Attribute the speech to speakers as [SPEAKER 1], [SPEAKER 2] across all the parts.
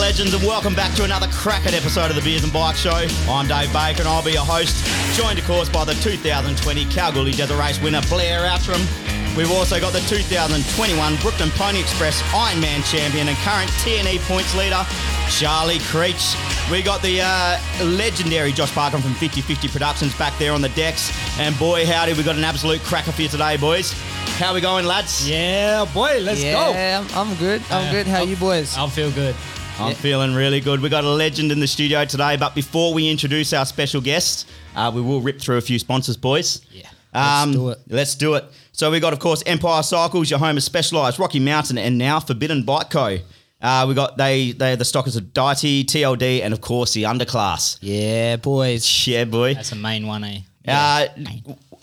[SPEAKER 1] legends, and welcome back to another cracking episode of the Beers and Bike Show. I'm Dave Baker, and I'll be your host, joined, of course, by the 2020 Kalgoorlie Desert Race winner Blair Outram. We've also got the 2021 Brooklyn Pony Express Ironman champion and current TNE points leader, Charlie Creech. We got the uh, legendary Josh Parkham from 5050 Productions back there on the decks. And boy, howdy, we got an absolute cracker for you today, boys. How we going, lads?
[SPEAKER 2] Yeah, boy, let's go.
[SPEAKER 3] yeah, I'm, I'm good. I'm
[SPEAKER 2] Yeah.
[SPEAKER 3] good. How are you boys?
[SPEAKER 2] I feel good.
[SPEAKER 1] I'm feeling really good. We got a legend in the studio today, but before we introduce our special guest, uh, we will rip through a few sponsors, boys. Um,
[SPEAKER 2] Yeah.
[SPEAKER 3] Let's do it.
[SPEAKER 1] Let's do it. So we got, of course, Empire Cycles, your home of Specialized, Rocky Mountain, and now Forbidden Bike Co. Uh, we got they they are the stockers of Diety, TLD, and of course the underclass.
[SPEAKER 3] Yeah, boys.
[SPEAKER 1] Yeah, boy.
[SPEAKER 2] That's a main one, eh?
[SPEAKER 1] Uh,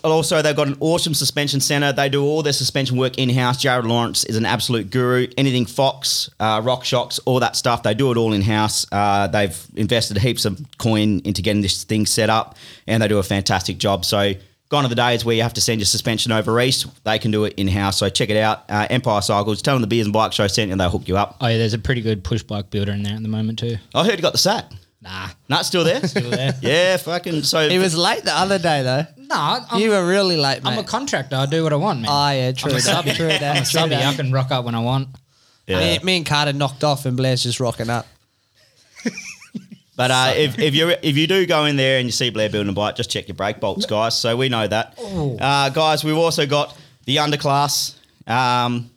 [SPEAKER 1] also, they've got an awesome suspension center. They do all their suspension work in house. Jared Lawrence is an absolute guru. Anything Fox, uh, Rock Shocks, all that stuff, they do it all in house. Uh, they've invested heaps of coin into getting this thing set up, and they do a fantastic job. So, gone are the days where you have to send your suspension over east. They can do it in house. So, check it out. Uh, Empire Cycles. Tell them the Beers and Bike Show sent you, and they'll hook you up.
[SPEAKER 2] Oh, yeah, there's a pretty good push bike builder in there at the moment, too.
[SPEAKER 1] I heard you got the sack.
[SPEAKER 2] Nah.
[SPEAKER 1] Not still there.
[SPEAKER 2] Still there.
[SPEAKER 1] yeah, fucking. So
[SPEAKER 3] He was late the other day though.
[SPEAKER 2] Nah, I'm,
[SPEAKER 3] you were really late, mate.
[SPEAKER 2] I'm a contractor. I do what I want, man.
[SPEAKER 3] oh yeah, true.
[SPEAKER 2] I'm a
[SPEAKER 3] that,
[SPEAKER 2] subby.
[SPEAKER 3] True that.
[SPEAKER 2] I'm a
[SPEAKER 3] true
[SPEAKER 2] subby.
[SPEAKER 3] that.
[SPEAKER 2] I can rock up when I want.
[SPEAKER 1] Yeah.
[SPEAKER 3] Me, me and Carter knocked off, and Blair's just rocking up.
[SPEAKER 1] But uh, if, if you if you do go in there and you see Blair building a bike, just check your brake bolts, guys. So we know that,
[SPEAKER 3] Oh.
[SPEAKER 1] uh, guys. We've also got the underclass um,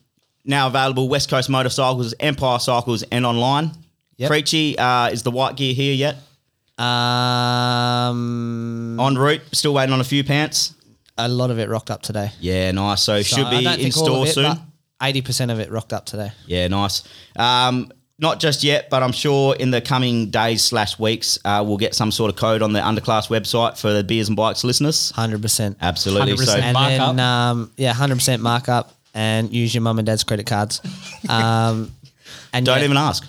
[SPEAKER 1] now available. West Coast Motorcycles, Empire Cycles, and online.
[SPEAKER 3] Yep.
[SPEAKER 1] Creechy uh, is the white gear here yet?
[SPEAKER 3] Um,
[SPEAKER 1] En route, still waiting on a few pants.
[SPEAKER 3] a lot of it rocked up today.
[SPEAKER 1] Yeah, nice. So,
[SPEAKER 3] So
[SPEAKER 1] should
[SPEAKER 3] I
[SPEAKER 1] be
[SPEAKER 3] don't
[SPEAKER 1] in
[SPEAKER 3] think all
[SPEAKER 1] store
[SPEAKER 3] of it,
[SPEAKER 1] soon.
[SPEAKER 3] but 80% of it rocked up today.
[SPEAKER 1] Yeah, nice. Um, not just yet, but I'm sure in the coming days slash weeks uh, we'll get some sort of code on the underclass website for the beers and bikes listeners.
[SPEAKER 3] 100%.
[SPEAKER 1] Absolutely. So
[SPEAKER 2] 100%.
[SPEAKER 3] and
[SPEAKER 2] Markup.
[SPEAKER 3] then, um, yeah, 100% markup and use your mum and dad's credit cards. Um, and
[SPEAKER 1] don't
[SPEAKER 3] yeah,
[SPEAKER 1] even ask.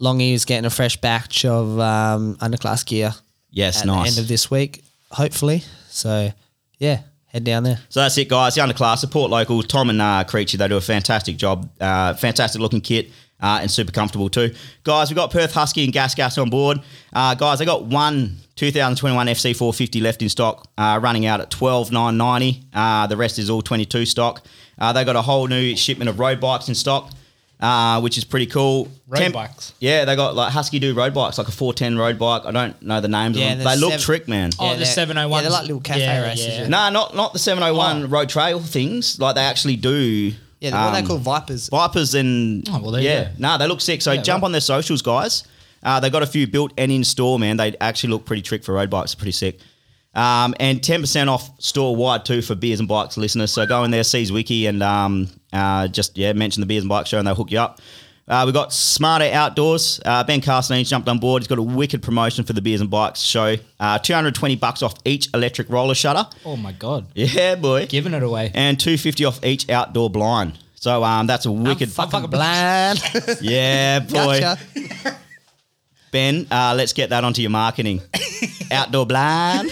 [SPEAKER 3] Longy is getting a fresh batch of um, underclass gear
[SPEAKER 1] Yes,
[SPEAKER 3] at
[SPEAKER 1] nice.
[SPEAKER 3] the end of this week, hopefully. So, yeah, head down there.
[SPEAKER 1] so that's it, guys. The underclass support local. Tom and uh, Creature, they do a fantastic job. Uh, fantastic looking kit. Uh, and super comfortable too, guys. We got Perth Husky and Gas Gas on board, uh, guys. They got one 2021 FC 450 left in stock, uh, running out at 12,990. Uh, the rest is all 22 stock. Uh, they got a whole new shipment of road bikes in stock, uh, which is pretty cool.
[SPEAKER 2] Road bikes.
[SPEAKER 1] yeah. They got like Husky do road bikes, like a 410 road bike. I don't know the names
[SPEAKER 3] Yeah,
[SPEAKER 1] of them.
[SPEAKER 3] there's
[SPEAKER 1] They look
[SPEAKER 3] seven-
[SPEAKER 1] trick, man.
[SPEAKER 2] Oh,
[SPEAKER 3] Yeah,
[SPEAKER 2] the
[SPEAKER 3] they're-
[SPEAKER 2] 701s.
[SPEAKER 3] yeah, they're like little cafe races, yeah.
[SPEAKER 1] No, not not the
[SPEAKER 2] Oh.
[SPEAKER 1] 701 road trail things. Like they actually do.
[SPEAKER 3] Yeah, the one
[SPEAKER 1] um,
[SPEAKER 3] they call Vipers.
[SPEAKER 1] Vipers and
[SPEAKER 2] Oh, well, there you
[SPEAKER 1] yeah,
[SPEAKER 2] go.
[SPEAKER 1] no, they look sick. So jump
[SPEAKER 2] right.
[SPEAKER 1] on their socials, guys. Uh, they got a few built and in store, man. They actually look pretty trick for road bikes. Pretty sick. Um, and ten percent off store wide too for beers and bikes listeners. So go in there, seize wiki, and um, uh, just yeah, mention the beers and bike show, and they'll hook you up. Uh, we got Smarter Outdoors. Uh, ben Carson he's jumped on board. He's got a wicked promotion for the Beers and Bikes show. Uh, 220 bucks off each electric roller shutter.
[SPEAKER 2] Oh, my God.
[SPEAKER 1] Yeah, boy
[SPEAKER 2] Giving it away.
[SPEAKER 1] and 250 off each outdoor blind. So um, that's a wicked
[SPEAKER 3] I'm fucking blind.
[SPEAKER 1] Yeah, boy.
[SPEAKER 3] gotcha.
[SPEAKER 1] Ben, uh, let's get that onto your marketing. outdoor blind.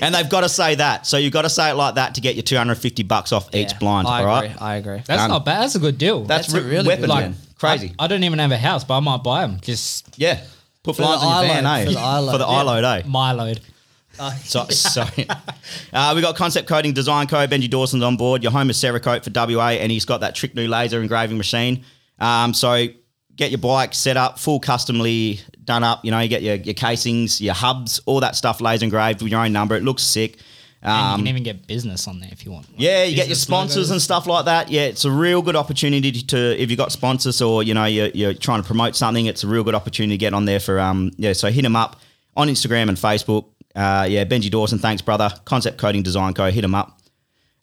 [SPEAKER 1] and they've got to say that. So you've got to say it like that to get your 250 bucks off each
[SPEAKER 3] Yeah,
[SPEAKER 1] blind,
[SPEAKER 3] I
[SPEAKER 1] all
[SPEAKER 3] agree.
[SPEAKER 1] right?
[SPEAKER 3] I agree.
[SPEAKER 2] That's
[SPEAKER 1] Um,
[SPEAKER 2] not bad. That's a good deal.
[SPEAKER 1] That's,
[SPEAKER 3] That's a
[SPEAKER 1] re-
[SPEAKER 3] really
[SPEAKER 1] weapon,
[SPEAKER 3] good
[SPEAKER 2] like
[SPEAKER 1] man. Crazy.
[SPEAKER 2] I, I don't even have a house, but I might buy them. Just
[SPEAKER 1] yeah. Put
[SPEAKER 3] For
[SPEAKER 1] flies
[SPEAKER 3] the
[SPEAKER 1] on your van,
[SPEAKER 3] eye
[SPEAKER 1] eh?
[SPEAKER 3] load, for the eye
[SPEAKER 1] For the
[SPEAKER 3] load,
[SPEAKER 1] eye
[SPEAKER 3] yeah.
[SPEAKER 1] load, eh?
[SPEAKER 2] my load.
[SPEAKER 1] So, sorry. Uh, we got Concept Coding Design Co. Benji Dawson's on board. Your home is Cerakote for WA, and he's got that trick new laser engraving machine. Um, so get your bike set up, full customly done up. You know, you get your, your casings, your hubs, all that stuff laser engraved with your own number. It looks sick.
[SPEAKER 2] and you
[SPEAKER 1] Um,
[SPEAKER 2] can even get business on there if you want.
[SPEAKER 1] yeah, you get your
[SPEAKER 2] Business
[SPEAKER 1] sponsors
[SPEAKER 2] logos.
[SPEAKER 1] and stuff like that. Yeah, it's a real good opportunity to if you got sponsors or you know you're, you're trying to promote something. It's a real good opportunity to get on there for um yeah. So hit him up on Instagram and Facebook. Uh, yeah, Benji Dawson, thanks brother. Concept Coding Design Co. Hit him up.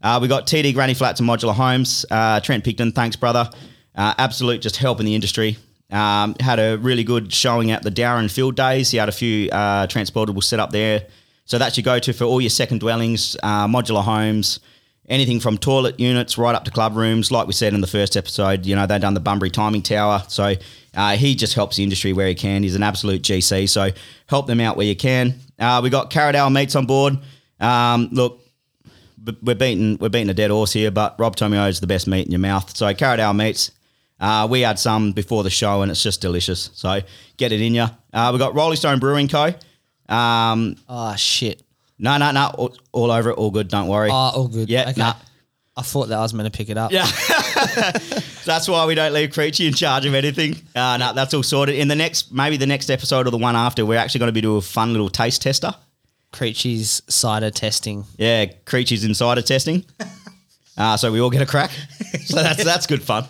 [SPEAKER 1] Uh, we got TD Granny Flats and Modular Homes. Uh, Trent Picton, thanks brother. Uh, absolute just help in the industry. Um, had a really good showing at the Darren Field Days. He had a few uh, transportables set up there. So that's your go-to for all your second dwellings, uh, modular homes, anything from toilet units right up to club rooms. Like we said in the first episode, you know, they've done the Bunbury Timing Tower. So uh, he just helps the industry where he can. He's an absolute GC. So help them out where you can. Uh, we got Carradale Meats on board. Um, look, b- we're beating we're beating a dead horse here, but Rob Tomio's the best meat in your mouth. So Carradale Meats, Uh, we had some before the show, and it's just delicious. So get it in you. Uh, we got Rolling Stone Brewing Co. Um,
[SPEAKER 3] Oh shit.
[SPEAKER 1] no, no, no, all, all over it, all good. Don't worry.
[SPEAKER 3] Oh, all good.
[SPEAKER 1] Yeah,
[SPEAKER 3] Okay.
[SPEAKER 1] nah.
[SPEAKER 3] I thought that I was meant to pick it up.
[SPEAKER 1] Yeah. that's why we don't leave Creechy in charge of anything. Uh, no, that's all sorted. In the next, maybe the next episode or the one after, we're actually going to be doing a fun little taste tester.
[SPEAKER 3] Creechy's cider testing.
[SPEAKER 1] Yeah, Creechy's insider testing. Uh, so we all get a crack. So that's that's good fun.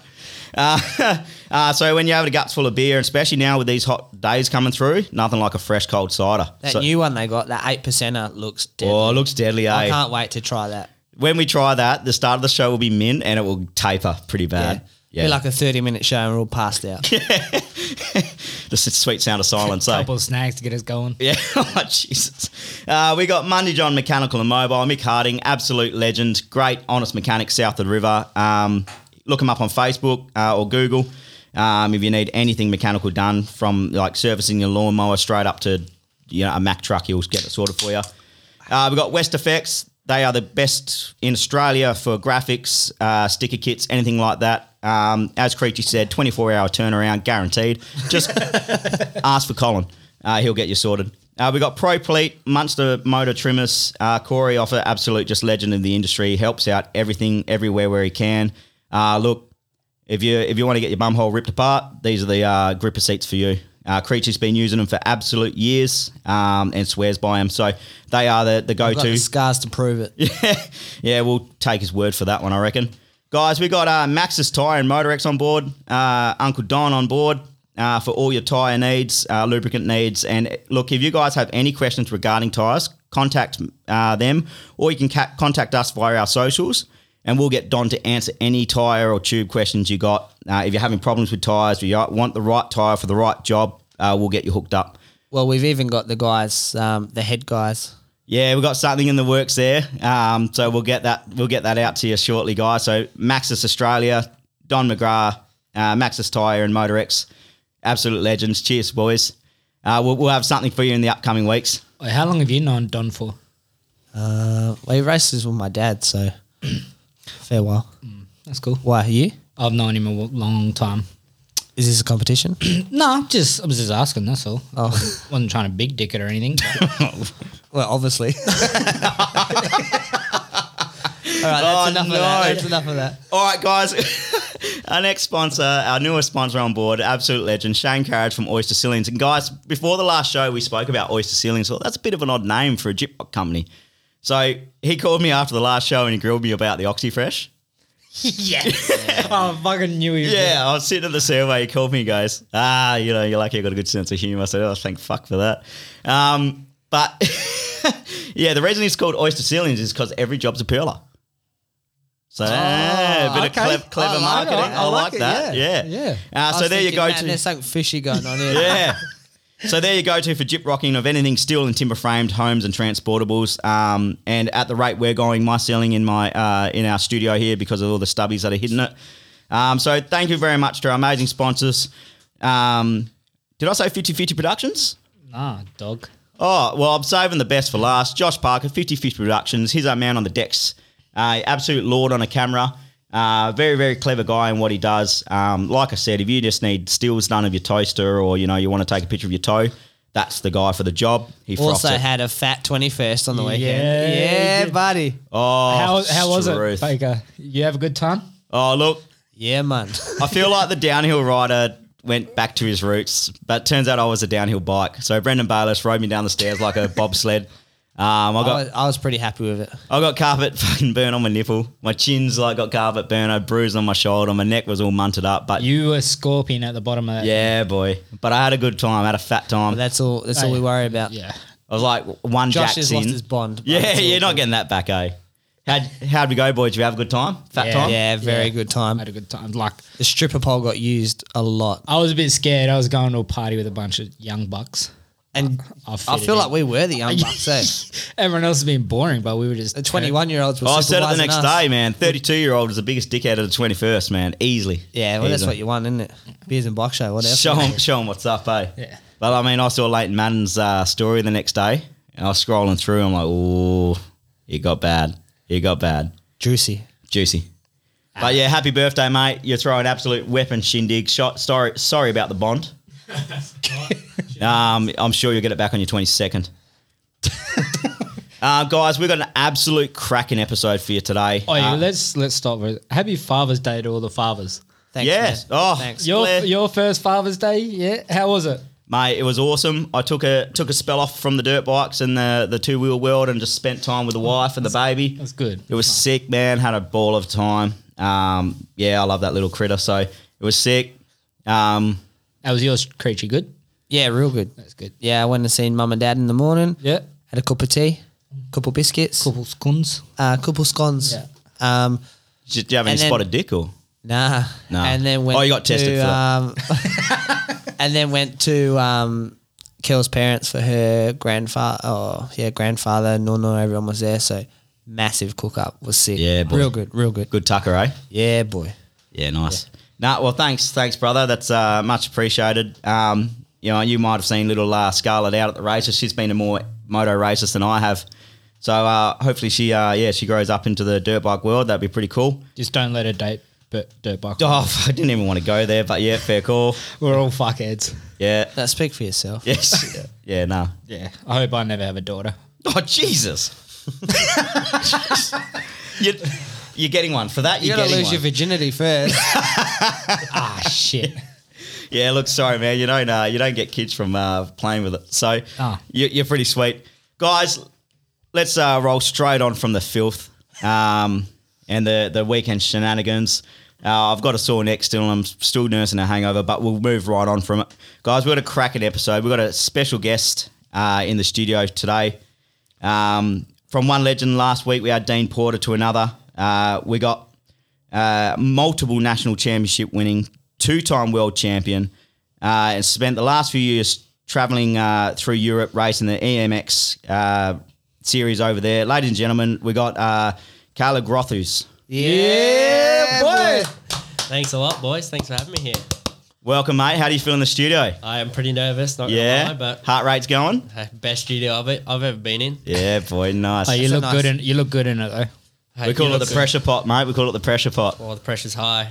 [SPEAKER 1] Uh, uh, so when you have a guts full of beer, especially now with these hot days coming through, nothing like a fresh cold cider.
[SPEAKER 3] That
[SPEAKER 1] So-
[SPEAKER 3] new one they got, that eight percenter looks dead.
[SPEAKER 1] oh, it looks deadly,
[SPEAKER 3] I
[SPEAKER 1] eh?
[SPEAKER 3] can't wait to try that.
[SPEAKER 1] When we try that, the start of the show will be mint and it will taper pretty
[SPEAKER 3] Yeah.
[SPEAKER 1] bad. Yeah,
[SPEAKER 3] Be like a thirty minute show and we're all passed out.
[SPEAKER 1] the s- sweet sound of silence. eh?
[SPEAKER 2] Couple of snacks to get us going.
[SPEAKER 1] Yeah, oh, Jesus. Uh, we got Monday John Mechanical and Mobile, Mick Harding, absolute legend, great, honest mechanic south of the river. Um, look him up on Facebook uh, or Google um, if you need anything mechanical done, from like servicing your lawnmower straight up to you know a Mack truck, he'll get it sorted for you. Uh, we got West Effects. They are the best in Australia for graphics, uh, sticker kits, anything like that. Um, as Creechy said, 24 hour turnaround, guaranteed. Just ask for Colin. Uh, he'll get you sorted. Uh, we got Pro Plete, Munster Motor Trimmers, uh, Corey Offer, absolute just legend in the industry. Helps out everything, everywhere where he can. Uh, look, if you if you want to get your bum hole ripped apart, these are the uh, gripper seats for you. Uh, Creature's been using them for absolute years um, and swears by them. So they are the, the go
[SPEAKER 3] Got the
[SPEAKER 1] to.
[SPEAKER 3] scars to prove it.
[SPEAKER 1] yeah, we'll take his word for that one, I reckon. Guys, we got uh, Max's Tyre and Motorex on board, uh, Uncle Don on board uh, for all your tyre needs, uh, lubricant needs. And uh, look, if you guys have any questions regarding tyres, contact uh, them or you can ca- contact us via our socials and we'll get Don to answer any tyre or tube questions you got. Uh, if you're having problems with tyres, if you want the right tyre for the right job, uh, we'll get you hooked up.
[SPEAKER 3] Well, we've even got the guys, um, the head guys.
[SPEAKER 1] Yeah, we've got something in the works there. Um, so we'll get that we'll get that out to you shortly, guys. So Maxis Australia, Don McGrath, uh, Maxis Tire and Motorex, absolute legends. Cheers, boys. Uh, we'll, we'll have something for you in the upcoming weeks.
[SPEAKER 2] Wait, How long have you known Don for?
[SPEAKER 3] Uh, well, he races with my dad, so farewell.
[SPEAKER 2] That's cool.
[SPEAKER 3] Why are you?
[SPEAKER 2] I've known him a w- long time.
[SPEAKER 3] Is this a competition?
[SPEAKER 2] No, just I was just asking. That's all. I wasn't, wasn't trying to big dick it or anything. but-
[SPEAKER 3] well, obviously. all right, that's
[SPEAKER 1] Oh,
[SPEAKER 3] enough
[SPEAKER 1] no.
[SPEAKER 3] of that. That's enough of that.
[SPEAKER 1] All right, guys. our next sponsor, our newest sponsor on board, absolute legend, Shane Carriage from Oyster Ceilings. And guys, before the last show, we spoke about Oyster Ceilings. Well, that's a bit of an odd name for a gyprock company. So he called me after the last show and he grilled me about the OxyFresh.
[SPEAKER 2] yes.
[SPEAKER 1] Oh,
[SPEAKER 2] I fucking knew you.
[SPEAKER 1] Yeah, I was sitting at the survey. He called me, he goes, ah, you know, you're lucky I got a good sense of humor. I said, oh, thank fuck for that. Um, but yeah, the reason it's called oyster ceilings is because every job's a pearler. So yeah, a bit
[SPEAKER 3] Oh, okay.
[SPEAKER 1] of clev- clever
[SPEAKER 3] I like it.
[SPEAKER 1] marketing.
[SPEAKER 3] I
[SPEAKER 1] I,
[SPEAKER 3] like
[SPEAKER 1] like
[SPEAKER 3] it,
[SPEAKER 1] that.
[SPEAKER 3] yeah.
[SPEAKER 1] Yeah,
[SPEAKER 2] Yeah.
[SPEAKER 1] Uh,
[SPEAKER 3] I
[SPEAKER 1] so
[SPEAKER 3] was
[SPEAKER 1] there you
[SPEAKER 3] thinking,
[SPEAKER 1] go.
[SPEAKER 3] Man,
[SPEAKER 1] to
[SPEAKER 3] there's something fishy going on here.
[SPEAKER 1] yeah. So there you go to for gyp rocking of anything steel and timber framed homes and transportables. Um, and at the rate we're going, my ceiling in my uh, in our studio here because of all the stubbies that are hidden it. Um, so thank you very much to our amazing sponsors. Um, did I say 5050 Productions?
[SPEAKER 2] Nah, dog.
[SPEAKER 1] Oh, well, I'm saving the best for last. Josh Parker, 50 50 Productions. He's our man on the decks. Uh, absolute lord on a camera. Uh, very, very clever guy in what he does. Um, like I said, if you just need stills done of your toaster or, you know, you want to take a picture of your toe, that's the guy for the job. He froths
[SPEAKER 3] Also
[SPEAKER 1] it.
[SPEAKER 3] had a fat 21st on the weekend.
[SPEAKER 2] Yeah, you
[SPEAKER 3] Yeah,
[SPEAKER 2] did.
[SPEAKER 3] buddy.
[SPEAKER 1] oh,
[SPEAKER 2] How, how was it,
[SPEAKER 1] truth.
[SPEAKER 2] Baker? You have a good time?
[SPEAKER 1] Oh, look,
[SPEAKER 3] Yeah, man.
[SPEAKER 1] I feel like the downhill rider went back to his roots, but turns out I was a downhill bike. So Brendan Bayless rode me down the stairs like a bobsled. Um, I
[SPEAKER 3] I
[SPEAKER 1] got
[SPEAKER 3] was, I was pretty happy with it.
[SPEAKER 1] I got carpet fucking burn on my nipple. My chin's like got carpet burn. I bruised on my shoulder. My neck was all munted up. But
[SPEAKER 2] You were scorpion at the bottom of that.
[SPEAKER 1] yeah, boy. But I had a good time. I had a fat time.
[SPEAKER 3] But that's all. That's all
[SPEAKER 1] Oh,
[SPEAKER 2] Hey.
[SPEAKER 3] we worry about.
[SPEAKER 2] Yeah.
[SPEAKER 1] I was like one jack's
[SPEAKER 3] Josh has
[SPEAKER 1] in.
[SPEAKER 3] lost his bond. but
[SPEAKER 1] yeah,
[SPEAKER 3] that's all
[SPEAKER 1] you're not
[SPEAKER 3] good.
[SPEAKER 1] getting that back, eh? How'd, how'd we go, boys? Did we have a good time? Fat
[SPEAKER 2] Yeah.
[SPEAKER 1] time?
[SPEAKER 3] Yeah, very
[SPEAKER 2] Yeah.
[SPEAKER 3] good
[SPEAKER 2] I
[SPEAKER 1] Um,
[SPEAKER 3] time.
[SPEAKER 2] had a good time. Like
[SPEAKER 3] The stripper pole got used a lot,
[SPEAKER 2] I was a bit scared. I was going to a party with a bunch of young bucks.
[SPEAKER 3] and
[SPEAKER 2] I'll fit
[SPEAKER 3] I
[SPEAKER 2] it
[SPEAKER 3] feel
[SPEAKER 2] in.
[SPEAKER 3] like we were the young bucks. eh?
[SPEAKER 2] Everyone else has been boring, but we were just
[SPEAKER 3] The twenty-one-year-olds were.
[SPEAKER 1] Oh, I said it the
[SPEAKER 3] supervising
[SPEAKER 1] next
[SPEAKER 3] us.
[SPEAKER 1] day, man. 32 year old is the biggest dickhead of the 21st, man. Easily.
[SPEAKER 3] Yeah, well, that's
[SPEAKER 1] Easily.
[SPEAKER 3] what you want, isn't it? Beers and box show, whatever.
[SPEAKER 1] Show him, show him what's up, eh?
[SPEAKER 2] Yeah.
[SPEAKER 1] But I mean, I saw Leighton Madden's uh, story the next day, and I was scrolling through. I'm like, ooh, it got bad. It got bad.
[SPEAKER 3] Juicy.
[SPEAKER 1] Juicy. But yeah, happy birthday, mate. You throw an absolute weapon shindig. Shot, sorry, sorry about the bond. um, I'm sure you'll get it back on your 22nd. uh, guys, we've got an absolute cracking episode for you today.
[SPEAKER 2] Oh, yeah,
[SPEAKER 1] Uh,
[SPEAKER 2] let's let's start with happy Father's Day to all the fathers.
[SPEAKER 3] Thanks,
[SPEAKER 1] yes.
[SPEAKER 3] man.
[SPEAKER 1] Oh,
[SPEAKER 3] Thanks.
[SPEAKER 2] Your
[SPEAKER 1] Blair.
[SPEAKER 2] your first Father's Day, yeah. How was it?
[SPEAKER 1] mate, it was awesome. I took a took a spell off from the dirt bikes and the the two wheel world, and just spent time with the wife and the baby.
[SPEAKER 2] That's good.
[SPEAKER 1] It was sick, man. Had a ball of time. Um, yeah, I love that little critter. So it was sick. Um,
[SPEAKER 2] How was yours, creature? Good.
[SPEAKER 3] Yeah, real good.
[SPEAKER 2] That's good.
[SPEAKER 3] Yeah, I went and seen mum and dad in the morning.
[SPEAKER 2] Yeah.
[SPEAKER 3] Had a cup of tea, couple biscuits,
[SPEAKER 2] Couple scones.
[SPEAKER 3] uh, couple scones.
[SPEAKER 2] Yeah.
[SPEAKER 3] Um,
[SPEAKER 1] did you have any
[SPEAKER 3] And then-
[SPEAKER 1] spotted dick or?
[SPEAKER 3] Nah.
[SPEAKER 1] Nah.
[SPEAKER 3] And then went.
[SPEAKER 1] Oh, you got tested
[SPEAKER 3] to,
[SPEAKER 1] for that.
[SPEAKER 3] um, and then went to um, Kel's parents for her grandfather. Oh, yeah, grandfather. No, no, everyone was there. So massive cook up was sick.
[SPEAKER 1] Yeah, boy.
[SPEAKER 3] real good, real good.
[SPEAKER 1] Good Tucker, eh?
[SPEAKER 3] Yeah, boy.
[SPEAKER 1] Yeah, nice. Nah, well, thanks, thanks, brother. That's uh, much appreciated. Um, you know, you might have seen little uh, Scarlett out at the races. She's been a more moto racist than I have. So uh, hopefully she, uh, yeah, she grows up into the dirt bike world. That'd be pretty cool.
[SPEAKER 2] Just don't let her date but dirt bike.
[SPEAKER 1] Oh, I didn't even want to go there, but yeah, fair call.
[SPEAKER 2] We're all fuckheads.
[SPEAKER 1] Yeah,
[SPEAKER 3] That speak for yourself.
[SPEAKER 1] yes, yeah, nah.
[SPEAKER 2] Yeah. I hope I never have a daughter.
[SPEAKER 1] Oh Jesus! you're, you're getting one for that. You're getting one.
[SPEAKER 3] virginity first.
[SPEAKER 2] ah shit.
[SPEAKER 1] yeah, look, sorry, man. You don't uh, you don't get kids from uh, playing with it. So
[SPEAKER 2] Ah.
[SPEAKER 1] you, you're pretty sweet, guys. Let's uh, roll straight on from the filth um, and the the weekend shenanigans. Uh, I've got a sore neck still, and I'm still nursing a hangover, but we'll move right on from it, guys. We've got a cracking episode. We've got a special guest uh, in the studio today. Um, from one legend last week, we had Dean Porter to another. Uh, we got uh, multiple national championship winning, two time world champion, uh, and spent the last few years traveling uh, through Europe racing the EMX uh, series over there. Ladies and gentlemen, we got uh, Carla Grothus.
[SPEAKER 3] yeah, boy.
[SPEAKER 4] Thanks a lot, boys. Thanks for having me here.
[SPEAKER 1] Welcome, mate. How do you feel in the studio?
[SPEAKER 4] I am pretty nervous, not
[SPEAKER 1] Yeah.
[SPEAKER 4] gonna lie,
[SPEAKER 1] Heart rate's going?
[SPEAKER 4] but uh, best studio I've, I've ever been in.
[SPEAKER 1] Yeah, boy, nice.
[SPEAKER 2] Oh, you
[SPEAKER 3] That's a
[SPEAKER 2] look
[SPEAKER 3] nice-
[SPEAKER 2] good in you look good in it though.
[SPEAKER 4] Hey,
[SPEAKER 1] we call
[SPEAKER 4] you
[SPEAKER 1] it the
[SPEAKER 4] look good.
[SPEAKER 1] pressure pot, mate. We call it the pressure pot.
[SPEAKER 4] Oh, the pressure's high.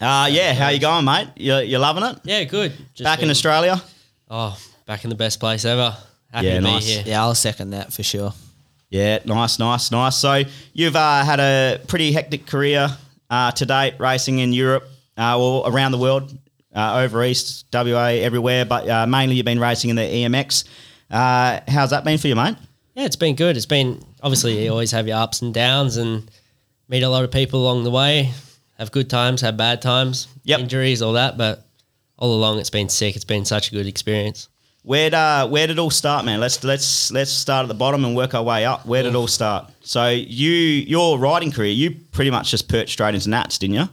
[SPEAKER 1] Uh, yeah, how you going, mate? You, you loving it?
[SPEAKER 4] yeah, good. Just
[SPEAKER 1] Back in
[SPEAKER 4] been-
[SPEAKER 1] Australia?
[SPEAKER 4] Oh, back in the best place ever. Happy
[SPEAKER 1] Yeah,
[SPEAKER 4] to
[SPEAKER 1] nice.
[SPEAKER 4] be here.
[SPEAKER 3] Yeah, I'll second that for sure.
[SPEAKER 1] Yeah, nice, nice, nice. So you've uh, had a pretty hectic career uh, to date, racing in Europe, uh, well around the world, uh, over east, WA, everywhere. But uh, mainly you've been racing in the EMX. Uh, how's that been for you, mate?
[SPEAKER 4] Yeah, it's been good. It's been obviously you always have your ups and downs and meet a lot of people along the way. Have good times, have bad times,
[SPEAKER 1] Yep.
[SPEAKER 4] injuries, all that. But all along, it's been sick. It's been such a good experience.
[SPEAKER 1] Where'd uh, where did it all start, man? Let's let's let's start at the bottom and work our way up. Where did it all start? So you your riding career, you pretty much just perched straight into Nats, didn't you?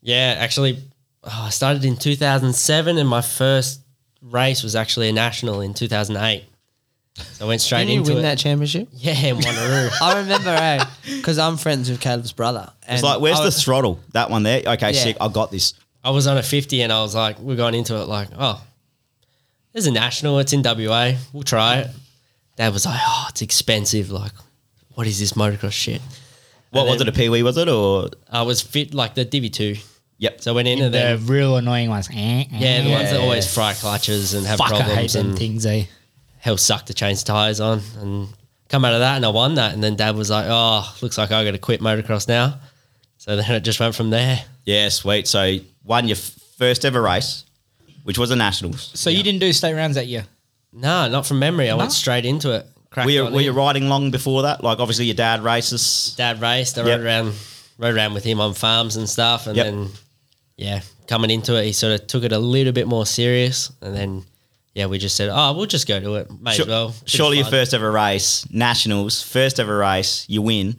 [SPEAKER 4] Yeah, actually, oh, I started in 2007, and my first race was actually a national in 2008. So I went straight
[SPEAKER 3] Didn't you
[SPEAKER 4] into
[SPEAKER 3] win
[SPEAKER 4] it.
[SPEAKER 3] that championship?
[SPEAKER 4] Yeah, in Wanneroo.
[SPEAKER 3] I remember, eh? Because I'm friends with Caleb's brother. And
[SPEAKER 1] It's like where's
[SPEAKER 3] I
[SPEAKER 1] the
[SPEAKER 3] was-
[SPEAKER 1] throttle? That one there. Okay,
[SPEAKER 3] Yeah.
[SPEAKER 1] sick. I got this.
[SPEAKER 4] I was on a 50, and I was like, we're going into it like, oh, there's a national. It's in WA. We'll try it. Dad was like, oh, it's expensive. Like, what is this motocross shit?
[SPEAKER 1] What was
[SPEAKER 4] then-
[SPEAKER 1] it? A pee wee? Was it or?
[SPEAKER 4] I was fit like the Divi two.
[SPEAKER 1] Yep.
[SPEAKER 4] So I went into
[SPEAKER 2] The
[SPEAKER 4] there.
[SPEAKER 2] real annoying ones. Eh,
[SPEAKER 4] Yeah, the
[SPEAKER 2] eh.
[SPEAKER 4] ones that always fry clutches and have
[SPEAKER 2] Fuck, I hate
[SPEAKER 4] problems
[SPEAKER 2] them
[SPEAKER 4] and
[SPEAKER 2] things, eh?
[SPEAKER 4] hell sucked to change tires on and come out of that and I won that and then dad was like oh looks like I got to quit motocross now so then it just went from there
[SPEAKER 1] Yeah, sweet. So won your f- first ever race, which was a nationals.
[SPEAKER 2] So you didn't do state rounds that year?
[SPEAKER 4] no not from memory I went straight into it cracked
[SPEAKER 1] Were you,
[SPEAKER 4] on
[SPEAKER 1] were
[SPEAKER 4] in.
[SPEAKER 1] you riding long before that? Like obviously your dad races.
[SPEAKER 4] dad raced I
[SPEAKER 1] Yep.
[SPEAKER 4] rode around rode around with him on farms and stuff and
[SPEAKER 1] Yep.
[SPEAKER 4] then yeah coming into it he sort of took it a little bit more serious and then yeah we just said oh we'll just go to it may
[SPEAKER 1] Sure-
[SPEAKER 4] as well Bit of
[SPEAKER 1] surely your
[SPEAKER 4] fun.
[SPEAKER 1] first ever race, nationals, first ever race, you win.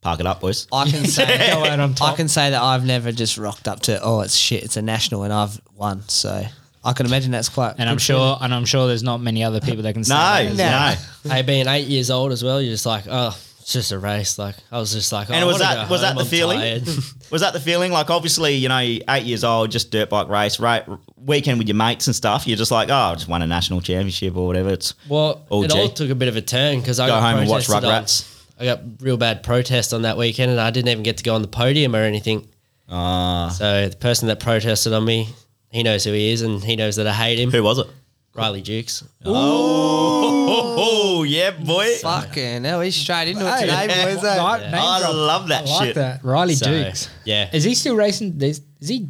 [SPEAKER 1] Park it up, boys.
[SPEAKER 4] Oh,
[SPEAKER 3] I can say
[SPEAKER 2] Go out on
[SPEAKER 3] I
[SPEAKER 2] top.
[SPEAKER 3] can say that I've never just rocked up to oh it's shit it's a national and I've won so I can imagine that's quite
[SPEAKER 2] and I'm sure and I'm sure there's not many other people that can say
[SPEAKER 1] No,
[SPEAKER 2] that.
[SPEAKER 1] no.
[SPEAKER 4] hey being eight years old as well you're just like oh it's just a race like I was just like oh,
[SPEAKER 1] And
[SPEAKER 4] I
[SPEAKER 1] was
[SPEAKER 4] wanna
[SPEAKER 1] that-
[SPEAKER 4] go
[SPEAKER 1] was that
[SPEAKER 4] home,
[SPEAKER 1] the
[SPEAKER 4] I'm
[SPEAKER 1] feeling?
[SPEAKER 4] tired.
[SPEAKER 1] Was that the feeling? Like obviously, you know, eight years old, just dirt bike race, right? Weekend with your mates and stuff. You're just like, oh, I just won a national championship or whatever. It's
[SPEAKER 4] Well,
[SPEAKER 1] Oh,
[SPEAKER 4] it
[SPEAKER 1] gee.
[SPEAKER 4] all took a bit of a turn because I
[SPEAKER 1] Go
[SPEAKER 4] got
[SPEAKER 1] home and watch
[SPEAKER 4] protested on-
[SPEAKER 1] Rugrats.
[SPEAKER 4] I got real bad protest on that weekend, and I didn't even get to go on the podium or anything.
[SPEAKER 1] Ah,
[SPEAKER 4] So the person that protested on me, he knows who he is, and he knows that I hate him.
[SPEAKER 1] who was it?
[SPEAKER 4] Riley Dukes.
[SPEAKER 1] Oh, yeah, boy.
[SPEAKER 3] Fucking hell, he's straight into it
[SPEAKER 1] Hey,
[SPEAKER 3] today,
[SPEAKER 1] yeah.
[SPEAKER 3] boys. eh?
[SPEAKER 2] Right, name
[SPEAKER 1] I
[SPEAKER 2] drop.
[SPEAKER 1] love that
[SPEAKER 2] I like
[SPEAKER 1] shit.
[SPEAKER 2] that. Riley
[SPEAKER 4] So,
[SPEAKER 2] Dukes.
[SPEAKER 4] yeah.
[SPEAKER 2] Is he still racing? Is, is he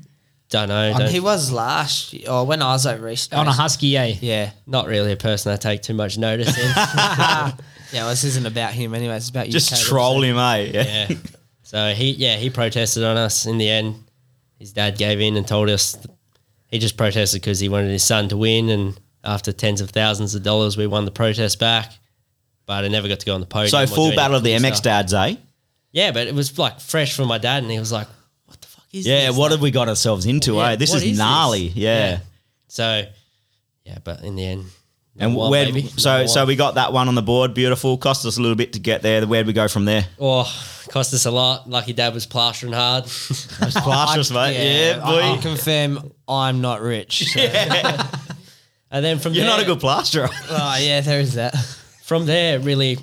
[SPEAKER 4] Don't know.
[SPEAKER 3] Um,
[SPEAKER 4] don't-
[SPEAKER 3] he was last year, or when I was over East.
[SPEAKER 2] on a husky, eh?
[SPEAKER 3] Yeah.
[SPEAKER 4] not really a person I take too much notice in.
[SPEAKER 3] Yeah, well, this isn't about him anyway. It's about you.
[SPEAKER 1] Just
[SPEAKER 3] Caleb,
[SPEAKER 1] troll him, eh? Yeah.
[SPEAKER 4] yeah. So he, yeah, he protested on us in the end. His dad gave in and told us he just protested because he wanted his son to win. And after tens of thousands of dollars, we won the protest back. But I never got to go on the podium.
[SPEAKER 1] So
[SPEAKER 4] or do
[SPEAKER 1] full
[SPEAKER 4] any
[SPEAKER 1] battle of the
[SPEAKER 4] cool
[SPEAKER 1] MX
[SPEAKER 4] stuff.
[SPEAKER 1] dads, eh?
[SPEAKER 4] Yeah, but it was like fresh for my dad, and he was like, "What the fuck is
[SPEAKER 1] Yeah,
[SPEAKER 4] this?"
[SPEAKER 1] what have we got ourselves into,
[SPEAKER 4] Yeah,
[SPEAKER 1] eh? This
[SPEAKER 4] what
[SPEAKER 1] is
[SPEAKER 4] is
[SPEAKER 1] gnarly.
[SPEAKER 4] this?
[SPEAKER 1] Yeah.
[SPEAKER 4] Yeah. So, yeah, but in the end,
[SPEAKER 1] And
[SPEAKER 4] Well,
[SPEAKER 1] where
[SPEAKER 4] maybe.
[SPEAKER 1] so so we got that one on the board, beautiful. Cost us a little bit to get there. Where'd we go from there?
[SPEAKER 4] oh, cost us a lot. Lucky dad was plastering hard.
[SPEAKER 1] Plasterous, mate. Yeah,
[SPEAKER 3] I- I,
[SPEAKER 1] boy.
[SPEAKER 3] confirm I'm not rich. So.
[SPEAKER 4] and then from
[SPEAKER 1] You're
[SPEAKER 4] there,
[SPEAKER 1] not a good plasterer.
[SPEAKER 3] oh yeah, there is that.
[SPEAKER 4] from there, really,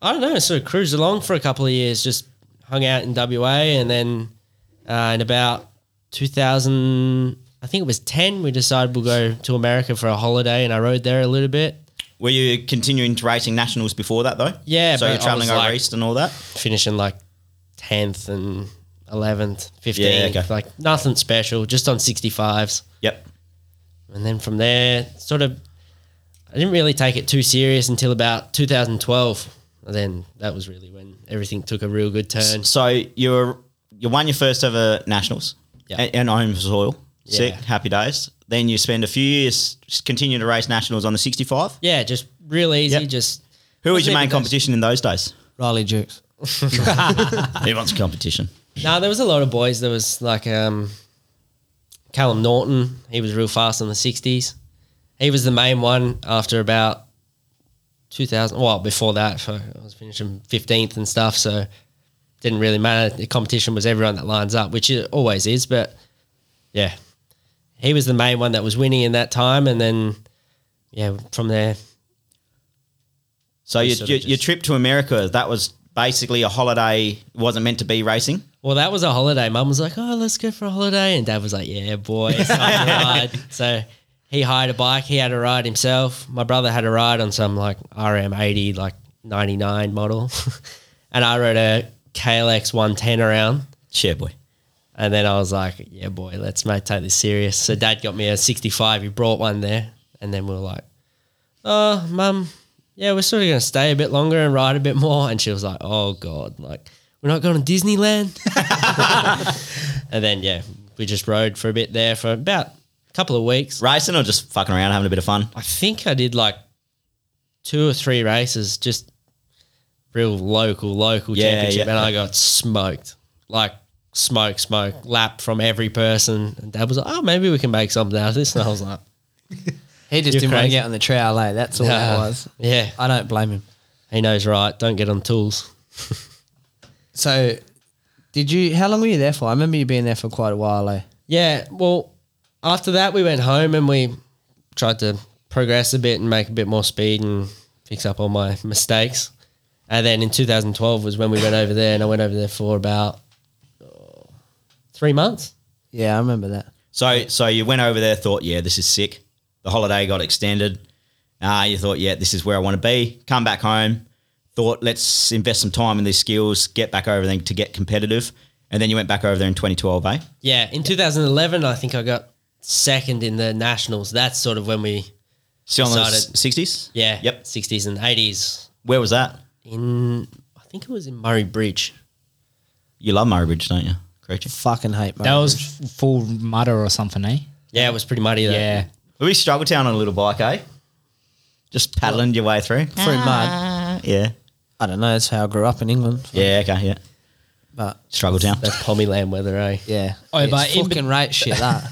[SPEAKER 4] I don't know, sort of cruised along for a couple of years, just hung out in WA. And then uh, in about 2000, I think it was 10, we decided we'll go to America for a holiday. And I rode there a little bit,
[SPEAKER 1] Were you continuing to racing nationals before that though?
[SPEAKER 4] Yeah,
[SPEAKER 1] So
[SPEAKER 4] but
[SPEAKER 1] you're
[SPEAKER 4] I
[SPEAKER 1] traveling over
[SPEAKER 4] was like-
[SPEAKER 1] east and all that.
[SPEAKER 4] finishing like 10th and 11th, 15th.
[SPEAKER 1] Yeah, okay.
[SPEAKER 4] Like nothing special, just on 65s.
[SPEAKER 1] Yep.
[SPEAKER 4] And then from there, sort of, I didn't really take it too serious until about 2012. And then that was really when everything took a real good turn.
[SPEAKER 1] So you were you won your first ever nationals,
[SPEAKER 4] Yeah.
[SPEAKER 1] and, and home soil. Sick,
[SPEAKER 4] Yeah.
[SPEAKER 1] happy days. Then you spend a few years just continuing to race nationals on the 65.
[SPEAKER 4] Yeah, just real easy.
[SPEAKER 1] Yep.
[SPEAKER 4] Just
[SPEAKER 1] Who was your
[SPEAKER 4] Wasn't
[SPEAKER 1] main
[SPEAKER 4] even those-
[SPEAKER 1] competition in those days?
[SPEAKER 3] Riley Jukes.
[SPEAKER 1] Who wants competition?
[SPEAKER 4] No, there was a lot of boys. There was like um, Callum Norton. He was real fast in the sixties. He was the main one after about two thousand. Well, before that, so I was finishing fifteenth and stuff. So didn't really matter. The competition was everyone that lines up, which it always is. But yeah, he was the main one that was winning in that time. And then yeah, from there,
[SPEAKER 1] So
[SPEAKER 4] We
[SPEAKER 1] your,
[SPEAKER 4] sort of
[SPEAKER 1] your,
[SPEAKER 4] just-
[SPEAKER 1] your trip to America that was basically a holiday. it wasn't meant to be racing.
[SPEAKER 4] Well, that was a holiday. Mum was like, "Oh, let's go for a holiday," and Dad was like, "Yeah, boy." it's time to ride." So he hired a bike. He had a ride himself. My brother had a ride on some like RM80, like 99 model, and I rode a KLX 110 around.
[SPEAKER 1] Yeah, boy.
[SPEAKER 4] And then I was like, "Yeah, boy, let's mate take this serious." So Dad got me a 65. He brought one there, and then we were like, "Oh, Mum, yeah, we're sort of gonna stay a bit longer and ride a bit more." And she was like, "Oh God, like we're not going to Disneyland." and then yeah, we just rode for a bit there for about a couple of weeks.
[SPEAKER 1] Racing or just fucking around, having a bit of fun.
[SPEAKER 4] I think I did like two or three races, just real local, local
[SPEAKER 1] Yeah,
[SPEAKER 4] championship,
[SPEAKER 1] yeah.
[SPEAKER 4] and I got smoked. Like smoke, smoke, lap from every person. And Dad was like, Oh, maybe we can make something out of this. And I was like,
[SPEAKER 3] He just
[SPEAKER 4] You're
[SPEAKER 3] didn't want to
[SPEAKER 4] crazy.
[SPEAKER 3] get on the trail, eh? That's all that
[SPEAKER 4] "Nah,
[SPEAKER 3] was.
[SPEAKER 4] Yeah.
[SPEAKER 3] I don't blame him.
[SPEAKER 4] He knows right. Don't get on tools.
[SPEAKER 3] So, did you? How long were you there for? I remember you being there for quite a while, eh?
[SPEAKER 4] Yeah, well, after that we went home and we tried to progress a bit and make a bit more speed and fix up all my mistakes. And then in 2012 was when we went over there, and I went over there for about oh, three months.
[SPEAKER 3] Yeah, I remember that.
[SPEAKER 1] So so you went over there, thought, yeah, this is sick. The holiday got extended. Uh, you thought, yeah, this is where I want to be. Come back home, thought, let's invest some time in these skills, get back over there to get competitive. And then you went back over there in 2012, eh?
[SPEAKER 4] Yeah, in 2011, I think I got second in the nationals. That's sort of when we,
[SPEAKER 1] Still on the
[SPEAKER 4] Decided.
[SPEAKER 1] s- 60s?
[SPEAKER 4] yeah,
[SPEAKER 1] Yep.
[SPEAKER 4] 60s and 80s
[SPEAKER 1] Where was that?
[SPEAKER 4] in, I think it was in Murray Bridge.
[SPEAKER 1] You love Murray Bridge, don't you? Correct.
[SPEAKER 3] Fucking hate.
[SPEAKER 2] That
[SPEAKER 3] mate.
[SPEAKER 2] was full mutter or something, eh?
[SPEAKER 4] Yeah, it was pretty muddy. Though.
[SPEAKER 2] Yeah.
[SPEAKER 1] We struggled down on a little bike, eh? Just paddling your way through. Ah.
[SPEAKER 3] through mud.
[SPEAKER 1] Yeah.
[SPEAKER 3] I don't know. That's how I grew up in England.
[SPEAKER 1] Yeah, okay, yeah.
[SPEAKER 3] But
[SPEAKER 1] Struggle town.
[SPEAKER 4] that's Pommy Land weather, eh?
[SPEAKER 3] yeah,
[SPEAKER 2] Oh,
[SPEAKER 3] it's
[SPEAKER 2] but in-
[SPEAKER 3] fucking rate shit that.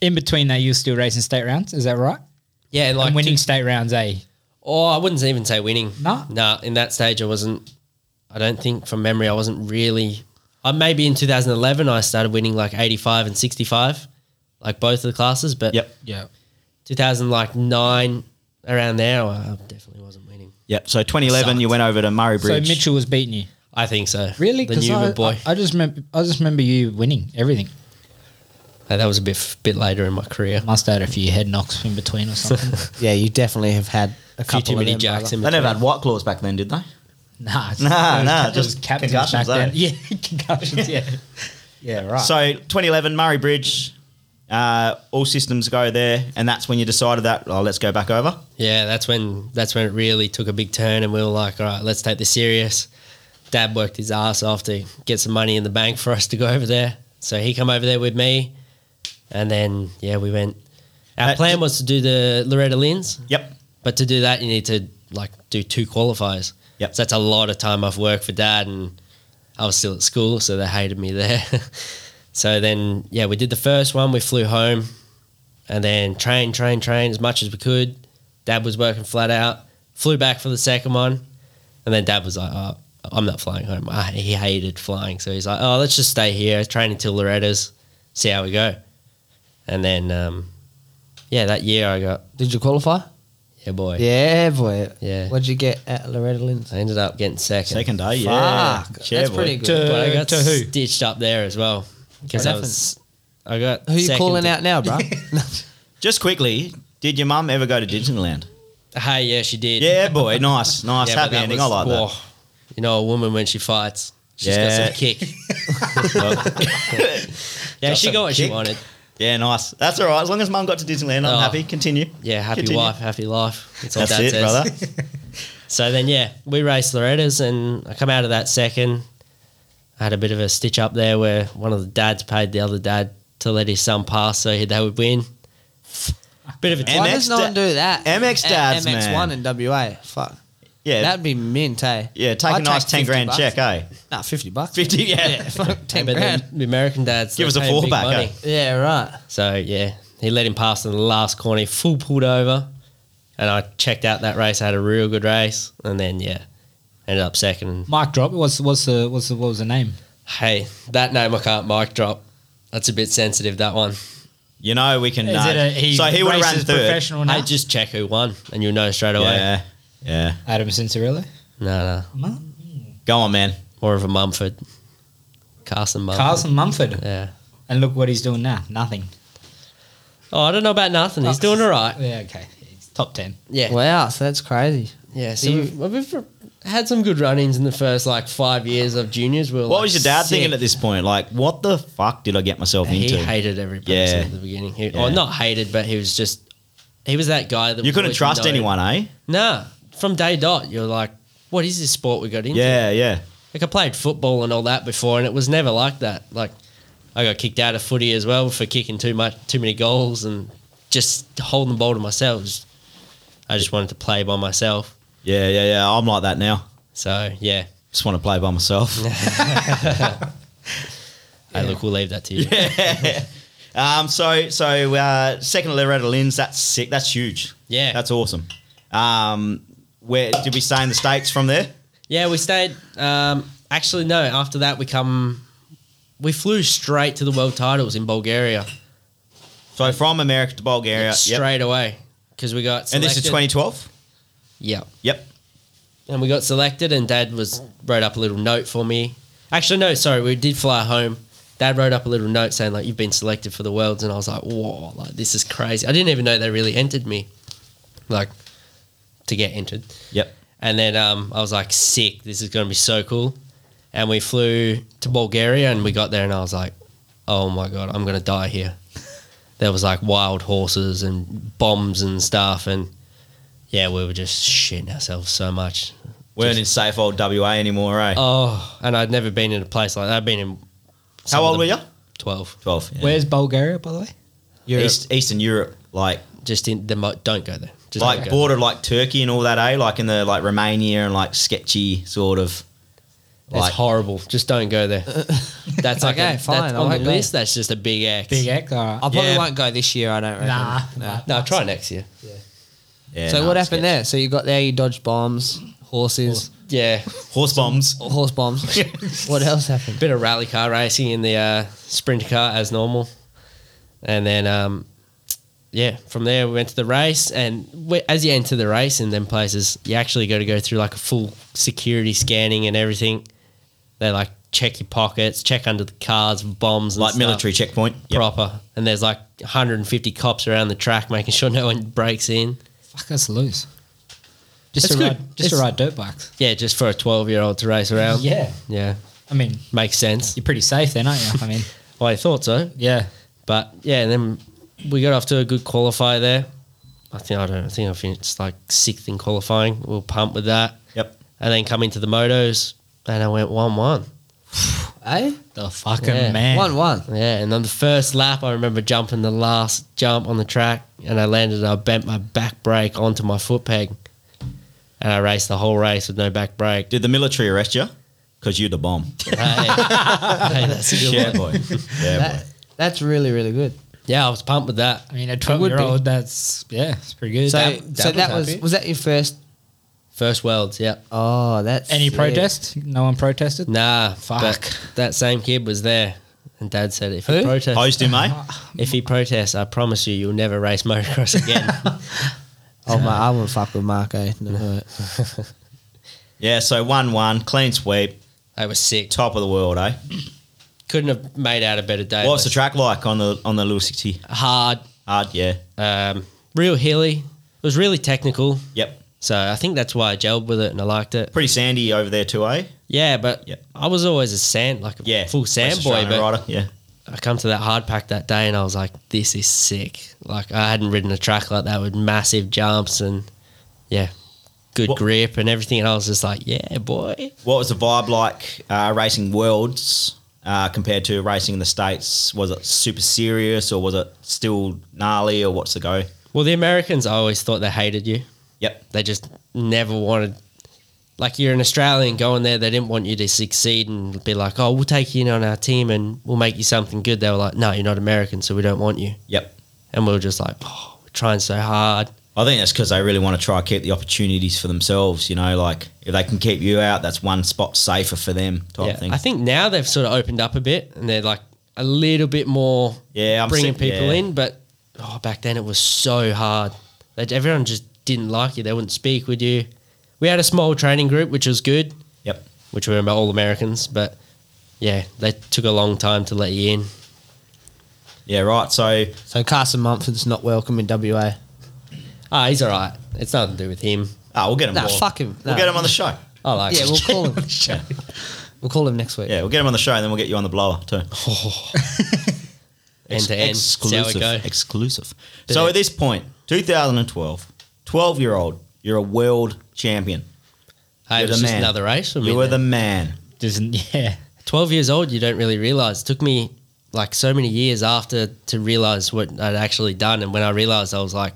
[SPEAKER 2] In between that, you were still racing state rounds. Is that right?
[SPEAKER 4] Yeah, and like
[SPEAKER 2] and winning
[SPEAKER 4] two-
[SPEAKER 2] state rounds, eh?
[SPEAKER 4] Oh, I wouldn't even say winning.
[SPEAKER 2] No?
[SPEAKER 4] No, in that stage, I wasn't, I don't think from memory, I wasn't really. I maybe in 2011, I started winning like 85 and 65, like both of the classes. But
[SPEAKER 1] Yep.
[SPEAKER 2] Yeah.
[SPEAKER 4] 2009, around there, I definitely wasn't winning.
[SPEAKER 1] Yep. So 2011, you went over to Murray
[SPEAKER 2] So
[SPEAKER 1] Bridge.
[SPEAKER 2] Mitchell was beating you.
[SPEAKER 4] I think so.
[SPEAKER 2] Really?
[SPEAKER 4] The
[SPEAKER 2] Because
[SPEAKER 4] new
[SPEAKER 2] I,
[SPEAKER 4] boy.
[SPEAKER 2] I, I just remember, I just remember you winning everything.
[SPEAKER 4] Uh, that was a bit bit later in my career.
[SPEAKER 2] Must have had a few head knocks in between or something.
[SPEAKER 3] Yeah, you definitely have had a
[SPEAKER 4] A few
[SPEAKER 3] couple
[SPEAKER 4] too
[SPEAKER 3] of
[SPEAKER 4] many
[SPEAKER 3] them,
[SPEAKER 4] jacks
[SPEAKER 3] brother.
[SPEAKER 4] in
[SPEAKER 1] they never
[SPEAKER 4] between.
[SPEAKER 1] had white claws back then, did they?
[SPEAKER 2] nah,
[SPEAKER 1] Nah,
[SPEAKER 2] it's- it was-
[SPEAKER 1] nah,
[SPEAKER 2] it was
[SPEAKER 1] just
[SPEAKER 2] captains
[SPEAKER 1] concussions, eh?
[SPEAKER 2] Yeah, concussions. Yeah, yeah, right.
[SPEAKER 1] So 2011, Murray Bridge, uh, all systems go there, and that's when you decided that oh, let's go back over.
[SPEAKER 4] Yeah, that's when that's when it really took a big turn, and we were like, all right, let's take this serious. Dad worked his ass off to get some money in the bank for us to go over there. So he come over there with me, and then yeah, we went. Our
[SPEAKER 1] Uh,
[SPEAKER 4] plan
[SPEAKER 1] ju-
[SPEAKER 4] was to do the Loretta Lynn's,
[SPEAKER 1] Yep.
[SPEAKER 4] but to do that you need to like do two qualifiers.
[SPEAKER 1] Yep.
[SPEAKER 4] So that's a lot of time I've worked for dad and I was still at school, so they hated me there. so then yeah, we did the first one, we flew home and then train, train, train as much as we could. Dad was working flat out, flew back for the second one, and then dad was like, Oh, I'm not flying home. I, he hated flying, so he's like, Oh, let's just stay here, train until Loretta's, see how we go. And then um, yeah, that year I got
[SPEAKER 3] Did you qualify?
[SPEAKER 4] yeah boy.
[SPEAKER 3] Yeah, boy.
[SPEAKER 4] Yeah.
[SPEAKER 3] What'd you get at Loretta Lynn's?
[SPEAKER 4] I ended up getting second.
[SPEAKER 1] Second day, yeah.
[SPEAKER 3] Fuck,
[SPEAKER 1] Yeah,
[SPEAKER 3] that's
[SPEAKER 1] boy.
[SPEAKER 3] pretty good.
[SPEAKER 2] To-
[SPEAKER 4] But I got
[SPEAKER 2] to who?
[SPEAKER 4] stitched up there as well. Because I
[SPEAKER 3] What
[SPEAKER 4] was. I got.
[SPEAKER 3] Who you
[SPEAKER 4] second
[SPEAKER 3] calling
[SPEAKER 4] to-
[SPEAKER 3] out now, bro?
[SPEAKER 1] Just quickly, did your mum ever go to Disneyland?
[SPEAKER 4] Hey, yeah, she did.
[SPEAKER 1] Yeah, boy. Nice, nice.
[SPEAKER 4] Yeah, but
[SPEAKER 1] Happy
[SPEAKER 4] that
[SPEAKER 1] ending.
[SPEAKER 4] was-
[SPEAKER 1] I like that.
[SPEAKER 4] whoa. You know, a woman when she fights, she's
[SPEAKER 1] Yeah.
[SPEAKER 4] got some kick. yeah, she
[SPEAKER 1] some
[SPEAKER 4] got what she
[SPEAKER 1] kick.
[SPEAKER 4] wanted.
[SPEAKER 1] Yeah, nice. That's all right. As long as mum got to Disneyland, I'm
[SPEAKER 4] Oh.
[SPEAKER 1] happy. Continue.
[SPEAKER 4] Yeah, happy
[SPEAKER 1] Continue.
[SPEAKER 4] wife, happy life. That's all
[SPEAKER 1] That's
[SPEAKER 4] that
[SPEAKER 1] it,
[SPEAKER 4] says.
[SPEAKER 1] brother.
[SPEAKER 4] So then, yeah, we raced Loretta's, and I come out of that second. I had a bit of a stitch up there where one of the dads paid the other dad to let his son pass so he- they would win. Bit of a
[SPEAKER 1] And
[SPEAKER 3] Why
[SPEAKER 1] MX
[SPEAKER 3] does no one
[SPEAKER 1] da-
[SPEAKER 3] do that?
[SPEAKER 1] MX
[SPEAKER 3] A-
[SPEAKER 1] dads,
[SPEAKER 3] MX1
[SPEAKER 1] man.
[SPEAKER 3] in WA. Fuck.
[SPEAKER 1] Yeah,
[SPEAKER 3] That'd be mint, eh?
[SPEAKER 1] yeah. Take a
[SPEAKER 3] I'd
[SPEAKER 1] nice ten
[SPEAKER 3] 50
[SPEAKER 1] grand
[SPEAKER 3] bucks.
[SPEAKER 1] check, eh?
[SPEAKER 3] Nah, 50 bucks.
[SPEAKER 1] Fifty. Yeah.
[SPEAKER 3] Fuck, 10
[SPEAKER 4] but
[SPEAKER 3] grand.
[SPEAKER 4] then the American dads
[SPEAKER 1] Give
[SPEAKER 4] they
[SPEAKER 1] us a
[SPEAKER 4] pay big
[SPEAKER 1] fallback,
[SPEAKER 4] money.
[SPEAKER 1] eh?
[SPEAKER 3] Yeah, right.
[SPEAKER 4] So yeah, he let him pass in the last corner, he full pulled over, and I checked out that race. I had a real good race, and then yeah, ended up second.
[SPEAKER 2] Mike drop. What's what's the what's the what was the name?
[SPEAKER 4] Hey, that name I can't mic drop. That's a bit sensitive. That one.
[SPEAKER 1] You know we can.
[SPEAKER 2] Is
[SPEAKER 1] uh,
[SPEAKER 2] it a, he
[SPEAKER 1] so he would have ran
[SPEAKER 2] races
[SPEAKER 1] third.
[SPEAKER 2] professional now?
[SPEAKER 4] Hey, just check who won, and you'll know straight away.
[SPEAKER 1] Yeah. Yeah.
[SPEAKER 2] Adam Cincerillo.
[SPEAKER 4] No, no,
[SPEAKER 1] Go on, man.
[SPEAKER 4] more of a Mumford, Carson Mumford.
[SPEAKER 2] Carlson Mumford.
[SPEAKER 4] Yeah.
[SPEAKER 2] And look what he's doing now. Nothing.
[SPEAKER 4] Oh, I don't know about nothing. He's doing all right.
[SPEAKER 2] Yeah, okay. He's top ten.
[SPEAKER 4] Yeah.
[SPEAKER 3] Wow, so that's crazy.
[SPEAKER 4] Yeah. So
[SPEAKER 3] Do you-
[SPEAKER 4] we've, we've had some good run-ins in the first like five years of juniors. We were,
[SPEAKER 1] What
[SPEAKER 4] like,
[SPEAKER 1] was your dad
[SPEAKER 4] sick.
[SPEAKER 1] thinking at this point? Like, what the fuck did I get myself
[SPEAKER 4] He
[SPEAKER 1] into?
[SPEAKER 4] hated every person
[SPEAKER 1] Yeah.
[SPEAKER 4] at the beginning. He,
[SPEAKER 1] Yeah.
[SPEAKER 4] Or not hated, but he was just he was that guy that
[SPEAKER 1] you
[SPEAKER 4] was
[SPEAKER 1] couldn't
[SPEAKER 4] always
[SPEAKER 1] trust
[SPEAKER 4] known.
[SPEAKER 1] anyone, eh?
[SPEAKER 4] Nah, from day dot, you're like, what is this sport we got into?
[SPEAKER 1] Yeah, yeah.
[SPEAKER 4] like I played football and all that before, and it was never like that. Like I got kicked out of footy as well for kicking too much, too many goals, and just holding the ball to myself. Just- I just wanted to play by myself.
[SPEAKER 1] Yeah, yeah, yeah. I'm like that now.
[SPEAKER 4] So yeah,
[SPEAKER 1] Just want to play by myself.
[SPEAKER 4] hey, look, we'll leave that to you. Yeah,
[SPEAKER 1] um, so so uh, second Loretta Lynn's. That's sick. That's huge.
[SPEAKER 4] Yeah.
[SPEAKER 1] that's awesome. Um, where did we stay in the states from there?
[SPEAKER 4] we stayed. Um, actually, no. After that, we come. We flew straight to the world titles in Bulgaria.
[SPEAKER 1] So from America to Bulgaria. Yep.
[SPEAKER 4] straight away because we got
[SPEAKER 1] And
[SPEAKER 4] selected.
[SPEAKER 1] this is 2012.
[SPEAKER 4] Yeah,
[SPEAKER 1] Yep.
[SPEAKER 4] and we got selected, and Dad was wrote up a little note for me. Actually, no, sorry, we did fly home. Dad wrote up a little note saying like you've been selected for the worlds, and I was like, whoa, like this is crazy. I didn't even know they really entered me, like to get entered.
[SPEAKER 1] Yep.
[SPEAKER 4] And then um, I was like, sick, this is gonna be so cool. And we flew to Bulgaria, and we got there, and I was like, oh my god, I'm gonna die here. there was like wild horses and bombs and stuff, and yeah, we were just shitting ourselves so much.
[SPEAKER 1] We weren't in safe old WA anymore, eh?
[SPEAKER 4] Oh, and I'd never been in a place like that. I'd been in. some
[SPEAKER 1] How
[SPEAKER 4] of
[SPEAKER 1] old
[SPEAKER 4] the-
[SPEAKER 1] were you?
[SPEAKER 4] 12.
[SPEAKER 1] 12. yeah.
[SPEAKER 2] Where's Bulgaria, by the way?
[SPEAKER 4] Europe.
[SPEAKER 1] East, Eastern Europe, like
[SPEAKER 4] Just in the. Mo- don't go there. Just
[SPEAKER 1] like
[SPEAKER 4] don't go.
[SPEAKER 1] border like Turkey and all that, eh? Like in the like Romania and like sketchy sort of.
[SPEAKER 4] It's
[SPEAKER 1] Like,
[SPEAKER 4] horrible. Just don't go there. That's like
[SPEAKER 3] Okay,
[SPEAKER 4] a,
[SPEAKER 3] fine,
[SPEAKER 4] That's
[SPEAKER 3] I
[SPEAKER 4] on the
[SPEAKER 3] won't go.
[SPEAKER 4] list, that's just a big X.
[SPEAKER 2] Big X. All right.
[SPEAKER 3] I probably
[SPEAKER 1] Yeah.
[SPEAKER 3] won't go this year, I don't reckon.
[SPEAKER 2] Nah.
[SPEAKER 3] No.
[SPEAKER 4] No, try next year.
[SPEAKER 1] yeah,
[SPEAKER 3] So
[SPEAKER 1] nah,
[SPEAKER 3] what
[SPEAKER 1] it's
[SPEAKER 3] happened there? So you got there, you dodged bombs, horses,
[SPEAKER 4] Yeah.
[SPEAKER 1] sketchy. Horse bombs.
[SPEAKER 3] horse, bombs. what else happened?
[SPEAKER 4] Bit of rally car racing in the uh, sprint car as normal. And then, um, yeah, from there we went to the race, and we, as you enter the race in them places, you actually got to go through like a full security scanning and everything. They like check your pockets, check under the cars, bombs, and
[SPEAKER 1] like
[SPEAKER 4] stuff.
[SPEAKER 1] military checkpoint. Yep.
[SPEAKER 4] proper. And there's like 150 cops around the track making sure no one breaks in.
[SPEAKER 2] Fuck, that's loose. Just
[SPEAKER 4] It's
[SPEAKER 2] to
[SPEAKER 4] good.
[SPEAKER 2] ride, just to
[SPEAKER 4] It's-
[SPEAKER 2] ride dirt bikes.
[SPEAKER 4] Yeah, just for a 12 year old to race around.
[SPEAKER 2] Yeah,
[SPEAKER 4] yeah,
[SPEAKER 2] I mean,
[SPEAKER 4] makes sense.
[SPEAKER 2] you're pretty safe then, aren't you? I mean,
[SPEAKER 4] Well, I thought so.
[SPEAKER 2] yeah.
[SPEAKER 4] But yeah, and then we got off to a good qualifier there. I think I don't I think I finished like sixth in qualifying. We will pump with that,
[SPEAKER 1] Yep.
[SPEAKER 4] and then come into the motos, and I went one one.
[SPEAKER 3] Eh?
[SPEAKER 2] The fucking
[SPEAKER 4] Yeah.
[SPEAKER 2] man.
[SPEAKER 3] One one.
[SPEAKER 4] Yeah, and on the first lap, I remember jumping the last jump on the track, and I landed. I bent my back brake onto my foot peg, and I raced the whole race with no back brake.
[SPEAKER 1] Did the military arrest you? Because you're the bomb.
[SPEAKER 4] hey, hey, that's a good
[SPEAKER 1] yeah,
[SPEAKER 4] one.
[SPEAKER 1] boy. Yeah, boy.
[SPEAKER 3] That, that's really really good.
[SPEAKER 4] Yeah, I was pumped with that.
[SPEAKER 2] I mean, a
[SPEAKER 4] would be.
[SPEAKER 2] 12 year old, that's, yeah, it's pretty good.
[SPEAKER 3] So
[SPEAKER 2] That-
[SPEAKER 3] so that was
[SPEAKER 2] happy.
[SPEAKER 3] was that your first?
[SPEAKER 4] First worlds, yeah.
[SPEAKER 3] Oh, that's
[SPEAKER 2] Any
[SPEAKER 3] sick.
[SPEAKER 2] protest? No one protested?
[SPEAKER 4] Nah,
[SPEAKER 2] Fuck.
[SPEAKER 4] but that same kid was there, and Dad said, "If he
[SPEAKER 3] Who?
[SPEAKER 4] protests,
[SPEAKER 1] Post him, eh? mate.
[SPEAKER 4] if he protests, I promise you, you'll never race motocross again."
[SPEAKER 3] Oh my, I wouldn't fuck with Marco. No,
[SPEAKER 1] Yeah, so 1 1, clean sweep,
[SPEAKER 4] I was sick.
[SPEAKER 1] top of the world, eh?
[SPEAKER 4] Couldn't have made out a better day.
[SPEAKER 1] What was the track like on the on the little 60?
[SPEAKER 4] Hard,
[SPEAKER 1] Hard, yeah.
[SPEAKER 4] um, real hilly. It was really technical.
[SPEAKER 1] Yep.
[SPEAKER 4] So I think that's why I gelled with it and I liked it.
[SPEAKER 1] Pretty sandy over there, too, eh?
[SPEAKER 4] Yeah, but
[SPEAKER 1] Yeah.
[SPEAKER 4] I was always a sand like a
[SPEAKER 1] Yeah.
[SPEAKER 4] full sand
[SPEAKER 1] West
[SPEAKER 4] boy.
[SPEAKER 1] Australian
[SPEAKER 4] But
[SPEAKER 1] rider, yeah.
[SPEAKER 4] I come to that hard pack that day and I was like, this is sick. Like I hadn't ridden a track like that with massive jumps and yeah, good
[SPEAKER 1] What-
[SPEAKER 4] grip and everything. And I was just like, yeah, boy.
[SPEAKER 1] What was the vibe like uh, racing worlds uh, compared to racing in the States? Was it super serious or was it still gnarly or what's the go?
[SPEAKER 4] Well, the Americans, I always thought they hated you.
[SPEAKER 1] Yep.
[SPEAKER 4] They just never wanted. Like you're an Australian going there, they didn't want you to succeed and be like, "Oh, we'll take you in on our team and we'll make you something good." They were like, "No, you're not American, so we don't want you."
[SPEAKER 1] Yep.
[SPEAKER 4] And we were just like, "Oh, we're trying so hard."
[SPEAKER 1] I think that's because they really want to try and keep the opportunities for themselves. You know, like if they can keep you out, that's one spot safer for them type
[SPEAKER 4] Yeah,
[SPEAKER 1] thing.
[SPEAKER 4] I think now they've sort of opened up a bit and they're like a little bit more
[SPEAKER 1] yeah, I'm
[SPEAKER 4] bringing
[SPEAKER 1] sick-
[SPEAKER 4] people
[SPEAKER 1] yeah.
[SPEAKER 4] in. But oh, back then it was so hard. Like, everyone just didn't like you. They wouldn't speak with you. We had a small training group, which was good.
[SPEAKER 1] Yep.
[SPEAKER 4] Which were all Americans, but yeah, they took a long time to let you in.
[SPEAKER 1] Yeah, right. So
[SPEAKER 3] so Carson Mumford's not welcome in WA.
[SPEAKER 4] Ah, he's all right. It's nothing to do with him.
[SPEAKER 1] ah, we'll get him.
[SPEAKER 3] Nah,
[SPEAKER 1] on.
[SPEAKER 3] fuck him.
[SPEAKER 1] We'll
[SPEAKER 3] Nah.
[SPEAKER 1] get him on the show.
[SPEAKER 4] I like.
[SPEAKER 3] Yeah,
[SPEAKER 4] him.
[SPEAKER 3] we'll call him. we'll call him next week.
[SPEAKER 1] Yeah, we'll get him on the show, and then we'll get you on the blower too.
[SPEAKER 4] end to end. See how it
[SPEAKER 1] exclusive.
[SPEAKER 4] go.
[SPEAKER 1] Exclusive.
[SPEAKER 4] Did
[SPEAKER 1] so
[SPEAKER 4] it-
[SPEAKER 1] at this point, 2012, 12 year old, you're a world champion.
[SPEAKER 4] Hey,
[SPEAKER 1] You're
[SPEAKER 4] it
[SPEAKER 1] the
[SPEAKER 4] was just
[SPEAKER 1] man.
[SPEAKER 4] another race for me.
[SPEAKER 1] You were the
[SPEAKER 4] then.
[SPEAKER 1] man.
[SPEAKER 2] Doesn't, yeah.
[SPEAKER 4] Twelve years old. You don't really realize. It took me like so many years after to realize what I'd actually done, and when I realized, I was like,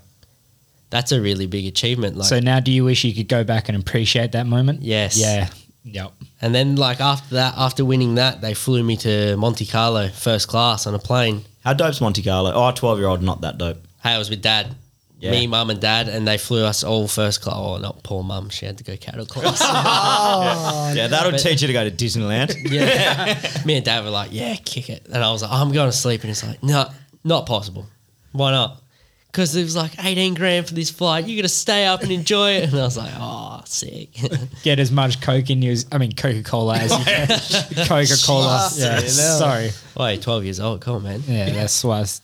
[SPEAKER 4] "That's a really big achievement." Like,
[SPEAKER 2] so now do you wish you could go back and appreciate that moment?
[SPEAKER 4] Yes.
[SPEAKER 2] Yeah. Yep.
[SPEAKER 4] and then like after that, after winning that, they flew me to Monte Carlo first class on a plane.
[SPEAKER 1] How dope's Monte Carlo? Oh, 12 year old, not that dope.
[SPEAKER 4] Hey, I was with dad.
[SPEAKER 1] Yeah.
[SPEAKER 4] Me, mum, and dad, and they flew us all first class. Oh, not poor mum. She had to go cattle class.
[SPEAKER 1] yeah, that'll
[SPEAKER 4] but-
[SPEAKER 1] teach you to go to Disneyland.
[SPEAKER 4] Yeah. Me and Dad were like, yeah, kick it. And I was like, I'm going to sleep. And he's like, no, not possible. Why not? Because it was like 18 grand for this flight. You're going to stay up and enjoy it. And I was like, oh, sick.
[SPEAKER 2] Get as much Coke in you as, I mean, Coca Cola as you can. Coca Cola. Yeah. Sorry.
[SPEAKER 4] Wait, 12 years old. Come on, man.
[SPEAKER 2] Yeah, that's why. I was-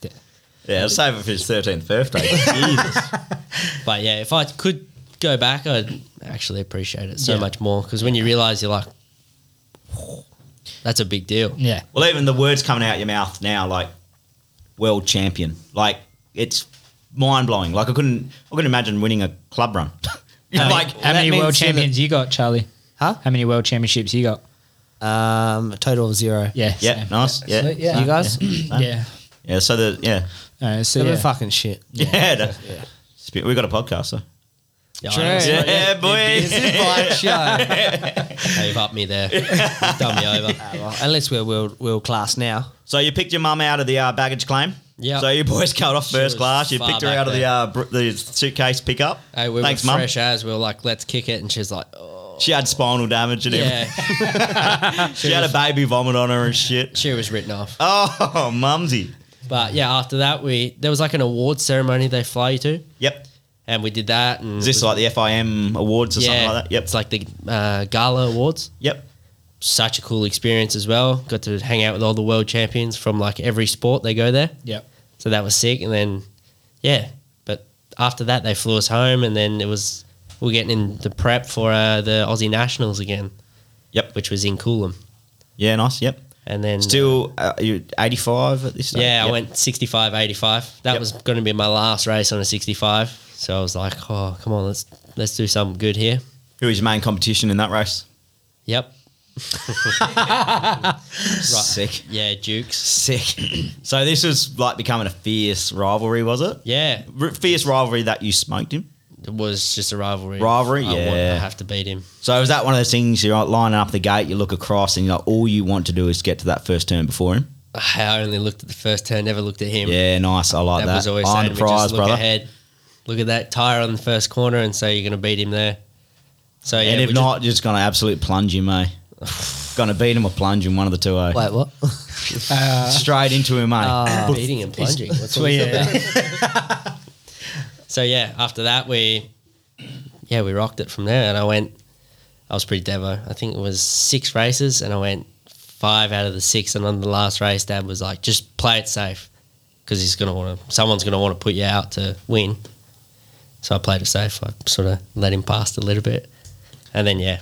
[SPEAKER 1] yeah, I'll save it for his 13th birthday. Jesus.
[SPEAKER 4] But yeah, if I could go back, I'd actually appreciate it so
[SPEAKER 2] Yeah.
[SPEAKER 4] much more. Because when you realize you're like, that's a big deal.
[SPEAKER 2] Yeah.
[SPEAKER 1] Well, even the words coming out your mouth now, like world champion, like it's mind blowing. Like I couldn't, I couldn't imagine winning a club run. You're
[SPEAKER 2] How many-
[SPEAKER 1] like,
[SPEAKER 2] how many
[SPEAKER 3] means
[SPEAKER 2] world
[SPEAKER 3] that-
[SPEAKER 2] champions you got, Charlie?
[SPEAKER 3] Huh?
[SPEAKER 2] How many world championships you got?
[SPEAKER 3] Um, a total of zero.
[SPEAKER 2] Yeah.
[SPEAKER 1] yeah,
[SPEAKER 2] same.
[SPEAKER 1] nice, yeah,
[SPEAKER 2] So,
[SPEAKER 1] yeah.
[SPEAKER 2] yeah.
[SPEAKER 3] You guys,
[SPEAKER 2] Yeah.
[SPEAKER 1] So the yeah,
[SPEAKER 2] Uh, so
[SPEAKER 3] they were
[SPEAKER 2] yeah.
[SPEAKER 3] fucking shit.
[SPEAKER 1] yeah, that- It's a bit- we got a podcast, so
[SPEAKER 4] Yeah, I
[SPEAKER 3] True.
[SPEAKER 4] was
[SPEAKER 1] yeah,
[SPEAKER 4] like, yeah,
[SPEAKER 1] boy.
[SPEAKER 3] Bike show.
[SPEAKER 4] They've upped me there. Done me over.
[SPEAKER 3] Well, unless we're world, world class now.
[SPEAKER 1] So you picked your mum out of the uh, baggage claim.
[SPEAKER 4] Yep.
[SPEAKER 1] So you boys cut off
[SPEAKER 4] was
[SPEAKER 1] first class. You
[SPEAKER 4] far
[SPEAKER 1] picked her
[SPEAKER 4] back
[SPEAKER 1] out of the
[SPEAKER 4] there.
[SPEAKER 1] uh, br- the suitcase pickup.
[SPEAKER 4] Hey, we
[SPEAKER 1] Thanks,
[SPEAKER 4] were
[SPEAKER 1] mum.
[SPEAKER 4] fresh as. We were like, let's kick it. And she's like, oh,
[SPEAKER 1] She had spinal damage and everything.
[SPEAKER 4] yeah.
[SPEAKER 1] She had a baby vomit on her and shit.
[SPEAKER 4] She was written off.
[SPEAKER 1] Oh, mumsy.
[SPEAKER 4] But yeah, after that, we there was like an award ceremony they fly you to,
[SPEAKER 1] Yep.
[SPEAKER 4] and we did that. And
[SPEAKER 1] Is this like the FIM awards or something like that? Yep.
[SPEAKER 4] It's like the uh, gala awards.
[SPEAKER 1] Yep.
[SPEAKER 4] Such a cool experience as well. Got to hang out with all the world champions from like every sport. They go there.
[SPEAKER 2] Yep.
[SPEAKER 4] So that was sick. And then, yeah. But after that, they flew us home, and then it was we are getting in the prep for uh, the Aussie Nationals again.
[SPEAKER 1] Yep.
[SPEAKER 4] which was in Coolum,
[SPEAKER 1] Yeah. Nice. Yep.
[SPEAKER 4] and then
[SPEAKER 1] Still, uh, you 85 at this stage.
[SPEAKER 4] yeah, I
[SPEAKER 1] Yep.
[SPEAKER 4] went 65, 85. That
[SPEAKER 1] Yep.
[SPEAKER 4] was going to be my last race on a 65. So I was like, oh, come on, let's let's do something good here.
[SPEAKER 1] Who was your main competition in that race?
[SPEAKER 4] Yep.
[SPEAKER 1] Sick.
[SPEAKER 4] Yeah, Dukes.
[SPEAKER 1] Sick. so this was like becoming a fierce rivalry, was it?
[SPEAKER 4] Yeah,
[SPEAKER 1] R- fierce rivalry that you smoked him.
[SPEAKER 4] it was just a rivalry.
[SPEAKER 1] Rivalry,
[SPEAKER 4] I want-
[SPEAKER 1] yeah.
[SPEAKER 4] I have to beat him.
[SPEAKER 1] So is that one of those things you're like lining up the gate, you look across, and you're like, all you want to do is get to that first turn before him.
[SPEAKER 4] I only looked at the first turn, never looked at him.
[SPEAKER 1] Yeah, nice. I like
[SPEAKER 4] that,
[SPEAKER 1] that.
[SPEAKER 4] was always
[SPEAKER 1] Eye on
[SPEAKER 4] saying
[SPEAKER 1] the
[SPEAKER 4] to me,
[SPEAKER 1] prize,
[SPEAKER 4] just look
[SPEAKER 1] brother.
[SPEAKER 4] ahead. Look at that tire on the first corner, and say you're going to beat him there. So yeah,
[SPEAKER 1] and if
[SPEAKER 4] we
[SPEAKER 1] not, just gonna absolute plunge him, eh? gonna beat him or plunge him, one of the two, eh?
[SPEAKER 3] Wait, what?
[SPEAKER 2] Uh,
[SPEAKER 1] Straight into him, eh?
[SPEAKER 4] just beating Ah, and plunging. What's all
[SPEAKER 2] well,
[SPEAKER 4] this about?
[SPEAKER 2] yeah.
[SPEAKER 4] So yeah, after that we, yeah, we rocked it from there, and I went. I was pretty devo. I think it was six races, and I went five out of the six. And on the last race, Dad was like, "Just play it safe, because he's gonna want to. Someone's gonna want to put you out to win." So I played it safe. I sort of let him past a little bit, and then yeah,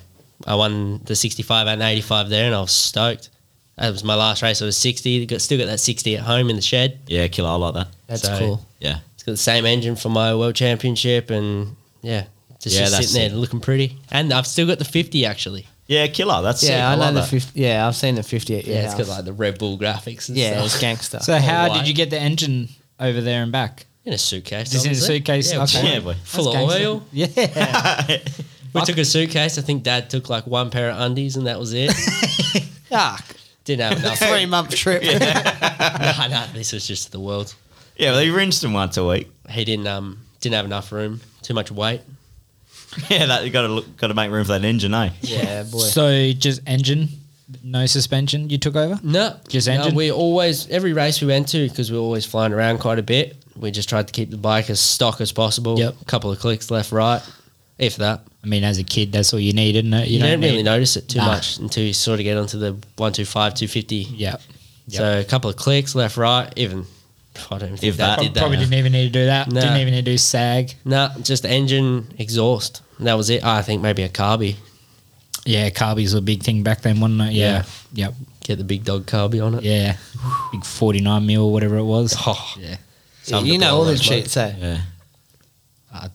[SPEAKER 4] I won the sixty-five and eighty-five there, and I was stoked. That was my last race. I was sixty. Got still got that sixty at home in the shed.
[SPEAKER 1] yeah, killer. I like that.
[SPEAKER 3] That's
[SPEAKER 4] So-
[SPEAKER 3] cool.
[SPEAKER 1] Yeah.
[SPEAKER 4] It's got the same engine for my world championship, and yeah, just,
[SPEAKER 1] Yeah,
[SPEAKER 4] just
[SPEAKER 1] that's
[SPEAKER 4] sitting there looking pretty. And I've still got the fifty actually.
[SPEAKER 1] Yeah, killer. That's sick.
[SPEAKER 3] Yeah, I, know
[SPEAKER 1] like
[SPEAKER 3] the
[SPEAKER 1] that.
[SPEAKER 3] 50, Yeah, I've seen the 58.
[SPEAKER 4] Yeah,
[SPEAKER 3] Yeah,
[SPEAKER 4] it's got like the Red Bull graphics. And
[SPEAKER 3] yeah, it was
[SPEAKER 4] stuff.
[SPEAKER 3] gangster.
[SPEAKER 2] So how
[SPEAKER 4] White.
[SPEAKER 2] did you get the engine over there and back?
[SPEAKER 4] in a suitcase.
[SPEAKER 2] Just in a
[SPEAKER 4] obviously.
[SPEAKER 2] suitcase,
[SPEAKER 4] Yeah,
[SPEAKER 2] okay.
[SPEAKER 4] full-
[SPEAKER 1] Yeah, boy.
[SPEAKER 4] full
[SPEAKER 2] That's
[SPEAKER 4] of
[SPEAKER 2] gangster.
[SPEAKER 4] oil.
[SPEAKER 2] Yeah.
[SPEAKER 4] We took a suitcase. I think Dad took like one pair of undies, and that was it.
[SPEAKER 3] Yuck.
[SPEAKER 4] Didn't have enough.
[SPEAKER 3] Three month trip.
[SPEAKER 4] nah, nah, this was just the world.
[SPEAKER 1] Yeah, they rinsed him once a week.
[SPEAKER 4] He didn't um didn't have enough room. Too much weight.
[SPEAKER 1] Yeah, that you got to look, got to make room for that engine, eh?
[SPEAKER 3] Yeah, boy.
[SPEAKER 2] so just engine, no suspension. You took over.
[SPEAKER 4] No,
[SPEAKER 2] Just
[SPEAKER 4] no,
[SPEAKER 2] engine?
[SPEAKER 4] we always every race we went to because we were always flying around quite a bit. We just tried to keep the bike as stock as possible.
[SPEAKER 2] Yep.
[SPEAKER 4] a couple of clicks left, right, if that.
[SPEAKER 2] I mean, as a kid, that's all you need, isn't it?
[SPEAKER 4] You, don't,
[SPEAKER 2] need-
[SPEAKER 4] really notice it too
[SPEAKER 2] Nah.
[SPEAKER 4] much until you sort of get onto the 125, 250.
[SPEAKER 2] Yeah.
[SPEAKER 4] So a couple of clicks left, right, even. I don't think
[SPEAKER 1] If
[SPEAKER 4] that,
[SPEAKER 1] that.
[SPEAKER 4] did that.
[SPEAKER 2] Probably didn't even need to do that.
[SPEAKER 4] No.
[SPEAKER 2] Didn't even need to do sag.
[SPEAKER 4] No, just engine, exhaust. And that was it. I think maybe a carby.
[SPEAKER 2] Yeah, carbies were a big thing back then, wasn't it? Yeah. Yep.
[SPEAKER 4] Get the big dog carby on it.
[SPEAKER 2] Yeah. big 49 mil, whatever it was.
[SPEAKER 4] Oh,
[SPEAKER 2] Yeah.
[SPEAKER 4] something
[SPEAKER 3] you
[SPEAKER 4] to
[SPEAKER 3] know
[SPEAKER 4] blow
[SPEAKER 3] all the
[SPEAKER 4] those minds.
[SPEAKER 3] cheats, eh?
[SPEAKER 1] Yeah.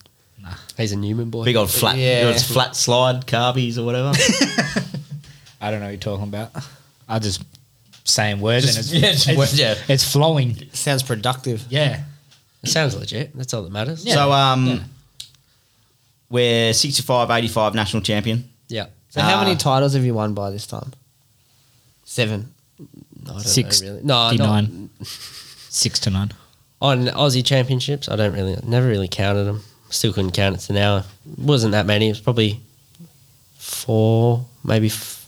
[SPEAKER 4] He's a Newman boy.
[SPEAKER 1] Big old flat,
[SPEAKER 3] Yeah.
[SPEAKER 1] yeah. flat slide carbies or whatever.
[SPEAKER 2] I don't know what you're talking about. I just saying words
[SPEAKER 1] Just-
[SPEAKER 2] and
[SPEAKER 1] yeah,
[SPEAKER 2] it's,
[SPEAKER 1] just
[SPEAKER 2] it's,
[SPEAKER 1] words, yeah.
[SPEAKER 2] it's flowing.
[SPEAKER 3] Sounds productive.
[SPEAKER 2] Yeah.
[SPEAKER 4] Sounds legit. That's all that matters. uh,
[SPEAKER 1] So um, we're 65, 85 national champion.
[SPEAKER 4] yeah.
[SPEAKER 3] So how
[SPEAKER 1] Ah.
[SPEAKER 3] many titles have you won by this time? Seven.
[SPEAKER 4] I don't
[SPEAKER 2] Six
[SPEAKER 4] know, really. No, not,
[SPEAKER 2] D9. Six to nine.
[SPEAKER 4] on Aussie Championships. I don't really, never really counted them. Still couldn't count it to now. It wasn't that many. It was probably four, maybe. F-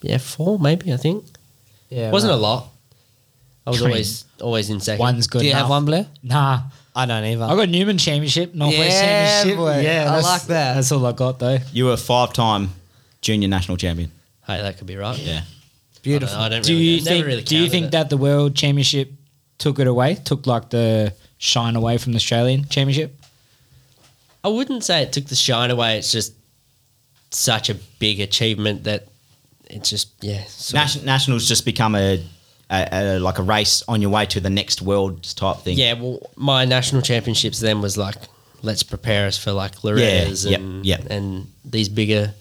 [SPEAKER 4] yeah, four, maybe. I think
[SPEAKER 3] Yeah.
[SPEAKER 4] wasn't
[SPEAKER 3] right.
[SPEAKER 4] a lot. I was
[SPEAKER 2] I mean,
[SPEAKER 4] always always in second.
[SPEAKER 2] One's good
[SPEAKER 3] Do you
[SPEAKER 2] enough.
[SPEAKER 3] have one, Blair?
[SPEAKER 2] Nah.
[SPEAKER 3] I don't either.
[SPEAKER 2] I got Newman Championship, Northwest
[SPEAKER 3] Yeah,
[SPEAKER 2] Championship.
[SPEAKER 3] boy. I
[SPEAKER 2] that's-
[SPEAKER 3] like that.
[SPEAKER 2] That's all I got, though.
[SPEAKER 1] You were five time junior national champion.
[SPEAKER 4] Hey, that could be right.
[SPEAKER 1] Yeah.
[SPEAKER 3] Beautiful.
[SPEAKER 4] I don't, know, I don't
[SPEAKER 2] do
[SPEAKER 4] really
[SPEAKER 2] you
[SPEAKER 4] know. Never
[SPEAKER 2] think?
[SPEAKER 4] really
[SPEAKER 2] do you
[SPEAKER 4] counted
[SPEAKER 2] think
[SPEAKER 4] it.
[SPEAKER 2] that the World Championship took it away? Took like the shine away from the Australian Championship?
[SPEAKER 4] I wouldn't say it took the shine away. It's just such a big achievement that it's just yeah. sort of-
[SPEAKER 1] Nation, nationals just become a, a, a like a race on your way to the next world type thing.
[SPEAKER 4] yeah. Well, my national championships then was like let's prepare us for like Loretta's
[SPEAKER 1] yep,
[SPEAKER 4] and
[SPEAKER 1] yep.
[SPEAKER 4] and these bigger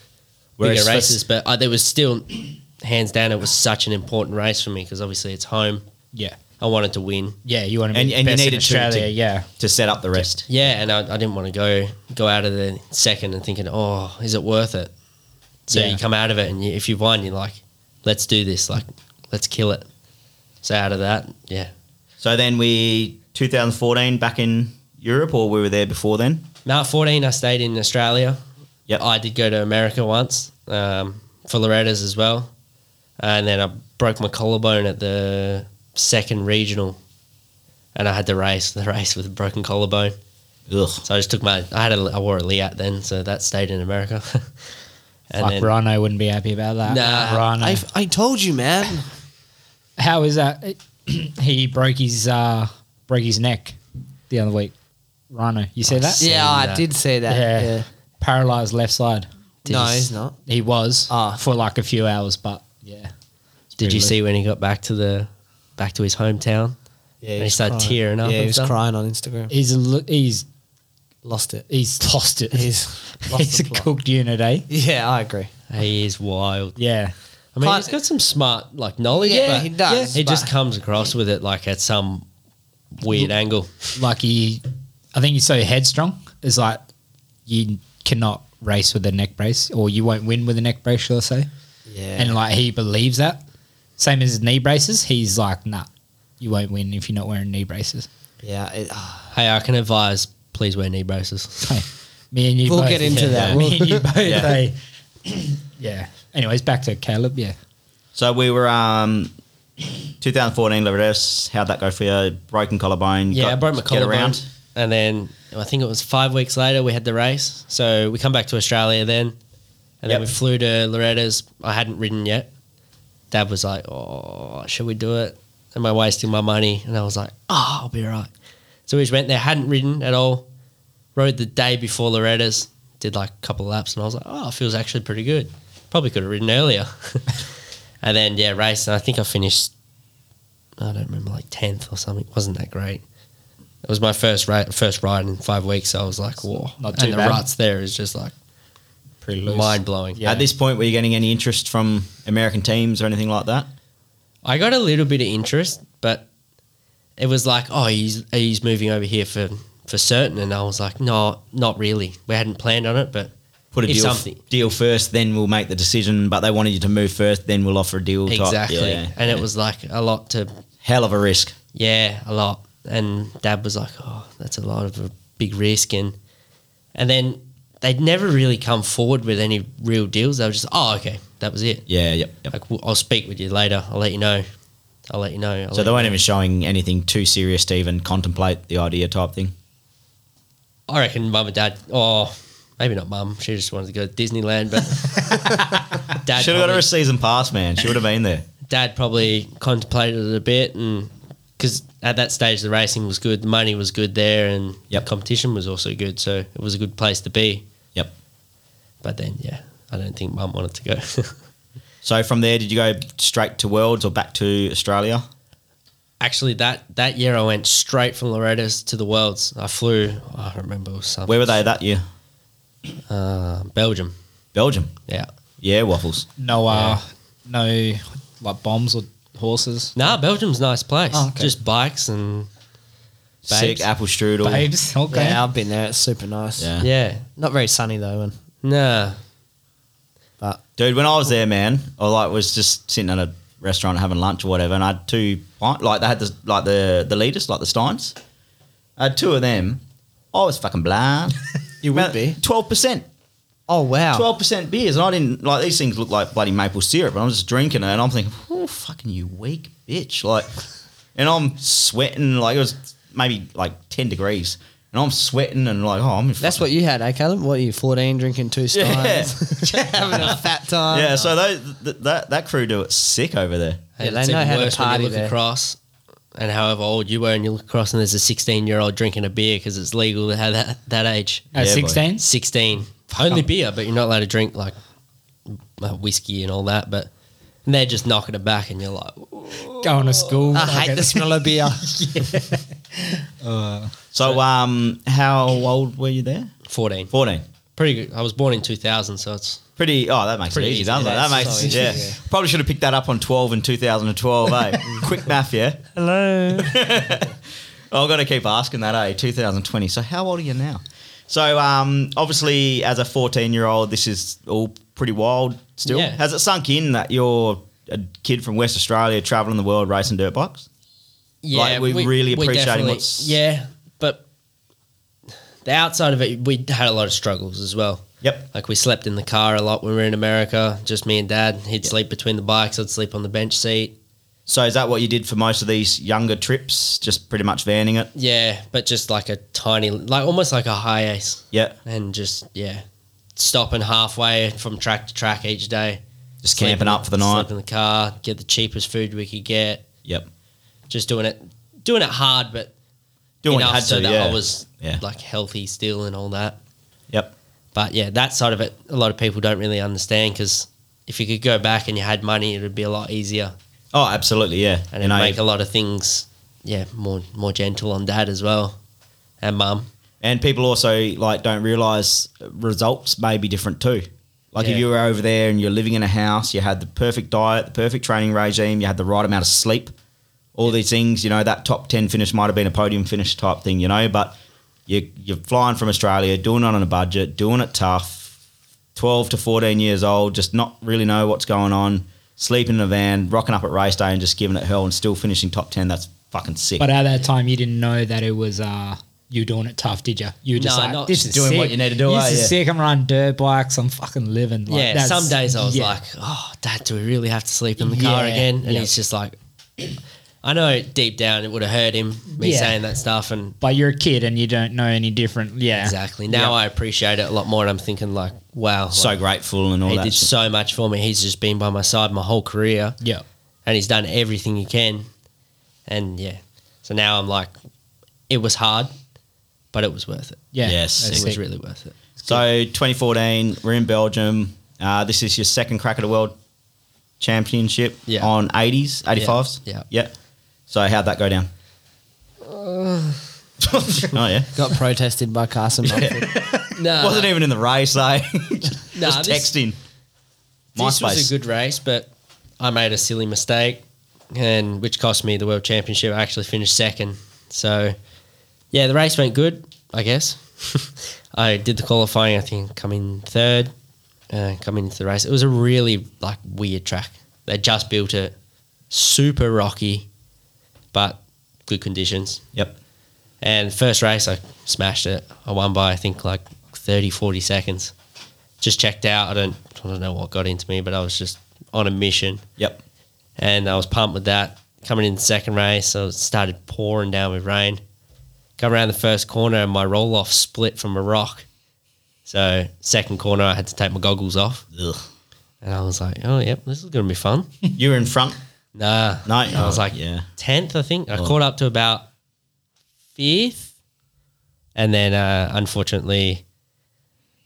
[SPEAKER 1] Whereas
[SPEAKER 4] bigger
[SPEAKER 1] for-
[SPEAKER 4] races. But I, there was still hands down, it was such an important race for me because obviously it's home.
[SPEAKER 2] Yeah,
[SPEAKER 4] I wanted to win.
[SPEAKER 2] yeah. You want to be
[SPEAKER 1] And-
[SPEAKER 2] and,
[SPEAKER 1] and you
[SPEAKER 2] best in
[SPEAKER 1] needed to-
[SPEAKER 2] Australia?
[SPEAKER 1] to-
[SPEAKER 2] yeah,
[SPEAKER 1] To set up the rest.
[SPEAKER 4] Yeah, and I, I didn't want to go go out of the second and thinking, oh, is it worth it? So
[SPEAKER 2] Yeah.
[SPEAKER 4] you come out of it, and you, if you won, you're like, let's do this, like, let's kill it. So out of that, yeah,
[SPEAKER 1] So then we 2014 back in Europe, or we were there before then.
[SPEAKER 4] now 14, I stayed in Australia.
[SPEAKER 1] Yep.
[SPEAKER 4] I did go to America once um, for Loretta's as well, and then I broke my collarbone at the second regional, and I had the race, the race with a broken collarbone.
[SPEAKER 1] Ugh.
[SPEAKER 4] So I just took my, I had a, I wore a Liat then, so that stayed in America. and
[SPEAKER 2] Fuck,
[SPEAKER 4] then-
[SPEAKER 2] Rhino wouldn't be happy about that.
[SPEAKER 4] Nah,
[SPEAKER 2] Rhino.
[SPEAKER 3] I, I told you, man.
[SPEAKER 2] How is that? he broke his uh, broke his neck the other week. Rhino, you see that?
[SPEAKER 3] yeah, I
[SPEAKER 4] that.
[SPEAKER 3] did see that.
[SPEAKER 2] Yeah.
[SPEAKER 3] Yeah.
[SPEAKER 2] Paralyzed left side.
[SPEAKER 3] No,
[SPEAKER 4] you s-
[SPEAKER 3] he's not.
[SPEAKER 2] He was
[SPEAKER 3] Ah.
[SPEAKER 2] for like a few hours, but yeah.
[SPEAKER 4] did you
[SPEAKER 2] Really?
[SPEAKER 4] see when he got back to the, back to his hometown?
[SPEAKER 3] Yeah,
[SPEAKER 4] And he started tearing up.
[SPEAKER 3] Yeah,
[SPEAKER 4] and
[SPEAKER 3] he was
[SPEAKER 4] stuff?
[SPEAKER 3] crying on Instagram.
[SPEAKER 2] He's a, li- he's
[SPEAKER 3] Lost it.
[SPEAKER 2] he's lost it.
[SPEAKER 3] He's lost
[SPEAKER 2] he's
[SPEAKER 3] the
[SPEAKER 2] a
[SPEAKER 3] plot.
[SPEAKER 2] cooked unit, eh?
[SPEAKER 3] Yeah, I agree.
[SPEAKER 4] He is wild.
[SPEAKER 2] Yeah.
[SPEAKER 4] I mean,
[SPEAKER 3] Can't-
[SPEAKER 4] he's got some smart like knowledge.
[SPEAKER 3] Yeah,
[SPEAKER 4] but
[SPEAKER 3] he does,
[SPEAKER 4] He just
[SPEAKER 3] but-
[SPEAKER 4] comes across with it like at some weird angle.
[SPEAKER 2] Like he, I think he's so headstrong. It's like you cannot race with a neck brace, or you won't win with a neck brace, shall I say?
[SPEAKER 3] Yeah.
[SPEAKER 2] And like he believes that. Same as knee braces, he's like, nah, you won't win if you're not wearing knee braces.
[SPEAKER 3] yeah. It, ah,
[SPEAKER 4] Hey, I can advise. Please wear knee braces.
[SPEAKER 2] Hey, me and you.
[SPEAKER 3] We'll
[SPEAKER 2] both,
[SPEAKER 3] get into
[SPEAKER 2] yeah,
[SPEAKER 3] that.
[SPEAKER 2] Me and you both.
[SPEAKER 1] Yeah.
[SPEAKER 2] eh? yeah. Anyways, back to Caleb. Yeah.
[SPEAKER 1] So we were um, 2014 Libertas. How'd that go for you? Broken collarbone.
[SPEAKER 4] yeah, I broke my
[SPEAKER 1] get
[SPEAKER 4] collarbone,
[SPEAKER 1] around.
[SPEAKER 4] and then I think it was five weeks later we had the race. So we come back to Australia then,
[SPEAKER 1] Yep.
[SPEAKER 4] and then we flew to Loretta's. I hadn't ridden yet. Dad was like, "Oh, should we do it?" Am I wasting my money? And I was like, "Oh, I'll be right." So we just went there, hadn't ridden at all. Rode the day before Loretta's, did like a couple of laps, and I was like, "Oh, it feels actually pretty good." Probably could have ridden earlier. and then yeah, raced, and I think I finished. I don't remember, like tenth or something. wasn't that great. It was my first ra- first ride in five weeks, so I was like, "Whoa!"
[SPEAKER 2] not too
[SPEAKER 4] and the
[SPEAKER 2] bad.
[SPEAKER 4] ruts there is just like
[SPEAKER 2] Pretty
[SPEAKER 4] mind blowing.
[SPEAKER 2] Yeah.
[SPEAKER 1] At this point, were you getting any interest from American teams or anything like that?
[SPEAKER 4] I got a little bit of interest, but it was like, oh, he's he's moving over here for for certain, and I was like, no, not really. We hadn't planned on it, but
[SPEAKER 1] Put a
[SPEAKER 4] If
[SPEAKER 1] deal,
[SPEAKER 4] something-
[SPEAKER 1] deal first, then we'll make the decision. But they wanted you to move first, then we'll offer a deal. type-
[SPEAKER 4] exactly.
[SPEAKER 1] yeah.
[SPEAKER 4] And it was like a lot to,
[SPEAKER 1] hell of a risk.
[SPEAKER 4] yeah, a lot. And Dad was like, oh, that's a lot of a big risk, and and then they'd never really come forward with any real deals. They were just, oh, okay, that was it.
[SPEAKER 1] Yeah, yep. yep.
[SPEAKER 4] Like "Well, I'll speak with you later. I'll let you know. I'll let you know. I'll
[SPEAKER 1] So
[SPEAKER 4] let
[SPEAKER 1] they
[SPEAKER 4] you
[SPEAKER 1] weren't
[SPEAKER 4] know."
[SPEAKER 1] even showing anything too serious to even contemplate the idea type thing.
[SPEAKER 4] I reckon mum and dad, oh, maybe not mum. She just wanted to go to Disneyland, but dad,
[SPEAKER 1] Should have got her
[SPEAKER 4] probably,
[SPEAKER 1] a season pass, man. She would have been there.
[SPEAKER 4] dad probably contemplated it a bit. And because at that stage, the racing was good, the money was good there, and
[SPEAKER 1] Yep.
[SPEAKER 4] the competition was also good. So it was a good place to be.
[SPEAKER 1] Yep.
[SPEAKER 4] But then, yeah, I don't think mum wanted to go.
[SPEAKER 1] So from there, did you go straight to Worlds or back to Australia?
[SPEAKER 4] Actually, that, that year I went straight from Loretta's to the Worlds. I flew, I remember it was something.
[SPEAKER 1] Where were they that year?
[SPEAKER 4] Uh, Belgium.
[SPEAKER 1] Belgium.
[SPEAKER 4] Yeah.
[SPEAKER 1] Yeah, waffles.
[SPEAKER 2] No, uh, no, like bombs or horses.
[SPEAKER 4] Nah, Belgium's a nice place.
[SPEAKER 2] Oh, okay.
[SPEAKER 4] Just bikes and
[SPEAKER 1] Sick
[SPEAKER 4] Babes.
[SPEAKER 1] apple strudel.
[SPEAKER 2] Babes. Okay.
[SPEAKER 3] Yeah, I've been there. It's super nice.
[SPEAKER 1] Yeah.
[SPEAKER 4] yeah.
[SPEAKER 3] Not very sunny though. And
[SPEAKER 4] Nah.
[SPEAKER 1] Dude, when I was there, man, I like was just sitting in a restaurant having lunch or whatever, and I had two pint like they had the like the the leaders, like the Steins. I had two of them. I was fucking blind.
[SPEAKER 3] you would be.
[SPEAKER 1] Twelve percent.
[SPEAKER 3] Oh wow.
[SPEAKER 1] Twelve percent beers. And I didn't like these things look like bloody maple syrup, and I'm just drinking it and I'm thinking, oh fucking you weak bitch. Like and I'm sweating like it was maybe like ten degrees. And I'm sweating and like, oh I'm in
[SPEAKER 3] That's what you had, eh, Caleb? What are you, 14, drinking two
[SPEAKER 1] Yeah.
[SPEAKER 3] steins? Having a fat time.
[SPEAKER 1] Yeah, so they, th- that that crew do it sick over there.
[SPEAKER 3] Yeah,
[SPEAKER 4] And
[SPEAKER 3] they
[SPEAKER 4] it's
[SPEAKER 3] know
[SPEAKER 4] even
[SPEAKER 3] how to
[SPEAKER 4] worse when you
[SPEAKER 3] party
[SPEAKER 4] look
[SPEAKER 3] there.
[SPEAKER 4] across, and however old you were, and you look across, and there's a 16 year old drinking a beer because it's legal to have that that age.
[SPEAKER 2] At
[SPEAKER 1] Yeah, boy.
[SPEAKER 2] 16?
[SPEAKER 4] 16, only beer, but you're not allowed to drink like uh, whiskey and all that. But and they're just knocking it back, and you're like, "Ah,
[SPEAKER 2] Going to school.
[SPEAKER 3] I hate the smell of beer.
[SPEAKER 2] Uh,
[SPEAKER 1] So, um, how old were you there?
[SPEAKER 4] 14.
[SPEAKER 1] Fourteen.
[SPEAKER 4] Pretty good. I was born in 2000, so it's
[SPEAKER 1] Pretty. Oh, that makes
[SPEAKER 4] Pretty
[SPEAKER 1] it easy,
[SPEAKER 4] easy.
[SPEAKER 1] doesn't
[SPEAKER 4] Yeah,
[SPEAKER 1] it? That makes.
[SPEAKER 3] it's so easy,
[SPEAKER 1] yeah.
[SPEAKER 3] yeah.
[SPEAKER 1] Probably should have picked that up on twelve in two thousand and twelve. eh? Quick math, yeah.
[SPEAKER 3] Hello.
[SPEAKER 1] I've got to keep asking that. Eh? Two thousand twenty. So, how old are you now? So, um, obviously, as a fourteen-year-old, this is all pretty wild. Still,
[SPEAKER 4] Yeah.
[SPEAKER 1] has it sunk in that you're a kid from West Australia traveling the world racing dirt bikes?
[SPEAKER 4] yeah,
[SPEAKER 1] Like, we really appreciating
[SPEAKER 4] definitely-
[SPEAKER 1] what's-
[SPEAKER 4] yeah, but the outside of it, we had a lot of struggles as well.
[SPEAKER 1] Yep.
[SPEAKER 4] Like we slept in the car a lot when we were in America, just me and dad. He'd sleep between the bikes, I'd sleep on the bench seat.
[SPEAKER 1] So is that what you did for most of these younger trips? Just pretty much vanning it.
[SPEAKER 4] Yeah, but just like a tiny, like almost like a high ace,
[SPEAKER 1] Yeah,
[SPEAKER 4] and just yeah, stopping halfway from track to track each day.
[SPEAKER 1] just
[SPEAKER 4] Sleep
[SPEAKER 1] camping
[SPEAKER 4] in-
[SPEAKER 1] up for the night.
[SPEAKER 4] Sleep in the car, get the cheapest food we could get.
[SPEAKER 1] Yep,
[SPEAKER 4] Just doing it, doing it hard, but
[SPEAKER 1] doing what you
[SPEAKER 4] enough
[SPEAKER 1] had
[SPEAKER 4] so
[SPEAKER 1] to.
[SPEAKER 4] that
[SPEAKER 1] Yeah,
[SPEAKER 4] I was
[SPEAKER 1] Yeah.
[SPEAKER 4] like healthy still and all that.
[SPEAKER 1] yep,
[SPEAKER 4] But yeah, that side of it, a lot of people don't really understand because if you could go back and you had money, it would be a lot easier,
[SPEAKER 1] oh, absolutely, yeah.
[SPEAKER 4] and
[SPEAKER 1] you
[SPEAKER 4] it'd
[SPEAKER 1] know,
[SPEAKER 4] make a lot of things, yeah, more more gentle on dad as well, and mum.
[SPEAKER 1] and people also like don't realize results may be different too. Like
[SPEAKER 4] Yeah.
[SPEAKER 1] if you were over there and you're living in a house, you had the perfect diet, the perfect training regime, you had the right amount of sleep, all these things. You know that top ten finish might have been a podium finish type thing, you know. But you, you're flying from Australia, doing it on a budget, doing it tough. Twelve to fourteen years old, just not really know what's going on, sleeping in a van, rocking up at race day, and just giving it hell, and still finishing top ten. That's fucking sick.
[SPEAKER 2] But at that time, you didn't know that it was uh, you doing it tough, did you? You were just
[SPEAKER 4] No,
[SPEAKER 2] like,
[SPEAKER 4] not-
[SPEAKER 2] this
[SPEAKER 4] just
[SPEAKER 2] is
[SPEAKER 1] doing
[SPEAKER 2] sick.
[SPEAKER 1] what you need to do,
[SPEAKER 2] This
[SPEAKER 1] eh?
[SPEAKER 2] is
[SPEAKER 1] Yeah.
[SPEAKER 2] sick. I'm riding dirt bikes. I'm fucking living. Like,
[SPEAKER 4] yeah,
[SPEAKER 2] that's-
[SPEAKER 4] some days I was
[SPEAKER 2] yeah.
[SPEAKER 4] like, oh, dad, do we really have to sleep in the car
[SPEAKER 2] Yeah,
[SPEAKER 4] again? And
[SPEAKER 2] yeah.
[SPEAKER 4] he's just like, I know deep down it would have hurt him me
[SPEAKER 2] Yeah.
[SPEAKER 4] saying that stuff, and
[SPEAKER 2] but you're a kid and you don't know any different. Yeah,
[SPEAKER 4] exactly
[SPEAKER 2] Yeah.
[SPEAKER 4] now I appreciate it a lot more, and I'm thinking like, wow,
[SPEAKER 1] so
[SPEAKER 4] like,
[SPEAKER 1] grateful and all
[SPEAKER 4] he
[SPEAKER 1] that.
[SPEAKER 4] did
[SPEAKER 1] shit.
[SPEAKER 4] so much for me. He's just been by my side my whole career.
[SPEAKER 2] yeah,
[SPEAKER 4] and he's done everything he can. And yeah, so now I'm like, it was hard, but it was worth it.
[SPEAKER 2] yeah.
[SPEAKER 1] Yes,
[SPEAKER 2] That's
[SPEAKER 4] It was
[SPEAKER 2] sick.
[SPEAKER 4] really worth it.
[SPEAKER 1] So 2014, we're in Belgium. Uh, this is your second crack at the world championship
[SPEAKER 4] Yeah.
[SPEAKER 1] on 80s, 85s.
[SPEAKER 4] Yeah.
[SPEAKER 1] Yep. So how'd that go down?
[SPEAKER 4] Uh.
[SPEAKER 1] oh yeah,
[SPEAKER 3] Got protested by Carson. Mumford.
[SPEAKER 4] No,
[SPEAKER 1] wasn't even in the race though. Just
[SPEAKER 4] Nah, this-
[SPEAKER 1] texting.
[SPEAKER 4] this
[SPEAKER 1] MySpace.
[SPEAKER 4] was a good race, but I made a silly mistake, and which cost me the world championship. I actually finished second. So yeah, the race went good, I guess. I did the qualifying. I think come in third, uh, come into the race. It was a really like weird track. They just built it, super rocky, but good conditions.
[SPEAKER 1] Yep.
[SPEAKER 4] And first race, I smashed it. I won by, I think, like 30, 40 seconds. Just checked out. I don't, I don't know what got into me, but I was just on a mission.
[SPEAKER 1] Yep.
[SPEAKER 4] And I was pumped with that. Coming in the second race, I started pouring down with rain. Come around the first corner, and my roll off split from a rock. So, second corner, I had to take my goggles off.
[SPEAKER 1] Ugh.
[SPEAKER 4] And I was like, oh, yep, this is going to be fun.
[SPEAKER 1] You were in front.
[SPEAKER 4] Nah.
[SPEAKER 1] No,
[SPEAKER 4] I was
[SPEAKER 1] oh,
[SPEAKER 4] like
[SPEAKER 1] yeah.
[SPEAKER 4] tenth, I think. I caught up to about fifth, and then uh, unfortunately,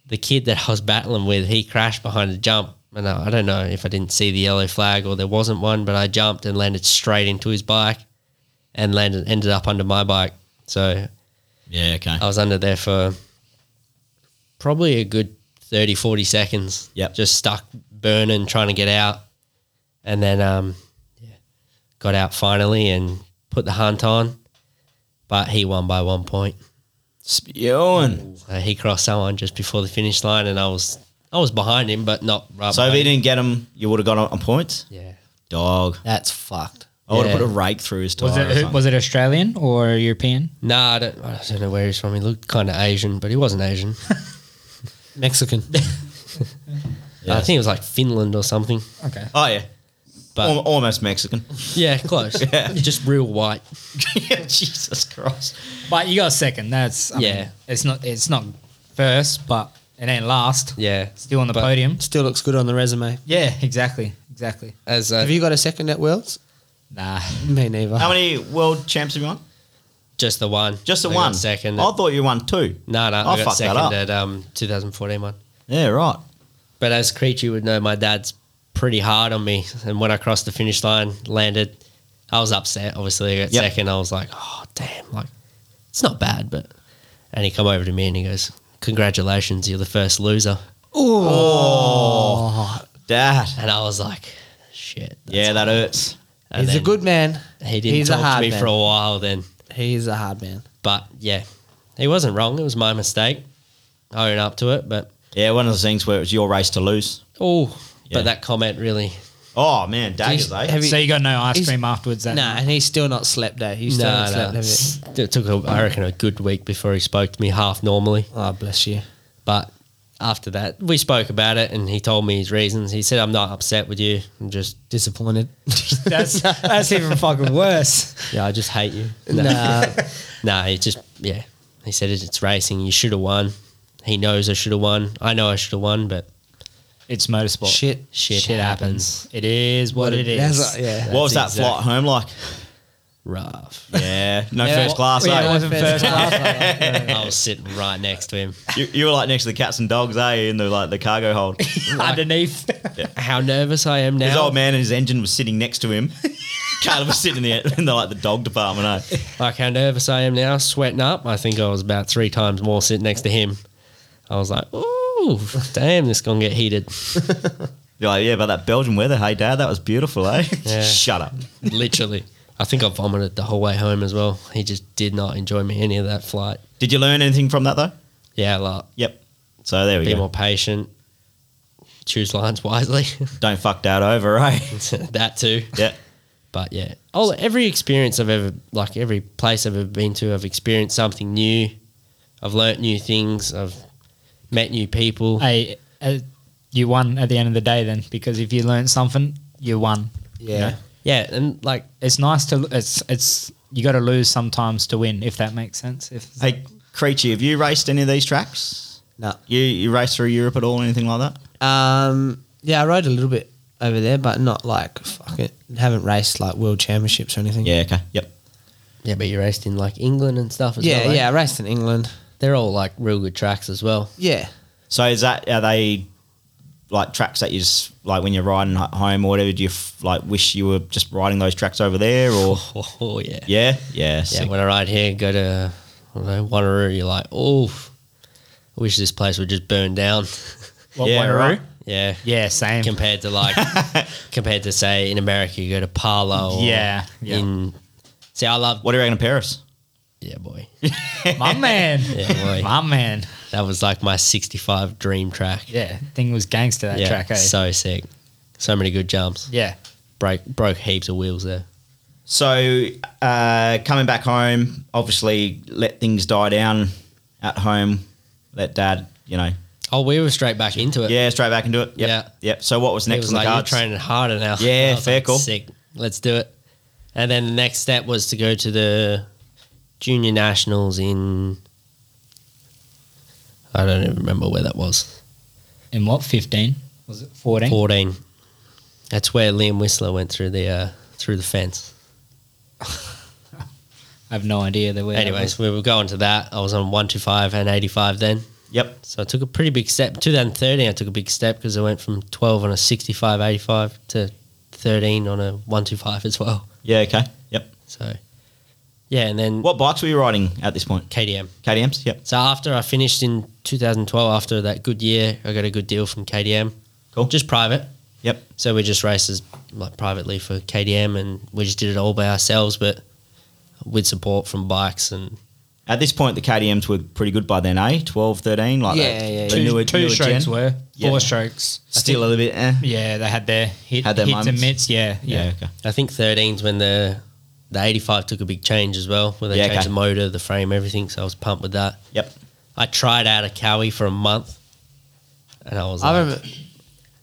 [SPEAKER 4] the kid that I was battling with he crashed behind a jump, and I, I don't know if I didn't see the yellow flag or there wasn't one, but I jumped and landed straight into his bike, and landed ended up under my bike. So
[SPEAKER 1] Yeah. Okay.
[SPEAKER 4] I was under there for probably a good 30, 40 seconds.
[SPEAKER 1] Yep.
[SPEAKER 4] Just stuck burning, trying to get out. And then um, yeah, got out finally and put the hunt on. But he won by one point.
[SPEAKER 1] Spewing.
[SPEAKER 4] So he crossed someone just before the finish line and I was I was behind him but not right
[SPEAKER 1] So if
[SPEAKER 4] behind
[SPEAKER 1] you
[SPEAKER 4] him.
[SPEAKER 1] didn't get him, you would have got on, on points.
[SPEAKER 4] Yeah.
[SPEAKER 1] Dog.
[SPEAKER 3] That's fucked.
[SPEAKER 1] I would have put
[SPEAKER 4] Yeah.
[SPEAKER 1] a rake through his tire.
[SPEAKER 2] Was
[SPEAKER 1] or
[SPEAKER 2] it who-
[SPEAKER 1] something.
[SPEAKER 2] was it Australian or European?
[SPEAKER 4] No, I don't I don't know where he's from. He looked kinda Asian, but he wasn't Asian.
[SPEAKER 3] Mexican.
[SPEAKER 1] Yeah.
[SPEAKER 4] I think it was like Finland or something.
[SPEAKER 2] Okay,
[SPEAKER 1] Oh yeah.
[SPEAKER 4] But-
[SPEAKER 1] Al- almost Mexican.
[SPEAKER 4] Yeah, close.
[SPEAKER 1] Yeah.
[SPEAKER 4] Just real white.
[SPEAKER 1] Jesus Christ.
[SPEAKER 2] but you got second. That's I
[SPEAKER 4] Yeah.
[SPEAKER 2] mean, it's not it's not first, but it ain't last.
[SPEAKER 4] Yeah.
[SPEAKER 2] Still on the
[SPEAKER 4] But-
[SPEAKER 2] podium.
[SPEAKER 3] Still looks good on the resume.
[SPEAKER 2] Yeah, exactly, exactly.
[SPEAKER 4] As uh,
[SPEAKER 3] Have you got a second at Worlds?
[SPEAKER 2] Nah,
[SPEAKER 3] Me neither.
[SPEAKER 1] How many world champs have you won?
[SPEAKER 4] Just the one.
[SPEAKER 1] Just the
[SPEAKER 4] I got
[SPEAKER 1] one.
[SPEAKER 4] Second.
[SPEAKER 1] I thought you won two.
[SPEAKER 4] no, no,
[SPEAKER 1] I
[SPEAKER 4] I, got
[SPEAKER 1] fucked that
[SPEAKER 4] second
[SPEAKER 1] up.
[SPEAKER 4] at um, 2014 one.
[SPEAKER 1] Yeah, right.
[SPEAKER 4] But as Creech, you would know, my dad's pretty hard on me. And when I crossed the finish line, landed, I was upset. Obviously, I got
[SPEAKER 1] Yep.
[SPEAKER 4] second. I was like, oh, damn. Like, it's not bad, but. And he come over to me and he goes, congratulations, you're the first loser.
[SPEAKER 1] Oh, Dad.
[SPEAKER 4] And I was like, shit. that's
[SPEAKER 1] yeah, that
[SPEAKER 4] hard."
[SPEAKER 1] hurts.
[SPEAKER 4] And
[SPEAKER 3] He's a
[SPEAKER 4] then
[SPEAKER 3] good man.
[SPEAKER 4] He didn't
[SPEAKER 3] he's a
[SPEAKER 4] talk
[SPEAKER 3] hard
[SPEAKER 4] to me
[SPEAKER 3] man.
[SPEAKER 4] for a while then.
[SPEAKER 3] He's a hard man.
[SPEAKER 4] But yeah, he wasn't wrong. It was my mistake. I own up to it, but
[SPEAKER 1] Yeah, one of those things where it was your race to lose.
[SPEAKER 4] Oh,
[SPEAKER 1] Yeah.
[SPEAKER 4] but that comment really.
[SPEAKER 1] Oh man, daggers,
[SPEAKER 3] Jeez,
[SPEAKER 1] eh?
[SPEAKER 3] have you-
[SPEAKER 2] so you got no ice
[SPEAKER 3] He's-
[SPEAKER 2] cream afterwards. That
[SPEAKER 3] No, and he's still not slept, eh? He's still
[SPEAKER 4] No,
[SPEAKER 3] not slept,
[SPEAKER 4] no.
[SPEAKER 3] have you?
[SPEAKER 4] It took, a, I reckon, a good week before he spoke to me half normally.
[SPEAKER 3] Oh, bless you.
[SPEAKER 4] But after that, we spoke about it, and he told me his reasons. He said, "I'm not upset with you. I'm just
[SPEAKER 3] Disappointed.
[SPEAKER 2] That's that's even fucking worse.
[SPEAKER 4] yeah, I just hate you." No,
[SPEAKER 3] nah.
[SPEAKER 4] no, he just yeah. He said it, it's racing. You should have won. He knows I should have won. I know I should have won, but
[SPEAKER 2] It's motorsport.
[SPEAKER 3] Shit.
[SPEAKER 4] shit,
[SPEAKER 2] Shit happens. It is what, it is.
[SPEAKER 3] That's a- yeah.
[SPEAKER 1] what was that
[SPEAKER 4] That's
[SPEAKER 1] flight home like?
[SPEAKER 4] Rough.
[SPEAKER 1] Yeah, no
[SPEAKER 2] Yeah.
[SPEAKER 1] first class.
[SPEAKER 2] Yeah,
[SPEAKER 1] eh?
[SPEAKER 2] it wasn't first
[SPEAKER 4] I was sitting right next to him.
[SPEAKER 1] You, you were like next to the cats and dogs, eh? In the like the cargo hold. His
[SPEAKER 2] underneath.
[SPEAKER 4] How nervous I am now.
[SPEAKER 1] old man and his engine was sitting next to him. Caleb was sitting in the in the like the dog department, eh?
[SPEAKER 4] Like how nervous I am now, sweating up. I think I was about three times more sitting next to him. I was like, ooh, damn, this gonna get heated.
[SPEAKER 1] You're like, yeah, but that Belgian weather, hey dad, that was beautiful, eh?
[SPEAKER 4] Yeah.
[SPEAKER 1] Shut up.
[SPEAKER 4] Literally. I think I vomited the whole way home as well. He just did not enjoy me any of that flight.
[SPEAKER 1] Did you learn anything from that though?
[SPEAKER 4] Yeah, like
[SPEAKER 1] Yep. So there we
[SPEAKER 4] be
[SPEAKER 1] go.
[SPEAKER 4] more patient. Choose lines wisely.
[SPEAKER 1] Don't fuck dad over, eh?
[SPEAKER 4] that too.
[SPEAKER 1] yeah.
[SPEAKER 4] But yeah. Oh every experience I've ever like every place I've ever been to, I've experienced something new. I've learnt new things. I've met new people.
[SPEAKER 2] hey, uh, you won at the end of the day then, because if you learned something, you won.
[SPEAKER 3] Yeah.
[SPEAKER 2] You know?
[SPEAKER 4] Yeah, and like
[SPEAKER 2] It's nice to. It's it's you got to lose sometimes to win, if that makes sense. If
[SPEAKER 1] Hey, Creature, have you raced any of these tracks?
[SPEAKER 3] No.
[SPEAKER 1] You you raced through Europe at all, or anything like that?
[SPEAKER 3] Um, yeah, I rode a little bit over there, but not like fuck it. Haven't raced like world championships or anything.
[SPEAKER 1] Yeah. Okay. Yep.
[SPEAKER 4] Yeah, but you raced in like England and stuff as
[SPEAKER 3] yeah,
[SPEAKER 4] well. eh?
[SPEAKER 3] yeah. I raced in England.
[SPEAKER 4] They're all like real good tracks as well.
[SPEAKER 3] Yeah,
[SPEAKER 1] So is that are they like tracks that you just like when you're riding h- home or whatever? Do you f- like wish you were just riding those tracks over there or?
[SPEAKER 4] Oh, oh, yeah. yeah.
[SPEAKER 1] Yeah, yeah, sick.
[SPEAKER 4] when I ride here, go to I don't know, Wanneroo, you're like, oh, I wish this place would just burn down.
[SPEAKER 2] what,
[SPEAKER 1] Yeah,
[SPEAKER 2] Wanneroo?
[SPEAKER 1] right.
[SPEAKER 4] yeah.
[SPEAKER 2] Yeah, same.
[SPEAKER 4] Compared to like, compared to say in America, you go to Parlo. Or
[SPEAKER 2] Yeah, yeah.
[SPEAKER 4] In, see, I love.
[SPEAKER 1] What do you reckon of Paris?
[SPEAKER 4] Yeah, boy.
[SPEAKER 2] my man.
[SPEAKER 4] Yeah, boy.
[SPEAKER 2] My man.
[SPEAKER 4] that was like my 65 dream track.
[SPEAKER 2] Yeah, thing was gangster that
[SPEAKER 4] yeah.
[SPEAKER 2] track. eh?
[SPEAKER 4] So sick. So many good jumps.
[SPEAKER 2] yeah,
[SPEAKER 4] Broke broke heaps of wheels there.
[SPEAKER 1] So uh, coming back home, obviously let things die down at home. Let dad, you know,
[SPEAKER 4] Oh, we were straight back into it.
[SPEAKER 1] yeah, straight back into it. Yep.
[SPEAKER 4] Yeah.
[SPEAKER 1] Yep. So what was
[SPEAKER 4] He
[SPEAKER 1] next
[SPEAKER 4] was
[SPEAKER 1] on the
[SPEAKER 4] like,
[SPEAKER 1] cards?
[SPEAKER 4] You're training harder now.
[SPEAKER 1] Yeah,
[SPEAKER 4] I was
[SPEAKER 1] fair
[SPEAKER 4] like,
[SPEAKER 1] call.
[SPEAKER 4] Sick. Let's do it. And then the next step was to go to the junior nationals in. I don't even remember where that was.
[SPEAKER 2] in what fifteen was it? Fourteen.
[SPEAKER 4] Fourteen. That's where Liam Whistler went through the uh, through the fence.
[SPEAKER 2] I have no idea. There were
[SPEAKER 4] Anyways, we were going to that. I was on one two five and eighty five then,
[SPEAKER 1] Yep.
[SPEAKER 4] so I took a pretty big step. 2013, I took a big step because I went from twelve on a 65, 85 to thirteen on a one two five as well.
[SPEAKER 1] Yeah. Okay. Yep.
[SPEAKER 4] So, yeah, and then
[SPEAKER 1] What bikes were you riding at this point?
[SPEAKER 4] KDM.
[SPEAKER 1] KDM's. Yep.
[SPEAKER 4] So after I finished in 2012, after that good year, I got a good deal from KDM.
[SPEAKER 1] Cool.
[SPEAKER 4] Just private.
[SPEAKER 1] Yep.
[SPEAKER 4] So we just raced as like privately for KDM, and we just did it all by ourselves, but with support from bikes and
[SPEAKER 1] At this point, the KDM's were pretty good by then, eh? 12, 13, like
[SPEAKER 3] Yeah,
[SPEAKER 1] that.
[SPEAKER 3] yeah, yeah.
[SPEAKER 1] The
[SPEAKER 2] two,
[SPEAKER 1] newer-
[SPEAKER 2] two
[SPEAKER 1] newer
[SPEAKER 2] strokes
[SPEAKER 1] gen.
[SPEAKER 2] were
[SPEAKER 1] Yeah.
[SPEAKER 2] four strokes.
[SPEAKER 1] still a little bit. Eh.
[SPEAKER 2] Yeah, they had their hit,
[SPEAKER 1] Had their
[SPEAKER 2] hits and
[SPEAKER 1] moments.
[SPEAKER 2] mitts. Yeah,
[SPEAKER 1] Yeah.
[SPEAKER 2] yeah.
[SPEAKER 1] Okay.
[SPEAKER 4] I think 13s when the the 85 took a big change as well, where they
[SPEAKER 1] Yeah,
[SPEAKER 4] changed
[SPEAKER 1] okay.
[SPEAKER 4] the motor, the frame, everything. So I was pumped with that.
[SPEAKER 1] Yep.
[SPEAKER 4] I tried out a Cowie for a month, and I was like,
[SPEAKER 3] I remember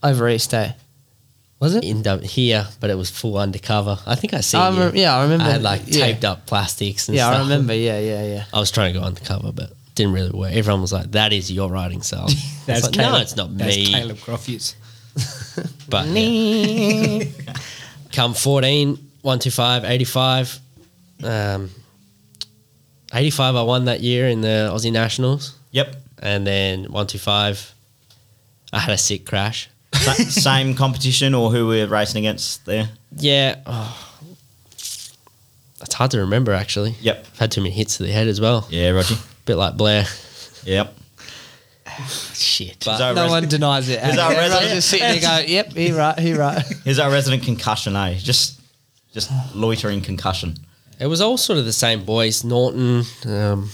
[SPEAKER 3] over East Day. Was it?
[SPEAKER 4] in the, here, but it was full undercover. I think I seen
[SPEAKER 3] I
[SPEAKER 4] you.
[SPEAKER 3] remember, yeah, I remember.
[SPEAKER 4] I had like
[SPEAKER 3] yeah.
[SPEAKER 4] taped up plastics and
[SPEAKER 3] Yeah,
[SPEAKER 4] stuff.
[SPEAKER 3] I remember. Yeah, yeah, yeah.
[SPEAKER 4] I was trying to go undercover, but didn't really work. Everyone was like, "That is your riding style." That's like, no, it's not
[SPEAKER 2] That's
[SPEAKER 4] me.
[SPEAKER 2] Caleb Crofts.
[SPEAKER 4] But yeah. come 14, 125, 85. Um, 85, I won that year in the Aussie Nationals,
[SPEAKER 1] Yep.
[SPEAKER 4] and then 125, I had a sick crash.
[SPEAKER 1] Sa- same competition or who we're racing against there?
[SPEAKER 4] Yeah, oh. it's hard to remember actually.
[SPEAKER 1] Yep.
[SPEAKER 4] I've had too many hits to the head as well.
[SPEAKER 1] Yeah, Roger.
[SPEAKER 4] bit like Blair.
[SPEAKER 1] Yep.
[SPEAKER 2] Shit.
[SPEAKER 1] He's
[SPEAKER 4] But
[SPEAKER 1] our,
[SPEAKER 3] No
[SPEAKER 1] res-
[SPEAKER 3] one denies it.
[SPEAKER 1] Is that
[SPEAKER 3] Everyone's
[SPEAKER 1] resident?
[SPEAKER 3] just sitting there going, "Yep, he right, he right."
[SPEAKER 1] he's our resident concussion, eh? Just, just loitering concussion.
[SPEAKER 4] It was all sort of the same boys. Norton, um,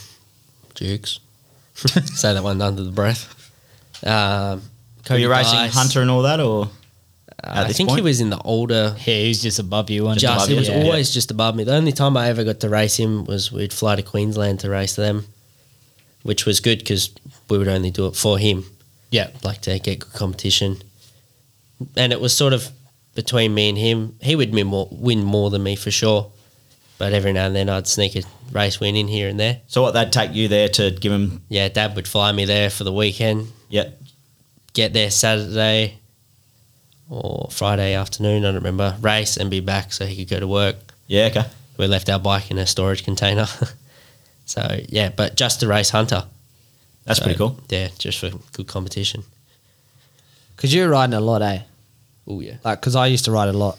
[SPEAKER 4] Jukes. Say that one under the breath. Um,
[SPEAKER 1] Were
[SPEAKER 4] Cody
[SPEAKER 1] you racing
[SPEAKER 4] Dice.
[SPEAKER 1] Hunter and all that, or
[SPEAKER 4] Uh,
[SPEAKER 1] at
[SPEAKER 4] I
[SPEAKER 1] this
[SPEAKER 4] think he
[SPEAKER 1] point?
[SPEAKER 4] was in the older.
[SPEAKER 2] Yeah, he was just above you. Just
[SPEAKER 4] Just,
[SPEAKER 1] above
[SPEAKER 4] he
[SPEAKER 1] you,
[SPEAKER 4] was
[SPEAKER 1] yeah.
[SPEAKER 4] always just above me. The only time I ever got to race him was we'd fly to Queensland to race them, which was good because we would only do it for him.
[SPEAKER 2] Yeah.
[SPEAKER 4] like to get good competition. And it was sort of between me and him. He would win more, win more than me for sure, but every now and then I'd sneak a race win in here and there.
[SPEAKER 1] So what they'd take you there to give them?
[SPEAKER 4] Yeah, Dad would fly me there for the weekend.
[SPEAKER 1] Yeah,
[SPEAKER 4] Get there Saturday or Friday afternoon. I don't remember. Race and be back so he could go to work.
[SPEAKER 1] yeah, okay.
[SPEAKER 4] we left our bike in a storage container. so yeah, but just to race Hunter.
[SPEAKER 1] That's
[SPEAKER 4] So,
[SPEAKER 1] pretty cool.
[SPEAKER 4] Yeah, just for good competition.
[SPEAKER 3] Because you're riding a lot, eh?
[SPEAKER 4] Oh yeah.
[SPEAKER 3] Like, because I used to ride a lot.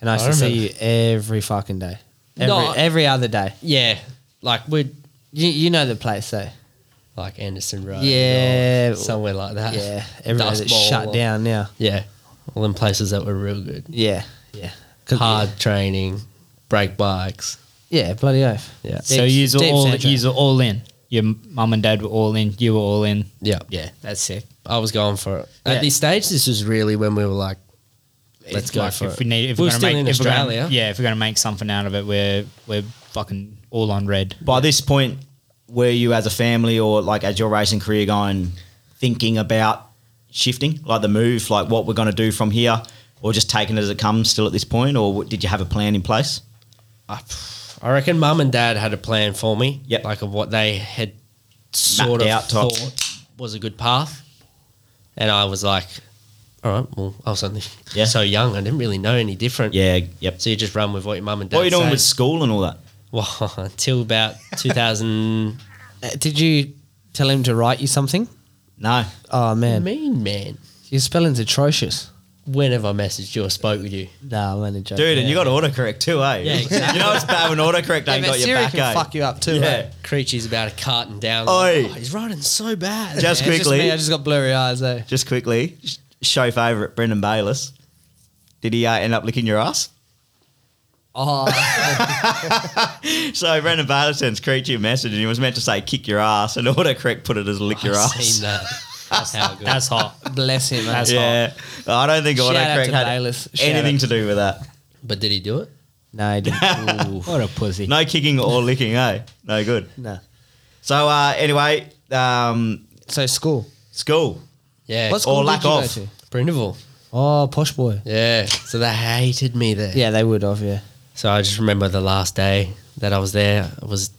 [SPEAKER 3] And I used
[SPEAKER 4] I
[SPEAKER 3] to see you
[SPEAKER 4] remember.
[SPEAKER 3] every fucking day. Every,
[SPEAKER 4] No.
[SPEAKER 3] every other day.
[SPEAKER 4] Yeah, like we'd
[SPEAKER 3] You, you know the place, though.
[SPEAKER 4] like Anderson Road.
[SPEAKER 3] Yeah.
[SPEAKER 4] or somewhere like that.
[SPEAKER 3] Yeah. Every day
[SPEAKER 4] Dust
[SPEAKER 3] that's
[SPEAKER 4] Bowl
[SPEAKER 3] shut
[SPEAKER 4] or-
[SPEAKER 3] down now.
[SPEAKER 4] Yeah, all in places that were real good.
[SPEAKER 3] Yeah. Yeah. 'Cause-
[SPEAKER 4] Hard training, brake bikes.
[SPEAKER 3] Yeah, bloody oath.
[SPEAKER 4] Yeah.
[SPEAKER 2] so
[SPEAKER 3] Deep-
[SPEAKER 2] you were
[SPEAKER 3] deep
[SPEAKER 2] all
[SPEAKER 3] centre.
[SPEAKER 2] you were all in. Your mum and dad were all in. You were all in.
[SPEAKER 4] Yeah,
[SPEAKER 2] Yeah, that's sick.
[SPEAKER 4] I was going for it.
[SPEAKER 3] Yeah.
[SPEAKER 4] At this stage, this was really when we were like, let's
[SPEAKER 2] It's
[SPEAKER 4] go
[SPEAKER 2] like
[SPEAKER 4] for
[SPEAKER 2] if
[SPEAKER 4] it.
[SPEAKER 2] we need. If
[SPEAKER 4] We
[SPEAKER 2] we're,
[SPEAKER 4] were
[SPEAKER 2] gonna
[SPEAKER 4] still
[SPEAKER 2] make,
[SPEAKER 4] in
[SPEAKER 2] if we're gonna-
[SPEAKER 4] Australia.
[SPEAKER 2] yeah, if we're gonna make something out of it, we're we're fucking all on red.
[SPEAKER 1] By this point, were you as a family or like as your racing career going thinking about shifting, like the move, like what we're going to do from here, or just taking it as it comes still at this point, or what- did you have a plan in place?
[SPEAKER 4] I, I reckon mum and dad had a plan for me.
[SPEAKER 1] Yep.
[SPEAKER 4] Like of what they had sort
[SPEAKER 1] Mapped
[SPEAKER 4] of
[SPEAKER 1] out type.
[SPEAKER 4] thought was a good path. And I was like, all right, well, I was only
[SPEAKER 1] Yeah.
[SPEAKER 4] so young. I didn't really know any different.
[SPEAKER 1] Yeah, yep.
[SPEAKER 4] So you just run with what your mum and dad
[SPEAKER 1] What were you doing
[SPEAKER 4] say.
[SPEAKER 1] with school and all that?
[SPEAKER 4] Well, until about 2000.
[SPEAKER 3] Uh, Did you tell him to write you something?
[SPEAKER 1] No,
[SPEAKER 3] Oh, man.
[SPEAKER 4] mean, man.
[SPEAKER 3] Your spelling's atrocious.
[SPEAKER 4] When have I messaged you or spoke with you?
[SPEAKER 3] Nah, I'm only joking.
[SPEAKER 1] dude, and you got autocorrect too, eh?
[SPEAKER 4] Yeah, exactly.
[SPEAKER 1] you know it's bad when autocorrect
[SPEAKER 3] yeah,
[SPEAKER 1] ain't got
[SPEAKER 3] but
[SPEAKER 1] your
[SPEAKER 3] Siri
[SPEAKER 1] back, eh?
[SPEAKER 3] can fuck you up too.
[SPEAKER 1] Yeah.
[SPEAKER 3] eh?
[SPEAKER 4] Creature's about to cart and down.
[SPEAKER 1] Oi.
[SPEAKER 4] Oh, he's running so bad.
[SPEAKER 1] Just
[SPEAKER 3] Yeah, it's
[SPEAKER 1] quickly,
[SPEAKER 3] me, I just got blurry eyes, eh?
[SPEAKER 1] just quickly, sh- show favourite Brendan Bayless. Did he uh, end up licking your ass?
[SPEAKER 3] Oh,
[SPEAKER 1] So Brendan Bayless sends Creature a message and he was meant to say kick your ass and autocorrect put it as lick your
[SPEAKER 4] I've
[SPEAKER 1] ass.
[SPEAKER 4] seen that. That's how it goes.
[SPEAKER 2] That's hot.
[SPEAKER 3] bless him. eh?
[SPEAKER 2] That's-
[SPEAKER 1] Yeah. I don't think
[SPEAKER 3] Shout out
[SPEAKER 1] autocorrect
[SPEAKER 3] to
[SPEAKER 1] had
[SPEAKER 3] Bayless. Shout
[SPEAKER 1] anything
[SPEAKER 3] out.
[SPEAKER 1] to do with that.
[SPEAKER 4] But did he do it?
[SPEAKER 3] No, he didn't.
[SPEAKER 4] Ooh.
[SPEAKER 2] What a pussy.
[SPEAKER 1] No kicking or licking, eh? No good.
[SPEAKER 3] no.
[SPEAKER 1] So uh, anyway, um,
[SPEAKER 3] So school.
[SPEAKER 1] school.
[SPEAKER 4] Yeah.
[SPEAKER 3] What
[SPEAKER 1] school
[SPEAKER 3] school
[SPEAKER 1] lack
[SPEAKER 3] did you
[SPEAKER 1] of.
[SPEAKER 3] go to?
[SPEAKER 4] Brindaville.
[SPEAKER 3] Oh, posh boy.
[SPEAKER 4] Yeah. So they hated me there.
[SPEAKER 3] Yeah, they would have. Yeah.
[SPEAKER 4] So I just remember the last day that I was there it was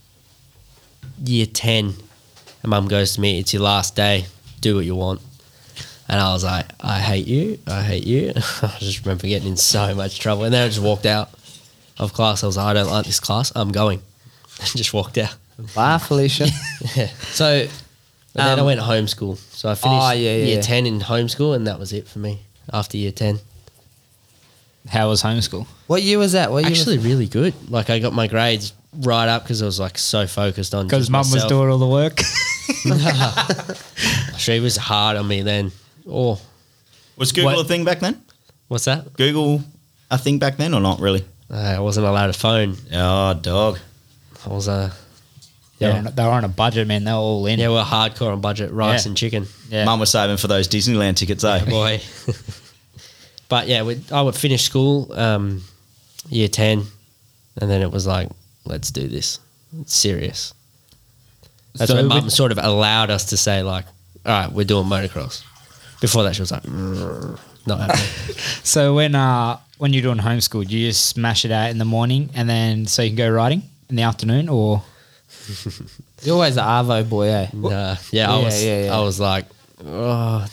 [SPEAKER 4] year 10. And mum goes to me, It's your last day. Do what you want. And I was like, I hate you. I hate you. I just remember getting in so much trouble. And then I just walked out of class. I was like, I don't like this class. I'm going. And just walked out.
[SPEAKER 3] Bye, Felicia.
[SPEAKER 4] Yeah.
[SPEAKER 3] so,
[SPEAKER 4] And then I
[SPEAKER 3] Um,
[SPEAKER 4] went homeschool. So I finished
[SPEAKER 3] Ah, yeah, yeah,
[SPEAKER 4] year
[SPEAKER 3] yeah.
[SPEAKER 4] 10 in homeschool. And that was it for me after year 10.
[SPEAKER 2] How was homeschool?
[SPEAKER 3] what year was that? What year was
[SPEAKER 4] actually really good. Like I got my grades right up because I was like so focused on
[SPEAKER 2] Because
[SPEAKER 4] just
[SPEAKER 2] mum was
[SPEAKER 4] myself.
[SPEAKER 2] doing all the work.
[SPEAKER 4] She was hard on me then. Oh,
[SPEAKER 1] Was Google
[SPEAKER 2] What-
[SPEAKER 1] a thing back then?
[SPEAKER 4] what's that?
[SPEAKER 1] Google a thing back then or not really?
[SPEAKER 4] Uh, I wasn't allowed a phone.
[SPEAKER 1] Oh dog.
[SPEAKER 4] I was uh,
[SPEAKER 2] They,
[SPEAKER 4] yeah,
[SPEAKER 2] were on, they were on a budget, man. They were all in.
[SPEAKER 4] yeah, we are hardcore on budget rice
[SPEAKER 2] Yeah.
[SPEAKER 4] and chicken,
[SPEAKER 2] Yeah.
[SPEAKER 1] Mum was saving for those Disneyland tickets, eh?
[SPEAKER 4] boy. but yeah, we, I would finish school um, year ten, and then it was like, let's do this. It's serious. That's
[SPEAKER 2] So
[SPEAKER 4] when
[SPEAKER 2] we-
[SPEAKER 4] mum sort of allowed us to say like, all right, we're doing motocross. Before that, she was like, "Mm, not happening.
[SPEAKER 2] So when uh when you're doing homeschool, do you just smash it out in the morning and then so you can go riding in the afternoon or
[SPEAKER 3] it? You're always an Arvo boy, eh?
[SPEAKER 4] Nah, Uh, yeah, I
[SPEAKER 3] Yeah,
[SPEAKER 4] was,
[SPEAKER 3] yeah, yeah.
[SPEAKER 4] I was like, oh,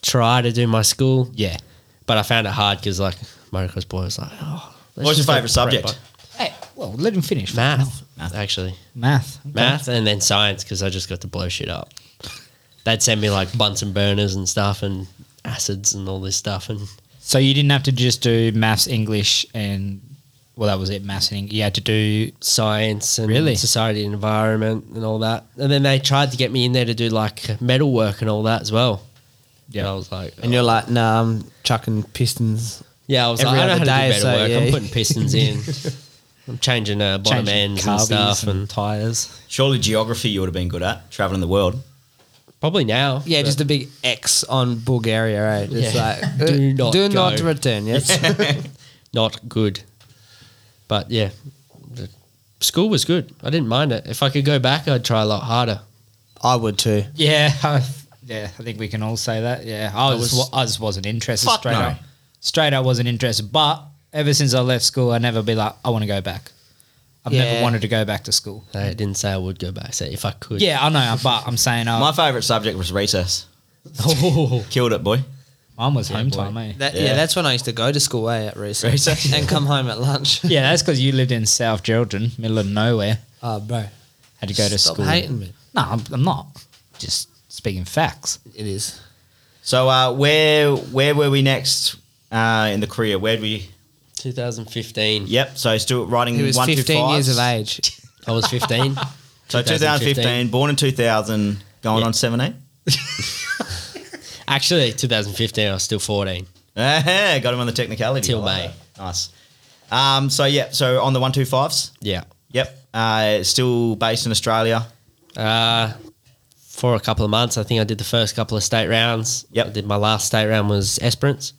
[SPEAKER 4] try to do my school,
[SPEAKER 2] yeah.
[SPEAKER 4] but I found it hard because like motocross boy was like, oh, let's
[SPEAKER 1] What's your
[SPEAKER 4] just go
[SPEAKER 1] favourite subject?
[SPEAKER 4] prep
[SPEAKER 2] Hey, well, let him finish.
[SPEAKER 4] bu- Math, actually,
[SPEAKER 2] Math. Okay.
[SPEAKER 4] math, and then science because I just got to blow shit up. They'd send me like Bunsen burners and stuff and acids and all this stuff, and
[SPEAKER 2] So you didn't have to just do maths, English, and well, that was it. Maths and English. You had to do
[SPEAKER 4] science and
[SPEAKER 2] Really?
[SPEAKER 4] society and environment and all that. And then they tried to get me in there to do like metal work and all that as well.
[SPEAKER 2] Yeah.
[SPEAKER 4] But I was like, uh,
[SPEAKER 3] And you're like, nah, I'm chucking pistons.
[SPEAKER 4] Yeah, I was
[SPEAKER 3] Every
[SPEAKER 4] like, I know
[SPEAKER 3] other
[SPEAKER 4] how to
[SPEAKER 3] day,
[SPEAKER 4] do better
[SPEAKER 3] so,
[SPEAKER 4] work.
[SPEAKER 3] yeah.
[SPEAKER 4] I'm putting pistons in. I'm changing uh, bottom
[SPEAKER 2] changing
[SPEAKER 4] ends and
[SPEAKER 2] carbies
[SPEAKER 4] stuff, and,
[SPEAKER 2] tires.
[SPEAKER 1] Surely geography you would have been good at, travelling the world.
[SPEAKER 4] probably now.
[SPEAKER 3] Yeah,
[SPEAKER 4] but-
[SPEAKER 3] just a big X on Bulgaria, right? It's
[SPEAKER 4] Yeah.
[SPEAKER 3] like uh,
[SPEAKER 4] Do not
[SPEAKER 3] do not
[SPEAKER 4] go.
[SPEAKER 3] return. Yes.
[SPEAKER 4] not good. But yeah, the school was good. I didn't mind it. If I could go back, I'd try a lot harder.
[SPEAKER 3] I would too.
[SPEAKER 2] Yeah. Yeah, I think we can all say that. Yeah, I was,
[SPEAKER 3] was-
[SPEAKER 2] I just wasn't interested
[SPEAKER 1] Fuck
[SPEAKER 2] straight
[SPEAKER 1] no.
[SPEAKER 2] up. Straight up wasn't interested. But ever since I left school, I never be like, I want to go back. I've never
[SPEAKER 3] Yeah.
[SPEAKER 2] wanted to go back to school.
[SPEAKER 4] I didn't say I would go back. So if I could,
[SPEAKER 2] Yeah, I know, but I'm saying, uh,
[SPEAKER 1] My favourite subject was recess.
[SPEAKER 2] oh,
[SPEAKER 1] Killed it, boy.
[SPEAKER 2] mine was home
[SPEAKER 4] boy.
[SPEAKER 2] time, eh?
[SPEAKER 3] That, yeah.
[SPEAKER 1] Yeah.
[SPEAKER 3] that's when I used to go to school eh, at recess,
[SPEAKER 1] Recess.
[SPEAKER 3] and come home at lunch.
[SPEAKER 2] Yeah, that's because you lived in South Geraldton, middle of nowhere.
[SPEAKER 3] oh, bro,
[SPEAKER 2] Had to go to
[SPEAKER 3] Stop
[SPEAKER 2] school.
[SPEAKER 3] hating me.
[SPEAKER 2] No, I'm, I'm not. Just speaking facts.
[SPEAKER 3] It is.
[SPEAKER 1] So uh, where where were we next uh, in the career? Where would we?
[SPEAKER 4] 2015.
[SPEAKER 1] Yep. So still writing.
[SPEAKER 3] He was
[SPEAKER 1] one, two,
[SPEAKER 3] 15 years
[SPEAKER 1] fives.
[SPEAKER 3] of age.
[SPEAKER 4] I was 15.
[SPEAKER 1] So 2015, born in 2000, going
[SPEAKER 4] Yeah.
[SPEAKER 1] on 17.
[SPEAKER 4] Actually, 2015. I was still 14.
[SPEAKER 1] Eh, Got him on the technicality.
[SPEAKER 4] Till
[SPEAKER 1] I like
[SPEAKER 4] May.
[SPEAKER 1] that. Nice. Um, so yeah, so on the one two fives.
[SPEAKER 4] Yeah.
[SPEAKER 1] Yep. Uh, still based in Australia.
[SPEAKER 4] Uh, for a couple of months, I think I did the first couple of state rounds.
[SPEAKER 1] Yep.
[SPEAKER 4] I did my last state round was Esperance.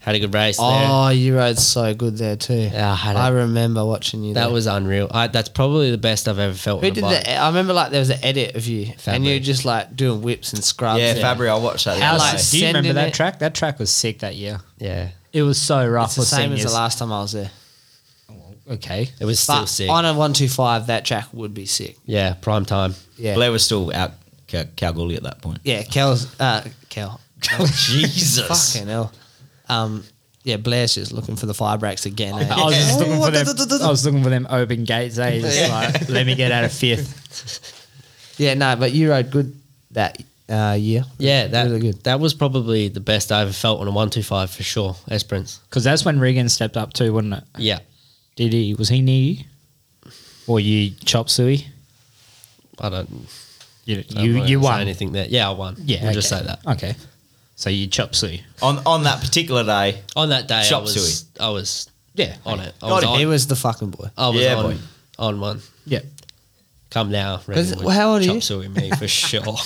[SPEAKER 4] Had a good race
[SPEAKER 3] Oh, you rode so good there too.
[SPEAKER 4] there. Yeah, I had it.
[SPEAKER 3] I remember watching you.
[SPEAKER 4] that
[SPEAKER 3] there.
[SPEAKER 4] was unreal. I, that's probably the best I've ever felt.
[SPEAKER 3] Who
[SPEAKER 4] in a
[SPEAKER 3] did
[SPEAKER 4] bike.
[SPEAKER 3] the? e, I remember like there was an edit of you, and you
[SPEAKER 4] Fabry.
[SPEAKER 3] were just like doing whips and scrubs.
[SPEAKER 1] yeah, Fabry, I watched that. the
[SPEAKER 3] How
[SPEAKER 1] other
[SPEAKER 3] like
[SPEAKER 1] day.
[SPEAKER 2] Uh, Do you remember
[SPEAKER 3] sending
[SPEAKER 2] that
[SPEAKER 3] it-
[SPEAKER 2] track? That track was sick that year.
[SPEAKER 4] Yeah,
[SPEAKER 2] It was so rough
[SPEAKER 3] It's
[SPEAKER 2] for
[SPEAKER 3] the same
[SPEAKER 2] seniors.
[SPEAKER 3] as the last time I was there.
[SPEAKER 2] okay.
[SPEAKER 4] it was still
[SPEAKER 3] But
[SPEAKER 4] sick.
[SPEAKER 3] on a one two five, that track would be sick.
[SPEAKER 4] yeah, prime time.
[SPEAKER 3] Yeah,
[SPEAKER 1] Blair was still out Cal- Kalgoorlie at that point.
[SPEAKER 3] yeah. Kel's uh, Kel.
[SPEAKER 1] Jesus.
[SPEAKER 3] Fucking hell. Um, yeah, Blair's just looking for the fire breaks again. eh?
[SPEAKER 2] I was just looking
[SPEAKER 3] Oh,
[SPEAKER 2] for
[SPEAKER 3] da, da, da,
[SPEAKER 2] them.
[SPEAKER 3] da.
[SPEAKER 2] I was looking for them open gates. Eh? Just
[SPEAKER 3] Yeah.
[SPEAKER 2] like, let me get out of fifth.
[SPEAKER 3] Yeah, no, but you rode good that uh, year.
[SPEAKER 4] Yeah, that
[SPEAKER 3] really good.
[SPEAKER 4] that was probably the best I ever felt on a one two five for sure. Esperance.
[SPEAKER 2] Because that's when Regan stepped up too, wasn't it?
[SPEAKER 4] Yeah,
[SPEAKER 2] Did he? Was he near you? Or you chop suey?
[SPEAKER 4] I don't.
[SPEAKER 2] You
[SPEAKER 4] I don't
[SPEAKER 2] you,
[SPEAKER 4] wanna
[SPEAKER 2] you
[SPEAKER 4] say
[SPEAKER 2] won.
[SPEAKER 4] anything there? Yeah, I won.
[SPEAKER 2] Yeah,
[SPEAKER 4] we'll just
[SPEAKER 2] okay.
[SPEAKER 4] say that.
[SPEAKER 2] Okay. So you chop suey.
[SPEAKER 1] on on that particular day,
[SPEAKER 4] On that day,
[SPEAKER 1] Chop
[SPEAKER 4] I was I was
[SPEAKER 2] Yeah.
[SPEAKER 4] on it. I
[SPEAKER 1] Got
[SPEAKER 4] was
[SPEAKER 1] it.
[SPEAKER 4] on,
[SPEAKER 3] He was the fucking boy.
[SPEAKER 4] I was
[SPEAKER 1] Yeah,
[SPEAKER 4] on,
[SPEAKER 1] boy.
[SPEAKER 4] on one.
[SPEAKER 2] Yeah.
[SPEAKER 4] Come now,
[SPEAKER 3] Cause-
[SPEAKER 4] Regan
[SPEAKER 3] well, how old are you?
[SPEAKER 4] Chop suey me for sure.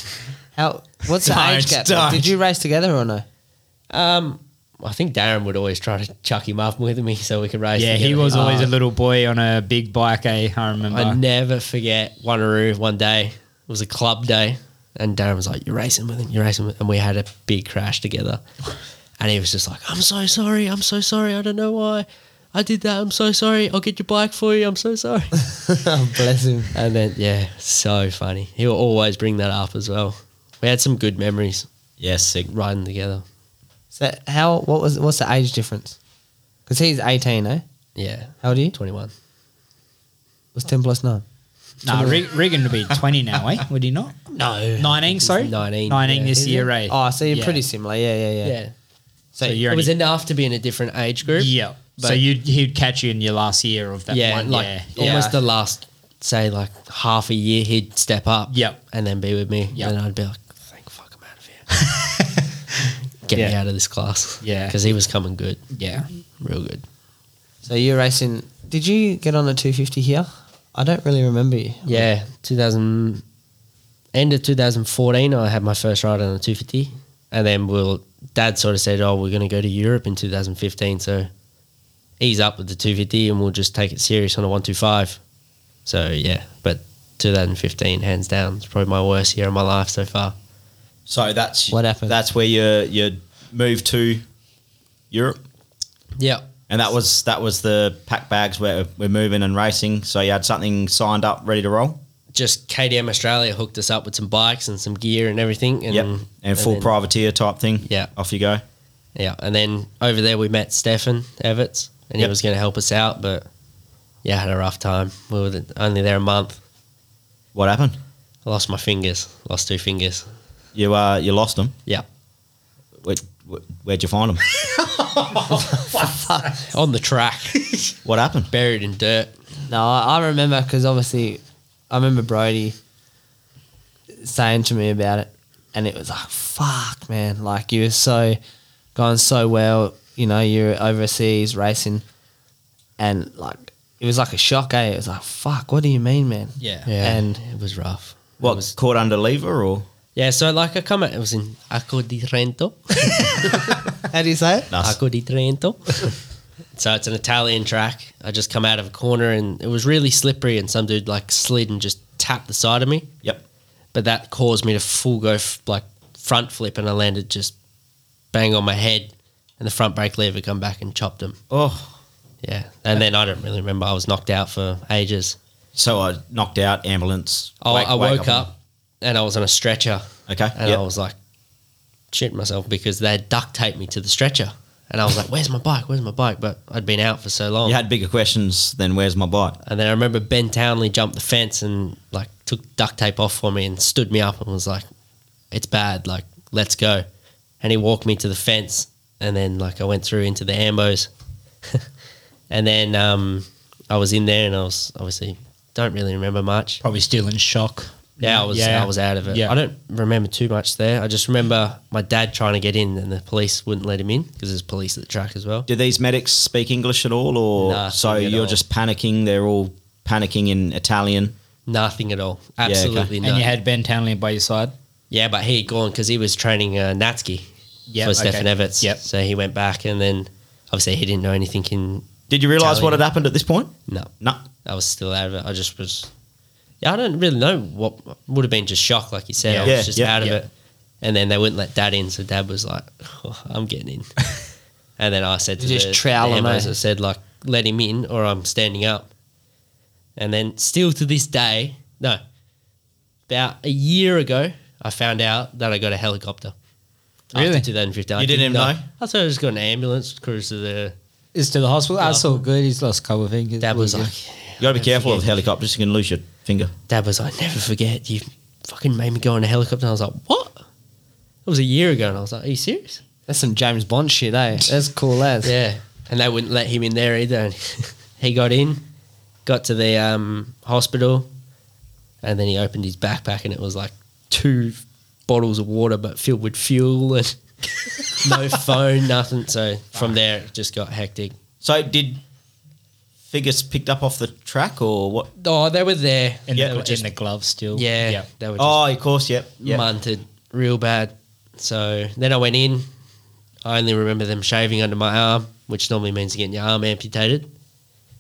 [SPEAKER 3] How? What's the
[SPEAKER 1] Don't,
[SPEAKER 3] age gap?
[SPEAKER 1] don't.
[SPEAKER 3] Did you race together or no?
[SPEAKER 4] Um, I think Darren would always try to chuck him up with me so we could race.
[SPEAKER 2] Yeah, he
[SPEAKER 4] together.
[SPEAKER 2] was always
[SPEAKER 4] Uh,
[SPEAKER 2] a little boy on a big bike, eh? I remember.
[SPEAKER 4] I never forget Wanneroo one day. It was a club day, and Darren was like, "You're racing with him. You're racing with," him. and we had a big crash together. And he was just like, "I'm so sorry. I'm so sorry. I don't know why." I did that. I'm so sorry. I'll get your bike for you. I'm so sorry.
[SPEAKER 3] Oh, Bless him.
[SPEAKER 4] and then, yeah, so funny. He'll always bring that up as well. We had some good memories
[SPEAKER 1] yeah, sick.
[SPEAKER 4] riding together.
[SPEAKER 3] So how? What was? What's the age difference? Because he's eighteen, eh?
[SPEAKER 4] Yeah,
[SPEAKER 3] How old are you?
[SPEAKER 4] 21.
[SPEAKER 3] Was ten plus nine?
[SPEAKER 2] Nah, Re- Regan would be 20 now, eh? Would he not?
[SPEAKER 4] No,
[SPEAKER 2] 19, sorry?
[SPEAKER 4] 19,
[SPEAKER 2] 19
[SPEAKER 4] yeah.
[SPEAKER 2] this
[SPEAKER 3] Is
[SPEAKER 2] year,
[SPEAKER 3] it?
[SPEAKER 2] eh?
[SPEAKER 3] Oh, so you're
[SPEAKER 2] Yeah.
[SPEAKER 3] pretty similar. Yeah, yeah, yeah.
[SPEAKER 4] Yeah.
[SPEAKER 2] So,
[SPEAKER 4] it
[SPEAKER 2] you're
[SPEAKER 4] was
[SPEAKER 2] only-
[SPEAKER 4] enough to be in a different age group.
[SPEAKER 2] Yeah. So
[SPEAKER 4] but-
[SPEAKER 2] you'd, he'd catch you in your last year of that
[SPEAKER 4] yeah,
[SPEAKER 2] one.
[SPEAKER 4] like
[SPEAKER 2] yeah.
[SPEAKER 4] almost
[SPEAKER 3] Yeah.
[SPEAKER 4] the last say like half a year he'd step up.
[SPEAKER 2] Yep.
[SPEAKER 4] And then be with me.
[SPEAKER 2] Yep.
[SPEAKER 4] And I'd be like, thank fuck I'm out of here. Get me
[SPEAKER 2] Yeah.
[SPEAKER 4] out of this class.
[SPEAKER 2] Yeah.
[SPEAKER 4] Because he was coming good.
[SPEAKER 2] Yeah.
[SPEAKER 4] Real good.
[SPEAKER 3] So you're racing. Did you get on a 250 here? I don't really remember you.
[SPEAKER 4] Yeah. Two thousand end of two thousand fourteen I had my first ride on a two fifty. And then we'll dad sort of said, Oh, we're gonna go to Europe in two thousand fifteen, so ease up with the two fifty and we'll just take it serious on a one two five. So yeah, but 2015, hands down, it's probably my worst year of my life so far.
[SPEAKER 1] So that's
[SPEAKER 3] What happened?
[SPEAKER 1] That's where you you moved to Europe,
[SPEAKER 4] Yeah,
[SPEAKER 1] and that was that was the pack bags where we're moving and racing. So you had something signed up, ready to roll.
[SPEAKER 4] just KDM Australia hooked us up with some bikes and some gear and everything. And,
[SPEAKER 1] yep, and full
[SPEAKER 4] then-
[SPEAKER 1] privateer type thing.
[SPEAKER 4] Yeah.
[SPEAKER 1] off you go.
[SPEAKER 4] Yeah, and then over there we met Stefan Evans, and he
[SPEAKER 1] Yep.
[SPEAKER 4] was going to help us out, but yeah, I had a rough time. We were th- only there a month.
[SPEAKER 1] What happened?
[SPEAKER 4] I lost my fingers, lost two fingers.
[SPEAKER 1] You uh you lost them.
[SPEAKER 4] Yeah,
[SPEAKER 1] Where, where'd you find them?
[SPEAKER 4] on the track,
[SPEAKER 1] what happened?
[SPEAKER 4] buried in dirt.
[SPEAKER 3] No, I, I remember because obviously, I remember Brody saying to me about it, and it was like, "Fuck, man! Like you were so going so well, you know, you're overseas racing, and like it was like a shock, eh? It was like, "Fuck, what do you mean, man?
[SPEAKER 4] Yeah,
[SPEAKER 3] And-
[SPEAKER 4] and it was rough.
[SPEAKER 1] What
[SPEAKER 4] It was-
[SPEAKER 1] caught under lever or
[SPEAKER 4] yeah, so like I come out, it was in Arco di Trento.
[SPEAKER 3] How do you say it?
[SPEAKER 1] Nice.
[SPEAKER 4] Arco di Trento. so it's an Italian track. I just come out of a corner and it was really slippery, and some dude like slid and just tapped the side of me.
[SPEAKER 1] Yep.
[SPEAKER 4] But that caused me to full go f- like front flip and I landed just bang on my head and the front brake lever come back and chopped him.
[SPEAKER 1] Oh,
[SPEAKER 4] Yeah. And then I don't really remember. I was knocked out for ages.
[SPEAKER 1] so I knocked out ambulance.
[SPEAKER 4] I,
[SPEAKER 1] Wake-
[SPEAKER 4] Oh, I
[SPEAKER 1] wake
[SPEAKER 4] woke up, and I was on a stretcher
[SPEAKER 1] Okay.
[SPEAKER 4] and
[SPEAKER 1] yep.
[SPEAKER 4] I was like shitting myself because they had duct taped me to the stretcher. And I was like, where's my bike? Where's my bike? But I'd been out for so long.
[SPEAKER 1] you had bigger questions than where's my bike?
[SPEAKER 4] And then I remember Ben Townley jumped the fence and like took duct tape off for me and stood me up and was like, "It's bad, like let's go." And he walked me to the fence, and then like I went through into the ambos, and then um, I was in there and I was obviously don't really remember much.
[SPEAKER 2] Probably still in shock.
[SPEAKER 4] Yeah, I was I was out of it.
[SPEAKER 2] Yeah.
[SPEAKER 4] I don't remember too much there. I just remember my dad trying to get in and the police wouldn't let him in because there's police at the track as well.
[SPEAKER 1] Do these medics speak English at all, or
[SPEAKER 4] Nah,
[SPEAKER 1] so
[SPEAKER 4] nothing at
[SPEAKER 1] you're
[SPEAKER 4] all.
[SPEAKER 1] just panicking? They're all panicking in Italian.
[SPEAKER 4] Nothing at all.
[SPEAKER 1] okay.
[SPEAKER 4] Absolutely
[SPEAKER 2] And you
[SPEAKER 4] nothing.
[SPEAKER 2] had Ben Townley by your side.
[SPEAKER 4] yeah, but he had gone because he was training uh, Natsuki.
[SPEAKER 2] Yeah,
[SPEAKER 4] for Stefan Evans.
[SPEAKER 2] Yep.
[SPEAKER 4] So he went back, and then obviously he didn't know anything. In
[SPEAKER 1] Did you realise what
[SPEAKER 4] Italian.
[SPEAKER 1] had happened at this point?
[SPEAKER 4] no,
[SPEAKER 1] No.
[SPEAKER 4] I was still out of it. I just was. Yeah, I don't really know what would have been just shock, like you said. I was
[SPEAKER 1] Yeah. Yeah,
[SPEAKER 4] just
[SPEAKER 1] yeah,
[SPEAKER 4] out of
[SPEAKER 2] yeah.
[SPEAKER 4] it, and then they wouldn't let Dad in, so Dad was like, "Oh, "I'm getting in," and then I said to
[SPEAKER 3] You just
[SPEAKER 4] the,
[SPEAKER 3] trowel
[SPEAKER 4] the
[SPEAKER 3] him,
[SPEAKER 4] ambos,
[SPEAKER 3] eh?
[SPEAKER 4] I said like, "Let him in, or I'm standing up." And then still to this day, no, about a year ago, I found out that I got a helicopter.
[SPEAKER 2] Really?
[SPEAKER 4] After 2015. I
[SPEAKER 1] You didn't
[SPEAKER 4] did
[SPEAKER 1] even
[SPEAKER 4] not-
[SPEAKER 1] know?
[SPEAKER 4] I thought I just got an ambulance cruise to the.
[SPEAKER 2] Is to the hospital.
[SPEAKER 4] Yeah.
[SPEAKER 2] That's all good. He's lost a couple of fingers.
[SPEAKER 4] Dad was
[SPEAKER 2] We're
[SPEAKER 4] like,
[SPEAKER 2] good.
[SPEAKER 1] You got to be careful with helicopters. You can lose your finger.
[SPEAKER 4] Dad was like, never forget. You fucking made me go on a helicopter. And I was like, what? It was a year ago, and I was like, are you serious?
[SPEAKER 3] That's some James Bond shit, eh? That's cool as.
[SPEAKER 4] Yeah. And they wouldn't let him in there either. And he got in, got to the um, hospital, and then he opened his backpack, and it was like two bottles of water, but filled with fuel and no phone, nothing. So from there, it just got hectic.
[SPEAKER 1] So did figures picked up off the track or what?
[SPEAKER 4] Oh, they were there.
[SPEAKER 2] in,
[SPEAKER 1] Yeah,
[SPEAKER 2] the,
[SPEAKER 1] we're
[SPEAKER 2] gl-
[SPEAKER 1] just-
[SPEAKER 2] in the glove still.
[SPEAKER 4] Yeah,
[SPEAKER 2] yeah.
[SPEAKER 4] they were just
[SPEAKER 1] Oh, of course. Yep. Yep.
[SPEAKER 4] munted real bad. So then I went in. I only remember them shaving under my arm, which normally means getting your arm amputated.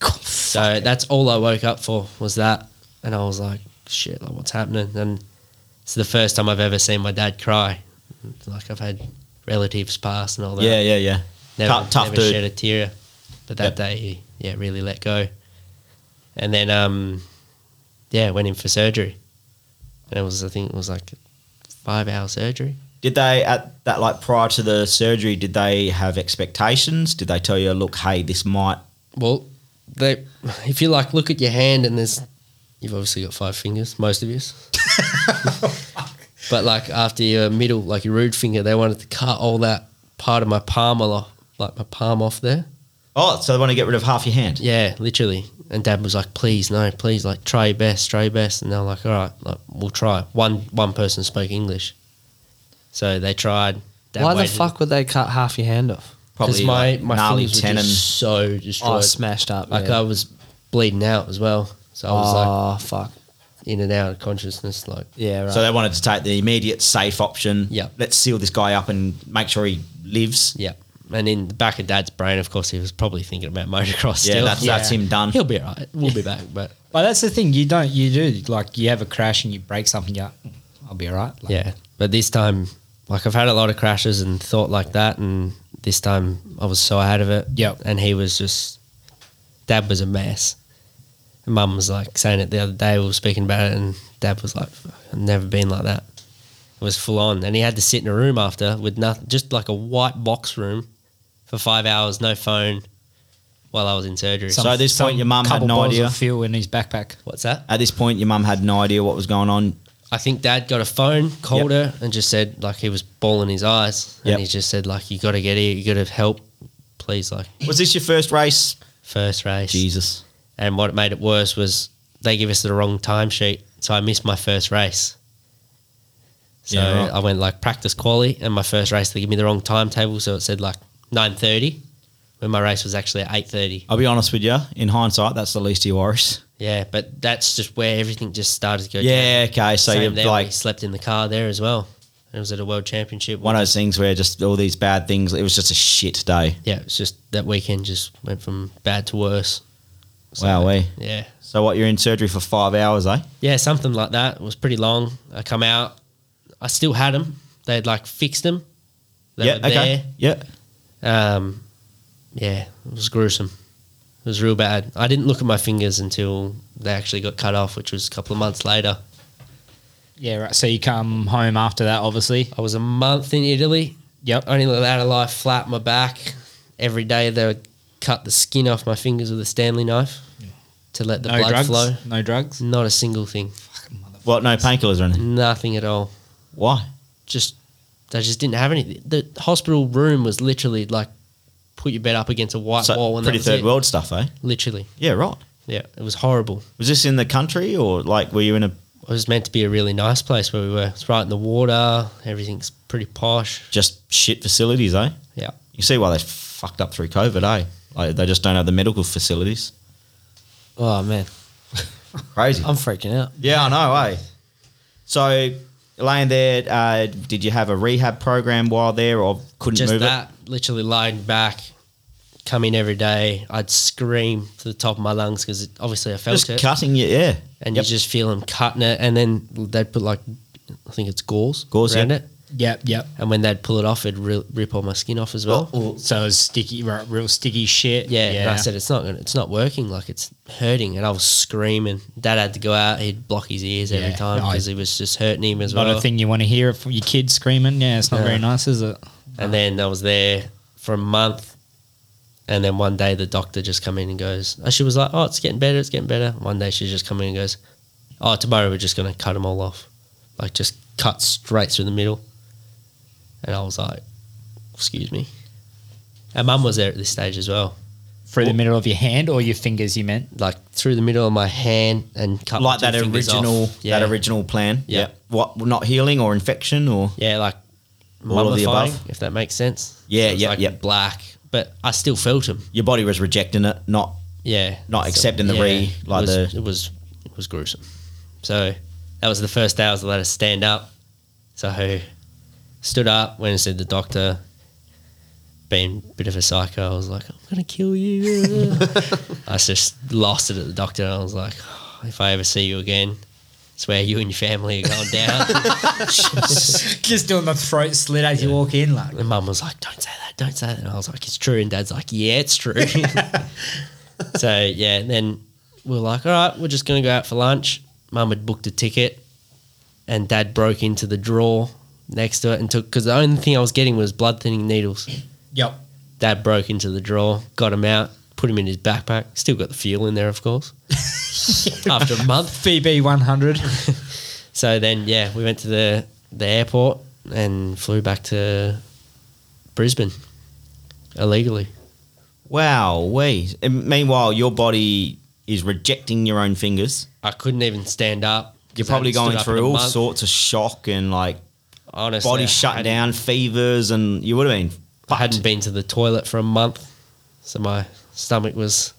[SPEAKER 4] So that's all I woke up for was that, and I was like, "Shit, like what's happening?" And it's the first time I've ever seen my dad cry. It's Like I've had relatives pass and all that.
[SPEAKER 1] Yeah. Yeah. Yeah.
[SPEAKER 4] never,
[SPEAKER 1] Tough- tough
[SPEAKER 4] never
[SPEAKER 1] dude.
[SPEAKER 4] shed a tear. But that
[SPEAKER 1] Yep.
[SPEAKER 4] day, he, yeah, really let go. And then, um, yeah, went in for surgery, and it was I think it was like five hour surgery.
[SPEAKER 1] Did they at that like prior to the surgery? Did they have expectations? Did they tell you, look, hey, this might?
[SPEAKER 4] Well, they if you like look at your hand and there's you've obviously got five fingers, most of yous. but like after your middle, like your root finger, they wanted to cut all that part of my palm off, like my palm off there.
[SPEAKER 1] Oh, so they want to get rid of half your hand.
[SPEAKER 4] Yeah, literally. And Dad was like, "Please, no, please, like try your best, try your best." And they're like, "All right, like we'll try." One one person spoke English, so they tried. Dad
[SPEAKER 3] Why the fuck would they cut half your hand off?
[SPEAKER 4] Because
[SPEAKER 1] Probably
[SPEAKER 4] my
[SPEAKER 1] like,
[SPEAKER 4] my
[SPEAKER 1] gnarly
[SPEAKER 4] fingers were
[SPEAKER 1] tendon.
[SPEAKER 4] just so
[SPEAKER 3] Oh,
[SPEAKER 4] destroyed.
[SPEAKER 3] smashed up.
[SPEAKER 4] like
[SPEAKER 3] yeah.
[SPEAKER 4] I was bleeding out as well, so I was like
[SPEAKER 3] oh fuck.
[SPEAKER 4] in and out of consciousness. Like,
[SPEAKER 3] Yeah, right.
[SPEAKER 1] So they wanted to take the immediate safe option.
[SPEAKER 4] Yeah.
[SPEAKER 1] Let's seal this guy up and make sure he lives.
[SPEAKER 4] yeah. And in the back of Dad's brain, of course, he was probably thinking about motocross.
[SPEAKER 1] Yeah,
[SPEAKER 4] still.
[SPEAKER 1] that's, that's him done.
[SPEAKER 4] He'll be all right. We'll be back, but
[SPEAKER 2] Well, that's the thing. You don't. You do like you have a crash and you break something. You, I'll be all right. Like,
[SPEAKER 4] Yeah, but this time, like I've had a lot of crashes and thought like that, and this time I was so out of it.
[SPEAKER 2] Yep.
[SPEAKER 4] And he was just, Dad was a mess. And Mum was like saying it the other day. We were speaking about it, and Dad was like, "Fuck, "I've never been like that." It was full on, and he had to sit in a room after with nothing, just like a white box room, for five hours, no phone, while I was in surgery.
[SPEAKER 1] So at this
[SPEAKER 2] some
[SPEAKER 1] point, your mum had
[SPEAKER 2] couple
[SPEAKER 1] no
[SPEAKER 2] bottles
[SPEAKER 1] idea?
[SPEAKER 2] of fuel in his backpack.
[SPEAKER 4] What's that?
[SPEAKER 1] At this point, your mum had no idea what was going on.
[SPEAKER 4] I think dad got a phone, called her, and just said, like, he was bawling his eyes. And
[SPEAKER 1] Yep.
[SPEAKER 4] he just said, like, you got to get here. You got to help. Please, like,
[SPEAKER 1] Was this your first race?
[SPEAKER 4] first race.
[SPEAKER 1] Jesus.
[SPEAKER 4] And what made it worse was they gave us the wrong timesheet. So I missed my first race. So
[SPEAKER 1] Yeah, right.
[SPEAKER 4] I went, like, practice quali. And my first race, they gave me the wrong timetable. So it said, like, 9.30 when my race was actually at 8.30.
[SPEAKER 1] I'll be honest with you. In hindsight, that's the least of your worries.
[SPEAKER 4] Yeah, but that's just where everything just started to go down.
[SPEAKER 1] Yeah. Okay. So
[SPEAKER 4] Same
[SPEAKER 1] you're
[SPEAKER 4] there,
[SPEAKER 1] like
[SPEAKER 4] we slept in the car there as well. It was at a world championship.
[SPEAKER 1] one of those things where just all these bad things. It was just a shit day.
[SPEAKER 4] yeah, it's just that weekend just went from bad to worse.
[SPEAKER 1] Wow. eh?
[SPEAKER 4] Yeah.
[SPEAKER 1] So what? You're in surgery for five hours, eh?
[SPEAKER 4] Yeah, something like that. It was pretty long. I come out, I still had them. They'd like fixed them. They
[SPEAKER 1] yeah.
[SPEAKER 4] were
[SPEAKER 1] Okay. Yeah.
[SPEAKER 4] there. Um, yeah, it was gruesome. It was real bad. I didn't look at my fingers until they actually got cut off, which was a couple of months later.
[SPEAKER 2] Yeah, right. So you come home after that, obviously.
[SPEAKER 4] I was a month in Italy.
[SPEAKER 2] Yep.
[SPEAKER 4] Only allowed to lie flat on my back. Every day they would cut the skin off my fingers with a Stanley knife to let the
[SPEAKER 2] no
[SPEAKER 4] blood
[SPEAKER 2] drugs.
[SPEAKER 4] flow.
[SPEAKER 2] No drugs.
[SPEAKER 4] Not a single thing.
[SPEAKER 1] What? No painkillers or anything.
[SPEAKER 4] Nothing at all.
[SPEAKER 1] Why?
[SPEAKER 4] Just they just didn't have anything. The hospital room was literally like put your bed up against a white wall
[SPEAKER 1] So
[SPEAKER 4] and
[SPEAKER 1] pretty
[SPEAKER 4] that was
[SPEAKER 1] third
[SPEAKER 4] it.
[SPEAKER 1] world stuff, eh?
[SPEAKER 4] Literally.
[SPEAKER 1] Yeah. Right.
[SPEAKER 4] Yeah. It was horrible.
[SPEAKER 1] Was this in the country or like were you in a?
[SPEAKER 4] It was meant to be a really nice place where we were. It's right in the water. Everything's pretty posh.
[SPEAKER 1] just shit facilities, eh?
[SPEAKER 4] Yeah.
[SPEAKER 1] You see why they fucked up through COVID, eh? Like they just don't have the medical facilities.
[SPEAKER 3] Oh man,
[SPEAKER 1] Crazy.
[SPEAKER 4] Um,
[SPEAKER 3] I'm freaking out.
[SPEAKER 1] yeah, I know, eh? So laying there, uh, did you have a rehab program while there, or couldn't
[SPEAKER 4] just
[SPEAKER 1] move
[SPEAKER 4] that, literally lying back, come in every day. I'd scream to the top of my lungs because obviously I
[SPEAKER 1] it?
[SPEAKER 4] felt
[SPEAKER 1] Just
[SPEAKER 4] it,
[SPEAKER 1] cutting you, yeah.
[SPEAKER 4] and
[SPEAKER 1] Yep.
[SPEAKER 4] you just feel them cutting it, and then they'd put like, I think it's gauze,
[SPEAKER 1] Gauze,
[SPEAKER 4] around
[SPEAKER 1] yeah.
[SPEAKER 4] it,
[SPEAKER 2] Yep. Yep.
[SPEAKER 4] and when they'd pull it off, it'd re- rip all my skin off as well.
[SPEAKER 2] So it was sticky, right, real sticky shit.
[SPEAKER 4] Oh. Yeah, and
[SPEAKER 2] Oh, Yeah.
[SPEAKER 4] I said it's not gonna, it's not working, like it's hurting, and I was screaming. Dad had to go out; he'd block his ears every
[SPEAKER 2] Yeah,
[SPEAKER 4] time
[SPEAKER 2] no, I-
[SPEAKER 4] because it was just hurting him as
[SPEAKER 2] not
[SPEAKER 4] well.
[SPEAKER 2] a thing you want to hear from your kids screaming. Yeah, it's not
[SPEAKER 4] Yeah.
[SPEAKER 2] very nice, is it?
[SPEAKER 4] And then I was there for a month. And then one day the doctor just come in and goes, and she was like, oh, it's getting better, it's getting better. One day she just come in and goes, oh, tomorrow we're just going to cut them all off. Like just cut straight through the middle. And I was like, excuse me. And mum was there at this stage as well.
[SPEAKER 2] Through the middle of your hand or your fingers, you meant?
[SPEAKER 4] Like through the middle of my hand and cut my
[SPEAKER 1] like
[SPEAKER 4] two
[SPEAKER 1] that
[SPEAKER 4] fingers
[SPEAKER 1] original,
[SPEAKER 4] off. Yeah.
[SPEAKER 1] that original plan.
[SPEAKER 4] Yeah.
[SPEAKER 1] Yep. What? Not healing or infection or?
[SPEAKER 4] Yeah, like
[SPEAKER 1] All of the
[SPEAKER 4] mummifying,
[SPEAKER 1] above?
[SPEAKER 4] if that makes sense.
[SPEAKER 1] Yeah,
[SPEAKER 4] It was
[SPEAKER 1] yeah,
[SPEAKER 4] like
[SPEAKER 1] yeah.
[SPEAKER 4] Black, but I still felt them.
[SPEAKER 1] Your body was rejecting it, not
[SPEAKER 4] yeah,
[SPEAKER 1] Not accepting the re- like
[SPEAKER 4] it was,
[SPEAKER 1] the-
[SPEAKER 4] it was it was gruesome. So that was the first day I was allowed to stand up. So I stood up, went and said to the doctor, being a bit of a psycho, I was like, I'm gonna kill you. I just lost it at the doctor, and I was like, "Oh, if I ever see you again. Swear you and your family are going down.
[SPEAKER 2] Just doing my throat slit as you walk in, like.
[SPEAKER 4] and mum was like, Don't say that, don't say that. And I was like, It's true. And dad's like, Yeah, it's true. so yeah, and then we were like, all right, we're just going to go out for lunch. Mum had booked a ticket, and Dad broke into the drawer next to it and took because the only thing I was getting was blood thinning needles.
[SPEAKER 2] Yep.
[SPEAKER 4] Dad broke into the drawer, got him out, put him in his backpack. Still got the fuel in there, of course. After a month,
[SPEAKER 2] VB 100.
[SPEAKER 4] so then yeah, we went to the the airport and flew back to Brisbane illegally.
[SPEAKER 1] wow. We. Meanwhile, your body is rejecting your own fingers.
[SPEAKER 4] I couldn't even stand up.
[SPEAKER 1] You're probably going through all
[SPEAKER 4] sorts.
[SPEAKER 1] sorts of shock and like
[SPEAKER 4] Honestly,
[SPEAKER 1] body
[SPEAKER 4] I
[SPEAKER 1] shut
[SPEAKER 4] hadn't-
[SPEAKER 1] down, fevers, and you would have been.
[SPEAKER 4] I hadn't been to the toilet for a month, so my stomach was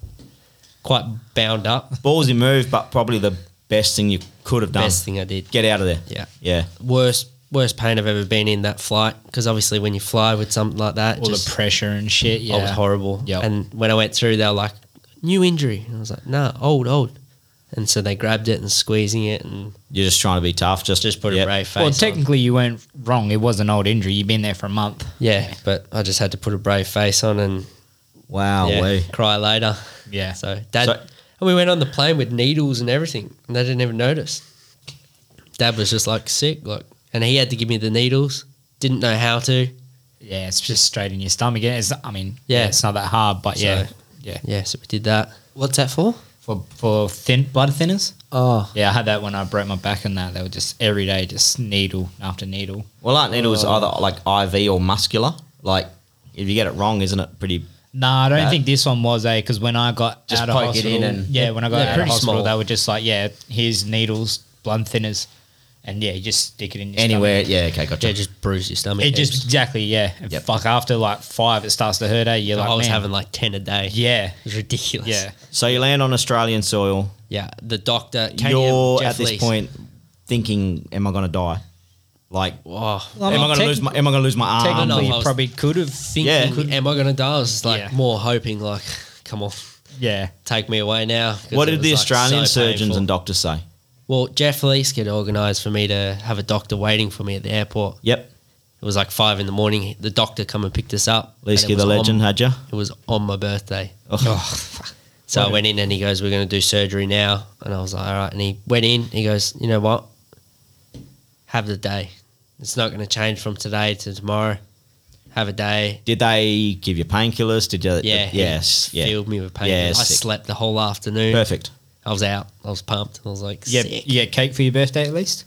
[SPEAKER 4] quite bound up.
[SPEAKER 1] Ballsy move, but probably the best thing you could have done.
[SPEAKER 4] Best thing I did.
[SPEAKER 1] Get out of there.
[SPEAKER 4] Yeah.
[SPEAKER 1] Yeah.
[SPEAKER 4] Worst worst pain I've ever been in that flight because obviously when you fly with something like that,
[SPEAKER 2] All
[SPEAKER 4] just
[SPEAKER 2] the pressure and shit. Yeah.
[SPEAKER 4] I was horrible.
[SPEAKER 2] Yep.
[SPEAKER 4] And when I went through, they were like new injury, and I was like, no, old, old. And so they grabbed it and squeezing it and
[SPEAKER 1] You're just trying to be tough. Just
[SPEAKER 4] just put
[SPEAKER 1] yeah.
[SPEAKER 4] a brave face.
[SPEAKER 2] Well,
[SPEAKER 4] on.
[SPEAKER 2] technically, you weren't wrong. It was an old injury. You've been there for a month.
[SPEAKER 4] yeah, but I just had to put a brave face on and
[SPEAKER 1] Wow.
[SPEAKER 4] yeah,
[SPEAKER 1] wee.
[SPEAKER 4] cry later.
[SPEAKER 2] Oh, Yeah. So
[SPEAKER 4] So dad,
[SPEAKER 1] So-
[SPEAKER 4] and we went on the plane with needles and everything, and they didn't even notice. Dad was just like sick, like, and he had to give me the needles. Didn't know how to.
[SPEAKER 2] yeah, it's just straight in your stomach. Yeah, It's, I mean, yeah,
[SPEAKER 4] Yeah.
[SPEAKER 2] it's not that hard, but yeah,
[SPEAKER 4] So-
[SPEAKER 2] yeah.
[SPEAKER 4] Yeah, so we did that.
[SPEAKER 3] What's that for?
[SPEAKER 2] For for thin blood thinners.
[SPEAKER 3] Oh,
[SPEAKER 2] Yeah, I had that when I broke my back and that. They were just every day, just needle after needle.
[SPEAKER 1] Well, aren't needles
[SPEAKER 4] Oh.
[SPEAKER 1] either like IV or muscular? Like, if you get it wrong, isn't it pretty?
[SPEAKER 2] Nah, I don't
[SPEAKER 1] No.
[SPEAKER 2] think this one was a because when I got
[SPEAKER 1] Just
[SPEAKER 2] out of
[SPEAKER 1] poke it
[SPEAKER 2] hospital,
[SPEAKER 1] in and-
[SPEAKER 2] yeah, when I got
[SPEAKER 4] They're
[SPEAKER 2] out of
[SPEAKER 4] pretty
[SPEAKER 2] hospital,
[SPEAKER 4] small.
[SPEAKER 2] they were just like, yeah, here's needles, blood thinners, and yeah, you just stick it in your
[SPEAKER 1] Anywhere.
[SPEAKER 2] stomach.
[SPEAKER 1] Yeah. Okay. Gotcha.
[SPEAKER 4] Yeah, just bruised your stomach.
[SPEAKER 2] It just
[SPEAKER 4] heaps.
[SPEAKER 2] exactly yeah. And
[SPEAKER 1] Yep.
[SPEAKER 2] Fuck after like five, it starts to hurt. Eh? You're like,
[SPEAKER 4] I was
[SPEAKER 2] man,
[SPEAKER 4] having like ten a day.
[SPEAKER 2] yeah,
[SPEAKER 4] it was ridiculous.
[SPEAKER 2] yeah.
[SPEAKER 1] so you land on Australian soil.
[SPEAKER 4] yeah. The doctor,
[SPEAKER 1] You're at this
[SPEAKER 4] Lees.
[SPEAKER 1] point thinking, "Am I going to die? Like,
[SPEAKER 4] Oh,
[SPEAKER 2] I mean,
[SPEAKER 1] am I going to
[SPEAKER 2] techni-
[SPEAKER 1] lose my? Am I going to lose my arm?
[SPEAKER 4] technically-
[SPEAKER 2] Technically,
[SPEAKER 4] I
[SPEAKER 2] you
[SPEAKER 4] was
[SPEAKER 2] probably could have.
[SPEAKER 1] Yeah.
[SPEAKER 4] thinking, am I gonna die? I was just like
[SPEAKER 2] Yeah.
[SPEAKER 4] more hoping, like, come on,
[SPEAKER 2] Yeah,
[SPEAKER 4] take me away now. 'cause
[SPEAKER 1] What
[SPEAKER 4] it
[SPEAKER 1] did
[SPEAKER 4] was,
[SPEAKER 1] the
[SPEAKER 4] like,
[SPEAKER 1] Australian
[SPEAKER 4] so
[SPEAKER 1] surgeons
[SPEAKER 4] painful.
[SPEAKER 1] and doctors say?
[SPEAKER 4] Well, Jeff Lees had organised for me to have a doctor waiting for me at the airport.
[SPEAKER 1] Yep.
[SPEAKER 4] It was like five in the morning. The doctor come and picked us up. and it
[SPEAKER 1] Leeski
[SPEAKER 4] was
[SPEAKER 1] the legend,
[SPEAKER 4] on-
[SPEAKER 1] had you?
[SPEAKER 4] it was on my birthday.
[SPEAKER 1] Oh,
[SPEAKER 4] So I went in and he goes, We're going to do surgery now. And I was like, All right. And he went in. He goes, You know what? Have the day. It's not going to change from today to tomorrow. Have a day.
[SPEAKER 1] Did they give you painkillers? Did you?
[SPEAKER 4] Yeah. he
[SPEAKER 1] Yes. Yeah.
[SPEAKER 4] Filled me with pain.
[SPEAKER 1] Yeah,
[SPEAKER 4] I
[SPEAKER 1] sick.
[SPEAKER 4] slept the whole afternoon.
[SPEAKER 1] Perfect.
[SPEAKER 4] I was out. I was pumped. I was like,
[SPEAKER 2] Yeah,
[SPEAKER 4] Sick.
[SPEAKER 2] you get cake for your birthday at least.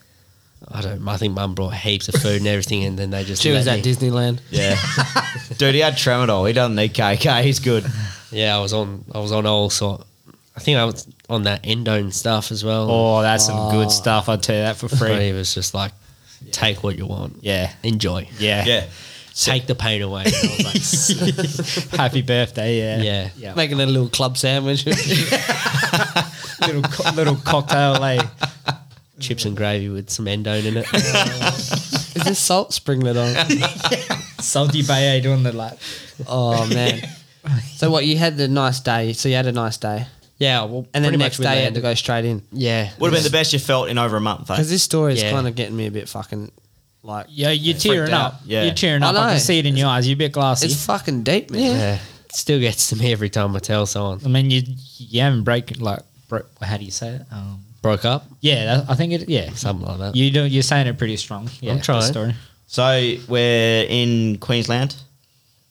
[SPEAKER 4] I don't. I think Mum brought heaps of food and everything, and then they just.
[SPEAKER 3] She was
[SPEAKER 4] let
[SPEAKER 3] at
[SPEAKER 4] me-
[SPEAKER 3] Disneyland.
[SPEAKER 1] Yeah. Dude, he had tramadol. He doesn't need KK. He's good.
[SPEAKER 4] Yeah, I was on. I was on all sort. I think I was on that endone stuff as well.
[SPEAKER 2] Oh, that's some good stuff. I'd tell you that for
[SPEAKER 4] But
[SPEAKER 2] free.
[SPEAKER 4] it was just like, take what you want,
[SPEAKER 2] Yeah,
[SPEAKER 4] enjoy,
[SPEAKER 2] yeah,
[SPEAKER 1] Yeah.
[SPEAKER 4] take the pain away. And I was like,
[SPEAKER 2] Happy birthday. Yeah,
[SPEAKER 4] Yeah.
[SPEAKER 2] yeah.
[SPEAKER 3] Making a little club sandwich.
[SPEAKER 2] little co- little cocktail, eh?
[SPEAKER 4] chips and gravy with some endone in it.
[SPEAKER 3] Is there salt sprinkled on?
[SPEAKER 2] Salty Bay doing the like.
[SPEAKER 3] Oh man. So what? You had the nice day. So you had a nice day,
[SPEAKER 4] yeah, well,
[SPEAKER 3] and then
[SPEAKER 4] pretty
[SPEAKER 3] the
[SPEAKER 4] much
[SPEAKER 3] next
[SPEAKER 4] we
[SPEAKER 3] day you had to
[SPEAKER 4] landed-
[SPEAKER 3] go straight in.
[SPEAKER 4] Yeah,
[SPEAKER 1] Would have been the best you felt in over a month, eh?
[SPEAKER 3] Because this story is
[SPEAKER 4] Yeah.
[SPEAKER 3] kind of getting me a bit fucking like
[SPEAKER 2] Yeah, you're tearing
[SPEAKER 3] out.
[SPEAKER 2] up.
[SPEAKER 1] Yeah.
[SPEAKER 2] You're tearing
[SPEAKER 3] I
[SPEAKER 2] up. I,
[SPEAKER 3] know.
[SPEAKER 2] can see it in your eyes. You're a bit glassy.
[SPEAKER 3] it's fucking deep, man.
[SPEAKER 4] yeah. It still gets to me every time I tell someone
[SPEAKER 2] I mean, you you haven't broken like broke. How do you say it? Um,
[SPEAKER 4] broke up,
[SPEAKER 2] yeah, that, I think it. Yeah,
[SPEAKER 4] something like that.
[SPEAKER 2] you do. You're saying it pretty strong. Yeah, the
[SPEAKER 4] trying.
[SPEAKER 2] Story.
[SPEAKER 1] So we're in Queensland.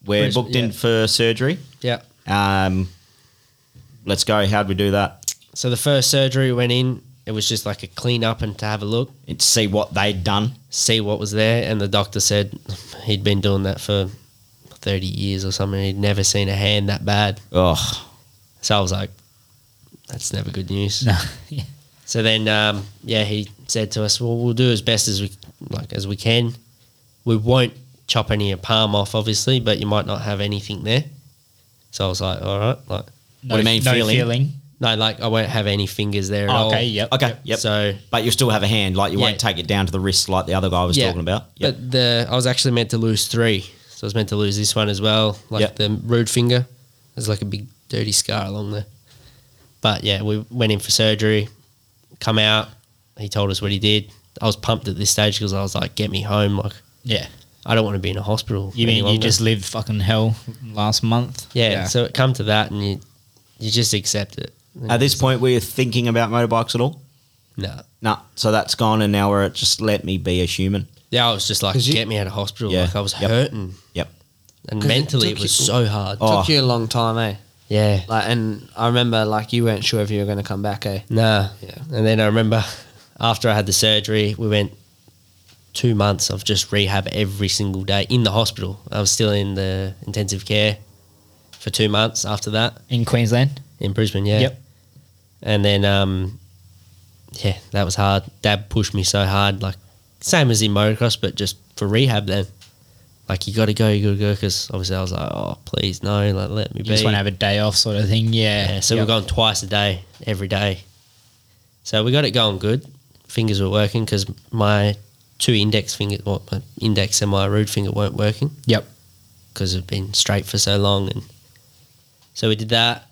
[SPEAKER 1] We're
[SPEAKER 4] Queens-
[SPEAKER 1] booked in
[SPEAKER 4] yeah.
[SPEAKER 1] for surgery.
[SPEAKER 4] Yeah.
[SPEAKER 1] Um, let's go. How'd we do that?
[SPEAKER 4] So the first surgery went in. It was just like a clean up and to have a look,
[SPEAKER 1] It's see what they'd done.
[SPEAKER 4] see what was there, and the doctor said he'd been doing that for thirty years or something. He'd never seen a hand that bad.
[SPEAKER 1] Oh,
[SPEAKER 4] So I was like, that's never good news.
[SPEAKER 2] No. Yeah.
[SPEAKER 4] So then, um, yeah, he said to us, "Well, we'll do as best as we like as we can. We won't chop any of your palm off, obviously, but you might not have anything there." So I was like, "All right, like
[SPEAKER 2] No,
[SPEAKER 1] do you mean,
[SPEAKER 2] no
[SPEAKER 1] feeling?
[SPEAKER 4] no, like I won't have any fingers there at all."
[SPEAKER 2] okay. Yep.
[SPEAKER 1] okay. Yep.
[SPEAKER 4] So
[SPEAKER 1] but you'll still have a hand. Like you
[SPEAKER 4] Yeah.
[SPEAKER 1] won't take it down to the wrist like the other guy was
[SPEAKER 4] Yeah.
[SPEAKER 1] talking about. Yep.
[SPEAKER 4] But the I was actually meant to lose three, so I was meant to lose this one as well, like
[SPEAKER 1] Yep.
[SPEAKER 4] the rude finger. There's like a big dirty scar along there. But yeah, we went in for surgery. Come out, he told us what he did. I was pumped at this stage because I was like, "Get me home!" Like
[SPEAKER 2] Yeah.
[SPEAKER 4] I don't want to be in a hospital.
[SPEAKER 2] You
[SPEAKER 4] any
[SPEAKER 2] mean you
[SPEAKER 4] longer.
[SPEAKER 2] just lived fucking hell last month?
[SPEAKER 4] yeah, So it come to that, and you you just accept it.
[SPEAKER 1] At this point, were you thinking about motorbikes at all?
[SPEAKER 4] no,
[SPEAKER 1] No. So that's gone, and now we're at just let me be a human.
[SPEAKER 4] yeah, I was just like,
[SPEAKER 3] 'Cause you-
[SPEAKER 4] "Get me out of hospital!"
[SPEAKER 1] Yeah.
[SPEAKER 4] Like I was
[SPEAKER 1] Yep.
[SPEAKER 4] hurting,
[SPEAKER 1] Yep.
[SPEAKER 4] and
[SPEAKER 3] 'Cause it
[SPEAKER 4] mentally
[SPEAKER 3] took
[SPEAKER 4] it, was
[SPEAKER 3] you-
[SPEAKER 4] so hard.
[SPEAKER 1] Oh.
[SPEAKER 3] Took you a long time, eh?
[SPEAKER 4] Yeah,
[SPEAKER 3] Like, and I remember like you weren't sure if you were going to come back, eh?
[SPEAKER 4] Nah.
[SPEAKER 3] Yeah.
[SPEAKER 4] And then I remember after I had the surgery, we went two months of just rehab every single day in the hospital. I was still in the intensive care for two months after that
[SPEAKER 2] In Queensland.
[SPEAKER 4] in Brisbane, yeah.
[SPEAKER 2] Yep.
[SPEAKER 4] And then, um, yeah, that was hard. Dad pushed me so hard, like, same as in motocross, but just for rehab then. Like, you got to go, you got to go, because obviously I was like, oh, please, no, like, let me
[SPEAKER 2] You
[SPEAKER 4] be.
[SPEAKER 2] just want to have a day off, sort of thing. Yeah.
[SPEAKER 4] Yeah, so
[SPEAKER 2] Yep.
[SPEAKER 4] we're going twice a day, every day. So we got it going good. Fingers were working because my two index fingers, well, my index and my root finger weren't working
[SPEAKER 2] Yep.
[SPEAKER 4] because it'd been straight for so long. And so we did that.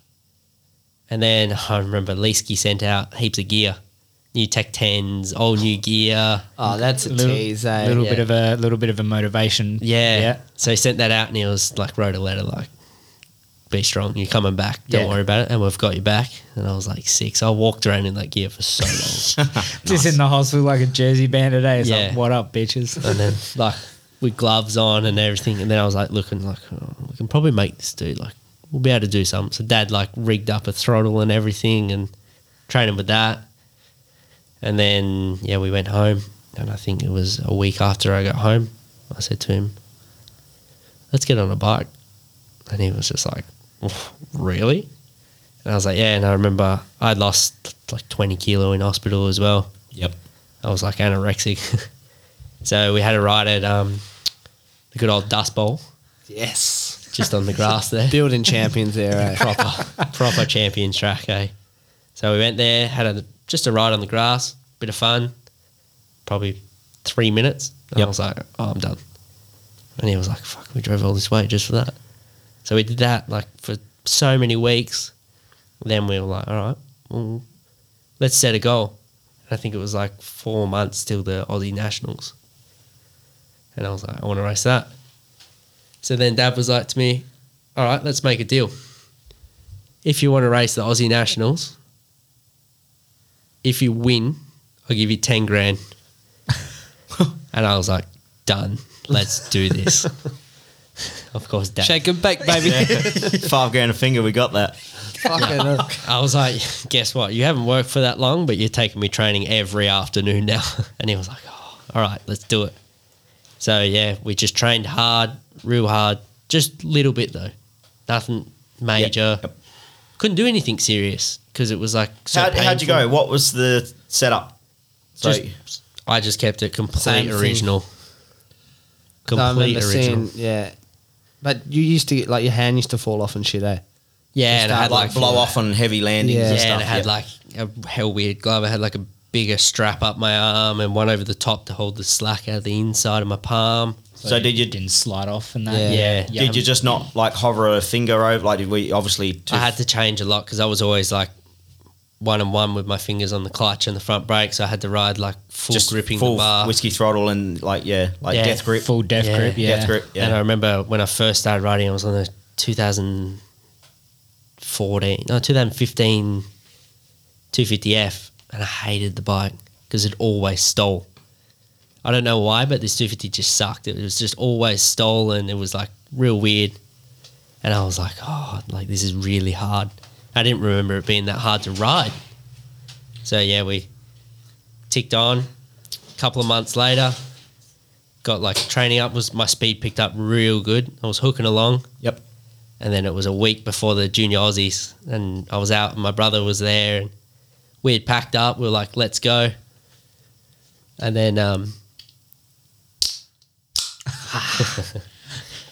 [SPEAKER 4] And then I remember Leesky sent out heaps of gear, new Tech 10s, all new gear.
[SPEAKER 3] Oh, that's a
[SPEAKER 2] little,
[SPEAKER 3] tease, eh?
[SPEAKER 2] little
[SPEAKER 4] Yeah.
[SPEAKER 2] bit of a little bit of a motivation.
[SPEAKER 4] Yeah.
[SPEAKER 2] Yeah.
[SPEAKER 4] So he sent that out and he was like, wrote a letter like, be strong, you're coming back. Don't
[SPEAKER 2] Yeah.
[SPEAKER 4] worry about it. And we've got you back. And I was like six. I walked around in that gear for so long.
[SPEAKER 2] Just in the hospital like a Jersey band today. It's
[SPEAKER 4] Yeah.
[SPEAKER 2] like, what up, bitches?
[SPEAKER 4] and then like with gloves on and everything. And then I was like looking like, oh, we can probably make this do. Like we'll be able to do something. So dad like rigged up a throttle and everything and trained him with that. And then yeah, we went home. And I think it was a week after I got home, I said to him, "Let's get on a bike." And he was just like, "Really?" And I was like, "Yeah." And I remember I lost like twenty kilo in hospital as well.
[SPEAKER 1] Yep.
[SPEAKER 4] I was like anorexic. so we had a ride at um, the good old Dust Bowl,
[SPEAKER 3] yes.
[SPEAKER 4] just on the grass there.
[SPEAKER 3] Building champions there, eh?
[SPEAKER 4] proper, proper champions track, eh? So we went there, had a just a ride on the grass, bit of fun, probably three minutes. And
[SPEAKER 1] Yep.
[SPEAKER 4] I was like, oh, I'm done. And he was like, fuck, we drove all this way just for that. So we did that like for so many weeks. Then we were like, all right, well, let's set a goal. And I think it was like four months till the Aussie Nationals. And I was like, I want to race that. So then dad was like to me, All right, let's make a deal. If you want to race the Aussie Nationals, if you win, I'll give you 10 grand. and I was like, Done. Let's do this. of course, dad.
[SPEAKER 3] Shake and bake, baby.
[SPEAKER 1] Five grand a finger, we got that.
[SPEAKER 3] Fucking hell.
[SPEAKER 4] I was like, guess what? You haven't worked for that long, but you're taking me training every afternoon now. And he was like, oh, all right, let's do it. So yeah, we just trained hard, real hard, just little bit though, nothing major.
[SPEAKER 1] Yep.
[SPEAKER 4] Couldn't do anything serious because it was like so
[SPEAKER 1] How, how'd you go?
[SPEAKER 4] painful.
[SPEAKER 1] What was the setup? So,
[SPEAKER 4] Just, I just kept it complete
[SPEAKER 3] Same thing.
[SPEAKER 4] original.
[SPEAKER 3] No, I
[SPEAKER 4] Complete
[SPEAKER 3] remember
[SPEAKER 4] original.
[SPEAKER 3] seeing, yeah. But you used to, like, your hand used to fall off and shit, eh?
[SPEAKER 4] yeah, and I had like
[SPEAKER 1] like blow off on heavy landings
[SPEAKER 3] Yeah.
[SPEAKER 1] and
[SPEAKER 4] yeah,
[SPEAKER 1] stuff.
[SPEAKER 4] and it had like a hell weird glove. I had like a bigger strap up my arm and one over the top to hold the slack out of the inside of my palm.
[SPEAKER 1] So did you-
[SPEAKER 2] didn't slide off and that?
[SPEAKER 3] Yeah.
[SPEAKER 4] Yeah.
[SPEAKER 1] Did you just not like hover a finger over? Like, did we obviously? Too,
[SPEAKER 4] I had to change a lot because I was always like one and one with my fingers on the clutch and the front brake, so I had to ride like full
[SPEAKER 1] just
[SPEAKER 4] gripping
[SPEAKER 1] full
[SPEAKER 4] the bar.
[SPEAKER 1] whiskey throttle and like yeah, like
[SPEAKER 4] Yeah.
[SPEAKER 1] death grip,
[SPEAKER 2] Full death
[SPEAKER 4] Yeah.
[SPEAKER 2] grip. Yeah.
[SPEAKER 1] death grip. Yeah.
[SPEAKER 4] And I remember when I first started riding, I was on a 2014, no 2015 250F, and I hated the bike because it always stole. I don't know why, but this 250 just sucked. It was just always stolen. It was like real weird. And I was like, oh, like this is really hard. I didn't remember it being that hard to ride. So yeah, we ticked on. A couple of months later, got like training up was my speed picked up real good. I was hooking along.
[SPEAKER 1] Yep.
[SPEAKER 4] And then it was a week before the junior Aussies, and I was out, and my brother was there, and we had packed up. We were like, "Let's go." And then um,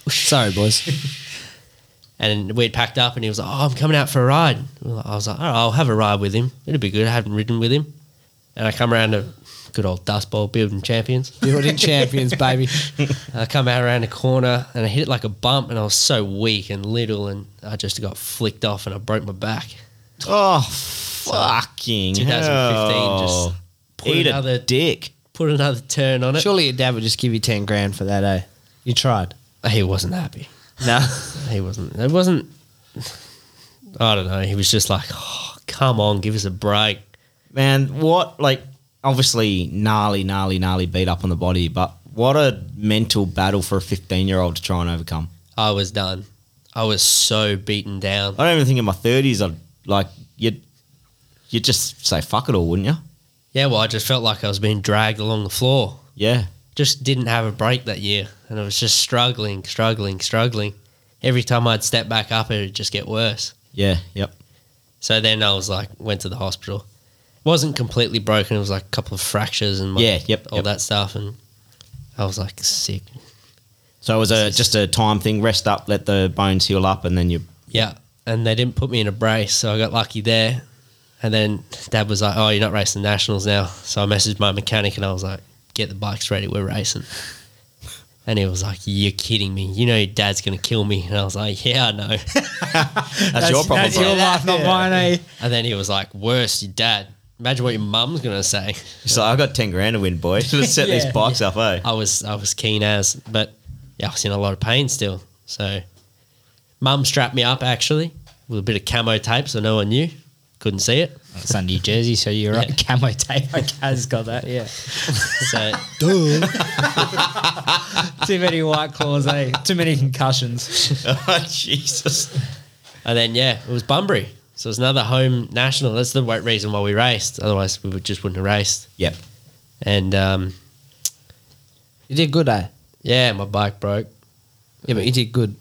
[SPEAKER 3] Sorry, boys.
[SPEAKER 4] And we'd packed up, and he was like, "Oh, I'm coming out for a ride." We were like- I was like, "All right, I'll have a ride with him. It'll be good. I haven't ridden with him." And I come around to good old dust bowl building champions.
[SPEAKER 3] Building champions, baby.
[SPEAKER 4] And I come out around the corner, and I hit it like a bump, and I was so weak and little, and I just got flicked off, and I broke my back.
[SPEAKER 1] Oh, fucking
[SPEAKER 4] 2015
[SPEAKER 1] hell.
[SPEAKER 4] just put
[SPEAKER 1] eat
[SPEAKER 4] another
[SPEAKER 1] a dick.
[SPEAKER 4] put another turn on it.
[SPEAKER 3] Surely your dad would just give you 10 grand for that, eh? You tried.
[SPEAKER 4] He wasn't happy.
[SPEAKER 3] No.
[SPEAKER 4] He wasn't. It wasn't. I don't know. He was just like, "Oh, come on, give us a break."
[SPEAKER 1] Man, what like obviously gnarly, gnarly, gnarly beat up on the body, but what a mental battle for a fifteen year old to try and overcome.
[SPEAKER 4] I was done. I was so beaten down.
[SPEAKER 1] I don't even think in my thirties I'd like you'd you'd just say fuck it all, wouldn't you?
[SPEAKER 4] Yeah, well, I just felt like I was being dragged along the floor.
[SPEAKER 1] Yeah.
[SPEAKER 4] Just didn't have a break that year, and I was just struggling, struggling, struggling. Every time I'd step back up, it would just get worse.
[SPEAKER 1] Yeah. Yep.
[SPEAKER 4] So then I was like, went to the hospital. It wasn't completely broken. It was like a couple of fractures and my,
[SPEAKER 1] Yeah, yep,
[SPEAKER 4] all
[SPEAKER 1] yep.
[SPEAKER 4] that stuff, and I was like sick.
[SPEAKER 1] So it was a just a time thing. Rest up, let the bones heal up, and then you.
[SPEAKER 4] Yeah, and they didn't put me in a brace, so I got lucky there. And then Dad was like, "Oh, you're not racing the nationals now." So I messaged my mechanic and I was like, "Get the bikes ready, we're racing." And he was like, "You're kidding me! You know your dad's gonna kill me." And I was like, "Yeah, I know."
[SPEAKER 1] That's, your problem,
[SPEAKER 2] That's
[SPEAKER 1] bro.
[SPEAKER 2] your life, not mine, eh?
[SPEAKER 4] And then he was like, "Worse, your dad. Imagine what your mum's gonna say."
[SPEAKER 1] So I got ten grand to win, boy. Let's set these
[SPEAKER 2] Yeah.
[SPEAKER 1] bikes up, eh?
[SPEAKER 4] I was I was keen as, but yeah, I was in a lot of pain still. So, mum strapped me up actually with a bit of camo tape, so no one knew, couldn't see it.
[SPEAKER 2] It's on New Jersey, so you're
[SPEAKER 4] Yeah.
[SPEAKER 2] right. Camo tape. I has got that. Yeah.
[SPEAKER 4] So.
[SPEAKER 2] Too many white claws, eh? Too many concussions.
[SPEAKER 1] Oh, Jesus.
[SPEAKER 4] And then yeah, it was Bunbury. So it's another home national. That's the wa- reason why we raced. Otherwise, we would just wouldn't have raced.
[SPEAKER 1] Yep.
[SPEAKER 4] And um,
[SPEAKER 3] You did good, eh?
[SPEAKER 4] yeah, my bike broke.
[SPEAKER 3] Yeah, but you did good.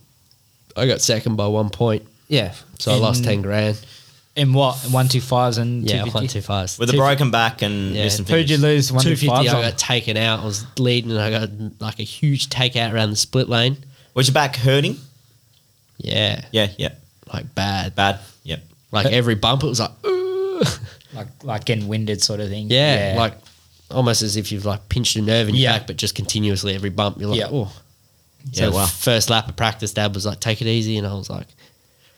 [SPEAKER 4] I got second by one point,
[SPEAKER 3] Yeah.
[SPEAKER 4] so I lost
[SPEAKER 2] In-
[SPEAKER 4] ten grand.
[SPEAKER 2] In what? One two fives and
[SPEAKER 4] Yeah,
[SPEAKER 2] 250?
[SPEAKER 4] one too fast.
[SPEAKER 1] With a broken back and
[SPEAKER 4] Yeah.
[SPEAKER 1] missing
[SPEAKER 2] Who'd you
[SPEAKER 1] fingers.
[SPEAKER 2] lose? One
[SPEAKER 4] two
[SPEAKER 2] two
[SPEAKER 4] fifty, I
[SPEAKER 2] fives. on?
[SPEAKER 4] got taken out. I was leading, and I got like a huge takeout around the split lane.
[SPEAKER 1] Was your back hurting?
[SPEAKER 4] Yeah,
[SPEAKER 1] Yeah. Yep.
[SPEAKER 4] like bad.
[SPEAKER 1] Bad. Yep.
[SPEAKER 4] Like every bump, it was like, "Ooh."
[SPEAKER 2] Like like getting winded sort of thing.
[SPEAKER 4] yeah, like almost as if you've like pinched a nerve in your
[SPEAKER 2] Yeah.
[SPEAKER 4] back, but just continuously every bump, you're like,
[SPEAKER 2] Yeah.
[SPEAKER 4] oh.
[SPEAKER 1] Yeah,
[SPEAKER 4] So
[SPEAKER 1] wow.
[SPEAKER 4] first lap of practice, Dad was like, "Take it easy," and I was like,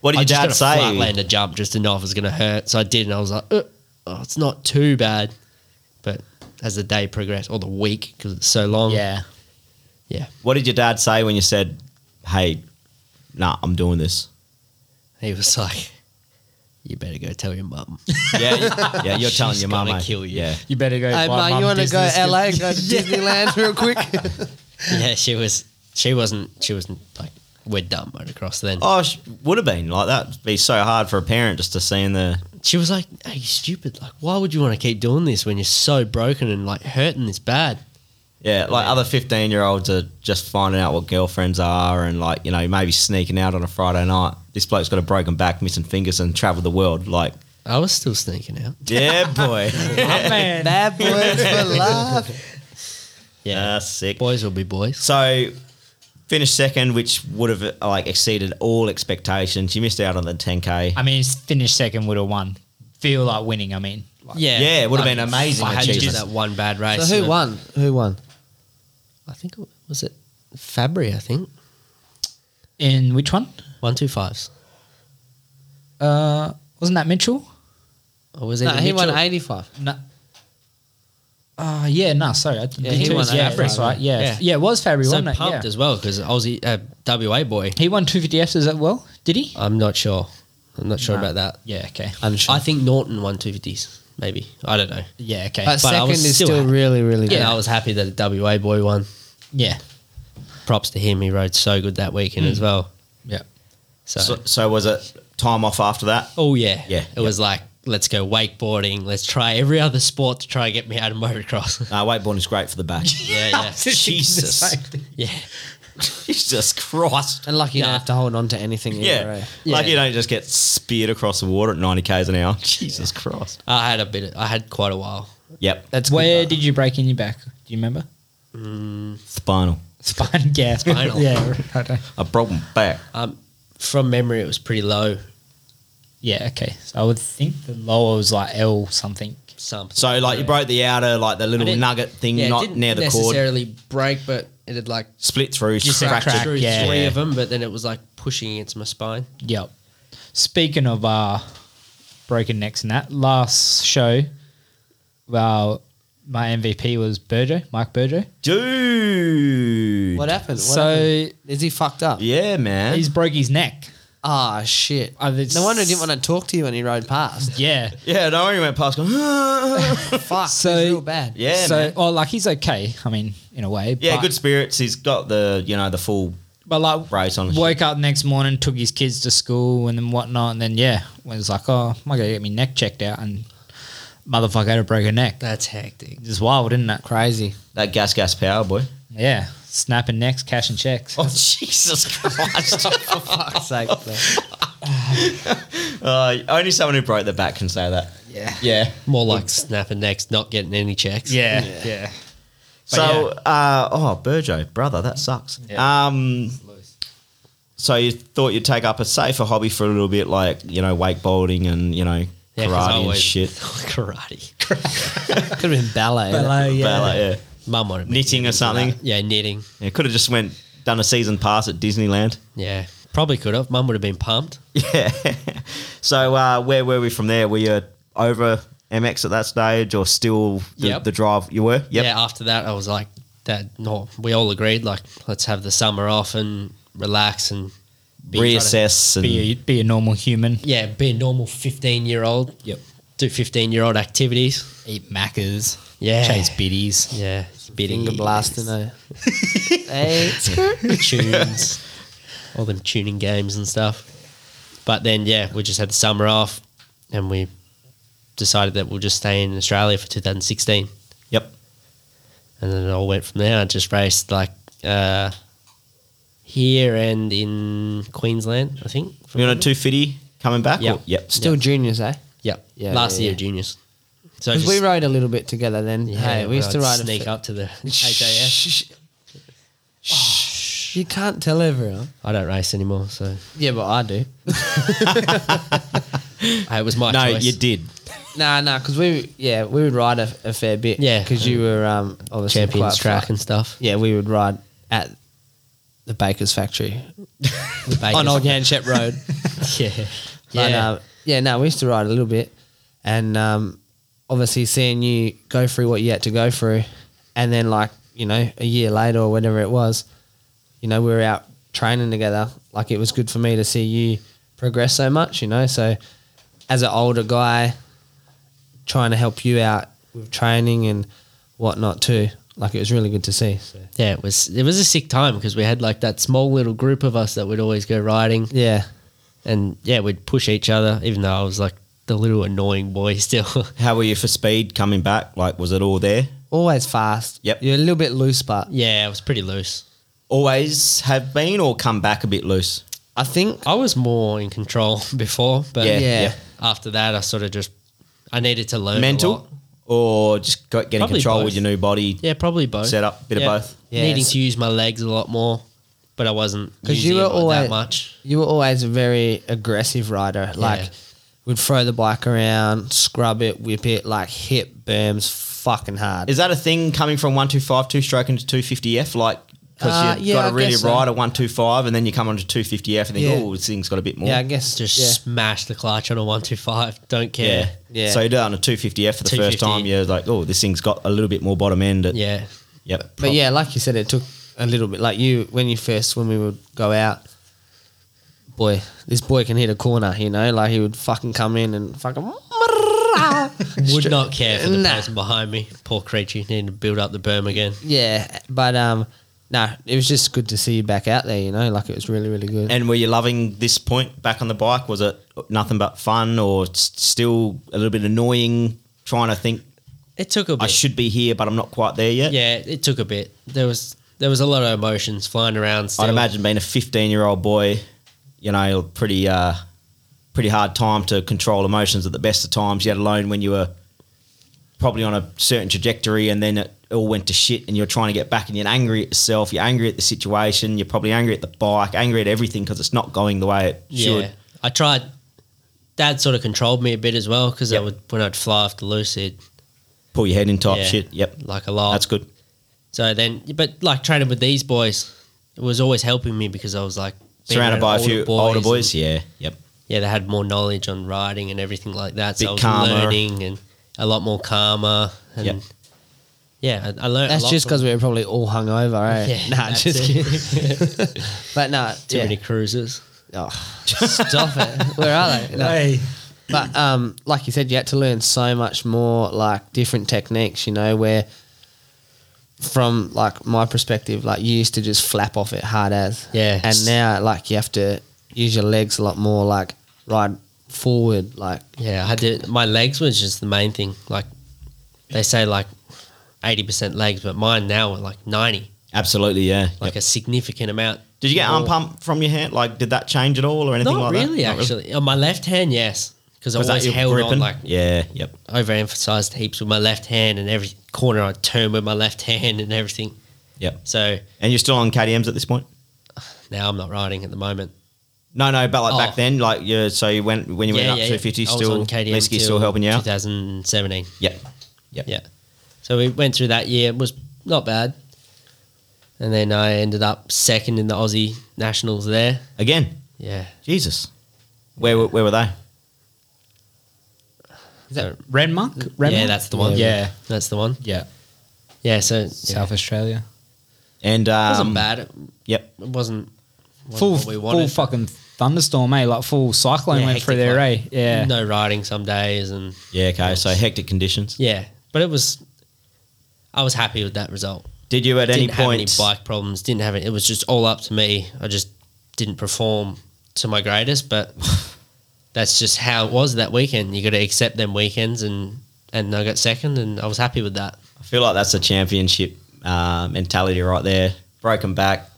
[SPEAKER 1] What did
[SPEAKER 4] I
[SPEAKER 1] your
[SPEAKER 4] just
[SPEAKER 1] dad
[SPEAKER 4] got a flat
[SPEAKER 1] say?
[SPEAKER 4] land a jump just to know if it was going to hurt. So I did, and I was like, "Uh, oh, it's not too bad. But as the day progressed, or the week, because it's so long,
[SPEAKER 2] Yeah.
[SPEAKER 4] Yeah,
[SPEAKER 1] What did your dad say when you said, "Hey, nah, I'm doing this"?
[SPEAKER 4] he was like, "You better go tell your mum."
[SPEAKER 1] Yeah, yeah, you're telling
[SPEAKER 4] She's
[SPEAKER 1] your mum.
[SPEAKER 4] gonna
[SPEAKER 1] eh?
[SPEAKER 4] kill you.
[SPEAKER 1] Yeah,
[SPEAKER 2] You better go.
[SPEAKER 3] Hey,
[SPEAKER 2] buy
[SPEAKER 3] mate,
[SPEAKER 2] mum
[SPEAKER 3] you want to go
[SPEAKER 2] business
[SPEAKER 3] LA
[SPEAKER 2] gift.
[SPEAKER 3] and go to Disneyland real quick?
[SPEAKER 4] yeah, she was. She wasn't. She wasn't like we're done motocross then.
[SPEAKER 1] Oh, sh- would have been like that. It'd be so hard for a parent just to see in the.
[SPEAKER 4] She was like, "Hey, you stupid! Like, why would you want to keep doing this when you're so broken and like hurting this bad?"
[SPEAKER 1] Yeah, like other 15 year olds are just finding out what girlfriends are and, like, you know, maybe sneaking out on a Friday night. This bloke's got a broken back, missing fingers, and traveled the world. Like,
[SPEAKER 4] I was still sneaking out.
[SPEAKER 1] yeah, boy.
[SPEAKER 2] Oh, man.
[SPEAKER 3] Bad boys for life.
[SPEAKER 4] Yeah,
[SPEAKER 1] That's sick.
[SPEAKER 4] boys will be boys.
[SPEAKER 1] So, finished second, which would have, like, exceeded all expectations. You missed out on the 10K.
[SPEAKER 2] I mean, finish second would have won. Feel like winning. I mean, like,
[SPEAKER 4] Yeah,
[SPEAKER 1] Yeah, it would've been
[SPEAKER 4] Like,
[SPEAKER 1] amazing
[SPEAKER 4] I had just
[SPEAKER 1] achievement.
[SPEAKER 4] that one bad race.
[SPEAKER 3] So who
[SPEAKER 4] and
[SPEAKER 3] won? Who won?
[SPEAKER 4] I think it was it Fabry. I think
[SPEAKER 2] in which one?
[SPEAKER 4] one two fives.
[SPEAKER 2] Uh, wasn't that Mitchell?
[SPEAKER 4] Or was it?
[SPEAKER 3] No, he won
[SPEAKER 4] Mitchell?
[SPEAKER 3] 85.
[SPEAKER 2] No. Uh, yeah, no, sorry. I didn't
[SPEAKER 3] Yeah,
[SPEAKER 2] think
[SPEAKER 3] he
[SPEAKER 2] it
[SPEAKER 3] won
[SPEAKER 2] was- yeah,
[SPEAKER 3] Fabry.
[SPEAKER 2] that's right. Yeah.
[SPEAKER 4] Yeah.
[SPEAKER 2] yeah, it was Fabry,
[SPEAKER 4] So
[SPEAKER 2] wasn't it?
[SPEAKER 4] pumped
[SPEAKER 2] Yeah.
[SPEAKER 4] as well because Aussie uh, WA boy.
[SPEAKER 2] He won 250Fs as well, did he?
[SPEAKER 4] I'm not sure. I'm not sure
[SPEAKER 2] No.
[SPEAKER 4] about that.
[SPEAKER 2] Yeah, okay.
[SPEAKER 3] Unsure.
[SPEAKER 4] I think Norton won two fifties. Maybe I don't know.
[SPEAKER 2] Yeah, okay.
[SPEAKER 3] But,
[SPEAKER 4] But I
[SPEAKER 3] second
[SPEAKER 4] was
[SPEAKER 3] is
[SPEAKER 4] still
[SPEAKER 3] still
[SPEAKER 4] happy.
[SPEAKER 3] really, really
[SPEAKER 4] Yeah,
[SPEAKER 3] good.
[SPEAKER 4] I was happy that the WA boy won.
[SPEAKER 2] yeah.
[SPEAKER 4] Props to him. He rode so good that weekend as well.
[SPEAKER 2] Yeah.
[SPEAKER 4] So,
[SPEAKER 1] So, so, was it time off after that?
[SPEAKER 4] oh yeah,
[SPEAKER 1] Yeah,
[SPEAKER 4] It
[SPEAKER 1] yeah.
[SPEAKER 4] was like let's go wakeboarding. Let's try every other sport to try and get me out of motocross.
[SPEAKER 1] No, wakeboarding Uh, is great for the back.
[SPEAKER 4] yeah, yeah,
[SPEAKER 1] Jesus.
[SPEAKER 4] yeah.
[SPEAKER 1] Jesus Christ.
[SPEAKER 3] And lucky you
[SPEAKER 4] Nah.
[SPEAKER 3] don't have to hold on to anything either.
[SPEAKER 1] Yeah.
[SPEAKER 3] eh?
[SPEAKER 1] Like
[SPEAKER 4] Yeah.
[SPEAKER 1] you don't just get speared across the water at 90 k's an hour. Jesus Christ.
[SPEAKER 4] I had a bit. Of, I had quite a while.
[SPEAKER 1] Yep.
[SPEAKER 3] That's
[SPEAKER 2] Where
[SPEAKER 3] good,
[SPEAKER 2] did you break in your back? Do you remember?
[SPEAKER 1] Spinal.
[SPEAKER 2] Spine gas.
[SPEAKER 4] Spinal.
[SPEAKER 2] yeah, right.
[SPEAKER 1] A problem back.
[SPEAKER 4] Um, from memory, it was pretty low.
[SPEAKER 2] Yeah, okay. So I would think the lower was like L something.
[SPEAKER 4] Some
[SPEAKER 1] So like you broke the outer, like the little
[SPEAKER 4] didn't-
[SPEAKER 1] nugget thing,
[SPEAKER 4] it
[SPEAKER 1] not
[SPEAKER 4] didn't
[SPEAKER 1] near the cord,
[SPEAKER 4] necessarily break, but it had like
[SPEAKER 1] split through,
[SPEAKER 2] Just a
[SPEAKER 1] fractured.
[SPEAKER 2] crack,
[SPEAKER 4] through
[SPEAKER 2] yeah.
[SPEAKER 4] three of them, but then it was like pushing against my spine.
[SPEAKER 2] Yep. Speaking of uh, broken necks and that, last show, well, my MVP was Burjo, Mike Burjo.
[SPEAKER 1] Dude.
[SPEAKER 3] What happened? What happened?
[SPEAKER 2] So
[SPEAKER 3] Is he fucked up?
[SPEAKER 1] Yeah, man.
[SPEAKER 2] he's broke his neck.
[SPEAKER 3] Ah, shit.
[SPEAKER 2] Uh, it's-
[SPEAKER 3] no wonder he didn't want to talk to you when he rode past.
[SPEAKER 2] Yeah.
[SPEAKER 1] yeah, no, he went past going,
[SPEAKER 3] Fuck,
[SPEAKER 2] So-
[SPEAKER 3] so, real bad.
[SPEAKER 1] Yeah,
[SPEAKER 2] so,
[SPEAKER 1] man.
[SPEAKER 2] well, like he's okay. I mean, in a way.
[SPEAKER 1] Yeah,
[SPEAKER 2] but,
[SPEAKER 1] good spirits. He's got the, you know, the full
[SPEAKER 2] But like,
[SPEAKER 1] brace on.
[SPEAKER 2] woke up next morning, took his kids to school and then whatnot, and then yeah, was like, oh, I might go get my neck checked out, and motherfucker had a broken neck.
[SPEAKER 4] That's hectic.
[SPEAKER 2] It's wild, isn't it?
[SPEAKER 3] Crazy.
[SPEAKER 1] That gas gas power, boy.
[SPEAKER 2] Yeah, snapping necks, cashing checks.
[SPEAKER 1] Oh, Jesus Christ.
[SPEAKER 3] Fuck's sake. bro.
[SPEAKER 1] uh, only someone who broke the back can say that.
[SPEAKER 2] Yeah.
[SPEAKER 1] Yeah.
[SPEAKER 4] More like snapping necks, not getting any checks.
[SPEAKER 2] Yeah, yeah, yeah.
[SPEAKER 1] So, uh, oh, Burjo, brother, that sucks.
[SPEAKER 2] Yeah.
[SPEAKER 1] Um, so you thought you'd take up a safer hobby for a little bit, like you know, wakeboarding and you know,
[SPEAKER 4] Yeah, 'cause I
[SPEAKER 1] karate and
[SPEAKER 4] always-
[SPEAKER 1] shit,
[SPEAKER 4] karate.
[SPEAKER 3] Could have been ballet.
[SPEAKER 2] yeah.
[SPEAKER 1] Ballet, yeah.
[SPEAKER 4] Mum wanted me to
[SPEAKER 1] knitting or
[SPEAKER 4] get into that.
[SPEAKER 1] something.
[SPEAKER 4] Yeah, knitting.
[SPEAKER 1] Yeah, could have just went done a season pass at Disneyland.
[SPEAKER 4] Yeah, probably could have. Mum would have been pumped.
[SPEAKER 1] Yeah. so uh, where were we from there? Were you over MX at that stage, or still the,
[SPEAKER 4] Yep.
[SPEAKER 1] the drive? You were. Yep.
[SPEAKER 4] Yeah. After that, I was like, "That no." We all agreed, like, let's have the summer off and relax and be-
[SPEAKER 1] Reassess and
[SPEAKER 2] Be a, be a normal human.
[SPEAKER 4] yeah, be a normal fifteen-year-old.
[SPEAKER 2] Yep.
[SPEAKER 4] Do fifteen-year-old activities.
[SPEAKER 2] Eat macas.
[SPEAKER 4] Yeah.
[SPEAKER 2] Chase biddies.
[SPEAKER 4] Yeah, bidding
[SPEAKER 3] Finger blasting. though. hey.
[SPEAKER 4] tunes, all them tuning games and stuff. But then, yeah, we just had the summer off, and we decided that we'll just stay in Australia for 2016,
[SPEAKER 1] yep.
[SPEAKER 4] and then it all went from there. I just raced like uh, here and in Queensland, I think.
[SPEAKER 1] You on a two fifty coming back?
[SPEAKER 4] Yeah.
[SPEAKER 1] or- Yep.
[SPEAKER 3] Still juniors, eh?
[SPEAKER 4] yeah,
[SPEAKER 3] Yeah,
[SPEAKER 4] last
[SPEAKER 3] yeah,
[SPEAKER 4] year
[SPEAKER 3] yeah.
[SPEAKER 4] juniors. So
[SPEAKER 3] Because
[SPEAKER 4] just-
[SPEAKER 3] we rode a little bit together then.
[SPEAKER 4] yeah,
[SPEAKER 3] hey, we used to
[SPEAKER 4] I'd
[SPEAKER 3] ride
[SPEAKER 4] sneak
[SPEAKER 3] a
[SPEAKER 4] up to the
[SPEAKER 3] Shh,
[SPEAKER 4] HAF.
[SPEAKER 3] shh, shh. You can't tell everyone.
[SPEAKER 4] I don't race anymore, so
[SPEAKER 3] Yeah, but I do.
[SPEAKER 4] Hey, it was my
[SPEAKER 1] No,
[SPEAKER 4] choice.
[SPEAKER 1] you did.
[SPEAKER 3] Nah, nah, because we yeah we would ride a, a fair bit.
[SPEAKER 4] Yeah.
[SPEAKER 3] because you were um obviously
[SPEAKER 4] champions
[SPEAKER 3] quite
[SPEAKER 4] track
[SPEAKER 3] fast.
[SPEAKER 4] and stuff.
[SPEAKER 3] Yeah, we would ride at the Baker's Factory on
[SPEAKER 4] Vegas.
[SPEAKER 3] Old Yanchep Road.
[SPEAKER 4] yeah,
[SPEAKER 3] But,
[SPEAKER 4] yeah.
[SPEAKER 3] uh, yeah. No, we used to ride a little bit, and um, obviously seeing you go through what you had to go through, and then like you know, a year later or whatever it was, you know, we were out training together. Like it was good for me to see you progress so much, you know. So as an older guy, trying to help you out with training and whatnot too. Like it was really good to see. So.
[SPEAKER 4] Yeah, it was it was a sick time because we had like that small little group of us that would always go riding,
[SPEAKER 3] Yeah,
[SPEAKER 4] and yeah, we'd push each other. Even though I was like the little annoying boy still.
[SPEAKER 1] How were you for speed coming back? Like, was it all there?
[SPEAKER 3] always fast.
[SPEAKER 1] Yep.
[SPEAKER 3] you're a little bit loose, but
[SPEAKER 4] yeah, I was pretty loose.
[SPEAKER 1] Always have been, or come back a bit loose?
[SPEAKER 3] I think
[SPEAKER 4] I was more in control before, but
[SPEAKER 1] Yeah,
[SPEAKER 4] yeah,
[SPEAKER 1] yeah.
[SPEAKER 4] after that, I sort of just I needed to learn a lot.
[SPEAKER 1] Mental, or just got, getting
[SPEAKER 4] Probably
[SPEAKER 1] control
[SPEAKER 4] both.
[SPEAKER 1] with your new body
[SPEAKER 4] Yeah, probably both.
[SPEAKER 1] set up? Bit
[SPEAKER 4] Yeah.
[SPEAKER 1] of both.
[SPEAKER 3] Yeah,
[SPEAKER 4] Needing
[SPEAKER 3] it's-
[SPEAKER 4] to use my legs a lot more, but I wasn't
[SPEAKER 3] 'Cause
[SPEAKER 4] because you were that much.
[SPEAKER 3] you were always a very aggressive rider. Like
[SPEAKER 4] Yeah.
[SPEAKER 3] would throw the bike around, scrub it, whip it, like hit berms fucking hard.
[SPEAKER 1] Is that a thing coming from 125 two stroke into 250F? Like, because
[SPEAKER 3] Uh,
[SPEAKER 1] you've
[SPEAKER 3] yeah,
[SPEAKER 1] got
[SPEAKER 3] I
[SPEAKER 1] to really
[SPEAKER 3] guess so.
[SPEAKER 1] ride a 125 and then you come onto 250F and think,
[SPEAKER 3] Yeah.
[SPEAKER 1] oh, this thing's got a bit more.
[SPEAKER 3] yeah, I guess
[SPEAKER 4] Just
[SPEAKER 3] yeah.
[SPEAKER 4] smash the clutch on a one two five. Don't
[SPEAKER 1] Yeah.
[SPEAKER 4] care.
[SPEAKER 3] Yeah.
[SPEAKER 1] So you do it on a 250F for the first
[SPEAKER 4] 250.
[SPEAKER 1] time. You're like, oh, this thing's got a little bit more bottom end. It-
[SPEAKER 4] Yeah,
[SPEAKER 1] Yep.
[SPEAKER 3] But yeah, like you said, it took a little bit. Like you, when you first, when we would go out, boy, this boy can hit a corner, you know? Like he would fucking come in and fucking.
[SPEAKER 4] would not care for the
[SPEAKER 3] Nah.
[SPEAKER 4] person behind me. Poor creature, needing to build up the berm again.
[SPEAKER 3] Yeah, but um, no, it was just good to see you back out there, you know? Like it was really, really good.
[SPEAKER 1] And were you loving this point back on the bike? Was it nothing but fun or s- still a little bit annoying trying to think
[SPEAKER 4] It took a bit.
[SPEAKER 1] I should be here, but I'm not quite there yet?
[SPEAKER 4] yeah, it took a bit. There was there was a lot of emotions flying around. Still.
[SPEAKER 1] I'd imagine being a 15 year old boy, you know, pretty uh, pretty hard time to control emotions at the best of times. Yet alone when you were probably on a certain trajectory, and then it all went to shit, and you're trying to get back, and you're angry at yourself, you're angry at the situation, you're probably angry at the bike, angry at everything because it's not going the way it should.
[SPEAKER 4] Yeah, I tried. Dad sort of controlled me a bit as well because
[SPEAKER 1] Yep.
[SPEAKER 4] I would when I'd fly after Lucid
[SPEAKER 1] Pull your head in type
[SPEAKER 4] Yeah.
[SPEAKER 1] shit. Yep,
[SPEAKER 4] like a lot.
[SPEAKER 1] that's good.
[SPEAKER 4] So then, but like training with these boys, it was always helping me because I was like being
[SPEAKER 1] Surrounded
[SPEAKER 4] around
[SPEAKER 1] by a few older
[SPEAKER 4] and-
[SPEAKER 1] boys. Yeah, yep.
[SPEAKER 4] yeah, they had more knowledge on riding and everything like that.
[SPEAKER 1] Bit
[SPEAKER 4] So I was
[SPEAKER 1] calmer.
[SPEAKER 4] learning and a lot more calmer. And
[SPEAKER 1] Yep.
[SPEAKER 4] yeah, I, I learned.
[SPEAKER 3] That's
[SPEAKER 4] a lot
[SPEAKER 3] just
[SPEAKER 4] from-
[SPEAKER 3] because we were probably all hungover, right?
[SPEAKER 4] Yeah,
[SPEAKER 3] nah,
[SPEAKER 4] that's
[SPEAKER 3] just
[SPEAKER 4] it.
[SPEAKER 3] kidding. but no,
[SPEAKER 4] too
[SPEAKER 3] yeah.
[SPEAKER 4] many cruises.
[SPEAKER 3] Oh, stop it. Where are they? No. But um, like you said, you had to learn so much more, like different techniques. You know, where from like my perspective, like you used to just flap off it hard as,
[SPEAKER 4] Yeah.
[SPEAKER 3] and now like you have to use your legs a lot more, like ride forward, like
[SPEAKER 4] Yeah, I had to. My legs was just the main thing. Like they say, like eighty percent legs, but mine now were like ninety,
[SPEAKER 1] Absolutely, yeah.
[SPEAKER 4] like
[SPEAKER 1] Yep.
[SPEAKER 4] a significant amount.
[SPEAKER 1] Did you get arm
[SPEAKER 4] more.
[SPEAKER 1] pump from your hand? Like, did that change at all or anything like
[SPEAKER 4] Not
[SPEAKER 1] that?
[SPEAKER 4] really, actually. On my left hand, yes, because I
[SPEAKER 1] Was that
[SPEAKER 4] always
[SPEAKER 1] your
[SPEAKER 4] held on
[SPEAKER 1] gripping?
[SPEAKER 4] like
[SPEAKER 1] yeah, yep.
[SPEAKER 4] overemphasized heaps with my left hand, and every corner I turn with my left hand and everything.
[SPEAKER 1] Yep.
[SPEAKER 4] So
[SPEAKER 1] And you're still on KDMs at this point?
[SPEAKER 4] now I'm not riding at the moment.
[SPEAKER 1] No, no, but like
[SPEAKER 4] Oh.
[SPEAKER 1] back then, like you, so you went when you went up 250,
[SPEAKER 4] I was
[SPEAKER 1] still
[SPEAKER 4] on KDM
[SPEAKER 1] Miski's
[SPEAKER 4] till
[SPEAKER 1] still helping you out.
[SPEAKER 4] 2017.
[SPEAKER 1] Yep, yep,
[SPEAKER 4] Yeah. So we went through that year. It was not bad. And then I ended up second in the Aussie Nationals there.
[SPEAKER 1] Again,
[SPEAKER 4] Yeah.
[SPEAKER 1] Jesus, where were where were they?
[SPEAKER 2] Is that Renmark? Renmark?
[SPEAKER 4] Yeah, that's the one.
[SPEAKER 2] Yeah.
[SPEAKER 4] That's the one.
[SPEAKER 2] Yeah.
[SPEAKER 4] Yeah. So yeah.
[SPEAKER 2] South Australia.
[SPEAKER 1] And
[SPEAKER 4] it
[SPEAKER 1] um,
[SPEAKER 4] wasn't bad. It
[SPEAKER 1] Yep,
[SPEAKER 4] wasn't, wasn't
[SPEAKER 2] Full,
[SPEAKER 4] what we wanted.
[SPEAKER 2] full fucking thunderstorm, eh? Like full cyclone
[SPEAKER 4] Yeah,
[SPEAKER 2] went through
[SPEAKER 4] hectic,
[SPEAKER 2] there, eh?
[SPEAKER 4] like,
[SPEAKER 2] Yeah.
[SPEAKER 4] No riding some days and
[SPEAKER 1] yeah, okay. So hectic conditions.
[SPEAKER 4] Yeah, but it was. I was happy with that result.
[SPEAKER 1] Did you at
[SPEAKER 4] didn't
[SPEAKER 1] any
[SPEAKER 4] have
[SPEAKER 1] point?
[SPEAKER 4] any bike problems. Didn't have it. It was just all up to me. I just didn't perform to my greatest, but that's just how it was that weekend. You got to accept them weekends, and and I got second, and I was happy with that.
[SPEAKER 1] I feel like that's a championship uh, mentality right there. Broken back,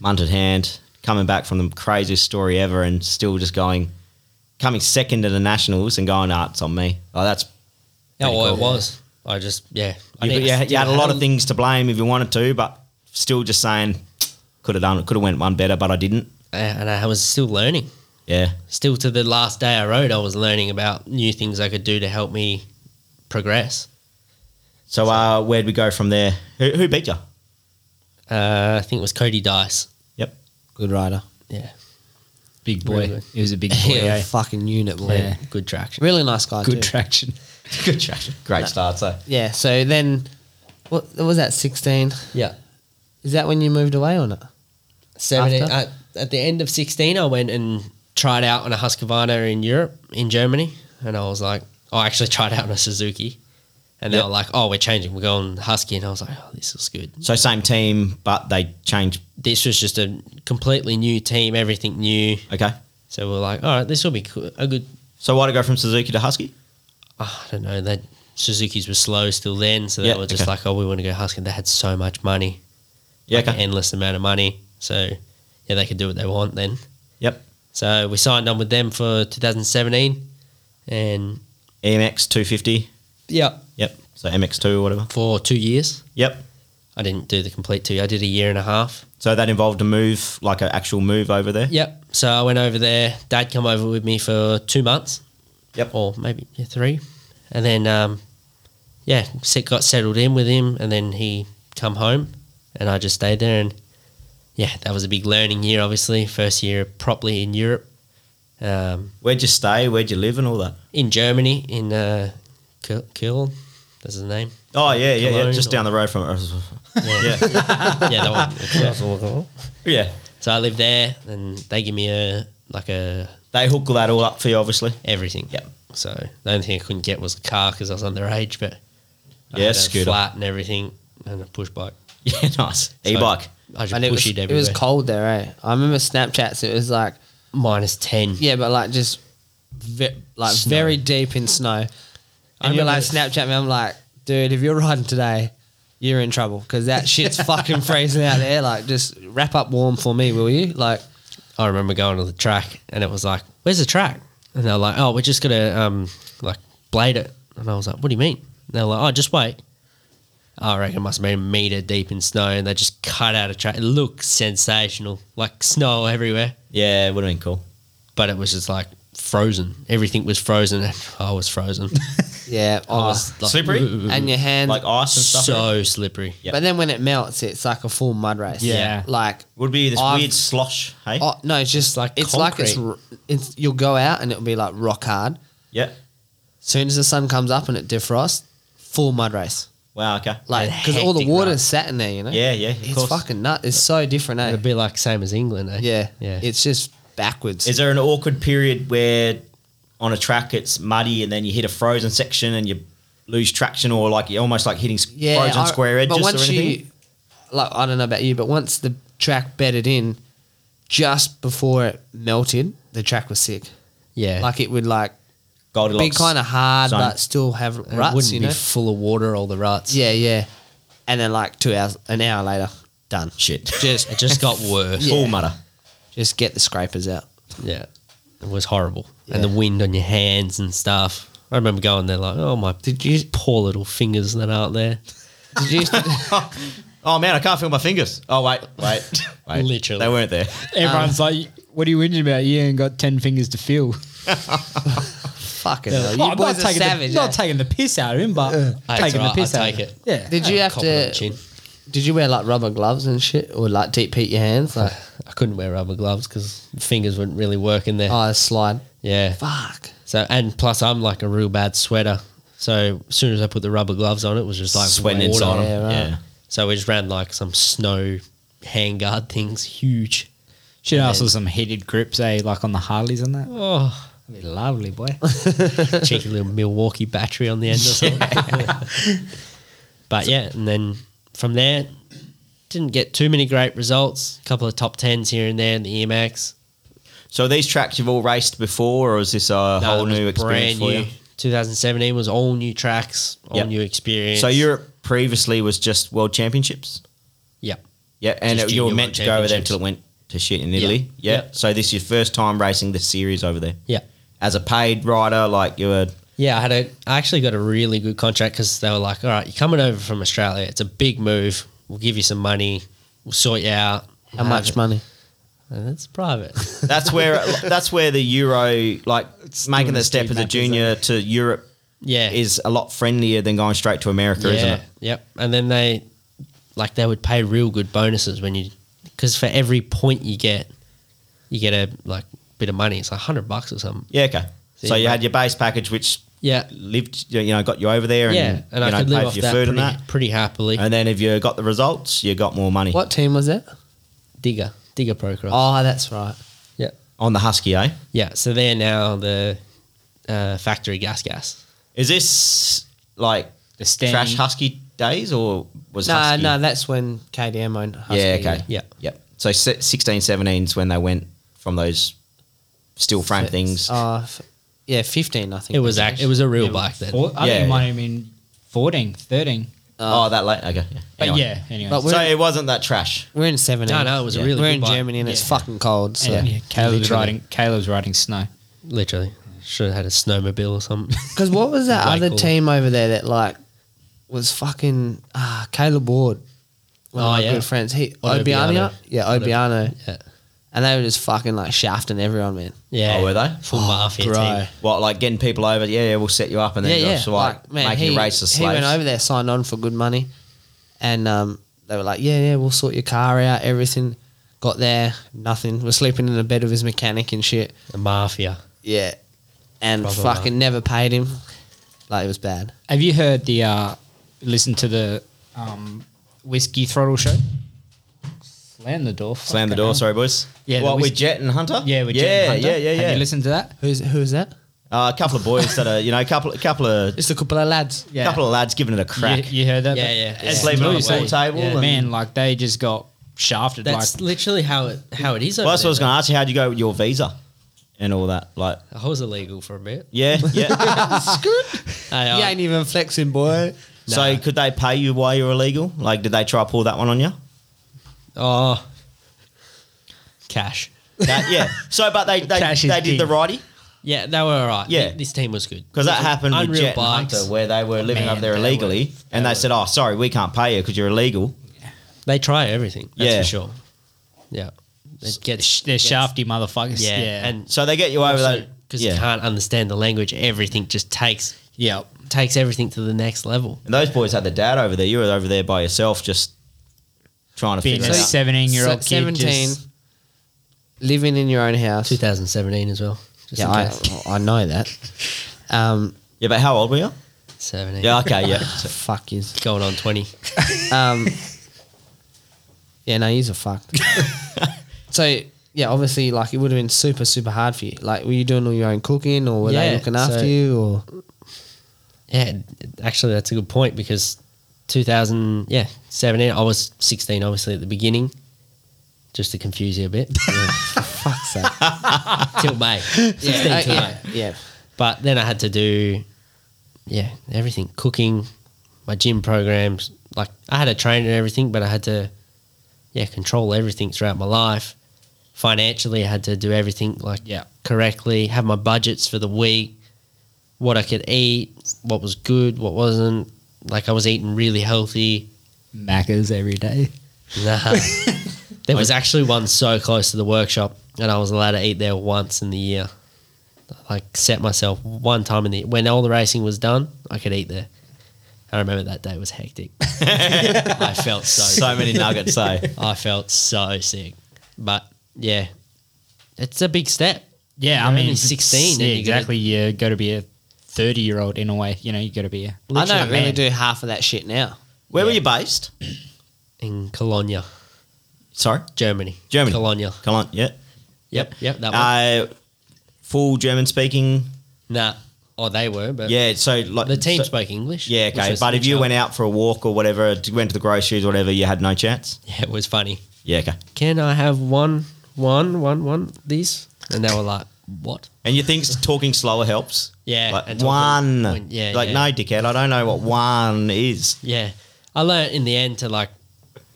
[SPEAKER 1] munted hand, coming back from the craziest story ever, and still just going, coming second to the nationals and going, ah, it's on me. Oh, that's
[SPEAKER 4] Oh,
[SPEAKER 1] Pretty
[SPEAKER 4] well,
[SPEAKER 1] cool.
[SPEAKER 4] it was. I just yeah. I
[SPEAKER 1] You,
[SPEAKER 4] need-
[SPEAKER 1] yeah, you had a
[SPEAKER 4] I
[SPEAKER 1] lot of
[SPEAKER 4] haven't-
[SPEAKER 1] things to blame if you wanted to, but still just saying could have done it, could have went one better, but I didn't.
[SPEAKER 4] Uh, and I was still learning.
[SPEAKER 1] Yeah,
[SPEAKER 4] Still to the last day I rode, I was learning about new things I could do to help me progress.
[SPEAKER 1] So uh, where'd we go from there? Who, who beat you?
[SPEAKER 4] Uh, I think it was Cody Dice.
[SPEAKER 3] good rider,
[SPEAKER 4] Yeah,
[SPEAKER 2] Big boy.
[SPEAKER 4] Really?
[SPEAKER 2] It was a big boy, eh?
[SPEAKER 3] fucking unit boy,
[SPEAKER 2] Yeah.
[SPEAKER 4] good traction.
[SPEAKER 3] really nice guy,
[SPEAKER 2] Good
[SPEAKER 3] too.
[SPEAKER 2] traction.
[SPEAKER 1] Good traction. Great start. So
[SPEAKER 3] yeah. So then What what was that? Sixteen?
[SPEAKER 4] Yeah.
[SPEAKER 3] Is that when you moved away or not?
[SPEAKER 4] 17,
[SPEAKER 3] After?
[SPEAKER 4] at, at the end of 16, I went and tried out on a Husqvarna in Europe, in Germany. And I was like, oh, I actually tried out on a Suzuki. And they
[SPEAKER 1] Yep.
[SPEAKER 4] were like, oh, we're changing. We're going Husky. And I was like, oh, this is good.
[SPEAKER 1] So same team, but they change.
[SPEAKER 4] This was just a completely new team, everything new.
[SPEAKER 1] Okay.
[SPEAKER 4] So we are like, all right, this will be cool. a good,
[SPEAKER 1] So why'd it go from Suzuki to Husky?
[SPEAKER 4] oh, I don't know, that Suzuki's were slow still then. So
[SPEAKER 1] Yeah,
[SPEAKER 4] they were just
[SPEAKER 1] okay.
[SPEAKER 4] like, oh, we want to go Husky. They had so much money,
[SPEAKER 1] Yeah.
[SPEAKER 4] like
[SPEAKER 1] Okay.
[SPEAKER 4] an endless amount of money. So yeah, they could do what they want then.
[SPEAKER 1] Yep.
[SPEAKER 4] So we signed on with them for 2017, and
[SPEAKER 1] EMX 250.
[SPEAKER 4] yeah,
[SPEAKER 1] Yep. So MX2 or whatever.
[SPEAKER 4] for two years.
[SPEAKER 1] Yep.
[SPEAKER 4] I didn't do the complete two. I did a year and a half.
[SPEAKER 1] So that involved a move, like an actual move over there.
[SPEAKER 4] Yep. So I went over there. Dad come over with me for two months.
[SPEAKER 1] Yep.
[SPEAKER 4] Or maybe yeah, three, and then um, yeah, sit, got settled in with him, and then he come home, and I just stayed there, and yeah, that was a big learning year. Obviously, first year properly in Europe, um,
[SPEAKER 1] Where'd you stay? Where'd you live and all that?
[SPEAKER 4] in Germany, in uh, Kiel. Kiel that's his name.
[SPEAKER 1] Oh yeah, yeah, yeah.
[SPEAKER 4] Cologne
[SPEAKER 1] Just
[SPEAKER 4] or-
[SPEAKER 1] down the road from it.
[SPEAKER 4] Yeah,
[SPEAKER 1] Yeah.
[SPEAKER 4] yeah, that one. That's all- all- all.
[SPEAKER 1] yeah.
[SPEAKER 4] So I lived there, and they give me a like a
[SPEAKER 1] They hook that all up for you, obviously.
[SPEAKER 4] everything.
[SPEAKER 1] Yep.
[SPEAKER 4] So the only thing I couldn't get was a car because I was underage, but I
[SPEAKER 1] Yeah,
[SPEAKER 4] had a
[SPEAKER 1] scooter.
[SPEAKER 4] flat and everything, and a push bike.
[SPEAKER 1] Yeah, nice. E bike.
[SPEAKER 4] I just
[SPEAKER 3] And it was,
[SPEAKER 4] pushed it
[SPEAKER 3] it
[SPEAKER 4] everywhere.
[SPEAKER 3] was cold there, eh? I remember Snapchats. It was like
[SPEAKER 4] minus ten.
[SPEAKER 3] yeah, but like just ve- like
[SPEAKER 4] Snow.
[SPEAKER 3] very deep in snow. And you're like
[SPEAKER 4] remember-
[SPEAKER 3] Snapchat me. I'm like, dude, if you're riding today, you're in trouble because that shit's fucking freezing out there. Like, just wrap up warm for me, will you? Like,
[SPEAKER 4] I remember going to the track, and it was like, "Where's the track?" And they're like, "Oh, we're just gonna um like blade it." And I was like, "What do you mean?" And they're like, "Oh, just wait." I reckon it must have been a meter deep in snow, and they just cut out a track. It looked sensational, like snow everywhere.
[SPEAKER 1] Yeah, it would have been cool.
[SPEAKER 4] but it was just like frozen. Everything was frozen, and I was frozen.
[SPEAKER 3] yeah,
[SPEAKER 4] I
[SPEAKER 3] oh.
[SPEAKER 4] was like,
[SPEAKER 1] Slippery?
[SPEAKER 3] and your hand.
[SPEAKER 1] Like ice and stuff.
[SPEAKER 4] so slippery.
[SPEAKER 1] Yeah.
[SPEAKER 3] But then when it melts, it's like a full mud race.
[SPEAKER 2] Yeah.
[SPEAKER 3] like
[SPEAKER 1] would be this
[SPEAKER 3] I've-
[SPEAKER 1] weird slosh, hey?
[SPEAKER 3] oh no, it's just like
[SPEAKER 4] like
[SPEAKER 3] it's like it's,
[SPEAKER 4] concrete.
[SPEAKER 3] r- it's you'll go out and it'll be like rock hard.
[SPEAKER 1] Yeah.
[SPEAKER 3] Soon as the sun comes up and it defrosts, full mud race.
[SPEAKER 1] Wow, okay.
[SPEAKER 3] Like
[SPEAKER 4] And
[SPEAKER 3] because all the
[SPEAKER 4] hectic
[SPEAKER 3] water's
[SPEAKER 4] runs.
[SPEAKER 3] sat in there, you know.
[SPEAKER 1] Yeah, yeah, of
[SPEAKER 3] It's
[SPEAKER 1] course.
[SPEAKER 3] fucking nut. It's so different, eh?
[SPEAKER 4] It'd be like same as England, eh?
[SPEAKER 3] Yeah,
[SPEAKER 4] yeah.
[SPEAKER 3] It's just backwards.
[SPEAKER 1] Is there an awkward period where on a track it's muddy and then you hit a frozen section and you lose traction or like you're almost like hitting s- frozen
[SPEAKER 3] I-
[SPEAKER 1] square edges or anything?
[SPEAKER 3] you, like I don't know about you, but once the track bedded in, just before it melted, the track was sick.
[SPEAKER 4] yeah.
[SPEAKER 3] Like it would like
[SPEAKER 1] Goldilocks.
[SPEAKER 3] be kind of hard,
[SPEAKER 1] zone.
[SPEAKER 3] but still have
[SPEAKER 4] it
[SPEAKER 3] ruts.
[SPEAKER 4] wouldn't
[SPEAKER 3] you
[SPEAKER 4] be
[SPEAKER 3] know?
[SPEAKER 4] full of water all the ruts.
[SPEAKER 3] Yeah, yeah. And then like two hours, an hour later, done.
[SPEAKER 1] shit.
[SPEAKER 4] just it just got worse.
[SPEAKER 3] Yeah.
[SPEAKER 1] Full mutter.
[SPEAKER 3] Just get the scrapers out.
[SPEAKER 4] Yeah, it was horrible, and
[SPEAKER 3] Yeah.
[SPEAKER 4] the wind on your hands and stuff. I remember going there like, oh my, did you poor little fingers that aren't there?
[SPEAKER 3] Did you?
[SPEAKER 1] Oh man, I can't feel my fingers. Oh wait, wait, wait.
[SPEAKER 4] Literally.
[SPEAKER 1] they weren't there.
[SPEAKER 2] Everyone's like, "What are you whinging about? You ain't got ten fingers to feel."
[SPEAKER 3] fucking
[SPEAKER 2] Yeah,
[SPEAKER 3] hell. You
[SPEAKER 2] oh, I'm not
[SPEAKER 3] boys are
[SPEAKER 2] taking
[SPEAKER 3] savage.
[SPEAKER 2] the, not
[SPEAKER 3] eh?
[SPEAKER 2] taking the piss out of him, but
[SPEAKER 4] Hey, it's
[SPEAKER 2] taking
[SPEAKER 4] all right,
[SPEAKER 2] the piss
[SPEAKER 4] I'll
[SPEAKER 2] out.
[SPEAKER 4] take
[SPEAKER 2] of him.
[SPEAKER 4] it.
[SPEAKER 2] Yeah.
[SPEAKER 3] Did you have
[SPEAKER 4] Oh, Cop it on the
[SPEAKER 3] to?
[SPEAKER 4] chin.
[SPEAKER 3] Did you wear like rubber gloves and shit, or like deep heat your hands? Like,
[SPEAKER 4] I couldn't wear rubber gloves because fingers wouldn't really work in there.
[SPEAKER 3] oh, slide.
[SPEAKER 4] yeah,
[SPEAKER 3] Fuck.
[SPEAKER 4] So and plus I'm like a real bad sweater. So as soon as I put the rubber gloves on, it was just like
[SPEAKER 1] Sweating
[SPEAKER 4] water.
[SPEAKER 1] inside 'em.
[SPEAKER 3] Yeah, right.
[SPEAKER 1] Yeah.
[SPEAKER 4] So we just ran like some snow handguard things, huge.
[SPEAKER 2] Should ask for some heated grips, eh? Like on the Harleys and that.
[SPEAKER 4] Oh,
[SPEAKER 2] That'd be lovely, boy.
[SPEAKER 4] cheeky little Milwaukee battery on the end or something. but yeah, and then from there, didn't get too many great results. A couple of top tens here and there in the EMX.
[SPEAKER 1] So these tracks you've all raced before, or is this a
[SPEAKER 4] No,
[SPEAKER 1] whole
[SPEAKER 4] it was
[SPEAKER 1] new experience for you?
[SPEAKER 4] 2017 was all new tracks, all
[SPEAKER 1] Yep.
[SPEAKER 4] new experience.
[SPEAKER 1] So Europe previously was just World Championships.
[SPEAKER 4] yeah,
[SPEAKER 1] Yeah, and
[SPEAKER 4] Just
[SPEAKER 1] it- you were
[SPEAKER 4] junior
[SPEAKER 1] meant
[SPEAKER 4] World
[SPEAKER 1] to go over there
[SPEAKER 4] Championships.
[SPEAKER 1] until it went to shit in Italy. Yeah.
[SPEAKER 4] Yeah.
[SPEAKER 1] So this is your first time racing this series over there.
[SPEAKER 4] yeah.
[SPEAKER 1] As a paid rider, like you were.
[SPEAKER 4] Yeah, I had a. I actually got a really good contract because they were like, "All right, you're coming over from Australia. It's a big move. We'll give you some money. We'll sort you out."
[SPEAKER 3] How much money?
[SPEAKER 4] And it's private.
[SPEAKER 1] That's where that's where the Euro, like making
[SPEAKER 2] doing
[SPEAKER 1] the
[SPEAKER 2] the
[SPEAKER 1] step
[SPEAKER 2] speed
[SPEAKER 1] as a
[SPEAKER 2] back, isn't
[SPEAKER 1] junior to Europe,
[SPEAKER 4] yeah,
[SPEAKER 1] is a lot friendlier than going straight to America,
[SPEAKER 4] yeah,
[SPEAKER 1] isn't it?
[SPEAKER 4] yep. And then they, like, they would pay real good bonuses when you, because for every point you get, you get a like bit of money. It's like hundred bucks or something.
[SPEAKER 1] Yeah, okay.
[SPEAKER 4] So
[SPEAKER 1] So
[SPEAKER 4] you
[SPEAKER 1] you
[SPEAKER 4] make-
[SPEAKER 1] had your base package, which
[SPEAKER 4] Yeah.
[SPEAKER 1] lived, you know, got you over there and,
[SPEAKER 4] yeah. And
[SPEAKER 1] you
[SPEAKER 4] I
[SPEAKER 1] know,
[SPEAKER 4] could
[SPEAKER 1] paid
[SPEAKER 4] live
[SPEAKER 1] for
[SPEAKER 4] off
[SPEAKER 1] your
[SPEAKER 4] that
[SPEAKER 1] food
[SPEAKER 4] pretty,
[SPEAKER 1] and that.
[SPEAKER 4] pretty happily.
[SPEAKER 1] And then if you got the results, you got more money.
[SPEAKER 3] What team was that?
[SPEAKER 4] Digger. Digger Procross.
[SPEAKER 3] Oh, that's right.
[SPEAKER 4] Yeah.
[SPEAKER 1] On the Husky, eh?
[SPEAKER 4] Yeah. So they're now the uh, factory gas gas.
[SPEAKER 1] Is this like
[SPEAKER 2] The stand.
[SPEAKER 1] trash Husky days or was
[SPEAKER 3] No,
[SPEAKER 1] Husky?
[SPEAKER 3] no, that's when KDM owned Husky.
[SPEAKER 1] yeah, okay.
[SPEAKER 4] Yeah.
[SPEAKER 1] Yep. So se- 16, 17 is when they went from those steel frame
[SPEAKER 3] F-
[SPEAKER 1] things.
[SPEAKER 3] Uh, f- yeah, 15, I think.
[SPEAKER 4] It was act, it was a real bike then.
[SPEAKER 2] Four,
[SPEAKER 1] Yeah,
[SPEAKER 2] I think
[SPEAKER 1] yeah.
[SPEAKER 2] it might have been 14, 13.
[SPEAKER 1] oh, that late. Okay.
[SPEAKER 2] But
[SPEAKER 1] Anyway.
[SPEAKER 2] yeah, anyway.
[SPEAKER 3] But
[SPEAKER 1] So it wasn't that trash.
[SPEAKER 3] We're in 17.
[SPEAKER 4] No, no, it was a
[SPEAKER 1] Yeah.
[SPEAKER 4] really
[SPEAKER 3] We're
[SPEAKER 4] good
[SPEAKER 3] in
[SPEAKER 4] bike.
[SPEAKER 3] Germany and it's
[SPEAKER 2] Yeah.
[SPEAKER 3] fucking cold. So
[SPEAKER 2] and, yeah, Caleb's
[SPEAKER 3] Literally.
[SPEAKER 2] riding. Caleb's riding snow.
[SPEAKER 4] Literally. Should have had a snowmobile or something.
[SPEAKER 1] Oh,
[SPEAKER 3] Because what was that
[SPEAKER 4] Way
[SPEAKER 3] other
[SPEAKER 4] cool.
[SPEAKER 3] team over there that like was fucking ah Caleb Ward? One
[SPEAKER 4] Oh,
[SPEAKER 3] of my
[SPEAKER 4] yeah.
[SPEAKER 3] good friends. He
[SPEAKER 4] Obiano.
[SPEAKER 3] Obiano. Yeah,
[SPEAKER 4] Obi-
[SPEAKER 3] Obiano.
[SPEAKER 4] yeah.
[SPEAKER 3] And they were just fucking like shafting everyone, man.
[SPEAKER 4] Yeah.
[SPEAKER 1] Oh, were they?
[SPEAKER 4] Full mafia team.
[SPEAKER 1] What, like getting people over? Yeah, yeah, we'll set you up and then
[SPEAKER 4] Yeah,
[SPEAKER 1] you're
[SPEAKER 4] yeah.
[SPEAKER 1] just like, making
[SPEAKER 3] he,
[SPEAKER 1] you race the
[SPEAKER 3] he
[SPEAKER 1] slaves.
[SPEAKER 3] went over there, signed on for good money, and um, they were like, "Yeah, yeah, we'll sort your car out, everything." Got there, nothing. We're sleeping in the bed of his mechanic and shit.
[SPEAKER 4] The mafia.
[SPEAKER 3] Yeah, and
[SPEAKER 4] Brother,
[SPEAKER 3] fucking never paid him. Like it was bad.
[SPEAKER 2] Have you heard the? Uh, listen to the um, whiskey throttle show. Slam the door.
[SPEAKER 1] Slam the
[SPEAKER 2] fucking
[SPEAKER 1] door,
[SPEAKER 2] hell.
[SPEAKER 1] sorry, boys.
[SPEAKER 2] Yeah, the
[SPEAKER 1] What,
[SPEAKER 2] whis-
[SPEAKER 1] with Jet and Hunter?
[SPEAKER 2] Yeah, with
[SPEAKER 1] yeah,
[SPEAKER 2] Jen Hunter.
[SPEAKER 1] Yeah, yeah, yeah.
[SPEAKER 2] Have you listened to that?
[SPEAKER 3] Who's who's that?
[SPEAKER 1] Uh, a couple of boys that are, you know, a couple, a couple of,
[SPEAKER 3] Just a couple of lads.
[SPEAKER 2] Yeah.
[SPEAKER 1] couple of lads giving it a
[SPEAKER 2] You,
[SPEAKER 1] crack.
[SPEAKER 2] you heard that?
[SPEAKER 4] Yeah,
[SPEAKER 2] But-
[SPEAKER 4] yeah.
[SPEAKER 2] It's
[SPEAKER 1] Sleeping on a
[SPEAKER 2] loose,
[SPEAKER 1] pool
[SPEAKER 2] eh?
[SPEAKER 1] table
[SPEAKER 2] Yeah.
[SPEAKER 1] and-
[SPEAKER 2] Man, like they just got shafted.
[SPEAKER 4] That's
[SPEAKER 2] like
[SPEAKER 4] literally how it how it is. Over
[SPEAKER 1] well, that's what I
[SPEAKER 4] there,
[SPEAKER 1] was going to ask you. How'd you go with your visa and all that? Like,
[SPEAKER 4] mate. I was illegal for a bit.
[SPEAKER 1] yeah, yeah.
[SPEAKER 4] Hey,
[SPEAKER 3] You
[SPEAKER 4] I-
[SPEAKER 3] ain't even flexing, boy.
[SPEAKER 1] so could they pay you while you're illegal? Like, did they try to pull that one on you?
[SPEAKER 4] Oh, cash.
[SPEAKER 1] That, yeah. So, but they they,
[SPEAKER 2] Cash is
[SPEAKER 1] they did the
[SPEAKER 2] king.
[SPEAKER 1] righty
[SPEAKER 4] Yeah, they were all right.
[SPEAKER 1] Yeah.
[SPEAKER 4] Th- this team was good
[SPEAKER 1] because that
[SPEAKER 4] It was
[SPEAKER 1] happened with
[SPEAKER 4] unreal
[SPEAKER 1] Jet
[SPEAKER 4] bikes.
[SPEAKER 1] and Hunter, where they were living
[SPEAKER 2] Man,
[SPEAKER 1] over there
[SPEAKER 2] they
[SPEAKER 1] illegally, and they said, "Oh, sorry, we can't pay you because you're illegal."
[SPEAKER 4] They try everything. That's
[SPEAKER 1] Yeah.
[SPEAKER 4] for sure. Yeah, they
[SPEAKER 2] they're
[SPEAKER 4] get gets-
[SPEAKER 2] shafty motherfuckers.
[SPEAKER 4] Yeah,
[SPEAKER 2] Yeah,
[SPEAKER 4] and
[SPEAKER 1] So they get you over there.
[SPEAKER 4] because you
[SPEAKER 1] yeah.
[SPEAKER 4] can't understand the language, everything just takes
[SPEAKER 2] yeah.
[SPEAKER 4] takes everything to the next level.
[SPEAKER 1] And those boys had the dad over there. You were over there by yourself, just trying to
[SPEAKER 2] Being
[SPEAKER 1] figure
[SPEAKER 2] a
[SPEAKER 1] it out.
[SPEAKER 2] seventeen-year-old
[SPEAKER 3] Se-
[SPEAKER 2] kid, just-
[SPEAKER 3] living in your own house.
[SPEAKER 4] 2017 as well. Just
[SPEAKER 3] Yeah,
[SPEAKER 4] in
[SPEAKER 3] I,
[SPEAKER 4] case.
[SPEAKER 3] I know that. Um,
[SPEAKER 1] Yeah, but how old were you?
[SPEAKER 4] 17.
[SPEAKER 1] Yeah, okay, yeah.
[SPEAKER 3] fuck is.
[SPEAKER 4] going on 20.
[SPEAKER 3] Um, yeah, no, he's a fuck. so yeah, obviously, like it would have been super, super hard for you. Like, were you doing all your own cooking, or were
[SPEAKER 4] Yeah,
[SPEAKER 3] they looking after
[SPEAKER 4] so-
[SPEAKER 3] you, or
[SPEAKER 4] Yeah, actually, that's a good point because 2000, yeah, 17. I was 16, obviously, at the beginning, just to confuse you a bit.
[SPEAKER 3] fuck's sake?
[SPEAKER 4] till May. 16
[SPEAKER 3] Uh,
[SPEAKER 4] till May.
[SPEAKER 3] yeah, yeah.
[SPEAKER 4] But then I had to do, yeah, everything cooking, my gym programs. Like, I had a trainer and everything, but I had to, yeah, control everything throughout my life. Financially, I had to do everything, like,
[SPEAKER 2] Yeah.
[SPEAKER 4] correctly, have my budgets for the week, what I could eat, what was good, what wasn't. Like, I was eating really healthy.
[SPEAKER 2] Maccas every day.
[SPEAKER 4] Nah. there was actually one so close to the workshop, and I was allowed to eat there once in the year. Like set myself one time in the when all the racing was done, I could eat there. I remember that day was hectic. I felt so
[SPEAKER 1] so many nuggets, though.
[SPEAKER 4] I felt so sick, but yeah, it's a big step.
[SPEAKER 2] Yeah,
[SPEAKER 4] You're
[SPEAKER 2] I
[SPEAKER 4] only
[SPEAKER 2] mean,
[SPEAKER 4] 16
[SPEAKER 2] Yeah,
[SPEAKER 4] and you gotta-
[SPEAKER 2] exactly. You got to be a thirty-year-old in a way. You know, you got to be a
[SPEAKER 3] I
[SPEAKER 4] Literally,
[SPEAKER 3] don't really
[SPEAKER 4] man.
[SPEAKER 3] do half of that shit now.
[SPEAKER 1] Where were you based?
[SPEAKER 4] in Colonia,
[SPEAKER 1] Sorry,
[SPEAKER 4] Germany.
[SPEAKER 1] Germany.
[SPEAKER 4] Colonia.
[SPEAKER 1] Come on, yeah.
[SPEAKER 4] Yep, yep. That one.
[SPEAKER 1] Uh, full German speaking.
[SPEAKER 4] nah. Oh, they were, but
[SPEAKER 1] Yeah, so like
[SPEAKER 4] the team
[SPEAKER 1] so-
[SPEAKER 4] spoke English.
[SPEAKER 1] Yeah,
[SPEAKER 4] which
[SPEAKER 1] okay.
[SPEAKER 4] was
[SPEAKER 1] But if
[SPEAKER 4] the
[SPEAKER 1] you
[SPEAKER 4] charm.
[SPEAKER 1] went out for a walk or whatever, d- went to the groceries or whatever, you had no chance.
[SPEAKER 4] yeah, it was funny.
[SPEAKER 1] Yeah, okay.
[SPEAKER 4] can I have one, one, one, one, these? And they were like, what?
[SPEAKER 1] And you think s- talking slower helps?
[SPEAKER 4] Yeah,
[SPEAKER 1] like
[SPEAKER 4] and talking-
[SPEAKER 1] one.
[SPEAKER 4] when- yeah,
[SPEAKER 1] like
[SPEAKER 4] yeah.
[SPEAKER 1] no, dickhead. I don't know what one is.
[SPEAKER 4] Yeah. I learned in the end to like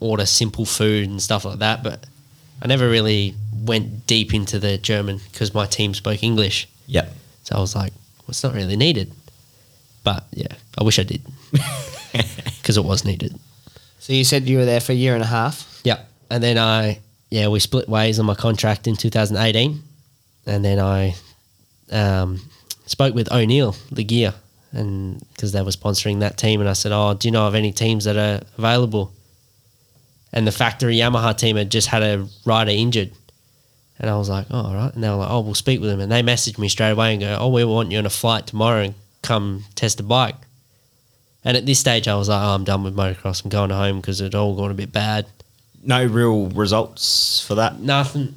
[SPEAKER 4] order simple food and stuff like that, but I never really went deep into the German because my team spoke English.
[SPEAKER 1] Yep.
[SPEAKER 4] So I was like, well, it's not really needed. But yeah, I wish I did because it was needed.
[SPEAKER 3] So you said you were there for a year and a half.
[SPEAKER 4] Yeah. And then I, yeah, we split ways on my contract in 2018. And then I um, spoke with O'Neill, the gear, and because they were sponsoring that team. And I said, Oh, do you know of any teams that are available? And the factory Yamaha team had just had a rider injured. And I was like, Oh, all right. And they were like, Oh, we'll speak with them. And they messaged me straight away and go, Oh, we want you on a flight tomorrow and come test the bike. And at this stage, I was like, oh, I'm done with motocross. I'm going home because it all gone a bit bad.
[SPEAKER 1] No real results for that.
[SPEAKER 4] Nothing,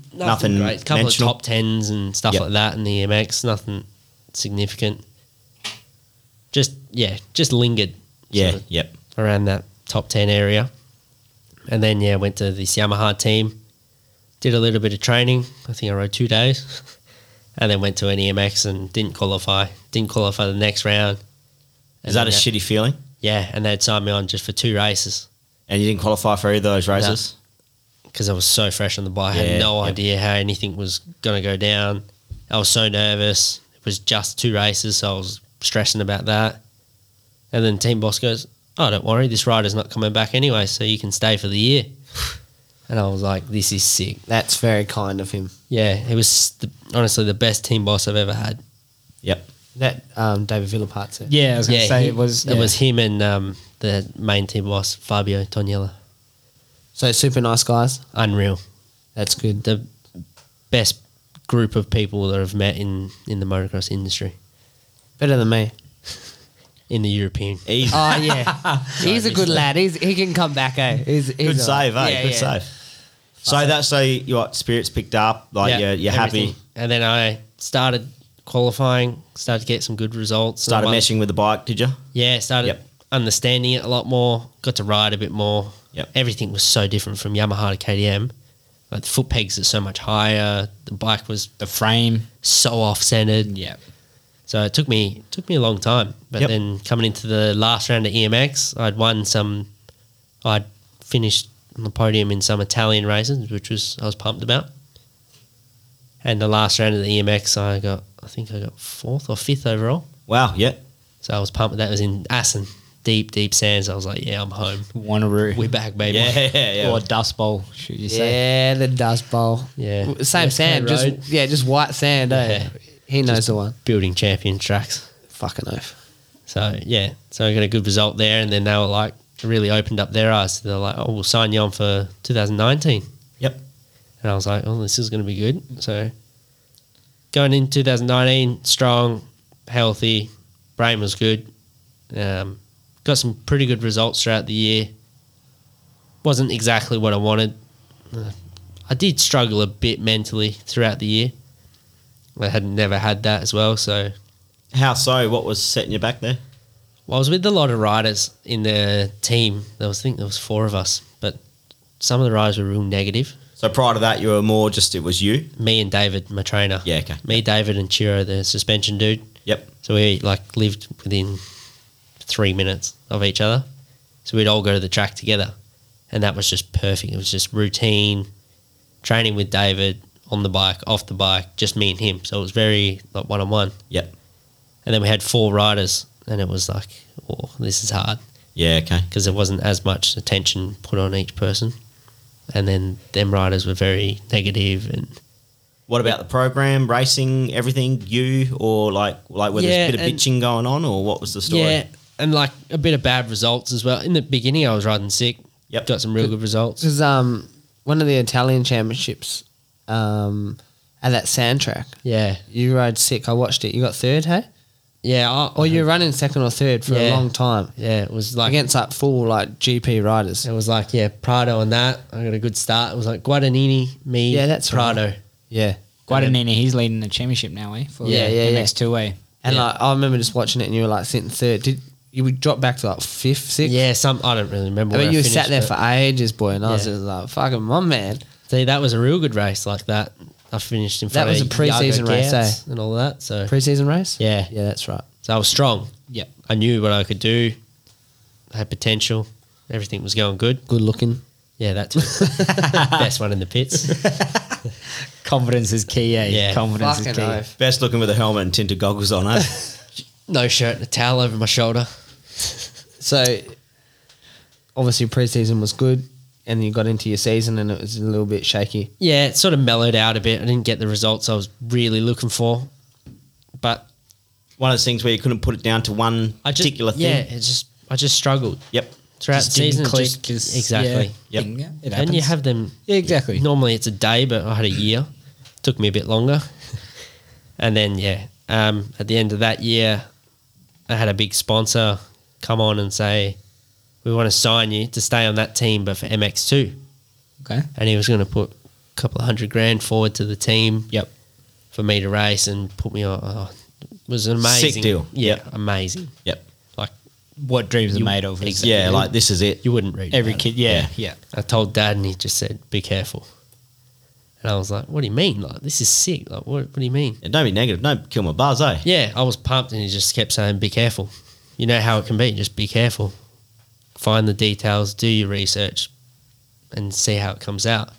[SPEAKER 1] Nothing
[SPEAKER 4] nothing, great. couple
[SPEAKER 1] mentionable.
[SPEAKER 4] of top tens and stuff
[SPEAKER 1] Yep.
[SPEAKER 4] like that in the EMX. Nothing significant. Just yeah, just lingered.
[SPEAKER 1] Yeah,
[SPEAKER 4] sort of
[SPEAKER 1] yep.
[SPEAKER 4] around that top ten area, and then yeah, went to this Yamaha team. Did a little bit of training. I think I rode two days, and then went to an EMX and didn't qualify. Didn't qualify the next round.
[SPEAKER 1] Is that a
[SPEAKER 4] shit?
[SPEAKER 1] shitty feeling?
[SPEAKER 4] Yeah, and they'd signed me on just for two races.
[SPEAKER 1] And you didn't qualify for either of those races?
[SPEAKER 4] because I was so fresh on the bike. I
[SPEAKER 1] Yeah,
[SPEAKER 4] had no
[SPEAKER 1] yeah.
[SPEAKER 4] idea how anything was going to go down. I was so nervous. It was just two races, so I was stressing about that. And then team boss goes, "Oh, don't worry, this rider's not coming back anyway, so you can stay for the year." And I was like, "This is sick."
[SPEAKER 3] That's very kind of him.
[SPEAKER 4] Yeah, it was the, honestly the best team boss I've ever had.
[SPEAKER 1] Yep.
[SPEAKER 3] That um, David Villapart said.
[SPEAKER 2] Yeah, I was gonna
[SPEAKER 4] yeah,
[SPEAKER 2] say
[SPEAKER 4] he-
[SPEAKER 2] it was.
[SPEAKER 4] it was him and um, the main team boss Fabio Toniella.
[SPEAKER 3] So super nice guys.
[SPEAKER 4] Unreal,
[SPEAKER 3] That's good.
[SPEAKER 4] the best group of people that I've met in in the motocross industry.
[SPEAKER 3] Better than me.
[SPEAKER 4] in the European.
[SPEAKER 1] Easy.
[SPEAKER 3] Oh yeah, he's a good lad. He's, he can come back. Eh? He's, he's
[SPEAKER 1] Good
[SPEAKER 3] a-
[SPEAKER 1] save, eh?
[SPEAKER 3] Yeah,
[SPEAKER 1] Good
[SPEAKER 3] yeah.
[SPEAKER 1] save. So that's so your spirits picked up, like you're, you're happy,
[SPEAKER 4] everything. And then I started qualifying, started to get some good results. And
[SPEAKER 1] started
[SPEAKER 4] I'm-
[SPEAKER 1] meshing with the bike, did you?
[SPEAKER 4] Yeah, started
[SPEAKER 1] Yep.
[SPEAKER 4] understanding it a lot more, got to ride a bit more.
[SPEAKER 1] Yep.
[SPEAKER 4] Everything was so different from Yamaha to KDM. Like the foot pegs are so much higher. The bike was
[SPEAKER 2] the frame.
[SPEAKER 4] so off centered.
[SPEAKER 2] Yeah,
[SPEAKER 4] So it took me took me a long time. But
[SPEAKER 1] Yep.
[SPEAKER 4] then coming into the last round of EMX, I'd won some I'd finished on the podium in some Italian races, which was I was pumped about. And the last round of the EMX I got I think I got fourth or fifth overall.
[SPEAKER 1] Wow, yeah.
[SPEAKER 4] So I was pumped that was in Assen. Deep, deep sands. I was like, Yeah, I'm home.
[SPEAKER 2] Wanneroo
[SPEAKER 4] We're back, baby.
[SPEAKER 1] Yeah, yeah, yeah.
[SPEAKER 2] or dust bowl. Should you say?
[SPEAKER 3] Yeah, the dust bowl.
[SPEAKER 4] Yeah.
[SPEAKER 3] W- Same sand,
[SPEAKER 4] Coast
[SPEAKER 3] just
[SPEAKER 4] Road.
[SPEAKER 3] yeah, just white sand. Eh?
[SPEAKER 4] Yeah.
[SPEAKER 3] He knows the one.
[SPEAKER 4] Building champion tracks.
[SPEAKER 3] Fucking oath.
[SPEAKER 4] So yeah, so I got a good result there, and then they were like really opened up their eyes. They're like, "Oh, we'll sign you on for 2019."
[SPEAKER 1] Yep.
[SPEAKER 4] And I was like, "Oh, this is going to be good." So going in 2019, strong, healthy, brain was good. Um, got some pretty good results throughout the year. Wasn't exactly what I wanted. Uh, I did struggle a bit mentally throughout the year. I had never had that as well, so
[SPEAKER 1] How so? What was setting you back there?
[SPEAKER 4] well, I was with a lot of riders in the team. There was, I think there was four of us, but some of the riders were real negative.
[SPEAKER 1] So prior to that, you were more just it was you.
[SPEAKER 4] Me and David, my trainer.
[SPEAKER 1] Yeah, okay.
[SPEAKER 4] Me, David, and Chiro, the suspension dude.
[SPEAKER 1] Yep.
[SPEAKER 4] So we like lived within three minutes of each other. So we'd all go to the track together, and that was just perfect. It was just routine training with David on the bike, off the bike, just me and him. So it was very like one on one.
[SPEAKER 1] Yep.
[SPEAKER 4] And then we had four riders, and it was like, oh, this is hard.
[SPEAKER 1] Yeah, okay.
[SPEAKER 4] because there wasn't as much attention put on each person. And then them riders were very negative and
[SPEAKER 1] What about the program, racing, everything? You or like like whether
[SPEAKER 4] Yeah,
[SPEAKER 1] there's a bit of
[SPEAKER 4] and-
[SPEAKER 1] bitching going on or what was the story?
[SPEAKER 4] yeah, and like a bit of bad results as well. In the beginning, I was riding sick.
[SPEAKER 1] Yep.
[SPEAKER 4] got some real good results.
[SPEAKER 3] Because um, one of the Italian championships, um, at that sand track,
[SPEAKER 4] Yeah,
[SPEAKER 3] you rode sick. I watched it. You got third, hey?
[SPEAKER 4] yeah, I,
[SPEAKER 3] Or you were running second or third for a
[SPEAKER 4] Yeah.
[SPEAKER 3] long time
[SPEAKER 4] yeah. It was like
[SPEAKER 3] against like full like GP riders.
[SPEAKER 4] it was like yeah, Prado and that. I got a good start. It was like Guadagnini, me,
[SPEAKER 3] Yeah, that's
[SPEAKER 4] Prado.
[SPEAKER 3] Yeah.
[SPEAKER 2] Guadagnini, he's leading the championship now, eh? For
[SPEAKER 3] Yeah,
[SPEAKER 2] the
[SPEAKER 3] yeah, yeah.
[SPEAKER 2] Next two way.
[SPEAKER 3] And
[SPEAKER 4] Yeah.
[SPEAKER 3] like I remember just watching it, and you were like sitting third. Did you would drop back to like fifth, sixth?
[SPEAKER 4] Yeah, some I don't really remember.
[SPEAKER 3] I
[SPEAKER 4] where
[SPEAKER 3] mean, you were sat
[SPEAKER 4] finished,
[SPEAKER 3] there
[SPEAKER 4] but-
[SPEAKER 3] for ages, boy, and I was
[SPEAKER 4] Yeah.
[SPEAKER 3] just like, "Fucking my man."
[SPEAKER 4] See, that was a real good race like that. I finished in
[SPEAKER 3] That
[SPEAKER 4] front
[SPEAKER 3] was a
[SPEAKER 4] of Iago
[SPEAKER 3] pre-season race, eh?
[SPEAKER 4] Goetz and all that. So
[SPEAKER 3] Preseason race.
[SPEAKER 4] yeah,
[SPEAKER 3] yeah, that's right.
[SPEAKER 4] So I was strong.
[SPEAKER 2] Yeah.
[SPEAKER 4] I knew what I could do. I had potential. Everything was going good.
[SPEAKER 3] Good looking.
[SPEAKER 4] Yeah, that too. best one in the pits.
[SPEAKER 2] Confidence is key, eh?
[SPEAKER 4] Yeah.
[SPEAKER 2] Confidence is
[SPEAKER 3] Fucking
[SPEAKER 2] key.
[SPEAKER 3] oath.
[SPEAKER 1] Best looking with a helmet and tinted goggles on, eh?
[SPEAKER 4] No shirt and a towel over my shoulder.
[SPEAKER 3] So obviously preseason was good, and you got into your season, and it was a little bit shaky.
[SPEAKER 4] Yeah, it sort of mellowed out a bit. I didn't get the results I was really looking for. But
[SPEAKER 1] One of those things where you couldn't put it down to one
[SPEAKER 4] I just
[SPEAKER 1] particular thing.
[SPEAKER 4] Yeah, it just I just struggled.
[SPEAKER 1] Yep.
[SPEAKER 4] Throughout
[SPEAKER 2] Just
[SPEAKER 4] the
[SPEAKER 2] didn't
[SPEAKER 4] season. it
[SPEAKER 2] click,
[SPEAKER 4] just-
[SPEAKER 2] just-
[SPEAKER 4] exactly.
[SPEAKER 2] Yeah.
[SPEAKER 1] Yep.
[SPEAKER 2] Thing, yeah, It
[SPEAKER 4] And you
[SPEAKER 2] happens.
[SPEAKER 4] have them
[SPEAKER 2] yeah, exactly.
[SPEAKER 4] Normally it's a day, but I had a year. Took me a bit longer. and then yeah, um, at the end of that year, I had a big sponsor come on and say, "We want to sign you to stay on that team, but for MX2."
[SPEAKER 2] Okay.
[SPEAKER 4] And he was going to put a couple of hundred grand forward to the team.
[SPEAKER 2] Yep.
[SPEAKER 4] For me to race and put me on. Oh, it was an amazing
[SPEAKER 1] Sick deal.
[SPEAKER 4] Yeah, amazing.
[SPEAKER 1] Yep.
[SPEAKER 2] What dreams are
[SPEAKER 4] You-
[SPEAKER 2] made of. is
[SPEAKER 4] Exactly.
[SPEAKER 1] Yeah, like this is it.
[SPEAKER 4] You wouldn't read
[SPEAKER 2] Every
[SPEAKER 4] about it.
[SPEAKER 2] kid. Yeah. Yeah.
[SPEAKER 4] I told dad, and he just said, "Be careful." And I was like, "What do you mean? Like this is sick. Like what? What do you mean?"
[SPEAKER 1] And don't be negative. Don't kill my buzz, eh?
[SPEAKER 4] Yeah, I was pumped, and he just kept saying, "Be careful." You know how it can be. Just be careful. Find the details. Do your research, and see how it comes out.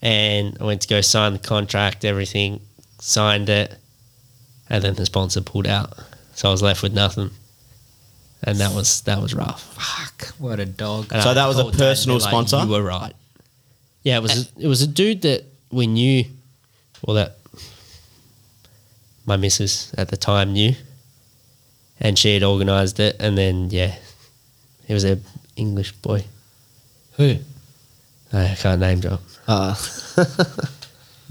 [SPEAKER 4] And I went to go sign the contract. Everything signed it, and then the sponsor pulled out, so I was left with nothing. And that was that was rough.
[SPEAKER 2] Fuck. What a dog.
[SPEAKER 4] And
[SPEAKER 1] So
[SPEAKER 4] I
[SPEAKER 1] that was a
[SPEAKER 4] told Dad,
[SPEAKER 1] personal
[SPEAKER 4] they're like,
[SPEAKER 1] sponsor? Uh,
[SPEAKER 4] You were right. Yeah, it was. A, it was a dude that we knew. Well, that my missus at the time knew, and she had organised it. And then yeah, it was a English boy.
[SPEAKER 3] Who?
[SPEAKER 4] I can't name drop.
[SPEAKER 3] Uh,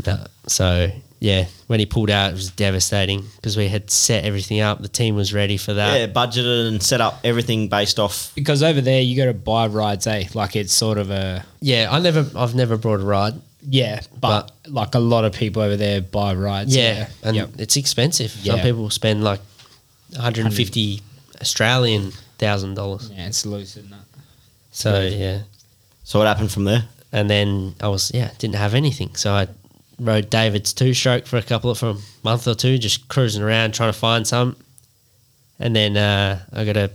[SPEAKER 4] No. So yeah, when he pulled out, it was devastating because we had set everything up. The team was ready for that.
[SPEAKER 1] Yeah, budgeted and set up everything based off.
[SPEAKER 2] Because over there, you got to buy rides, eh? Like it's sort of a.
[SPEAKER 4] Yeah, I never. I've never brought a ride.
[SPEAKER 2] Yeah. But, like a lot of people over there buy rides.
[SPEAKER 4] Yeah,
[SPEAKER 2] Yeah.
[SPEAKER 4] and
[SPEAKER 2] Yep.
[SPEAKER 4] it's expensive.
[SPEAKER 2] Yeah.
[SPEAKER 4] Some people spend like 150 Australian thousand dollars.
[SPEAKER 2] Yeah, it's loose, isn't it?
[SPEAKER 4] So
[SPEAKER 2] Yeah.
[SPEAKER 4] yeah,
[SPEAKER 1] So what happened from there?
[SPEAKER 4] and then I was yeah didn't have anything, so I rode David's two stroke for a couple of for a month or two, just cruising around trying to find some, and then uh, I got a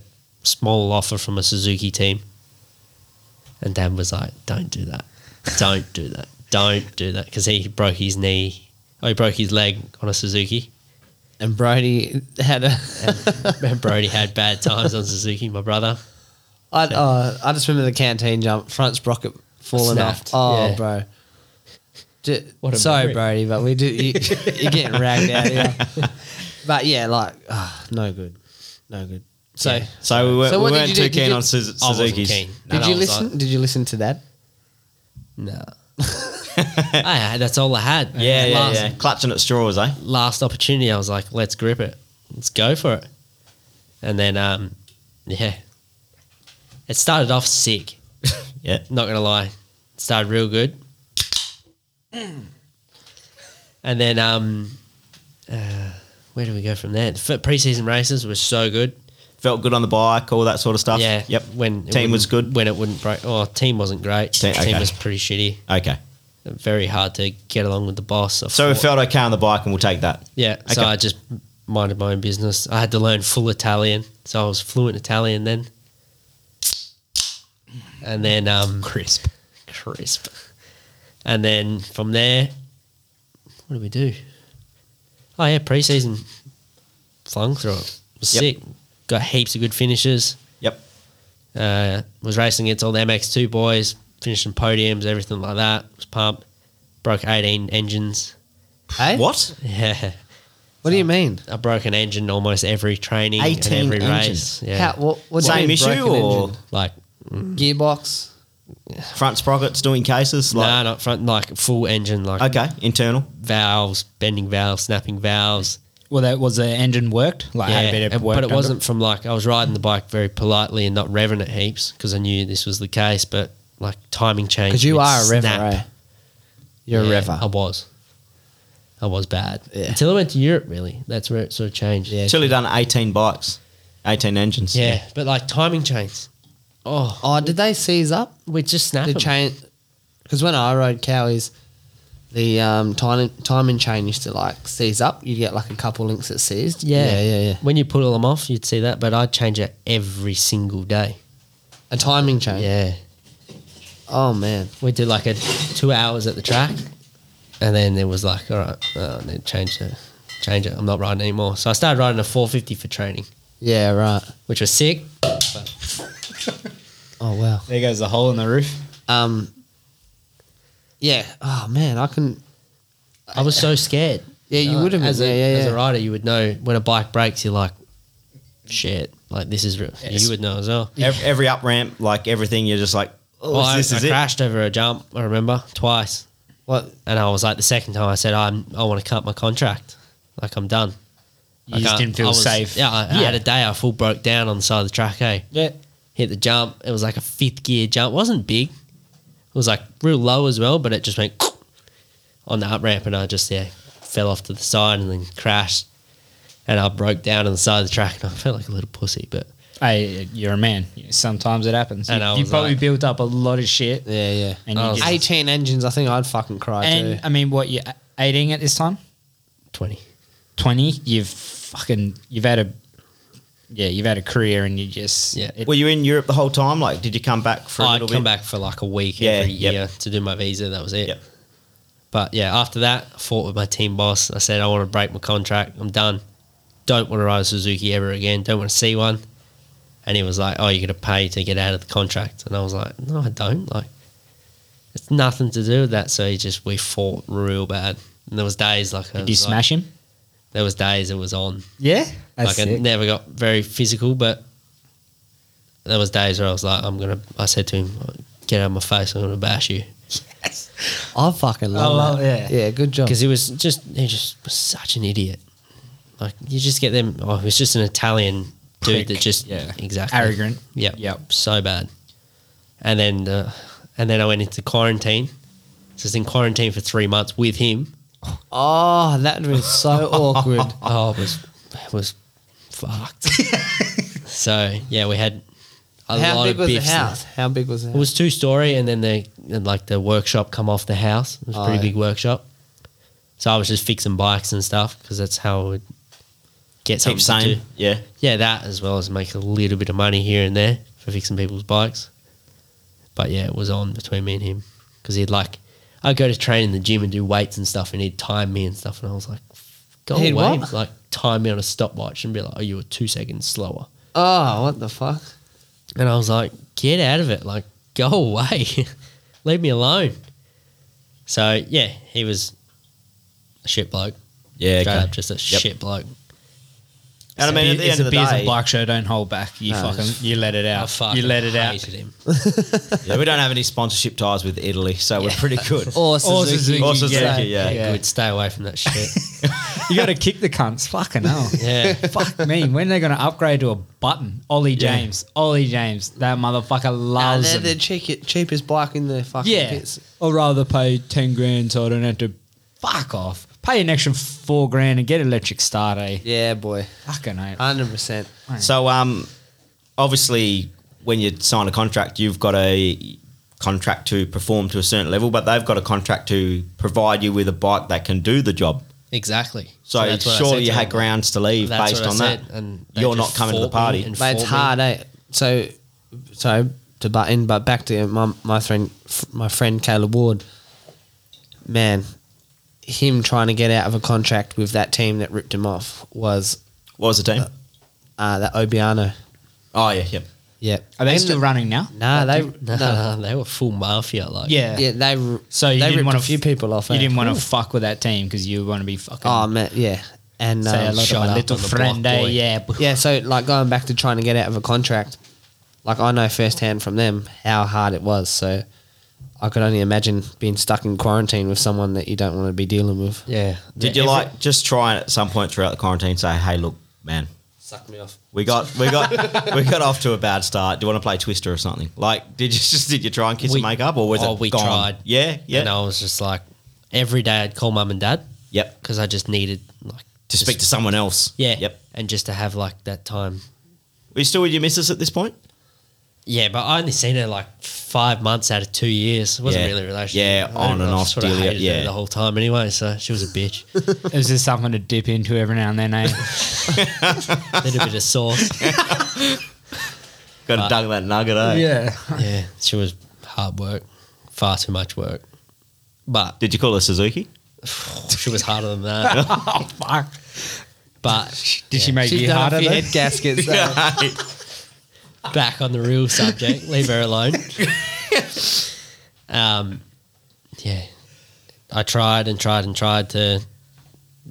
[SPEAKER 4] small offer from a Suzuki team, and Dan was like, "Don't do that, don't do that, don't do that," because he broke his knee, oh he broke his leg on a Suzuki.
[SPEAKER 3] and Brody had a.
[SPEAKER 4] and Brody had bad times on Suzuki, my brother.
[SPEAKER 3] I, oh, I just remember the canteen jump, front sprocket falling
[SPEAKER 4] Snapped,
[SPEAKER 3] off. Oh,
[SPEAKER 4] yeah.
[SPEAKER 3] bro. Ju-
[SPEAKER 2] What a
[SPEAKER 3] sorry,
[SPEAKER 2] memory.
[SPEAKER 3] Brody, but we do. You, you're getting ragged out here. But yeah, like ah, no good, no good. So
[SPEAKER 4] Yeah.
[SPEAKER 1] So we weren't,
[SPEAKER 3] So
[SPEAKER 1] we
[SPEAKER 3] what did
[SPEAKER 1] weren't
[SPEAKER 3] you
[SPEAKER 1] too
[SPEAKER 3] do? Did
[SPEAKER 1] keen
[SPEAKER 3] you-
[SPEAKER 1] on Suz-
[SPEAKER 4] I wasn't
[SPEAKER 1] Suzuki's.
[SPEAKER 4] keen.
[SPEAKER 3] did
[SPEAKER 4] No,
[SPEAKER 3] you
[SPEAKER 4] I was
[SPEAKER 3] listen?
[SPEAKER 4] like,
[SPEAKER 3] did you listen to Dad?
[SPEAKER 4] No. I had, that's all I had.
[SPEAKER 1] Yeah, yeah,
[SPEAKER 4] last,
[SPEAKER 1] yeah. Clutching at straws, eh?
[SPEAKER 4] Last opportunity, I was like, let's grip it. Let's go for it. And then, um, yeah. It started off sick.
[SPEAKER 1] Yeah.
[SPEAKER 4] Not going to lie. It started real good. And then, um, uh, where do we go from there? The fir- preseason races were so good.
[SPEAKER 1] Felt good on the bike, all that sort of stuff.
[SPEAKER 4] Yeah.
[SPEAKER 1] Yep.
[SPEAKER 4] When it
[SPEAKER 1] Team was
[SPEAKER 4] wouldn't-
[SPEAKER 1] good?
[SPEAKER 4] When it wouldn't break. Oh, team wasn't great.
[SPEAKER 1] Team- okay.
[SPEAKER 4] team was pretty shitty.
[SPEAKER 1] Okay.
[SPEAKER 4] very hard to get along with the boss. I
[SPEAKER 1] So we
[SPEAKER 4] thought-
[SPEAKER 1] felt okay on the bike, and we'll take that.
[SPEAKER 4] yeah. So
[SPEAKER 1] okay.
[SPEAKER 4] I just minded my own business. I had to learn full Italian, so I was fluent Italian then. And then um,
[SPEAKER 2] Crisp.
[SPEAKER 4] crisp. And then from there, what do we do? Oh yeah, preseason flung through it. It was
[SPEAKER 1] Yep.
[SPEAKER 4] sick. Got heaps of good finishes.
[SPEAKER 1] Yep.
[SPEAKER 4] Uh, was racing against all the MX2 boys, finishing podiums, everything like that. Was pumped. Broke 18 engines.
[SPEAKER 3] Hey,
[SPEAKER 1] What?
[SPEAKER 4] Yeah.
[SPEAKER 3] What do you mean?
[SPEAKER 4] I broke an engine almost every training, and
[SPEAKER 1] 18
[SPEAKER 4] every
[SPEAKER 1] engines.
[SPEAKER 4] race. Yeah,
[SPEAKER 3] How, what, what do you
[SPEAKER 1] Same
[SPEAKER 3] mean
[SPEAKER 1] issue
[SPEAKER 3] broken
[SPEAKER 1] or
[SPEAKER 3] engine?
[SPEAKER 4] like
[SPEAKER 3] gearbox?
[SPEAKER 1] front sprockets doing cases?
[SPEAKER 4] no,
[SPEAKER 1] Like,
[SPEAKER 4] not front, like full engine, like
[SPEAKER 1] Okay, internal.
[SPEAKER 4] valves, bending valves, snapping valves.
[SPEAKER 2] Well, that was the engine worked. Like, had
[SPEAKER 4] Yeah,
[SPEAKER 2] a bit of
[SPEAKER 4] and-
[SPEAKER 2] work
[SPEAKER 4] but it
[SPEAKER 2] done to
[SPEAKER 4] wasn't from like I was riding the bike very politely and not revving it heaps because I knew this was the case. But like timing change,
[SPEAKER 3] Because you are a rever, eh? You're
[SPEAKER 4] Yeah,
[SPEAKER 3] a rever.
[SPEAKER 4] I was, I was bad
[SPEAKER 3] Yeah.
[SPEAKER 4] until I went to Europe. Really, that's where it sort of changed.
[SPEAKER 3] Yeah.
[SPEAKER 1] Chile done 18 bikes, 18 engines.
[SPEAKER 4] yeah, but like timing change. Oh,
[SPEAKER 3] Oh, did they seize up?
[SPEAKER 4] we just snapped.
[SPEAKER 3] the chain because when I rode cowies, the um, time timing chain used to like seize up. You get like a couple links that seized.
[SPEAKER 4] Yeah.
[SPEAKER 3] yeah, yeah, yeah.
[SPEAKER 4] When you pull them off, you'd see that, but I'd change it every single day.
[SPEAKER 3] A timing chain.
[SPEAKER 4] Yeah.
[SPEAKER 3] Oh man,
[SPEAKER 4] We did like a two hours at the track, and then it was like, all right, oh, I need to change it, change it. I'm not riding anymore. So I started riding a 450 for training,
[SPEAKER 3] yeah, right.
[SPEAKER 4] which was sick.
[SPEAKER 3] Oh wow.
[SPEAKER 2] There goes the hole in the roof.
[SPEAKER 3] Um, yeah. Oh man, I can.
[SPEAKER 4] I was so scared.
[SPEAKER 3] Yeah, you
[SPEAKER 4] Uh,
[SPEAKER 3] would have been.
[SPEAKER 4] as a,
[SPEAKER 3] Yeah, yeah,
[SPEAKER 4] As a
[SPEAKER 3] yeah.
[SPEAKER 4] rider, you would know when a bike breaks, you're like, shit, like this is real.
[SPEAKER 2] Yes.
[SPEAKER 4] You would know as well.
[SPEAKER 1] Every, every up ramp, like everything, you're just like, oh,
[SPEAKER 4] Well, I,
[SPEAKER 1] this
[SPEAKER 4] I
[SPEAKER 1] is it.
[SPEAKER 4] crashed over a jump, I remember, twice.
[SPEAKER 3] What?
[SPEAKER 4] And I was like, the second time I said, I'm, I want to cut my contract. Like, I'm done.
[SPEAKER 2] You just
[SPEAKER 4] can't-
[SPEAKER 2] didn't feel
[SPEAKER 4] I was-
[SPEAKER 2] safe.
[SPEAKER 4] Yeah, I, I
[SPEAKER 2] Yeah.
[SPEAKER 4] had a day I full broke down on the side of the track. Hey,
[SPEAKER 2] Yeah.
[SPEAKER 4] hit the jump. It was like a fifth gear jump. It wasn't big. It was like real low as well, but it just went on the up ramp, and I just yeah fell off to the side and then crashed, and I broke down on the side of the track, and I felt like a little pussy. But
[SPEAKER 2] Hey, you're a man. Sometimes it happens.
[SPEAKER 4] And
[SPEAKER 2] You-
[SPEAKER 4] I
[SPEAKER 2] you
[SPEAKER 4] was
[SPEAKER 2] probably
[SPEAKER 4] like-
[SPEAKER 2] built up a lot of shit.
[SPEAKER 3] Yeah, yeah.
[SPEAKER 2] And you
[SPEAKER 4] I was-
[SPEAKER 2] just-
[SPEAKER 3] 18 engines, I think I'd fucking cry
[SPEAKER 2] and
[SPEAKER 3] too.
[SPEAKER 2] I mean, what you 18 at this time?
[SPEAKER 4] twenty.
[SPEAKER 2] 20? You've fucking you've had a yeah, you've had a career and you just
[SPEAKER 4] Yeah.
[SPEAKER 2] it-
[SPEAKER 1] Were you in Europe the whole time? Like, did you come back for a
[SPEAKER 4] I'd
[SPEAKER 1] little
[SPEAKER 4] come
[SPEAKER 1] bit?
[SPEAKER 4] back for like a week
[SPEAKER 1] Yeah,
[SPEAKER 4] every
[SPEAKER 1] yep.
[SPEAKER 4] year to do my visa. That was it.
[SPEAKER 1] Yep.
[SPEAKER 4] But yeah, after that, I fought with my team boss. I said, I want to break my contract. I'm done. Don't want to ride a Suzuki ever again. Don't want to see one. And he was like, Oh, you're going to pay to get out of the contract. And I was like, No, I don't. Like, it's nothing to do with that. So he just, we fought real bad. And there was days like, I
[SPEAKER 2] did you
[SPEAKER 4] was like-
[SPEAKER 2] smash him?
[SPEAKER 4] There was days it was on.
[SPEAKER 2] Yeah. That's
[SPEAKER 4] like I
[SPEAKER 2] sick.
[SPEAKER 4] never got very physical, but there was days where I was like, I'm gonna. I said to him, "Get out of my face! I'm gonna bash you."
[SPEAKER 3] I fucking love,
[SPEAKER 2] love-
[SPEAKER 3] that. Yeah, good job.
[SPEAKER 4] Because he was just he just was such an idiot. Like you just get them. Oh, he was just an Italian
[SPEAKER 2] Prick.
[SPEAKER 4] dude that just
[SPEAKER 2] Yeah.
[SPEAKER 4] exactly
[SPEAKER 2] Arrogant.
[SPEAKER 4] Yep.
[SPEAKER 2] Yep.
[SPEAKER 4] So bad. And then uh, and then I went into quarantine. So I was in quarantine for three months with him.
[SPEAKER 3] Oh, that would have been so awkward.
[SPEAKER 4] Oh, it was it was fucked. so yeah, we had a
[SPEAKER 3] How
[SPEAKER 4] lot
[SPEAKER 3] big
[SPEAKER 4] of
[SPEAKER 3] was the
[SPEAKER 4] beefs there.
[SPEAKER 3] house? How big was the
[SPEAKER 4] It
[SPEAKER 3] house?
[SPEAKER 4] was two story, and then the and like the workshop come off the house. It was a pretty
[SPEAKER 3] Oh,
[SPEAKER 4] big workshop. So I was just fixing bikes and stuff because that's how I would get something
[SPEAKER 1] Keep
[SPEAKER 4] to
[SPEAKER 1] saying,
[SPEAKER 4] do.
[SPEAKER 1] yeah.
[SPEAKER 4] Yeah, that as well as make a little bit of money here and there for fixing people's bikes. But yeah, it was on between me and him because he'd like I'd go to train in the gym and do weights and stuff, and he'd time me and stuff, and I was like, go
[SPEAKER 3] He'd
[SPEAKER 4] away,
[SPEAKER 3] what?
[SPEAKER 4] like time me on a stopwatch and be like, oh, you were two seconds slower.
[SPEAKER 3] Oh, what the fuck?
[SPEAKER 4] And I was like, get out of it. Like, go away. Leave me alone. So, yeah, he was a shit bloke.
[SPEAKER 1] Yeah,
[SPEAKER 4] Straight
[SPEAKER 1] okay.
[SPEAKER 4] up, just a shit bloke.
[SPEAKER 1] And I mean,
[SPEAKER 2] It's a
[SPEAKER 1] at the
[SPEAKER 2] beer-
[SPEAKER 1] end of the
[SPEAKER 2] It's a beers
[SPEAKER 1] day,
[SPEAKER 2] and bike show. Don't hold back. You
[SPEAKER 3] No.
[SPEAKER 2] fucking you let it
[SPEAKER 4] I
[SPEAKER 2] out.
[SPEAKER 4] fucking
[SPEAKER 2] you let it out.
[SPEAKER 4] hated him.
[SPEAKER 1] yeah, we don't have any sponsorship ties with Italy, so we're pretty good.
[SPEAKER 3] Or
[SPEAKER 2] Or
[SPEAKER 3] Suzuki.
[SPEAKER 2] Suzuki.
[SPEAKER 1] Or Suzuki,
[SPEAKER 2] yeah.
[SPEAKER 1] yeah.
[SPEAKER 4] Yeah. Good, stay away from that shit.
[SPEAKER 2] You got to kick the cunts. Fucking hell.
[SPEAKER 4] Yeah.
[SPEAKER 2] Fuck me. When are they going to upgrade to a button? Ollie
[SPEAKER 1] Yeah.
[SPEAKER 2] James. Ollie James. That motherfucker
[SPEAKER 3] Nah,
[SPEAKER 2] loves
[SPEAKER 3] they're
[SPEAKER 2] them.
[SPEAKER 3] the cheap, cheapest bike in the fucking
[SPEAKER 2] yeah.
[SPEAKER 3] pits.
[SPEAKER 2] I'd rather pay 10 grand so I don't have to fuck off. Pay an extra four grand and get electric start, eh?
[SPEAKER 3] Yeah, boy.
[SPEAKER 2] Fucking hell.
[SPEAKER 3] 100%.
[SPEAKER 1] So, um, obviously, when you sign a contract, you've got a contract to perform to a certain level, but they've got a contract to provide you with a bike that can do the job.
[SPEAKER 4] exactly.
[SPEAKER 1] So,
[SPEAKER 4] that's what I
[SPEAKER 1] surely
[SPEAKER 4] said
[SPEAKER 1] you
[SPEAKER 4] to
[SPEAKER 1] had
[SPEAKER 4] him.
[SPEAKER 1] grounds to leave
[SPEAKER 4] That's
[SPEAKER 1] based
[SPEAKER 4] what I
[SPEAKER 1] on
[SPEAKER 4] said,
[SPEAKER 1] that.
[SPEAKER 4] and they
[SPEAKER 1] You're not
[SPEAKER 4] just
[SPEAKER 1] coming to the
[SPEAKER 4] fought me
[SPEAKER 1] party.
[SPEAKER 4] and
[SPEAKER 3] But it's
[SPEAKER 4] fought
[SPEAKER 3] hard,
[SPEAKER 4] me.
[SPEAKER 3] eh? So, so to butt in, but back to my my friend, my friend Caleb Ward. Man, him trying to get out of a contract with that team that ripped him off was
[SPEAKER 1] What was the team?
[SPEAKER 3] uh, that Obiano.
[SPEAKER 1] Oh, yeah, yeah.
[SPEAKER 3] Yep.
[SPEAKER 2] Are they
[SPEAKER 3] And
[SPEAKER 2] still
[SPEAKER 3] the-
[SPEAKER 2] running now?
[SPEAKER 3] Nah, they.
[SPEAKER 4] No,
[SPEAKER 3] nah.
[SPEAKER 4] no, they were full mafia. Like,
[SPEAKER 2] Yeah.
[SPEAKER 3] Yeah, they. r-
[SPEAKER 2] So you
[SPEAKER 3] they
[SPEAKER 2] didn't
[SPEAKER 3] ripped
[SPEAKER 2] want
[SPEAKER 3] a few people off.
[SPEAKER 2] You
[SPEAKER 3] eh?
[SPEAKER 2] didn't want to fuck with that team because you want to be fucking.
[SPEAKER 3] Oh man, yeah, and
[SPEAKER 2] say
[SPEAKER 3] um,
[SPEAKER 2] hello to
[SPEAKER 4] shut
[SPEAKER 2] my
[SPEAKER 4] up
[SPEAKER 2] little
[SPEAKER 4] on the
[SPEAKER 2] friend,
[SPEAKER 4] block,
[SPEAKER 2] eh?
[SPEAKER 4] boy.
[SPEAKER 2] Yeah.
[SPEAKER 3] yeah. So like going back to trying to get out of a contract, like I know firsthand from them how hard it was. So I could only imagine being stuck in quarantine with someone that you don't want to be dealing with.
[SPEAKER 4] yeah.
[SPEAKER 1] Did you like just try and at some point throughout the quarantine say, "Hey, look, man,
[SPEAKER 3] Suck me off.
[SPEAKER 1] we got we got we got off to a bad start. Do you want to play Twister or something?" Like, did you just did you try and kiss
[SPEAKER 4] We-
[SPEAKER 1] and make up, or was
[SPEAKER 4] oh,
[SPEAKER 1] it
[SPEAKER 4] we
[SPEAKER 1] gone?
[SPEAKER 4] tried.
[SPEAKER 1] Yeah, yeah,
[SPEAKER 4] And I was just like, every day I'd call mum and dad
[SPEAKER 1] yep.
[SPEAKER 4] because I just needed like
[SPEAKER 1] To speak to someone else.
[SPEAKER 4] yeah,
[SPEAKER 1] Yep.
[SPEAKER 4] and just to have like that time
[SPEAKER 1] Are you still with your missus at this point?
[SPEAKER 4] Yeah, but I only seen her like five months out of two years. It wasn't
[SPEAKER 1] Yeah.
[SPEAKER 4] really a relationship.
[SPEAKER 1] Yeah,
[SPEAKER 4] I
[SPEAKER 1] on
[SPEAKER 4] don't know,
[SPEAKER 1] and
[SPEAKER 4] I
[SPEAKER 1] off
[SPEAKER 4] sorta
[SPEAKER 1] deal,
[SPEAKER 4] hated
[SPEAKER 1] yeah.
[SPEAKER 4] her the whole time anyway. So she was a bitch.
[SPEAKER 2] It was just something to dip into every now and then, eh?
[SPEAKER 4] little bit of sauce.
[SPEAKER 1] Got to dug that nugget, eh?
[SPEAKER 2] yeah.
[SPEAKER 4] Yeah, she was hard work, far too much work. But
[SPEAKER 1] Did you call her Suzuki?
[SPEAKER 4] she was harder than that.
[SPEAKER 2] Oh, fuck.
[SPEAKER 4] But
[SPEAKER 2] Did she make
[SPEAKER 3] She's
[SPEAKER 2] you
[SPEAKER 3] done
[SPEAKER 2] harder
[SPEAKER 3] a few
[SPEAKER 2] though?
[SPEAKER 3] head gaskets. though.
[SPEAKER 4] back on the real subject, leave her alone. um, yeah, I tried and tried and tried to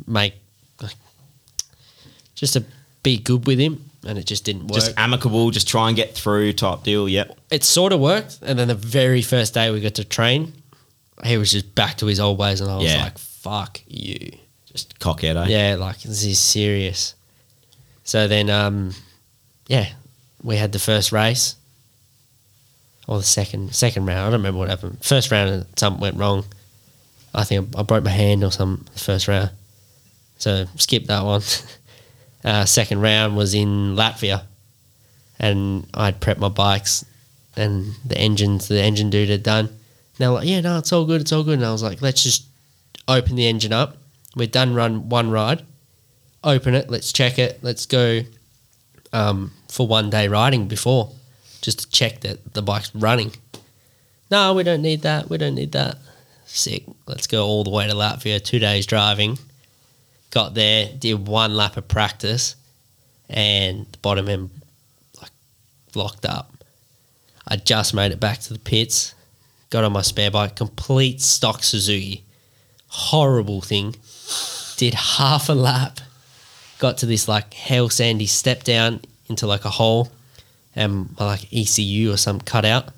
[SPEAKER 4] make like, just to be good with him, and it just didn't work.
[SPEAKER 1] just amicable, just try and get through type deal. Yep.
[SPEAKER 4] it sort of worked. And then the very first day we got to train, he was just back to his old ways, and I was
[SPEAKER 1] Yeah.
[SPEAKER 4] like, "Fuck you!"
[SPEAKER 1] Just cockhead, eh?
[SPEAKER 4] Yeah, like this is serious. So then, um, yeah, we had the first race or the second second round. I don't remember what happened. First round, something went wrong. I think I, I broke my hand or some first round, so skip that one. uh, second round was in Latvia, and I'd prepped my bikes, and the engines the engine dude had done. And they were like, "Yeah, no, it's all good, it's all good." And I was like, "Let's just open the engine up. We're done run one ride. Open it. Let's check it. Let's go um, for one day riding before, just to check that the bike's running. No, we don't need that. We don't need that. Sick. Let's go all the way to Latvia. Two days driving. Got there, did one lap of practice, and the bottom end like locked up. I just made it back to the pits. Got on my spare bike, complete stock Suzuki horrible thing. Did half a lap, got to this like hell sandy step down into like a hole, and my like ECU or some cut out,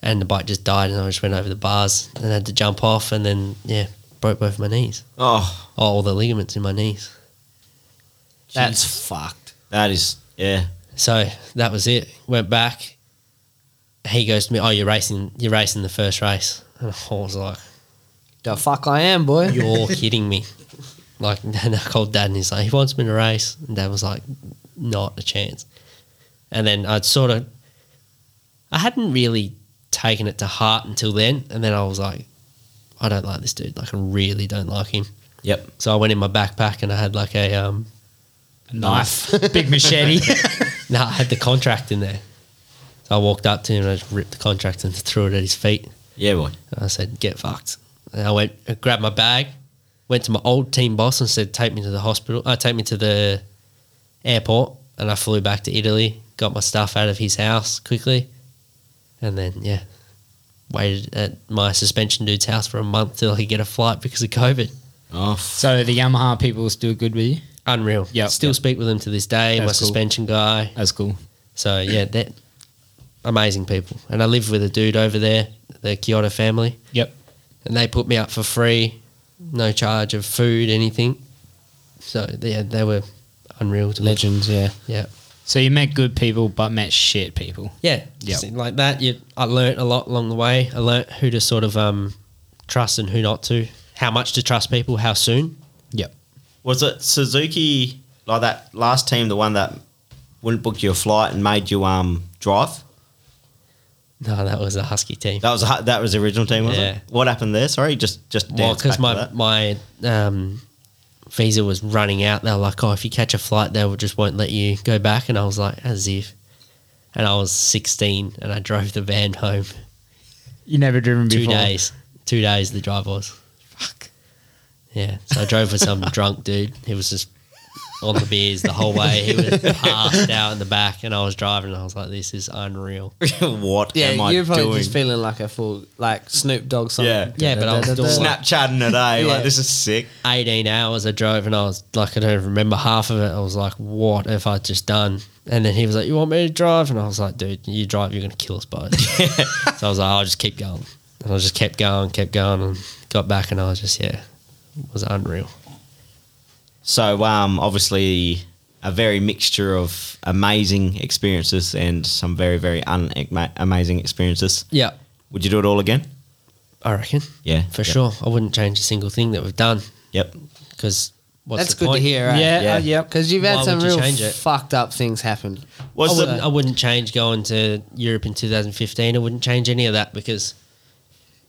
[SPEAKER 4] and the bike just died, and I just went over the bars and had to jump off, and then yeah, broke both my knees,
[SPEAKER 1] Oh,
[SPEAKER 4] all the ligaments in my knees.
[SPEAKER 3] That's fucked.
[SPEAKER 1] that is yeah.
[SPEAKER 4] So that was it. Went back. He goes to me, "Oh, you're racing. You're racing the first race." And I was like,
[SPEAKER 3] The fuck I am, boy.
[SPEAKER 4] You're kidding me. Like, and I called dad and he's like, he wants me to race. And dad was like, not a chance. And then I'd sort of, I hadn't really taken it to heart until then. And then I was like, I don't like this dude. Like, I really don't like him.
[SPEAKER 1] Yep.
[SPEAKER 4] So I went in my backpack and I had like a, um,
[SPEAKER 2] A knife, big machete.
[SPEAKER 4] no, I had the contract in there. So I walked up to him and I just ripped the contract and threw it at his feet.
[SPEAKER 1] Yeah, boy.
[SPEAKER 4] I said, get fucked. And I went, I grabbed my bag, went to my old team boss and said, take me to the hospital. Uh, take me to the airport. And I flew back to Italy, got my stuff out of his house quickly. And then, yeah, waited at my suspension dude's house for a month till he get a flight because of COVID.
[SPEAKER 1] Oh,
[SPEAKER 2] so the Yamaha people are still good with you.
[SPEAKER 4] Unreal.
[SPEAKER 2] Yeah,
[SPEAKER 4] Still
[SPEAKER 2] yeah.
[SPEAKER 4] speak with him to this day, my
[SPEAKER 2] That's cool.
[SPEAKER 4] suspension guy.
[SPEAKER 2] That's cool.
[SPEAKER 4] So yeah, that amazing people. And I lived with a dude over there, the Kyoto family.
[SPEAKER 2] Yep.
[SPEAKER 4] And they put me up for free, no charge of food, anything. So yeah, they were unreal to me.
[SPEAKER 3] Legends, yeah.
[SPEAKER 4] Yeah,
[SPEAKER 2] So you met good people, but met shit people.
[SPEAKER 4] yeah, just Like that, you, I learnt a lot along the way. I learnt who to sort of um, trust and who not to. How much to trust people, how soon.
[SPEAKER 2] Yep.
[SPEAKER 1] was it Suzuki like that last team, the one that wouldn't book your flight and made you um drive?
[SPEAKER 4] No, that was a husky team.
[SPEAKER 1] That was a, that was the original team, wasn't
[SPEAKER 4] Yeah.
[SPEAKER 1] it? What happened there? Sorry, just just
[SPEAKER 4] Well,
[SPEAKER 1] dance
[SPEAKER 4] because
[SPEAKER 1] back to
[SPEAKER 4] my
[SPEAKER 1] that.
[SPEAKER 4] my um, visa was running out. They were like, "Oh, if you catch a flight, they will just won't let you go back." And I was like, "As if." And I was 16, and I drove the van home.
[SPEAKER 2] You never driven
[SPEAKER 4] Two
[SPEAKER 2] before.
[SPEAKER 4] days, two days. The drive was. Fuck. Yeah, so I drove with some drunk dude. He was just on the beers the whole way. He was passed out in the back, and I was driving. And I was like, "This is unreal."
[SPEAKER 1] what
[SPEAKER 3] Yeah,
[SPEAKER 1] am I
[SPEAKER 3] you're probably
[SPEAKER 1] doing?
[SPEAKER 3] just feeling like a full, like Snoop Dogg song.
[SPEAKER 1] Yeah.
[SPEAKER 4] Yeah, but I was doing
[SPEAKER 3] Snap.
[SPEAKER 1] Snapchatting it, eh?
[SPEAKER 3] Yeah.
[SPEAKER 1] Like this is sick.
[SPEAKER 4] 18 hours I drove and I was like, I don't even remember half of it. I was like, what have I just done? And then he was like, you want me to drive? And I was like, dude, you drive, you're going to kill us both. so I was like, I'll just keep going. And I just kept going, kept going and got back and I was just, yeah, it was unreal.
[SPEAKER 1] So um, obviously a very mixture of amazing experiences and some very very un- amazing experiences.
[SPEAKER 4] Yeah.
[SPEAKER 1] Would you do it all again?
[SPEAKER 4] I reckon.
[SPEAKER 1] Yeah,
[SPEAKER 4] For
[SPEAKER 1] yep.
[SPEAKER 4] sure. I wouldn't change a single thing that we've done
[SPEAKER 1] Yep.
[SPEAKER 4] because what's
[SPEAKER 3] That's
[SPEAKER 4] the
[SPEAKER 3] good
[SPEAKER 4] point?
[SPEAKER 3] to hear, right?
[SPEAKER 2] Yeah.
[SPEAKER 1] Yeah.
[SPEAKER 2] uh, yep.
[SPEAKER 3] Because you've had
[SPEAKER 4] Why
[SPEAKER 3] some
[SPEAKER 4] would you
[SPEAKER 3] real
[SPEAKER 4] change it?
[SPEAKER 3] fucked up things happen.
[SPEAKER 4] I
[SPEAKER 1] Was the-
[SPEAKER 4] wouldn't, I wouldn't change going to Europe in 2015. I wouldn't change any of that because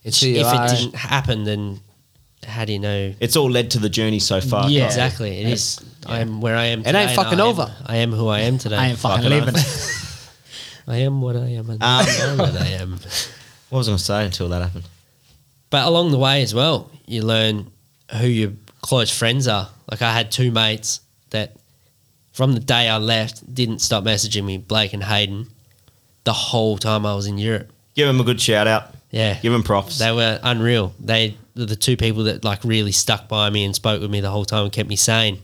[SPEAKER 3] It's who you
[SPEAKER 4] if
[SPEAKER 3] are.
[SPEAKER 4] it didn't happen, then how do you know
[SPEAKER 1] it's all led to the journey so far.
[SPEAKER 2] Yeah.
[SPEAKER 4] Exactly. It is. I am where I am.
[SPEAKER 3] ain't
[SPEAKER 4] Today and
[SPEAKER 3] fucking
[SPEAKER 4] I am-
[SPEAKER 3] over.
[SPEAKER 4] I am who I am today.
[SPEAKER 2] I ain't fucking living.
[SPEAKER 4] I am what I am. And
[SPEAKER 1] Um,
[SPEAKER 4] I am what I am.
[SPEAKER 1] What was I going to say until that happened?
[SPEAKER 4] But along the way as well, you learn who your close friends are. Like I had two mates that, from the day I left, didn't stop messaging me, Blake and Hayden, the whole time I was in Europe.
[SPEAKER 1] Give him a good shout out.
[SPEAKER 4] Yeah.
[SPEAKER 1] Give him props.
[SPEAKER 4] They were unreal. They were the two people that like really stuck by me and spoke with me the whole time and kept me sane.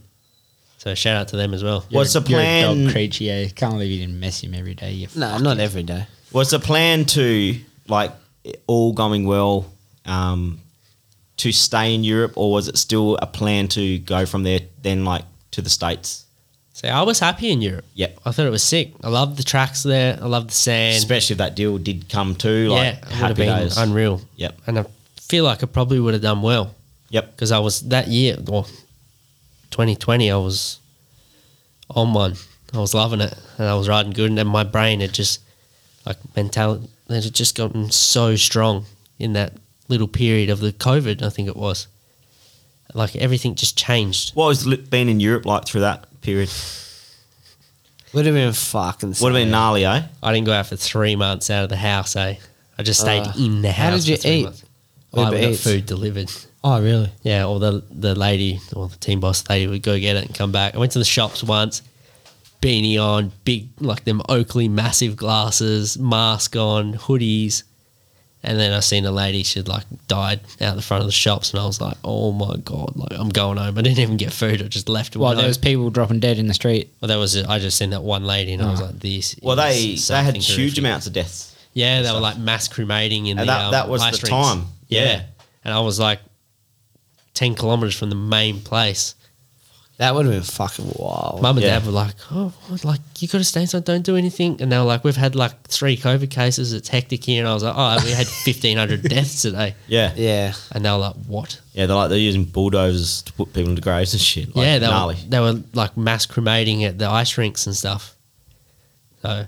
[SPEAKER 4] So shout out to them as well.
[SPEAKER 1] What's the
[SPEAKER 2] You're a
[SPEAKER 1] plan?
[SPEAKER 2] dog creature. Yeah. Can't believe you didn't mess him every day. You
[SPEAKER 3] no, not every day.
[SPEAKER 1] Was the plan to like it all going well um, to stay in Europe, or was it still a plan to go from there then like to the states?
[SPEAKER 4] So I was happy in Europe.
[SPEAKER 1] Yep.
[SPEAKER 4] I thought it was sick. I loved the tracks there. I loved the sand.
[SPEAKER 1] Especially if that deal did come too, like
[SPEAKER 4] yeah, it would have
[SPEAKER 1] happy
[SPEAKER 4] been
[SPEAKER 1] days.
[SPEAKER 4] unreal.
[SPEAKER 1] Yep.
[SPEAKER 4] And I feel like I probably would have done well.
[SPEAKER 1] Yep.
[SPEAKER 4] Because I was that year, well, 2020, I was on one. I was loving it, and I was riding good, and then my brain had just like mentality it had just gotten so strong in that little period of the COVID. I think it was like everything just changed.
[SPEAKER 1] What was li- being in Europe like through that period?
[SPEAKER 3] Would have been fucking.
[SPEAKER 1] Would have been gnarly, eh?
[SPEAKER 4] I didn't go out for three months out of the house. Eh, I just stayed
[SPEAKER 3] Uh,
[SPEAKER 4] in the
[SPEAKER 3] how
[SPEAKER 4] house.
[SPEAKER 3] did you
[SPEAKER 4] for three
[SPEAKER 3] eat?
[SPEAKER 4] months.
[SPEAKER 3] Uber
[SPEAKER 4] I got
[SPEAKER 3] Eats?
[SPEAKER 4] food delivered.
[SPEAKER 3] Oh really?
[SPEAKER 4] Yeah, or the the lady or the team boss lady would go get it and come back. I went to the shops once, beanie on, big like them Oakley massive glasses, mask on, hoodies, and then I seen a lady she'd like died out the front of the shops, and I was like, oh my god, like I'm going home. I didn't even get food. I just left.
[SPEAKER 2] Well,
[SPEAKER 4] when I-
[SPEAKER 2] there was people dropping dead in the street.
[SPEAKER 4] well, there was I just seen that one lady, and I
[SPEAKER 3] Ah.
[SPEAKER 4] was
[SPEAKER 2] Oh.
[SPEAKER 4] like, this.
[SPEAKER 1] Well, they
[SPEAKER 4] is
[SPEAKER 1] they had
[SPEAKER 4] something
[SPEAKER 1] huge
[SPEAKER 4] horrific.
[SPEAKER 1] amounts of deaths.
[SPEAKER 4] Yeah, they were like mass cremating in
[SPEAKER 1] And
[SPEAKER 4] the
[SPEAKER 1] that-
[SPEAKER 4] um,
[SPEAKER 1] that was
[SPEAKER 4] ice
[SPEAKER 1] the
[SPEAKER 4] rinks.
[SPEAKER 1] time.
[SPEAKER 4] Yeah.
[SPEAKER 1] Yeah.
[SPEAKER 4] and I was like ten kilometers from the main place.
[SPEAKER 3] That would have been fucking wild.
[SPEAKER 4] Mum and
[SPEAKER 1] Yeah.
[SPEAKER 4] dad were like, "Oh, what? like you got to stay inside, don't do anything." And they were like, "We've had like three COVID cases. It's hectic here." And I was like, "Oh, we had fifteen hundred deaths today."
[SPEAKER 1] Yeah. yeah.
[SPEAKER 3] yeah.
[SPEAKER 4] And they were like, "What?"
[SPEAKER 1] They're like they're using bulldozers to put people into graves and shit. Like,
[SPEAKER 4] yeah, they
[SPEAKER 1] gnarly.
[SPEAKER 4] were they were like mass cremating at the ice rinks and stuff. So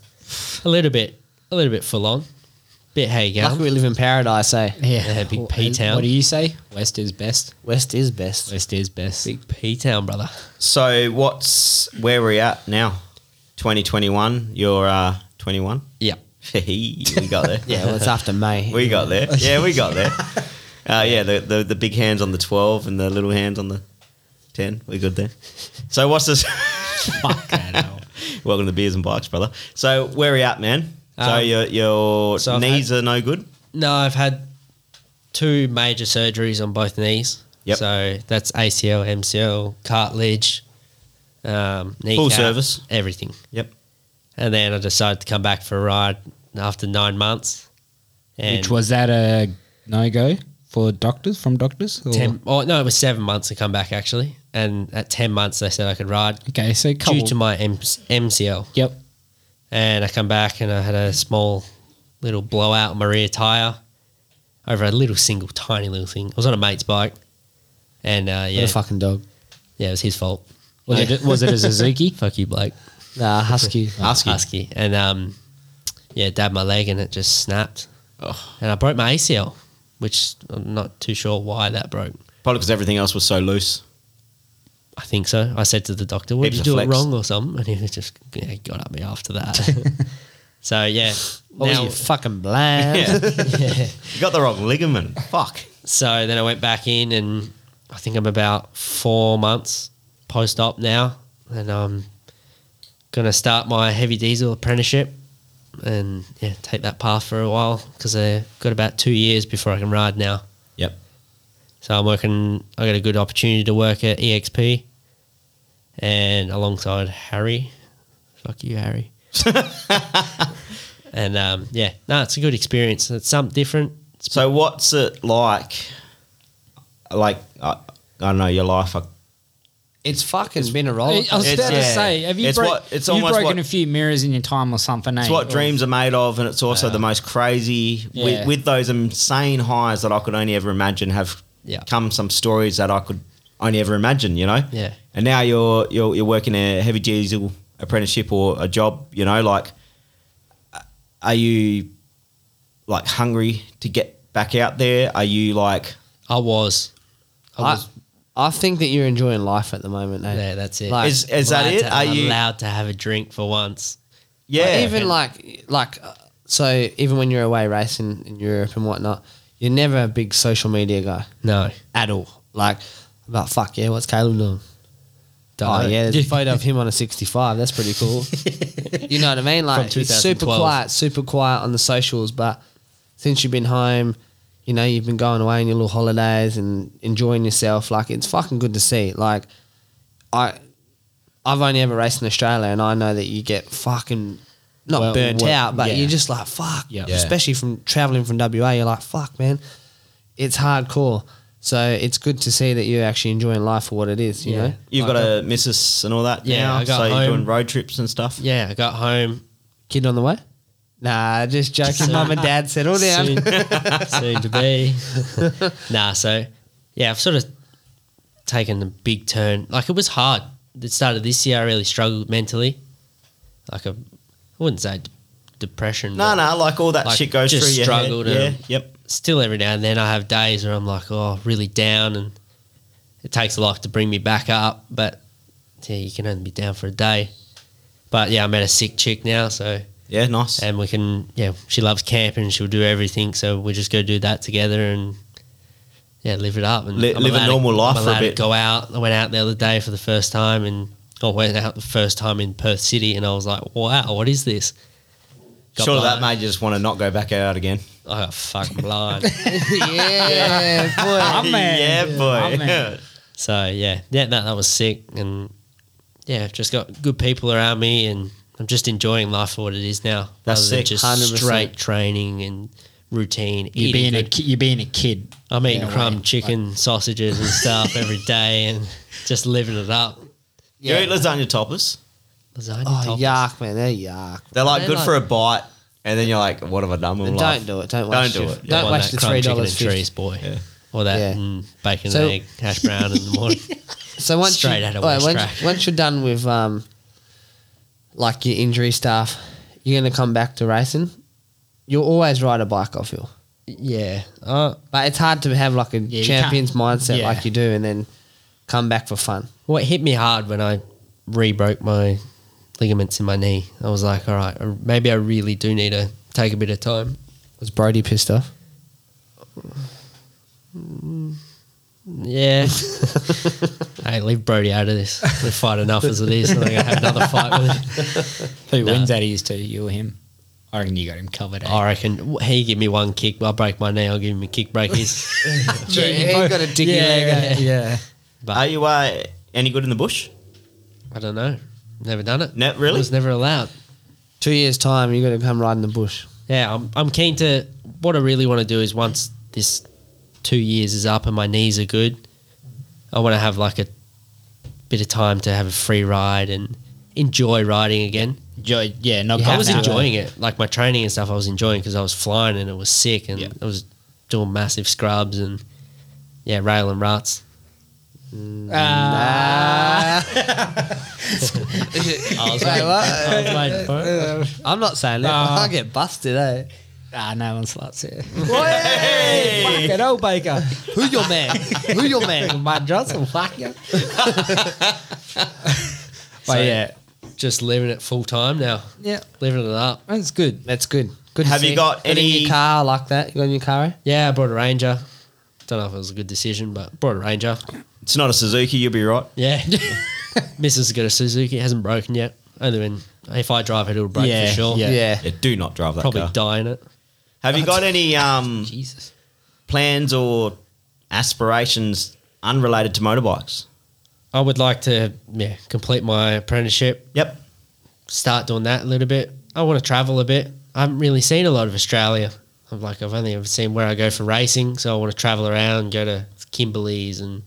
[SPEAKER 4] a little bit, a little bit full on, bit how you
[SPEAKER 3] Lucky
[SPEAKER 4] go.
[SPEAKER 3] we live in paradise, eh?
[SPEAKER 4] Yeah, big
[SPEAKER 2] What-
[SPEAKER 4] P-town.
[SPEAKER 2] What do you say? West is best.
[SPEAKER 3] West is best.
[SPEAKER 2] West is best.
[SPEAKER 4] Big P town, brother.
[SPEAKER 1] So what's where we're at now? 2021. You're uh, 21.
[SPEAKER 4] Yeah,
[SPEAKER 1] we got there.
[SPEAKER 3] Yeah, well, it's after May.
[SPEAKER 1] we got there. Yeah, we got there. Uh, yeah, the, the the big hands on the 12 and the little hands on the 10. We good there. So what's this? Welcome to Beers and Bikes, brother. So where are you at, man? So
[SPEAKER 4] Um,
[SPEAKER 1] your your
[SPEAKER 4] so I've
[SPEAKER 1] knees are no good.
[SPEAKER 4] No, I've had two major surgeries on both knees.
[SPEAKER 1] Yep.
[SPEAKER 4] So that's ACL, MCL, cartilage, um, kneecap,
[SPEAKER 1] service.
[SPEAKER 4] everything.
[SPEAKER 1] Yep.
[SPEAKER 4] And then I decided to come back for a ride after nine months. And
[SPEAKER 2] Which was that a no go for doctors from doctors? or-
[SPEAKER 4] ten? Oh no, it was seven months to come back actually. And at ten months, they said I could ride
[SPEAKER 2] Okay, so
[SPEAKER 4] due
[SPEAKER 2] couple.
[SPEAKER 4] to my M- MCL.
[SPEAKER 2] yep.
[SPEAKER 4] and I come back and I had a small little blowout on my rear tire over a little single tiny little thing. I was on a mate's bike, and uh,
[SPEAKER 3] What
[SPEAKER 4] yeah,
[SPEAKER 3] a fucking dog.
[SPEAKER 4] yeah, it was his fault.
[SPEAKER 2] Was it was it a Suzuki?
[SPEAKER 4] Fuck you, Blake.
[SPEAKER 3] Nah, husky.
[SPEAKER 1] Husky.
[SPEAKER 4] Husky, and um, yeah, dabbed my leg and it just snapped, and I broke my ACL, which I'm not too sure why that broke.
[SPEAKER 1] Probably because everything else was so loose.
[SPEAKER 4] I think so. I said to the doctor, "What
[SPEAKER 1] Heaps
[SPEAKER 4] did you do
[SPEAKER 1] of
[SPEAKER 4] it
[SPEAKER 1] flex.
[SPEAKER 4] wrong or something?" And he just yeah, got at me after that. so yeah,
[SPEAKER 3] What was
[SPEAKER 4] now-
[SPEAKER 3] you fucking bland?
[SPEAKER 1] You got the wrong ligament. Fuck.
[SPEAKER 4] So then I went back in, and I think I'm about four months post op now, and I'm gonna start my heavy diesel apprenticeship, and yeah, take that path for a while because I got about two years before I can ride now.
[SPEAKER 1] Yep.
[SPEAKER 4] So I'm working. I got a good opportunity to work at EXP, and alongside Harry, fuck you, Harry. and um, yeah, no, it's a good experience. It's something different. It's
[SPEAKER 1] So what's it like? Like I, I don't know your life. I,
[SPEAKER 3] It's fucking been a
[SPEAKER 2] I
[SPEAKER 3] roller
[SPEAKER 2] was
[SPEAKER 1] It's-
[SPEAKER 2] about to
[SPEAKER 1] yeah.
[SPEAKER 2] say, have you
[SPEAKER 1] It's
[SPEAKER 2] broke,
[SPEAKER 1] what- it's
[SPEAKER 2] you've
[SPEAKER 1] almost
[SPEAKER 2] broken
[SPEAKER 1] what-
[SPEAKER 2] a few mirrors in your time or something?
[SPEAKER 1] it's
[SPEAKER 2] eh?
[SPEAKER 1] what
[SPEAKER 2] Or-
[SPEAKER 1] dreams are made of, and it's also the most crazy.
[SPEAKER 2] Yeah.
[SPEAKER 1] With, with those insane highs that I could only ever imagine, have
[SPEAKER 4] Yeah.
[SPEAKER 1] come some stories that I could only ever imagine. You know.
[SPEAKER 4] Yeah.
[SPEAKER 1] And now you're you're you're working a heavy diesel apprenticeship or a job. You know, like are you like hungry to get back out there? Are you like
[SPEAKER 4] I was. I
[SPEAKER 3] I,
[SPEAKER 4] was
[SPEAKER 3] I think that you're enjoying life at the moment, eh?
[SPEAKER 4] Yeah, that's it.
[SPEAKER 3] Like,
[SPEAKER 1] is is that
[SPEAKER 4] Allowed
[SPEAKER 1] it?
[SPEAKER 4] to-
[SPEAKER 1] Are you
[SPEAKER 4] allowed to have a drink for once?
[SPEAKER 1] yeah?
[SPEAKER 3] Like, even like like uh, so even when you're away racing in Europe and whatnot, you're never a big social media guy
[SPEAKER 4] No,
[SPEAKER 3] at all. Like about fuck yeah, what's Caleb doing?
[SPEAKER 4] Don't
[SPEAKER 3] oh
[SPEAKER 4] know.
[SPEAKER 3] yeah, there's a photo of him on a 65. That's pretty cool. you know what I mean? Like
[SPEAKER 4] From
[SPEAKER 3] it's super
[SPEAKER 4] 2012.
[SPEAKER 3] quiet, super quiet on the socials. But since you've been home, you know you've been going away on your little holidays and enjoying yourself. Like it's fucking good to see. Like I, I've only ever raced in Australia, and I know that you get fucking not
[SPEAKER 2] Well,
[SPEAKER 3] burnt
[SPEAKER 2] well,
[SPEAKER 3] out, but
[SPEAKER 2] yeah.
[SPEAKER 3] you're just like fuck.
[SPEAKER 2] Yeah.
[SPEAKER 3] Especially from traveling from WA, you're like fuck, man. It's hardcore. So it's good to see that you're actually enjoying life for what it is. You
[SPEAKER 4] Yeah.
[SPEAKER 3] know,
[SPEAKER 1] You've
[SPEAKER 3] Like
[SPEAKER 1] got a missus and all that
[SPEAKER 4] Yeah,
[SPEAKER 1] now,
[SPEAKER 4] I got
[SPEAKER 1] so you're
[SPEAKER 4] home.
[SPEAKER 1] doing road trips and stuff.
[SPEAKER 4] Yeah, I got home
[SPEAKER 3] kid on the way. Nah, just joking.
[SPEAKER 4] Soon.
[SPEAKER 3] Mum and dad settle down.
[SPEAKER 4] soon, soon to be. nah, so yeah, I've sort of taken a big turn. Like it was hard. It started this year. I really struggled mentally. Like I I wouldn't say d- depression.
[SPEAKER 1] No,
[SPEAKER 4] but
[SPEAKER 1] no, like all that
[SPEAKER 4] Like,
[SPEAKER 1] shit goes
[SPEAKER 4] just
[SPEAKER 1] through your
[SPEAKER 4] struggle to-
[SPEAKER 1] head. Yeah, yep.
[SPEAKER 4] Still, every now and then, I have days where I'm like, oh, really down, and it takes a lot to bring me back up. But yeah, you can only be down for a day. But yeah, I met a sick chick now, so
[SPEAKER 1] Yeah, nice.
[SPEAKER 4] and we can yeah she loves camping she'll do everything so we just go do that together and yeah live it up and
[SPEAKER 1] Li-
[SPEAKER 4] I'm
[SPEAKER 1] live a
[SPEAKER 4] allowed to-
[SPEAKER 1] normal life
[SPEAKER 4] I'm
[SPEAKER 1] for a
[SPEAKER 4] allowed to
[SPEAKER 1] bit.
[SPEAKER 4] go out I went out the other day for the first time and I went out the first time in Perth City and I was like wow what is this Got
[SPEAKER 1] Surely that
[SPEAKER 4] blind.
[SPEAKER 1] made you just want to not go back out again.
[SPEAKER 4] I got fucking blind
[SPEAKER 3] yeah, boy.
[SPEAKER 2] I'm man.
[SPEAKER 1] Yeah, boy.
[SPEAKER 2] I'm man.
[SPEAKER 4] so yeah yeah that, that was sick and yeah I've just got good people around me and I'm just enjoying life for what it is now
[SPEAKER 1] That's
[SPEAKER 4] rather
[SPEAKER 1] sick.
[SPEAKER 4] than just
[SPEAKER 3] 100%.
[SPEAKER 4] straight training and routine
[SPEAKER 2] You're
[SPEAKER 4] eating
[SPEAKER 2] being a
[SPEAKER 4] good
[SPEAKER 2] ki- you're being a kid.
[SPEAKER 4] I'm
[SPEAKER 2] in
[SPEAKER 4] eating
[SPEAKER 2] a
[SPEAKER 4] crumb
[SPEAKER 2] way.
[SPEAKER 4] chicken sausages and stuff every day and just living it up.
[SPEAKER 1] You eat lasagna toppers.
[SPEAKER 4] Lasagna
[SPEAKER 3] Oh,
[SPEAKER 4] toppers.
[SPEAKER 3] yuck, man. They're yuck.
[SPEAKER 1] They're like
[SPEAKER 4] They're
[SPEAKER 1] good
[SPEAKER 4] like-
[SPEAKER 1] for a bite, and then you're like, what have I done with my
[SPEAKER 3] Don't
[SPEAKER 1] life?
[SPEAKER 3] do it. Don't waste
[SPEAKER 1] Don't do
[SPEAKER 3] your-
[SPEAKER 1] it.
[SPEAKER 4] I
[SPEAKER 3] Don't
[SPEAKER 4] want
[SPEAKER 3] waste
[SPEAKER 4] that
[SPEAKER 3] the
[SPEAKER 4] crumb
[SPEAKER 3] three
[SPEAKER 4] chicken
[SPEAKER 3] dollars
[SPEAKER 4] and trees, boy. Or that
[SPEAKER 3] Yeah.
[SPEAKER 4] mm, bacon
[SPEAKER 3] So-
[SPEAKER 4] and egg hash brown in the morning.
[SPEAKER 3] So once
[SPEAKER 4] Straight
[SPEAKER 3] you,
[SPEAKER 4] out of
[SPEAKER 3] alright,
[SPEAKER 4] West
[SPEAKER 3] once,
[SPEAKER 4] Track.
[SPEAKER 3] once you're done with um, like your injury stuff, you're gonna come back to racing. You'll always ride a bike. I feel,
[SPEAKER 4] yeah. Uh,
[SPEAKER 3] but it's hard to have like a
[SPEAKER 2] you
[SPEAKER 3] champions mindset
[SPEAKER 2] Yeah.
[SPEAKER 3] like you do, and then come back for fun.
[SPEAKER 4] what hit me hard when I re-broke my ligaments in my knee, I was like, all right, maybe I really do need to take a bit of time.
[SPEAKER 3] Was Brody pissed off?
[SPEAKER 4] Yeah. hey, leave Brody out of this. We fight enough as it is. I'm going to have another fight with him.
[SPEAKER 2] Who
[SPEAKER 4] Nah.
[SPEAKER 2] wins that is to you or him? I reckon you got him covered. eh?
[SPEAKER 1] Oh,
[SPEAKER 4] I reckon he give me one kick. I'll break my knee. I'll give him a kick break. His.
[SPEAKER 3] Yeah, he got a dicky
[SPEAKER 4] Yeah,
[SPEAKER 3] leg.
[SPEAKER 4] yeah,
[SPEAKER 3] eh?
[SPEAKER 1] Are you uh, any good in the bush?
[SPEAKER 4] I don't know. Never done it.
[SPEAKER 1] No, really?
[SPEAKER 4] I was never allowed.
[SPEAKER 3] Two years time, you're gonna come ride in the bush.
[SPEAKER 4] Yeah, I'm, I'm keen to. What I really want to do is once this two years is up and my knees are good, I want to have like a bit of time to have a free ride and enjoy riding again.
[SPEAKER 2] Enjoy- yeah, not
[SPEAKER 4] I was
[SPEAKER 2] going out.
[SPEAKER 4] enjoying it. Like my training and stuff, I was enjoying because I was flying and it was sick and I was doing massive scrubs and yeah, rail and ruts.
[SPEAKER 2] Ah.
[SPEAKER 4] I was
[SPEAKER 3] Wait,
[SPEAKER 4] like,
[SPEAKER 3] what?
[SPEAKER 2] I was waiting for it.
[SPEAKER 3] I'm not saying that.
[SPEAKER 2] Nah.
[SPEAKER 3] I get busted, eh?
[SPEAKER 2] Ah, no one slots it.
[SPEAKER 1] Hey!
[SPEAKER 2] Fucking old Baker.
[SPEAKER 3] Who your man? Who your man?
[SPEAKER 2] My Johnson, fuck you.
[SPEAKER 4] So-
[SPEAKER 2] but yeah,
[SPEAKER 4] just living it full time now,
[SPEAKER 3] Yeah,
[SPEAKER 4] living it up.
[SPEAKER 2] that's good.
[SPEAKER 3] that's good. Good. to
[SPEAKER 1] Have you
[SPEAKER 3] see.
[SPEAKER 1] got
[SPEAKER 3] Got
[SPEAKER 1] any-
[SPEAKER 3] in your car like that? You got in your car? eh?
[SPEAKER 4] Yeah, I brought a Ranger. Don't know if it was a good decision, but brought a Ranger.
[SPEAKER 1] It's not a Suzuki, you'll be right.
[SPEAKER 4] Yeah. Mrs. has got a Suzuki. It hasn't broken yet. Only when, if I drive it, it'll break
[SPEAKER 2] Yeah,
[SPEAKER 4] for sure.
[SPEAKER 2] yeah.
[SPEAKER 1] Yeah, do not drive that
[SPEAKER 4] Probably
[SPEAKER 1] car.
[SPEAKER 4] die in it.
[SPEAKER 1] Have you got any um,
[SPEAKER 4] Jesus.
[SPEAKER 1] plans or aspirations unrelated to motorbikes?
[SPEAKER 4] I would like to yeah, complete my apprenticeship,
[SPEAKER 1] Yep.
[SPEAKER 4] start doing that a little bit. I want to travel a bit. I haven't really seen a lot of Australia. I'm like, I've only ever seen where I go for racing. So I want to travel around, go to Kimberley's and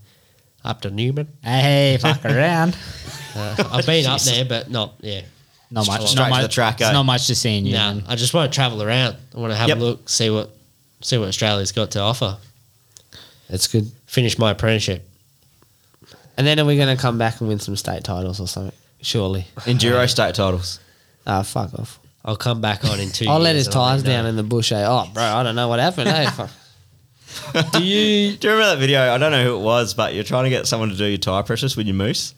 [SPEAKER 4] up to Newman.
[SPEAKER 2] Hey, fuck around.
[SPEAKER 4] Uh, I've been up there, but not, yeah.
[SPEAKER 2] Not much.
[SPEAKER 1] Straight
[SPEAKER 2] not
[SPEAKER 1] to
[SPEAKER 2] much,
[SPEAKER 1] the track,
[SPEAKER 2] It's
[SPEAKER 1] eh?
[SPEAKER 2] not much to see in you.
[SPEAKER 4] No,
[SPEAKER 2] man.
[SPEAKER 4] I just want to travel around. I want to have
[SPEAKER 1] Yep.
[SPEAKER 4] a look, see what see what Australia's got to offer.
[SPEAKER 3] That's good.
[SPEAKER 4] Finish my apprenticeship.
[SPEAKER 3] And then are we going to come back and win some state titles or something? Surely.
[SPEAKER 1] Enduro state titles.
[SPEAKER 3] Ah, fuck off.
[SPEAKER 4] I'll come back on in two.
[SPEAKER 3] I'll let
[SPEAKER 4] years
[SPEAKER 3] his
[SPEAKER 4] and I'll
[SPEAKER 3] tires
[SPEAKER 4] you know.
[SPEAKER 3] down in the bush. Eh? Oh, bro, I don't know what happened. eh? Fuck.
[SPEAKER 1] Do you do you remember that video? I don't know who it was, but you're trying to get someone to do your tire pressures with your moose.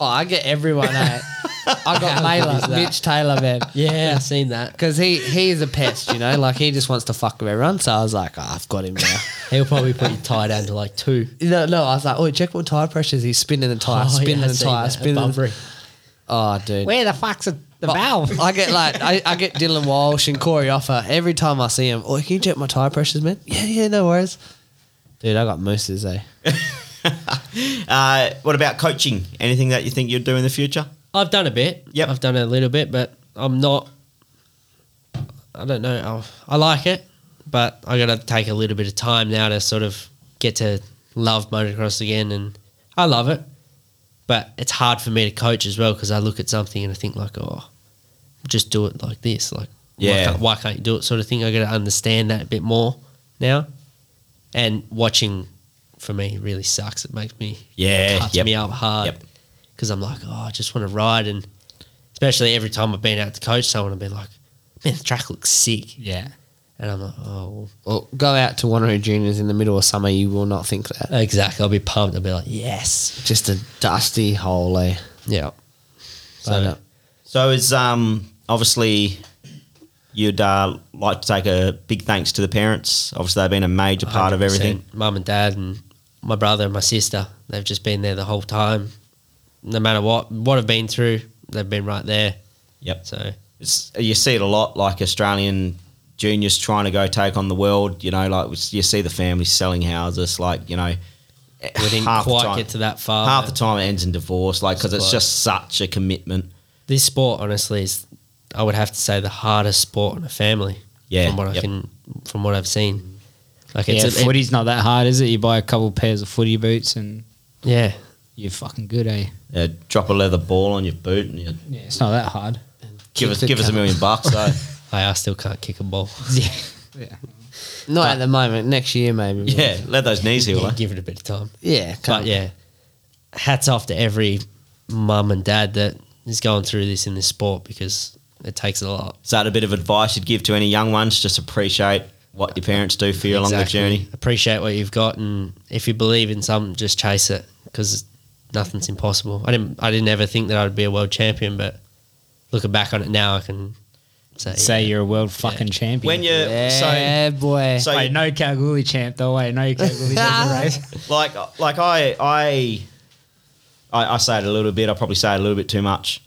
[SPEAKER 3] Oh, I get everyone. Eh? I got Mailer, Mitch Taylor, man.
[SPEAKER 4] Yeah, I've seen that.
[SPEAKER 3] Because he, he is a pest, you know? Like, he just wants to fuck with everyone. So I was like, oh, I've got him now.
[SPEAKER 4] He'll probably put your tire down to like two.
[SPEAKER 3] No, no, I was like, oh, check what tire pressures. He's spinning the tire,
[SPEAKER 4] Oh,
[SPEAKER 3] spinning
[SPEAKER 4] yeah, I
[SPEAKER 3] the
[SPEAKER 4] see
[SPEAKER 3] tire,
[SPEAKER 4] that.
[SPEAKER 3] spinning the...
[SPEAKER 4] Bunbury.
[SPEAKER 3] Oh, dude.
[SPEAKER 2] Where the fuck's the, the
[SPEAKER 3] But
[SPEAKER 2] valve?
[SPEAKER 3] I get like I, I get Dylan Walsh and Corey Offer every time I see him. Oh, can you check my tire pressures, man? Yeah, yeah, no worries. Dude, I got mooses, eh?
[SPEAKER 1] Uh, what about coaching? Anything that you think you'd do in the future?
[SPEAKER 4] I've done a bit.
[SPEAKER 1] Yep.
[SPEAKER 4] I've done a little bit, but I'm not. I don't know. I'll, I like it, but I got to take a little bit of time now to sort of get to love motocross again, and I love it. But it's hard for me to coach as well because I look at something and I think like, oh, just do it like this, like why
[SPEAKER 1] Yeah.
[SPEAKER 4] can't, why can't you do it sort of thing. I got to understand that a bit more now, and watching for me really sucks. It makes me
[SPEAKER 1] Yeah,
[SPEAKER 4] cuts
[SPEAKER 1] yep.
[SPEAKER 4] me up hard
[SPEAKER 1] Yep.
[SPEAKER 4] because I'm like, oh, I just want to ride, and especially every time I've been out to coach someone, I've been like, man, the track looks sick,
[SPEAKER 2] Yeah.
[SPEAKER 4] and I'm like, oh,
[SPEAKER 3] Well, go out to Wanneroo Juniors in the middle of summer. You will not think that.
[SPEAKER 4] well, exactly. I'll be pumped. I'll be like, yes,
[SPEAKER 3] Just a dusty hole, eh?
[SPEAKER 4] yeah.
[SPEAKER 3] So,
[SPEAKER 4] So-
[SPEAKER 3] no.
[SPEAKER 1] So is um obviously you'd uh, like to take a big thanks to the parents. Obviously they've been a major part of everything.
[SPEAKER 4] 100%. Mum and dad and my brother and my sister, they've just been there the whole time. No matter what, what I've been through, they've been right there.
[SPEAKER 1] Yep.
[SPEAKER 4] So
[SPEAKER 1] It's, you see it a lot, like Australian juniors trying to go take on the world. You know, like you see the families selling houses. Like you know,
[SPEAKER 4] we didn't
[SPEAKER 1] half the
[SPEAKER 4] quite
[SPEAKER 1] time-
[SPEAKER 4] get to that far.
[SPEAKER 1] half the
[SPEAKER 4] but
[SPEAKER 1] time it ends in divorce. Like because it's
[SPEAKER 4] Suppose.
[SPEAKER 1] just such a commitment.
[SPEAKER 4] This sport, honestly, is I would have to say the hardest sport in a family.
[SPEAKER 1] Yeah.
[SPEAKER 4] From what I
[SPEAKER 1] Yep.
[SPEAKER 4] can, from what I've seen, like
[SPEAKER 2] yeah,
[SPEAKER 4] it's a,
[SPEAKER 2] footy's not that hard, is it? You buy a couple pairs of footy boots and
[SPEAKER 4] yeah.
[SPEAKER 2] you're fucking good, eh?
[SPEAKER 1] Uh, drop a leather ball on your boot and you
[SPEAKER 2] Yeah, it's not that hard.
[SPEAKER 1] give us give us a million bucks. So
[SPEAKER 4] Hey, I still can't kick a ball.
[SPEAKER 2] Yeah. yeah.
[SPEAKER 3] Not at the moment. Next year, maybe.
[SPEAKER 1] yeah, let those knees heal. eh?
[SPEAKER 4] give it a bit of time.
[SPEAKER 3] Yeah.
[SPEAKER 4] But yeah, hats off to every mum and dad that is going through this in this sport because it takes a lot.
[SPEAKER 1] Is that a bit of advice you'd give to any young ones? Just appreciate what your parents do for you along the
[SPEAKER 4] Exactly.
[SPEAKER 1] journey.
[SPEAKER 4] Appreciate what you've got, and if you believe in something, just chase it because nothing's impossible. I didn't, I didn't ever think that I'd be a world champion, but looking back on it now, I can say,
[SPEAKER 2] Say
[SPEAKER 4] yeah.
[SPEAKER 2] you're a world fucking champion.
[SPEAKER 1] When you
[SPEAKER 3] Yeah, boy.
[SPEAKER 1] so so
[SPEAKER 2] Wait, no Kalgoorlie champ though. Wait, no Kalgoorlie champ race.
[SPEAKER 1] like like I, I I I say it a little bit. I probably say it a little bit too much.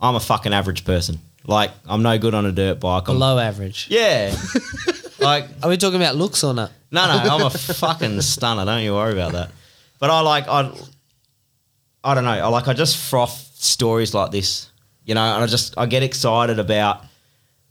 [SPEAKER 1] I'm a fucking average person. Like I'm no good on a dirt bike. I'm,
[SPEAKER 3] Below average.
[SPEAKER 1] yeah. like
[SPEAKER 3] Are we talking about looks or not?
[SPEAKER 1] no no. I'm a fucking stunner. Don't you worry about that. But I like I I don't know. I like I just froth stories like this. You know, and I just I get excited about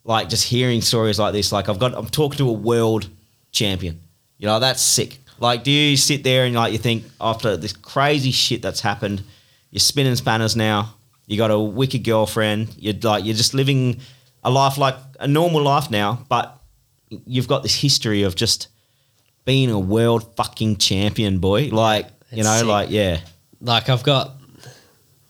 [SPEAKER 1] like just hearing stories like this. Like I've got I'm talking to a world champion. You know, that's sick. Like, do you sit there and like you think after this crazy shit that's happened, you're spinning spanners now, you got a wicked girlfriend, you're like you're just living a life like a normal life now, but you've got this history of just being a world fucking champion, boy. Like, you
[SPEAKER 4] It's
[SPEAKER 1] know,
[SPEAKER 4] sick.
[SPEAKER 1] like yeah.
[SPEAKER 4] like I've got.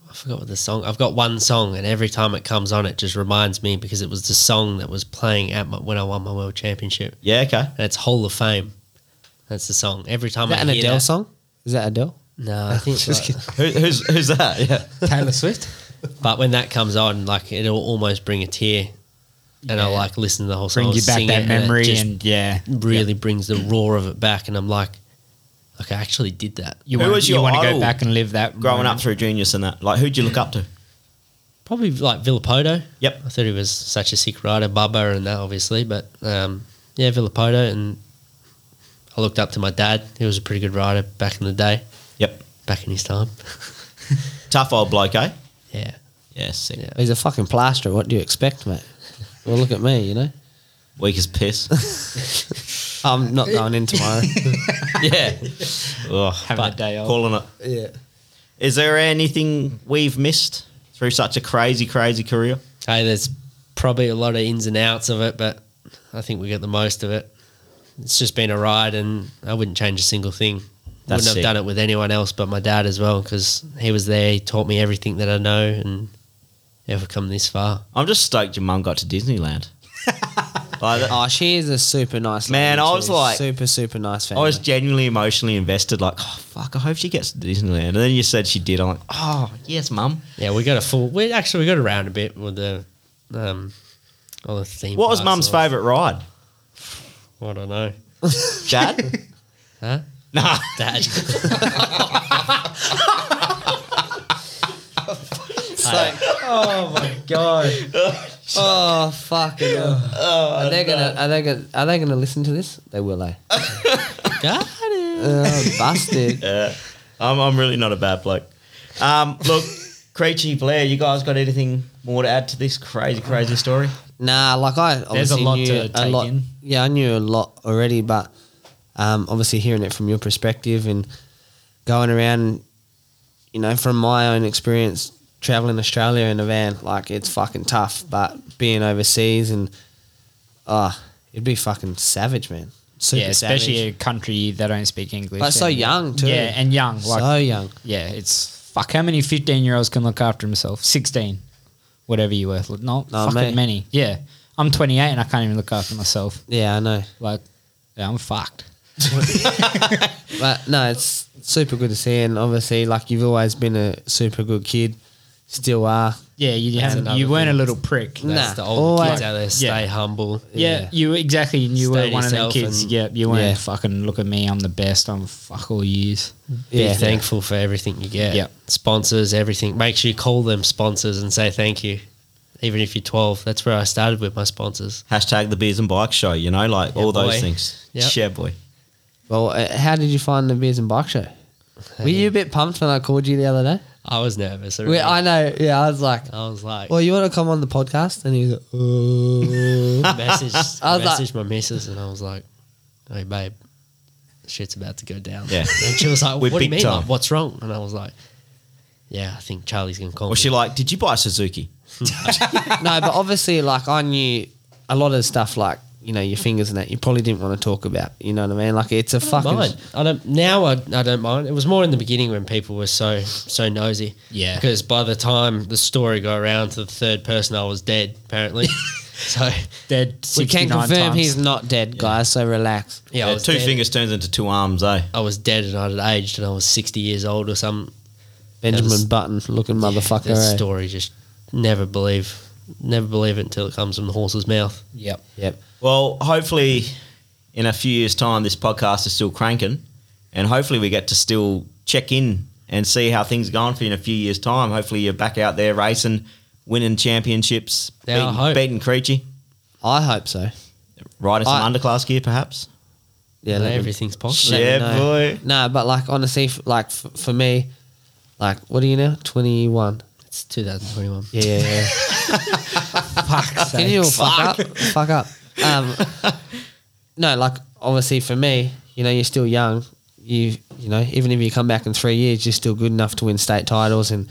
[SPEAKER 4] I forgot what the song. I've got one song, and every time it comes on, it just reminds me because it was the song that was playing at my, when I won my world championship.
[SPEAKER 1] Yeah, okay.
[SPEAKER 4] and it's Hall of Fame. That's the song. Every time
[SPEAKER 3] Is that
[SPEAKER 4] I
[SPEAKER 3] an
[SPEAKER 4] hear
[SPEAKER 3] Adele
[SPEAKER 4] that-
[SPEAKER 3] song? Is that Adele?
[SPEAKER 4] No, I think.
[SPEAKER 3] Just
[SPEAKER 4] like-
[SPEAKER 3] kidding.
[SPEAKER 1] Who, who's who's that? Yeah.
[SPEAKER 2] Taylor Swift.
[SPEAKER 4] but when that comes on, like it'll almost bring a tear, and I
[SPEAKER 2] Yeah.
[SPEAKER 4] like listen to the whole song,
[SPEAKER 2] Brings you back
[SPEAKER 4] sing it,
[SPEAKER 2] that
[SPEAKER 4] and it
[SPEAKER 2] memory
[SPEAKER 4] just
[SPEAKER 2] and, yeah.
[SPEAKER 4] really brings the roar of it back, and I'm like, like I actually did that.
[SPEAKER 2] You
[SPEAKER 1] Who
[SPEAKER 2] want
[SPEAKER 1] was
[SPEAKER 2] to
[SPEAKER 1] your
[SPEAKER 2] go
[SPEAKER 1] idol
[SPEAKER 2] back and live that
[SPEAKER 1] Growing
[SPEAKER 2] moment.
[SPEAKER 1] up through juniors and that. Like who'd you look up to?
[SPEAKER 4] Probably like Villapoto.
[SPEAKER 1] Yep.
[SPEAKER 4] I thought he was such a sick rider, Bubba, and that obviously, but um, yeah, Villapoto, and I looked up to my dad. He was a pretty good rider back in the day,
[SPEAKER 1] Yep.
[SPEAKER 4] back in his time.
[SPEAKER 1] Tough old bloke, eh?
[SPEAKER 4] yeah.
[SPEAKER 1] Yeah, sick.
[SPEAKER 4] Yeah.
[SPEAKER 3] He's a fucking plaster. What do you expect, mate? Well, look at me, you know?
[SPEAKER 1] Weak as piss.
[SPEAKER 3] I'm not going in tomorrow.
[SPEAKER 1] yeah. Ugh,
[SPEAKER 2] Having a day off.
[SPEAKER 1] Calling it.
[SPEAKER 3] yeah.
[SPEAKER 1] Is there anything we've missed through such a crazy, crazy career?
[SPEAKER 4] Hey, there's probably a lot of ins and outs of it, but I think we got the most of it. It's just been a ride, and I wouldn't change a single thing.
[SPEAKER 1] That's
[SPEAKER 4] wouldn't have
[SPEAKER 1] sick.
[SPEAKER 4] done it with anyone else but my dad as well, because he was there. He taught me everything that I know, and ever come this far.
[SPEAKER 1] I'm just stoked your mum got to Disneyland. like that,
[SPEAKER 3] Oh, she is a super nice
[SPEAKER 1] Man,
[SPEAKER 3] lady
[SPEAKER 1] I was
[SPEAKER 3] too.
[SPEAKER 1] like-
[SPEAKER 3] super, super nice
[SPEAKER 1] I
[SPEAKER 3] family.
[SPEAKER 1] was genuinely emotionally invested. Like, oh fuck, I hope she gets to Disneyland. And then you said she did. I'm like, oh yes, mum.
[SPEAKER 4] Yeah, we got a full. We actually we got around a bit with the um, all the theme.
[SPEAKER 1] What was
[SPEAKER 4] parks
[SPEAKER 1] mum's
[SPEAKER 4] and all-
[SPEAKER 1] favourite ride?
[SPEAKER 4] I don't know.
[SPEAKER 1] Dad?
[SPEAKER 4] Huh?
[SPEAKER 1] nah.
[SPEAKER 4] Dad.
[SPEAKER 3] oh my god. oh fucking. hell. are they gonna? Are they gonna? Are they gonna listen to this? They will. Eh?
[SPEAKER 4] God.
[SPEAKER 3] Oh, busted.
[SPEAKER 1] Yeah. I'm, I'm really not a bad bloke. Um, look, Creechy Blair, you guys got anything more to add to this crazy, crazy story?
[SPEAKER 3] Nah, like I obviously
[SPEAKER 2] There's a lot
[SPEAKER 3] knew
[SPEAKER 2] to
[SPEAKER 3] a
[SPEAKER 2] take
[SPEAKER 3] lot.
[SPEAKER 2] in.
[SPEAKER 3] Yeah, I knew a lot already, but um, obviously hearing it from your perspective and going around, you know, from my own experience, traveling Australia in a van, like it's fucking tough. But being overseas and ah, it'd be fucking savage, man. Super
[SPEAKER 2] yeah, especially
[SPEAKER 3] savage.
[SPEAKER 2] a country that don't speak English.
[SPEAKER 3] But so
[SPEAKER 2] and-
[SPEAKER 3] young too.
[SPEAKER 2] Yeah, and young. Like,
[SPEAKER 3] so young.
[SPEAKER 2] yeah, it's fuck. How many fifteen-year-olds can look after himself? Sixteen, whatever you were. No, fucking
[SPEAKER 3] mate.
[SPEAKER 2] many. Yeah, I'm twenty-eight and I can't even look after myself.
[SPEAKER 3] Yeah, I know.
[SPEAKER 2] Like, yeah, I'm fucked.
[SPEAKER 3] But no, it's super good to see, and obviously, like you've always been a super good kid, still are.
[SPEAKER 2] Yeah, you haven't,
[SPEAKER 4] another
[SPEAKER 2] you weren't a
[SPEAKER 4] thing.
[SPEAKER 2] little prick.
[SPEAKER 3] Nah.
[SPEAKER 4] That's the old
[SPEAKER 3] Always.
[SPEAKER 4] kids out there. Stay
[SPEAKER 2] Yeah.
[SPEAKER 4] humble.
[SPEAKER 2] Yeah, you exactly. and You
[SPEAKER 4] Stay
[SPEAKER 2] were one of them
[SPEAKER 4] yourself
[SPEAKER 2] kids.
[SPEAKER 4] and-
[SPEAKER 2] Yeah, you weren't
[SPEAKER 3] Yeah.
[SPEAKER 2] fucking look at me. I'm the best. I'm fuck all years.
[SPEAKER 4] Be
[SPEAKER 3] Yeah.
[SPEAKER 4] thankful for everything you get.
[SPEAKER 2] Yeah.
[SPEAKER 4] Sponsors, everything. Make sure you call them sponsors and say thank you. Even if you're 12, that's where I started with my sponsors.
[SPEAKER 1] Hashtag the beers and bike show. You know, like
[SPEAKER 4] Yeah,
[SPEAKER 1] all
[SPEAKER 4] boy.
[SPEAKER 1] those things.
[SPEAKER 4] Yep.
[SPEAKER 1] Yeah, boy.
[SPEAKER 3] Well, uh, how did you find the beers and bike show? Were you a bit pumped when I called you the other day?
[SPEAKER 4] I was nervous.
[SPEAKER 3] We,
[SPEAKER 4] already.
[SPEAKER 3] I know. Yeah, I was like,
[SPEAKER 4] I was like,
[SPEAKER 3] "Well, you want to come on the podcast?" And he's like, "Oh."
[SPEAKER 4] message,
[SPEAKER 3] I was like-
[SPEAKER 4] messaged my missus and I was like, hey, babe, shit's about to go down.
[SPEAKER 1] Yeah.
[SPEAKER 4] And she was like,
[SPEAKER 1] We're
[SPEAKER 4] what do you
[SPEAKER 1] big
[SPEAKER 4] mean?
[SPEAKER 1] time.
[SPEAKER 4] Like, what's wrong? And I was like, yeah, I think Charlie's going to call
[SPEAKER 1] Or
[SPEAKER 4] me.
[SPEAKER 1] she like, did you buy a Suzuki?
[SPEAKER 3] "Uh." no, but obviously, like I knew a lot of stuff, like you know, your fingers and that. You probably didn't want to talk about. You know what I mean? Like it's a
[SPEAKER 4] I don't
[SPEAKER 3] fucking.
[SPEAKER 4] mind. I don't now. I, I don't mind. It was more in the beginning when people were so so nosy.
[SPEAKER 2] Yeah.
[SPEAKER 4] Because by the time the story got around to the third person, I was dead apparently. so
[SPEAKER 2] Dead.
[SPEAKER 3] We can
[SPEAKER 2] 69
[SPEAKER 3] confirm
[SPEAKER 2] times.
[SPEAKER 3] he's not dead, guys. So relax.
[SPEAKER 4] yeah, I
[SPEAKER 1] Yeah,
[SPEAKER 4] was
[SPEAKER 1] two
[SPEAKER 4] dead.
[SPEAKER 1] fingers turns into two arms, eh?
[SPEAKER 4] I was dead and I'd aged and I was sixty years old or some
[SPEAKER 3] Benjamin
[SPEAKER 4] That's-
[SPEAKER 3] Button looking motherfucker.
[SPEAKER 4] That
[SPEAKER 3] eh?
[SPEAKER 4] story just never believe, never believe it until it comes from the horse's mouth.
[SPEAKER 2] Yep.
[SPEAKER 3] Yep.
[SPEAKER 1] Well, hopefully, in a few years' time, this podcast is still cranking, and hopefully, we get to still check in and see how things are going for you in a few years' time. Hopefully, you're back out there racing, winning championships,
[SPEAKER 4] Yeah, I
[SPEAKER 1] beating,
[SPEAKER 4] hope.
[SPEAKER 1] beating Creechy,
[SPEAKER 3] I hope so.
[SPEAKER 1] riding some
[SPEAKER 3] I-
[SPEAKER 1] underclass gear, perhaps.
[SPEAKER 3] Yeah, let me-
[SPEAKER 4] everything's possible.
[SPEAKER 3] let me
[SPEAKER 1] Yeah,
[SPEAKER 3] know.
[SPEAKER 1] boy.
[SPEAKER 3] No, but like honestly, f- like f- for me, like what are you now? Twenty one.
[SPEAKER 4] It's 2021.
[SPEAKER 3] Yeah, yeah, yeah.
[SPEAKER 2] Fuck.
[SPEAKER 3] Can you all fuck up? Fuck up. Um, no, like obviously for me, you know, you're still young. You you know, even if you come back in three years, you're still good enough to win state titles and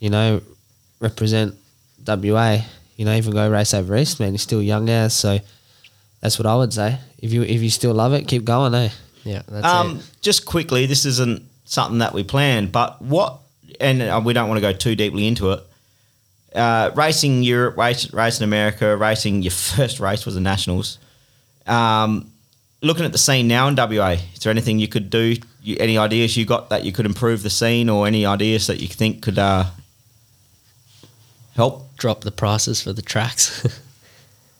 [SPEAKER 3] you know represent WA. You know, even go race over east, man. You're still young as so. That's what I would say. If you if you still love it, keep going, eh?
[SPEAKER 4] Yeah, that's
[SPEAKER 1] Um,
[SPEAKER 4] it.
[SPEAKER 1] just quickly, this isn't something that we planned, but what, and uh, we don't want to go too deeply into it. Uh, racing Europe, race, racing America, racing your first race was the Nationals. Um, looking at the scene now in WA, is there anything you could do? You, any ideas you got that you could improve the scene, or any ideas that you think could uh, help?
[SPEAKER 4] Drop the prices for the tracks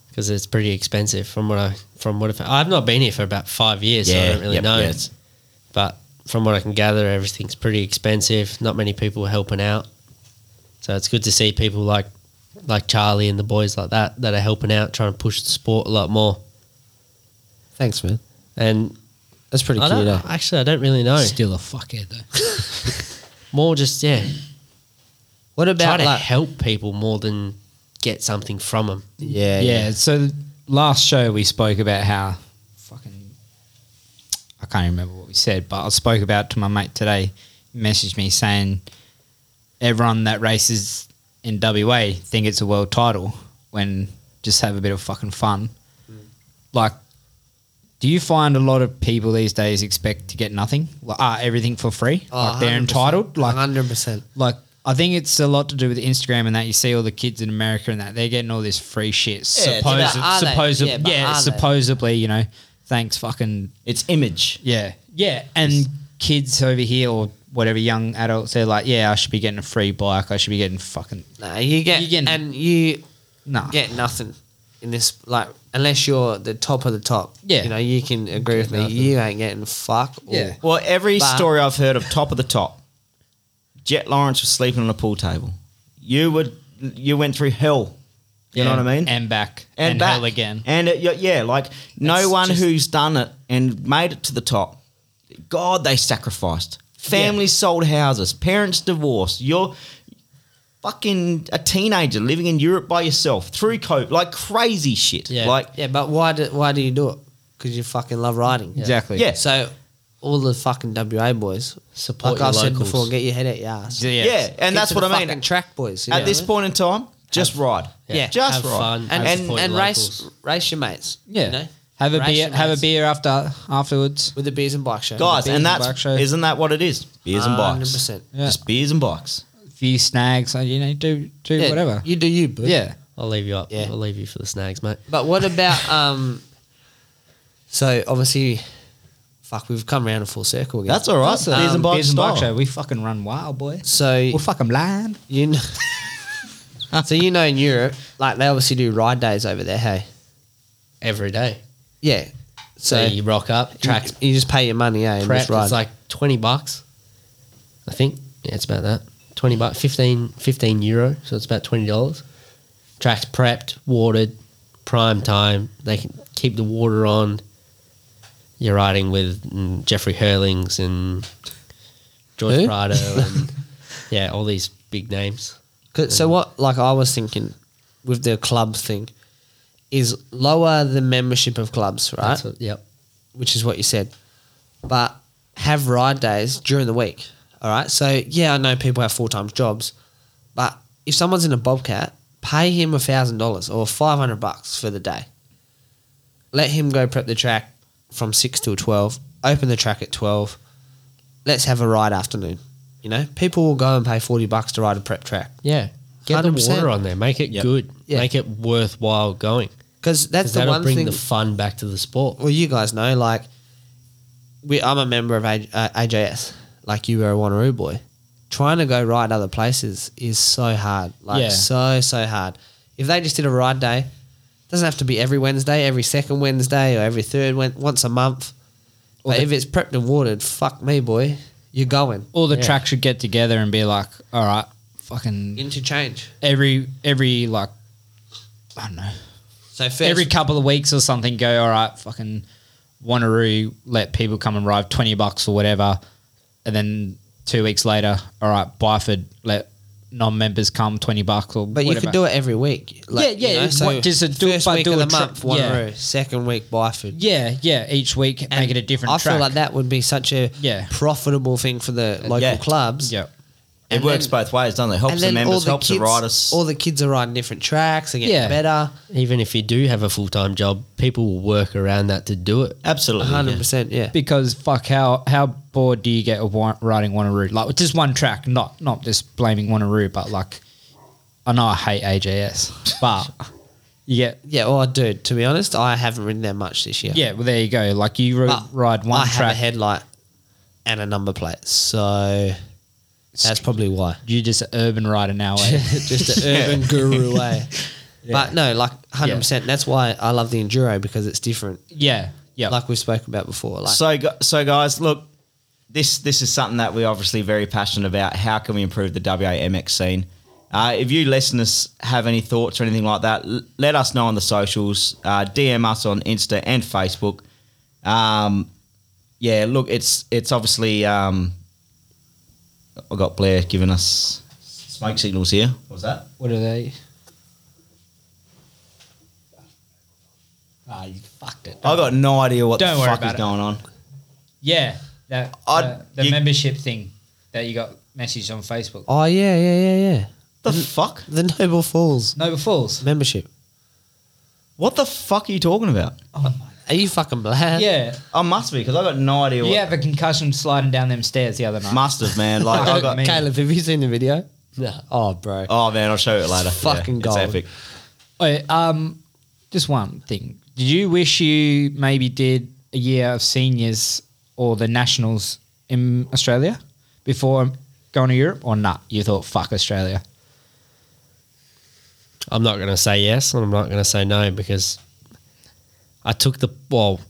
[SPEAKER 4] because it's pretty expensive. From what I from what I've, I've not been here for about five years, so I don't really
[SPEAKER 1] yep,
[SPEAKER 4] know.
[SPEAKER 1] yeah, it's-
[SPEAKER 4] but from what I can gather, everything's pretty expensive. Not many people are helping out, so it's good to see people like like Charlie and the boys like that that are helping out, trying to push the sport a lot more.
[SPEAKER 3] Thanks, man.
[SPEAKER 4] And
[SPEAKER 3] That's pretty
[SPEAKER 4] I
[SPEAKER 3] cute. eh?
[SPEAKER 4] don't, actually, I don't really know.
[SPEAKER 2] Still a fuckhead though.
[SPEAKER 4] More just yeah,
[SPEAKER 3] What
[SPEAKER 4] try
[SPEAKER 3] about
[SPEAKER 4] to
[SPEAKER 3] like?
[SPEAKER 4] help people more than get something from them.
[SPEAKER 3] Yeah,
[SPEAKER 2] yeah. So the last show we spoke about how fucking I can't even remember what we said, but I spoke about to my mate today. He messaged me saying everyone that races in WA think it's a world title when just have a bit of fucking fun. Like, do you find a lot of people these days expect to get nothing? Like, ah, everything for free?
[SPEAKER 3] Oh,
[SPEAKER 2] like they're entitled? Like,
[SPEAKER 3] hundred percent.
[SPEAKER 2] like I think it's a lot to do with Instagram and that you see all the kids in America and that they're getting all this free shit.
[SPEAKER 3] Yeah,
[SPEAKER 2] Supposed,
[SPEAKER 3] but are they?
[SPEAKER 2] supposed,
[SPEAKER 3] Yeah,
[SPEAKER 2] yeah,
[SPEAKER 3] but are they?
[SPEAKER 2] supposedly, you know, thanks fucking
[SPEAKER 1] It's image.
[SPEAKER 2] yeah, yeah. And kids over here or whatever young adults, they're like, yeah, I should be getting a free bike. I should be getting fucking
[SPEAKER 3] No, you get
[SPEAKER 2] You get-
[SPEAKER 3] and you
[SPEAKER 2] nah.
[SPEAKER 3] get nothing in this like unless you're the top of the top.
[SPEAKER 2] Yeah.
[SPEAKER 3] You know, you can agree with me. You ain't getting fuck all.
[SPEAKER 2] Yeah.
[SPEAKER 1] Well, every
[SPEAKER 3] But-
[SPEAKER 1] story I've heard of top of the top, Jet Lawrence was sleeping on a pool table. You would you went through hell. You know
[SPEAKER 2] Yeah,
[SPEAKER 1] what I mean?
[SPEAKER 2] And back
[SPEAKER 1] And
[SPEAKER 2] and,
[SPEAKER 1] back
[SPEAKER 2] hell again.
[SPEAKER 1] And it, yeah, yeah, like no
[SPEAKER 2] It's
[SPEAKER 1] one
[SPEAKER 2] just-
[SPEAKER 1] who's done it and made it to the top. God, they sacrificed. Families sold houses. Parents divorced. You're fucking a teenager living in Europe by yourself through COVID, like crazy shit.
[SPEAKER 4] Yeah.
[SPEAKER 1] Like
[SPEAKER 3] Yeah, but why do why do you do it? Because you fucking love riding.
[SPEAKER 2] Exactly.
[SPEAKER 1] Yeah.
[SPEAKER 3] So all the fucking WA boys.
[SPEAKER 4] Support
[SPEAKER 3] like I've
[SPEAKER 4] your
[SPEAKER 3] said
[SPEAKER 4] locals.
[SPEAKER 3] before, get your head out your ass.
[SPEAKER 2] Yeah.
[SPEAKER 1] Yeah, and
[SPEAKER 3] Get
[SPEAKER 1] that's
[SPEAKER 3] to
[SPEAKER 1] what
[SPEAKER 3] the
[SPEAKER 1] I
[SPEAKER 3] fucking
[SPEAKER 1] mean.
[SPEAKER 3] track boys. you
[SPEAKER 1] At
[SPEAKER 3] know
[SPEAKER 1] this
[SPEAKER 3] what I mean?
[SPEAKER 1] point in time, just ride.
[SPEAKER 3] Yeah.
[SPEAKER 1] just
[SPEAKER 4] Have
[SPEAKER 1] ride.
[SPEAKER 4] fun.
[SPEAKER 1] And,
[SPEAKER 4] Have
[SPEAKER 1] and
[SPEAKER 4] support
[SPEAKER 3] and
[SPEAKER 4] your
[SPEAKER 3] race
[SPEAKER 4] locals.
[SPEAKER 3] race your mates.
[SPEAKER 2] Yeah.
[SPEAKER 3] you know?
[SPEAKER 2] Have a
[SPEAKER 3] Race
[SPEAKER 2] beer.
[SPEAKER 3] your
[SPEAKER 2] Have a
[SPEAKER 3] mates
[SPEAKER 2] beer after afterwards.
[SPEAKER 3] with the beers and bike show,
[SPEAKER 1] guys,
[SPEAKER 2] beers
[SPEAKER 1] and
[SPEAKER 2] and
[SPEAKER 1] that's
[SPEAKER 2] bike show.
[SPEAKER 1] isn't that what it is? Beers and bikes.
[SPEAKER 3] 100%.
[SPEAKER 2] Yeah.
[SPEAKER 1] Just beers and bikes.
[SPEAKER 2] A few snags. uh, You know, do do
[SPEAKER 3] Yeah,
[SPEAKER 2] whatever.
[SPEAKER 3] You do you, boo.
[SPEAKER 2] Yeah.
[SPEAKER 4] I'll leave you up.
[SPEAKER 3] Yeah.
[SPEAKER 4] I'll leave you for the snags, mate.
[SPEAKER 3] But what about um? So obviously, fuck, we've come round in full circle again.
[SPEAKER 1] That's all right.
[SPEAKER 3] a-
[SPEAKER 1] beers and bikes
[SPEAKER 2] Um, Beers and
[SPEAKER 1] style.
[SPEAKER 2] bike show. We fucking run wild, boy.
[SPEAKER 3] So
[SPEAKER 2] We'll fucking land.
[SPEAKER 3] you know, so you know in Europe, like they obviously do ride days over there. Hey,
[SPEAKER 4] Every day.
[SPEAKER 3] yeah. So
[SPEAKER 4] So you rock up,
[SPEAKER 3] you,
[SPEAKER 4] tracks
[SPEAKER 3] you just pay your money, eh? And
[SPEAKER 4] prep.
[SPEAKER 3] just ride.
[SPEAKER 4] It's like twenty bucks, I think. Yeah, it's about that. Twenty bucks, 15, 15 euro. So it's about twenty dollars. Tracks prepped, watered, prime time. They can keep the water on. You're riding with mm, Jeffrey Hurlings and George
[SPEAKER 3] Who?
[SPEAKER 4] Prado and yeah, all these big names.
[SPEAKER 3] 'Cause- so what? Like I was thinking with the club thing, is lower the membership of clubs, right?
[SPEAKER 4] That's what, yep.
[SPEAKER 3] which is what you said, but have ride days during the week. All right. So yeah, I know people have full time jobs, but if someone's in a bobcat, pay him a thousand dollars or five hundred bucks for the day. Let him go prep the track from six till twelve. Open the track at twelve. Let's have a ride afternoon. You know, people will go and pay forty bucks to ride a prep track
[SPEAKER 4] Yeah. Get the
[SPEAKER 3] 100%.
[SPEAKER 4] water on there. Make it
[SPEAKER 1] Yep.
[SPEAKER 4] good.
[SPEAKER 3] Yeah.
[SPEAKER 4] Make it worthwhile going.
[SPEAKER 3] because that's
[SPEAKER 4] Because
[SPEAKER 3] the
[SPEAKER 4] that'll
[SPEAKER 3] one
[SPEAKER 4] bring
[SPEAKER 3] thing.
[SPEAKER 4] the fun back to the sport.
[SPEAKER 3] well, you guys know, like, we, I'm a member of A- uh, AJS, like you were a Wanneroo boy. Trying to go ride other places is so hard, like
[SPEAKER 2] Yeah.
[SPEAKER 3] so so hard. If they just did a ride day, doesn't have to be every Wednesday, every second Wednesday, or every third Wed once a month.
[SPEAKER 2] Or
[SPEAKER 3] But
[SPEAKER 2] the-
[SPEAKER 3] if it's prepped and watered, fuck me, boy, you're going
[SPEAKER 2] All the
[SPEAKER 4] Yeah.
[SPEAKER 2] tracks should get together and be like, all right, fucking
[SPEAKER 3] interchange.
[SPEAKER 2] every every like I don't know
[SPEAKER 3] So first,
[SPEAKER 2] every couple of weeks or something. Go all right, fucking Wanneroo. Let people come and ride twenty bucks or whatever, and then two weeks later, all right, Byford. Let non-members come twenty bucks or
[SPEAKER 3] but you
[SPEAKER 2] whatever.
[SPEAKER 3] could do it every week.
[SPEAKER 2] Yeah, yeah, it's what- just a do-
[SPEAKER 3] first
[SPEAKER 2] but
[SPEAKER 3] week
[SPEAKER 2] do
[SPEAKER 3] of
[SPEAKER 2] a
[SPEAKER 3] the
[SPEAKER 2] trip,
[SPEAKER 3] month,
[SPEAKER 2] yeah.
[SPEAKER 3] Wanneroo. Second week, Byford.
[SPEAKER 2] Yeah, yeah. Each week, make it a different.
[SPEAKER 3] I
[SPEAKER 2] track.
[SPEAKER 3] feel like that would be such a
[SPEAKER 2] Yeah. Uh,
[SPEAKER 3] profitable thing for the local
[SPEAKER 1] yeah.
[SPEAKER 3] clubs.
[SPEAKER 2] Yeah,
[SPEAKER 1] It
[SPEAKER 3] And
[SPEAKER 1] works
[SPEAKER 3] then-
[SPEAKER 1] both ways, doesn't it? Helps the members, helps
[SPEAKER 3] kids,
[SPEAKER 1] the riders.
[SPEAKER 3] All the kids are riding different tracks and getting
[SPEAKER 2] Yeah.
[SPEAKER 3] better.
[SPEAKER 4] Even if you do have a full time job, people will work around that to do it.
[SPEAKER 1] Absolutely.
[SPEAKER 3] hundred
[SPEAKER 1] yeah.
[SPEAKER 3] percent. Yeah.
[SPEAKER 2] because fuck, how how bored do you get of wa- riding Wanneroo? Like just one track, not not just blaming Wanneroo, but like I know I hate AJS, but you get
[SPEAKER 3] Yeah. Oh, dude. To be honest, I haven't ridden that much this year.
[SPEAKER 2] yeah. Well, there you go. Like you ro-
[SPEAKER 3] But
[SPEAKER 2] ride
[SPEAKER 3] I
[SPEAKER 2] one
[SPEAKER 3] have a
[SPEAKER 2] track,
[SPEAKER 3] headlight and a number plate, so that's probably why.
[SPEAKER 2] you just an urban rider now. Eh?
[SPEAKER 3] Just an urban guru way. But no, like hundred percent. That's why I love the enduro because it's different.
[SPEAKER 2] yeah, yeah.
[SPEAKER 3] Like we spoke about before. Like
[SPEAKER 1] So, gu- so guys, look, this this is something that we're obviously very passionate about. How can we improve the WAMX scene? Uh, if you listeners have any thoughts or anything like that, l- let us know on the socials. Uh, DM us on Insta and Facebook. Um, yeah, look, it's it's obviously um, I got Blair giving us smoke signals here. What was that?
[SPEAKER 2] what are they? Ah, you fucked it.
[SPEAKER 1] I got no idea what
[SPEAKER 2] Don't
[SPEAKER 1] the
[SPEAKER 2] worry
[SPEAKER 1] fuck
[SPEAKER 2] about
[SPEAKER 1] is
[SPEAKER 2] it.
[SPEAKER 1] going on.
[SPEAKER 2] Yeah, that
[SPEAKER 1] I'd-
[SPEAKER 2] uh, the
[SPEAKER 1] you-
[SPEAKER 2] membership thing that you got messaged on Facebook.
[SPEAKER 3] oh yeah, yeah, yeah, yeah.
[SPEAKER 1] The fuck?
[SPEAKER 3] The Noble Falls
[SPEAKER 2] Nova Falls.
[SPEAKER 3] membership.
[SPEAKER 1] What the fuck are you talking about?
[SPEAKER 2] Oh
[SPEAKER 3] Are you fucking black?
[SPEAKER 2] Yeah,
[SPEAKER 1] I must be because I got no idea. What
[SPEAKER 2] you have a concussion sliding down them stairs the other night.
[SPEAKER 1] Must have, man. Like I got.
[SPEAKER 2] Me.
[SPEAKER 3] Caleb, have you seen the video? No. Oh, bro.
[SPEAKER 1] Oh man, I'll show you it later.
[SPEAKER 3] fucking
[SPEAKER 1] it's
[SPEAKER 3] gold.
[SPEAKER 1] epic.
[SPEAKER 2] Oh, um, just one thing. Did you wish you maybe did a year of seniors or the nationals in Australia before going to Europe, or not? You thought fuck Australia.
[SPEAKER 4] I'm not going to say yes and I'm not going to say no because I took the, well,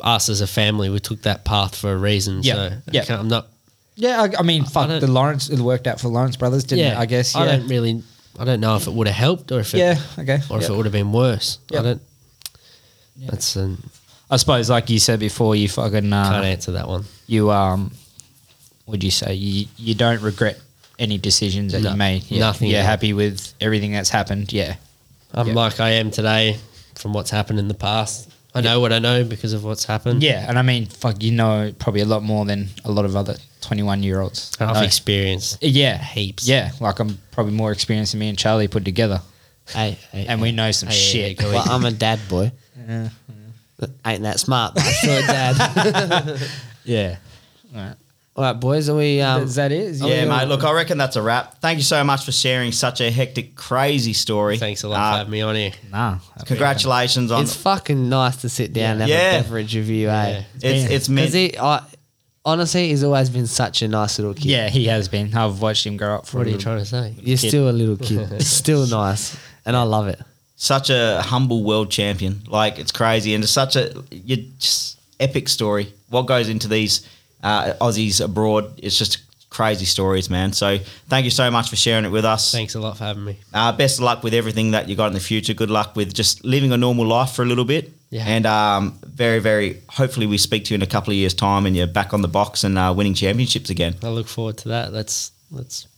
[SPEAKER 4] us as a family, we took that path for a reason.
[SPEAKER 2] Yeah,
[SPEAKER 4] So I
[SPEAKER 2] yeah.
[SPEAKER 4] can't- I'm not,
[SPEAKER 2] Yeah, I, I mean, fuck
[SPEAKER 4] don't-
[SPEAKER 2] the Lawrence. It worked out for Lawrence Brothers, didn't it? I guess. Yeah.
[SPEAKER 4] I don't really, I don't know if it would have helped or if it,
[SPEAKER 2] yeah. Okay.
[SPEAKER 4] or if
[SPEAKER 2] Yeah.
[SPEAKER 4] it would have been worse.
[SPEAKER 2] Yeah.
[SPEAKER 4] I don't, that's, an,
[SPEAKER 2] I suppose, like you said before, you fucking
[SPEAKER 4] can't
[SPEAKER 2] uh,
[SPEAKER 4] answer that one.
[SPEAKER 2] you um, would you say you you don't regret any decisions that
[SPEAKER 4] No,
[SPEAKER 2] you made? Yeah.
[SPEAKER 4] nothing at
[SPEAKER 2] You're
[SPEAKER 4] all.
[SPEAKER 2] happy with everything that's happened. Yeah.
[SPEAKER 4] I'm
[SPEAKER 2] Yeah.
[SPEAKER 4] like I am today from what's happened in the past. I know what I know because of what's happened.
[SPEAKER 2] Yeah, and I mean, fuck, you know probably a lot more than a lot of other 21 year olds.
[SPEAKER 4] I've experienced
[SPEAKER 2] Yeah,
[SPEAKER 4] heaps.
[SPEAKER 2] yeah. Like I'm probably more experienced than me and Charlie put together,
[SPEAKER 3] Hey, hey,
[SPEAKER 2] and we know some
[SPEAKER 4] Hey, hey,
[SPEAKER 2] shit.
[SPEAKER 4] hey,
[SPEAKER 3] well, I'm a dad boy.
[SPEAKER 2] Yeah,
[SPEAKER 3] Ain't that smart? But I'm still a dad.
[SPEAKER 2] yeah. All right.
[SPEAKER 3] All right, boys. Are we? Um,
[SPEAKER 2] Is that it? Is
[SPEAKER 1] Yeah,
[SPEAKER 2] you-
[SPEAKER 1] mate. Look, I reckon that's a wrap. Thank you so much for sharing such a hectic, crazy story.
[SPEAKER 4] Thanks a lot
[SPEAKER 1] Uh,
[SPEAKER 4] for having me on here.
[SPEAKER 2] Nah.
[SPEAKER 1] Congratulations on
[SPEAKER 3] it's fucking nice to sit down and have
[SPEAKER 1] Yeah.
[SPEAKER 3] a beverage with you, eh?
[SPEAKER 1] it's it's me.
[SPEAKER 3] Because he, I, honestly, he's always been such a nice little kid.
[SPEAKER 2] Yeah, he has been. I've watched him grow up for
[SPEAKER 4] What
[SPEAKER 2] a
[SPEAKER 4] are you
[SPEAKER 2] little
[SPEAKER 4] trying to say?
[SPEAKER 3] You're
[SPEAKER 2] Kid.
[SPEAKER 3] still a little kid. It's still nice, and I love it.
[SPEAKER 1] such a humble world champion. Like it's crazy, and it's such a you just epic story. What goes into these uh, Aussies abroad? It's just crazy stories, man. So thank you so much for sharing it with us.
[SPEAKER 4] Thanks a lot for having me.
[SPEAKER 1] Uh, best of luck with everything that you got in the future. Good luck with just living a normal life for a little bit.
[SPEAKER 4] Yeah.
[SPEAKER 1] And um, very, very. Hopefully, we speak to you in a couple of years' time, and you're back on the box and uh, winning championships again.
[SPEAKER 4] I look forward to that. Let's let's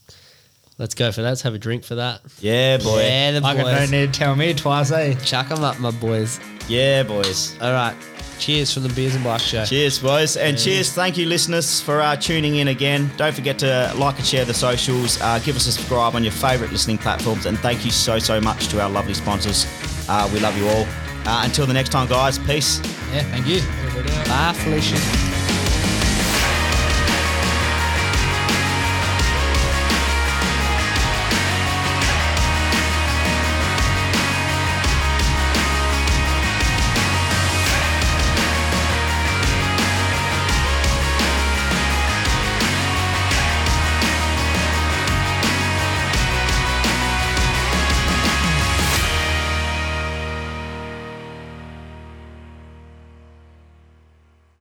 [SPEAKER 4] let's go for that. Let's have a drink for that.
[SPEAKER 1] Yeah, boy.
[SPEAKER 3] Yeah, the
[SPEAKER 2] I got no
[SPEAKER 3] boys.
[SPEAKER 2] need to tell me twice, eh?
[SPEAKER 3] Chuck 'em up, my boys.
[SPEAKER 1] Yeah, boys.
[SPEAKER 3] All right. Cheers from the Beers and Bike Show.
[SPEAKER 1] Cheers, boys. And cheers. Thank you, listeners, for uh, tuning in again. Don't forget to like and share the socials. Uh, give us a subscribe on your favourite listening platforms. And thank you so, so much to our lovely sponsors. Uh, we love you all. Uh, until the next time, guys. Peace.
[SPEAKER 2] Yeah, thank you.
[SPEAKER 3] Bye, Felicia.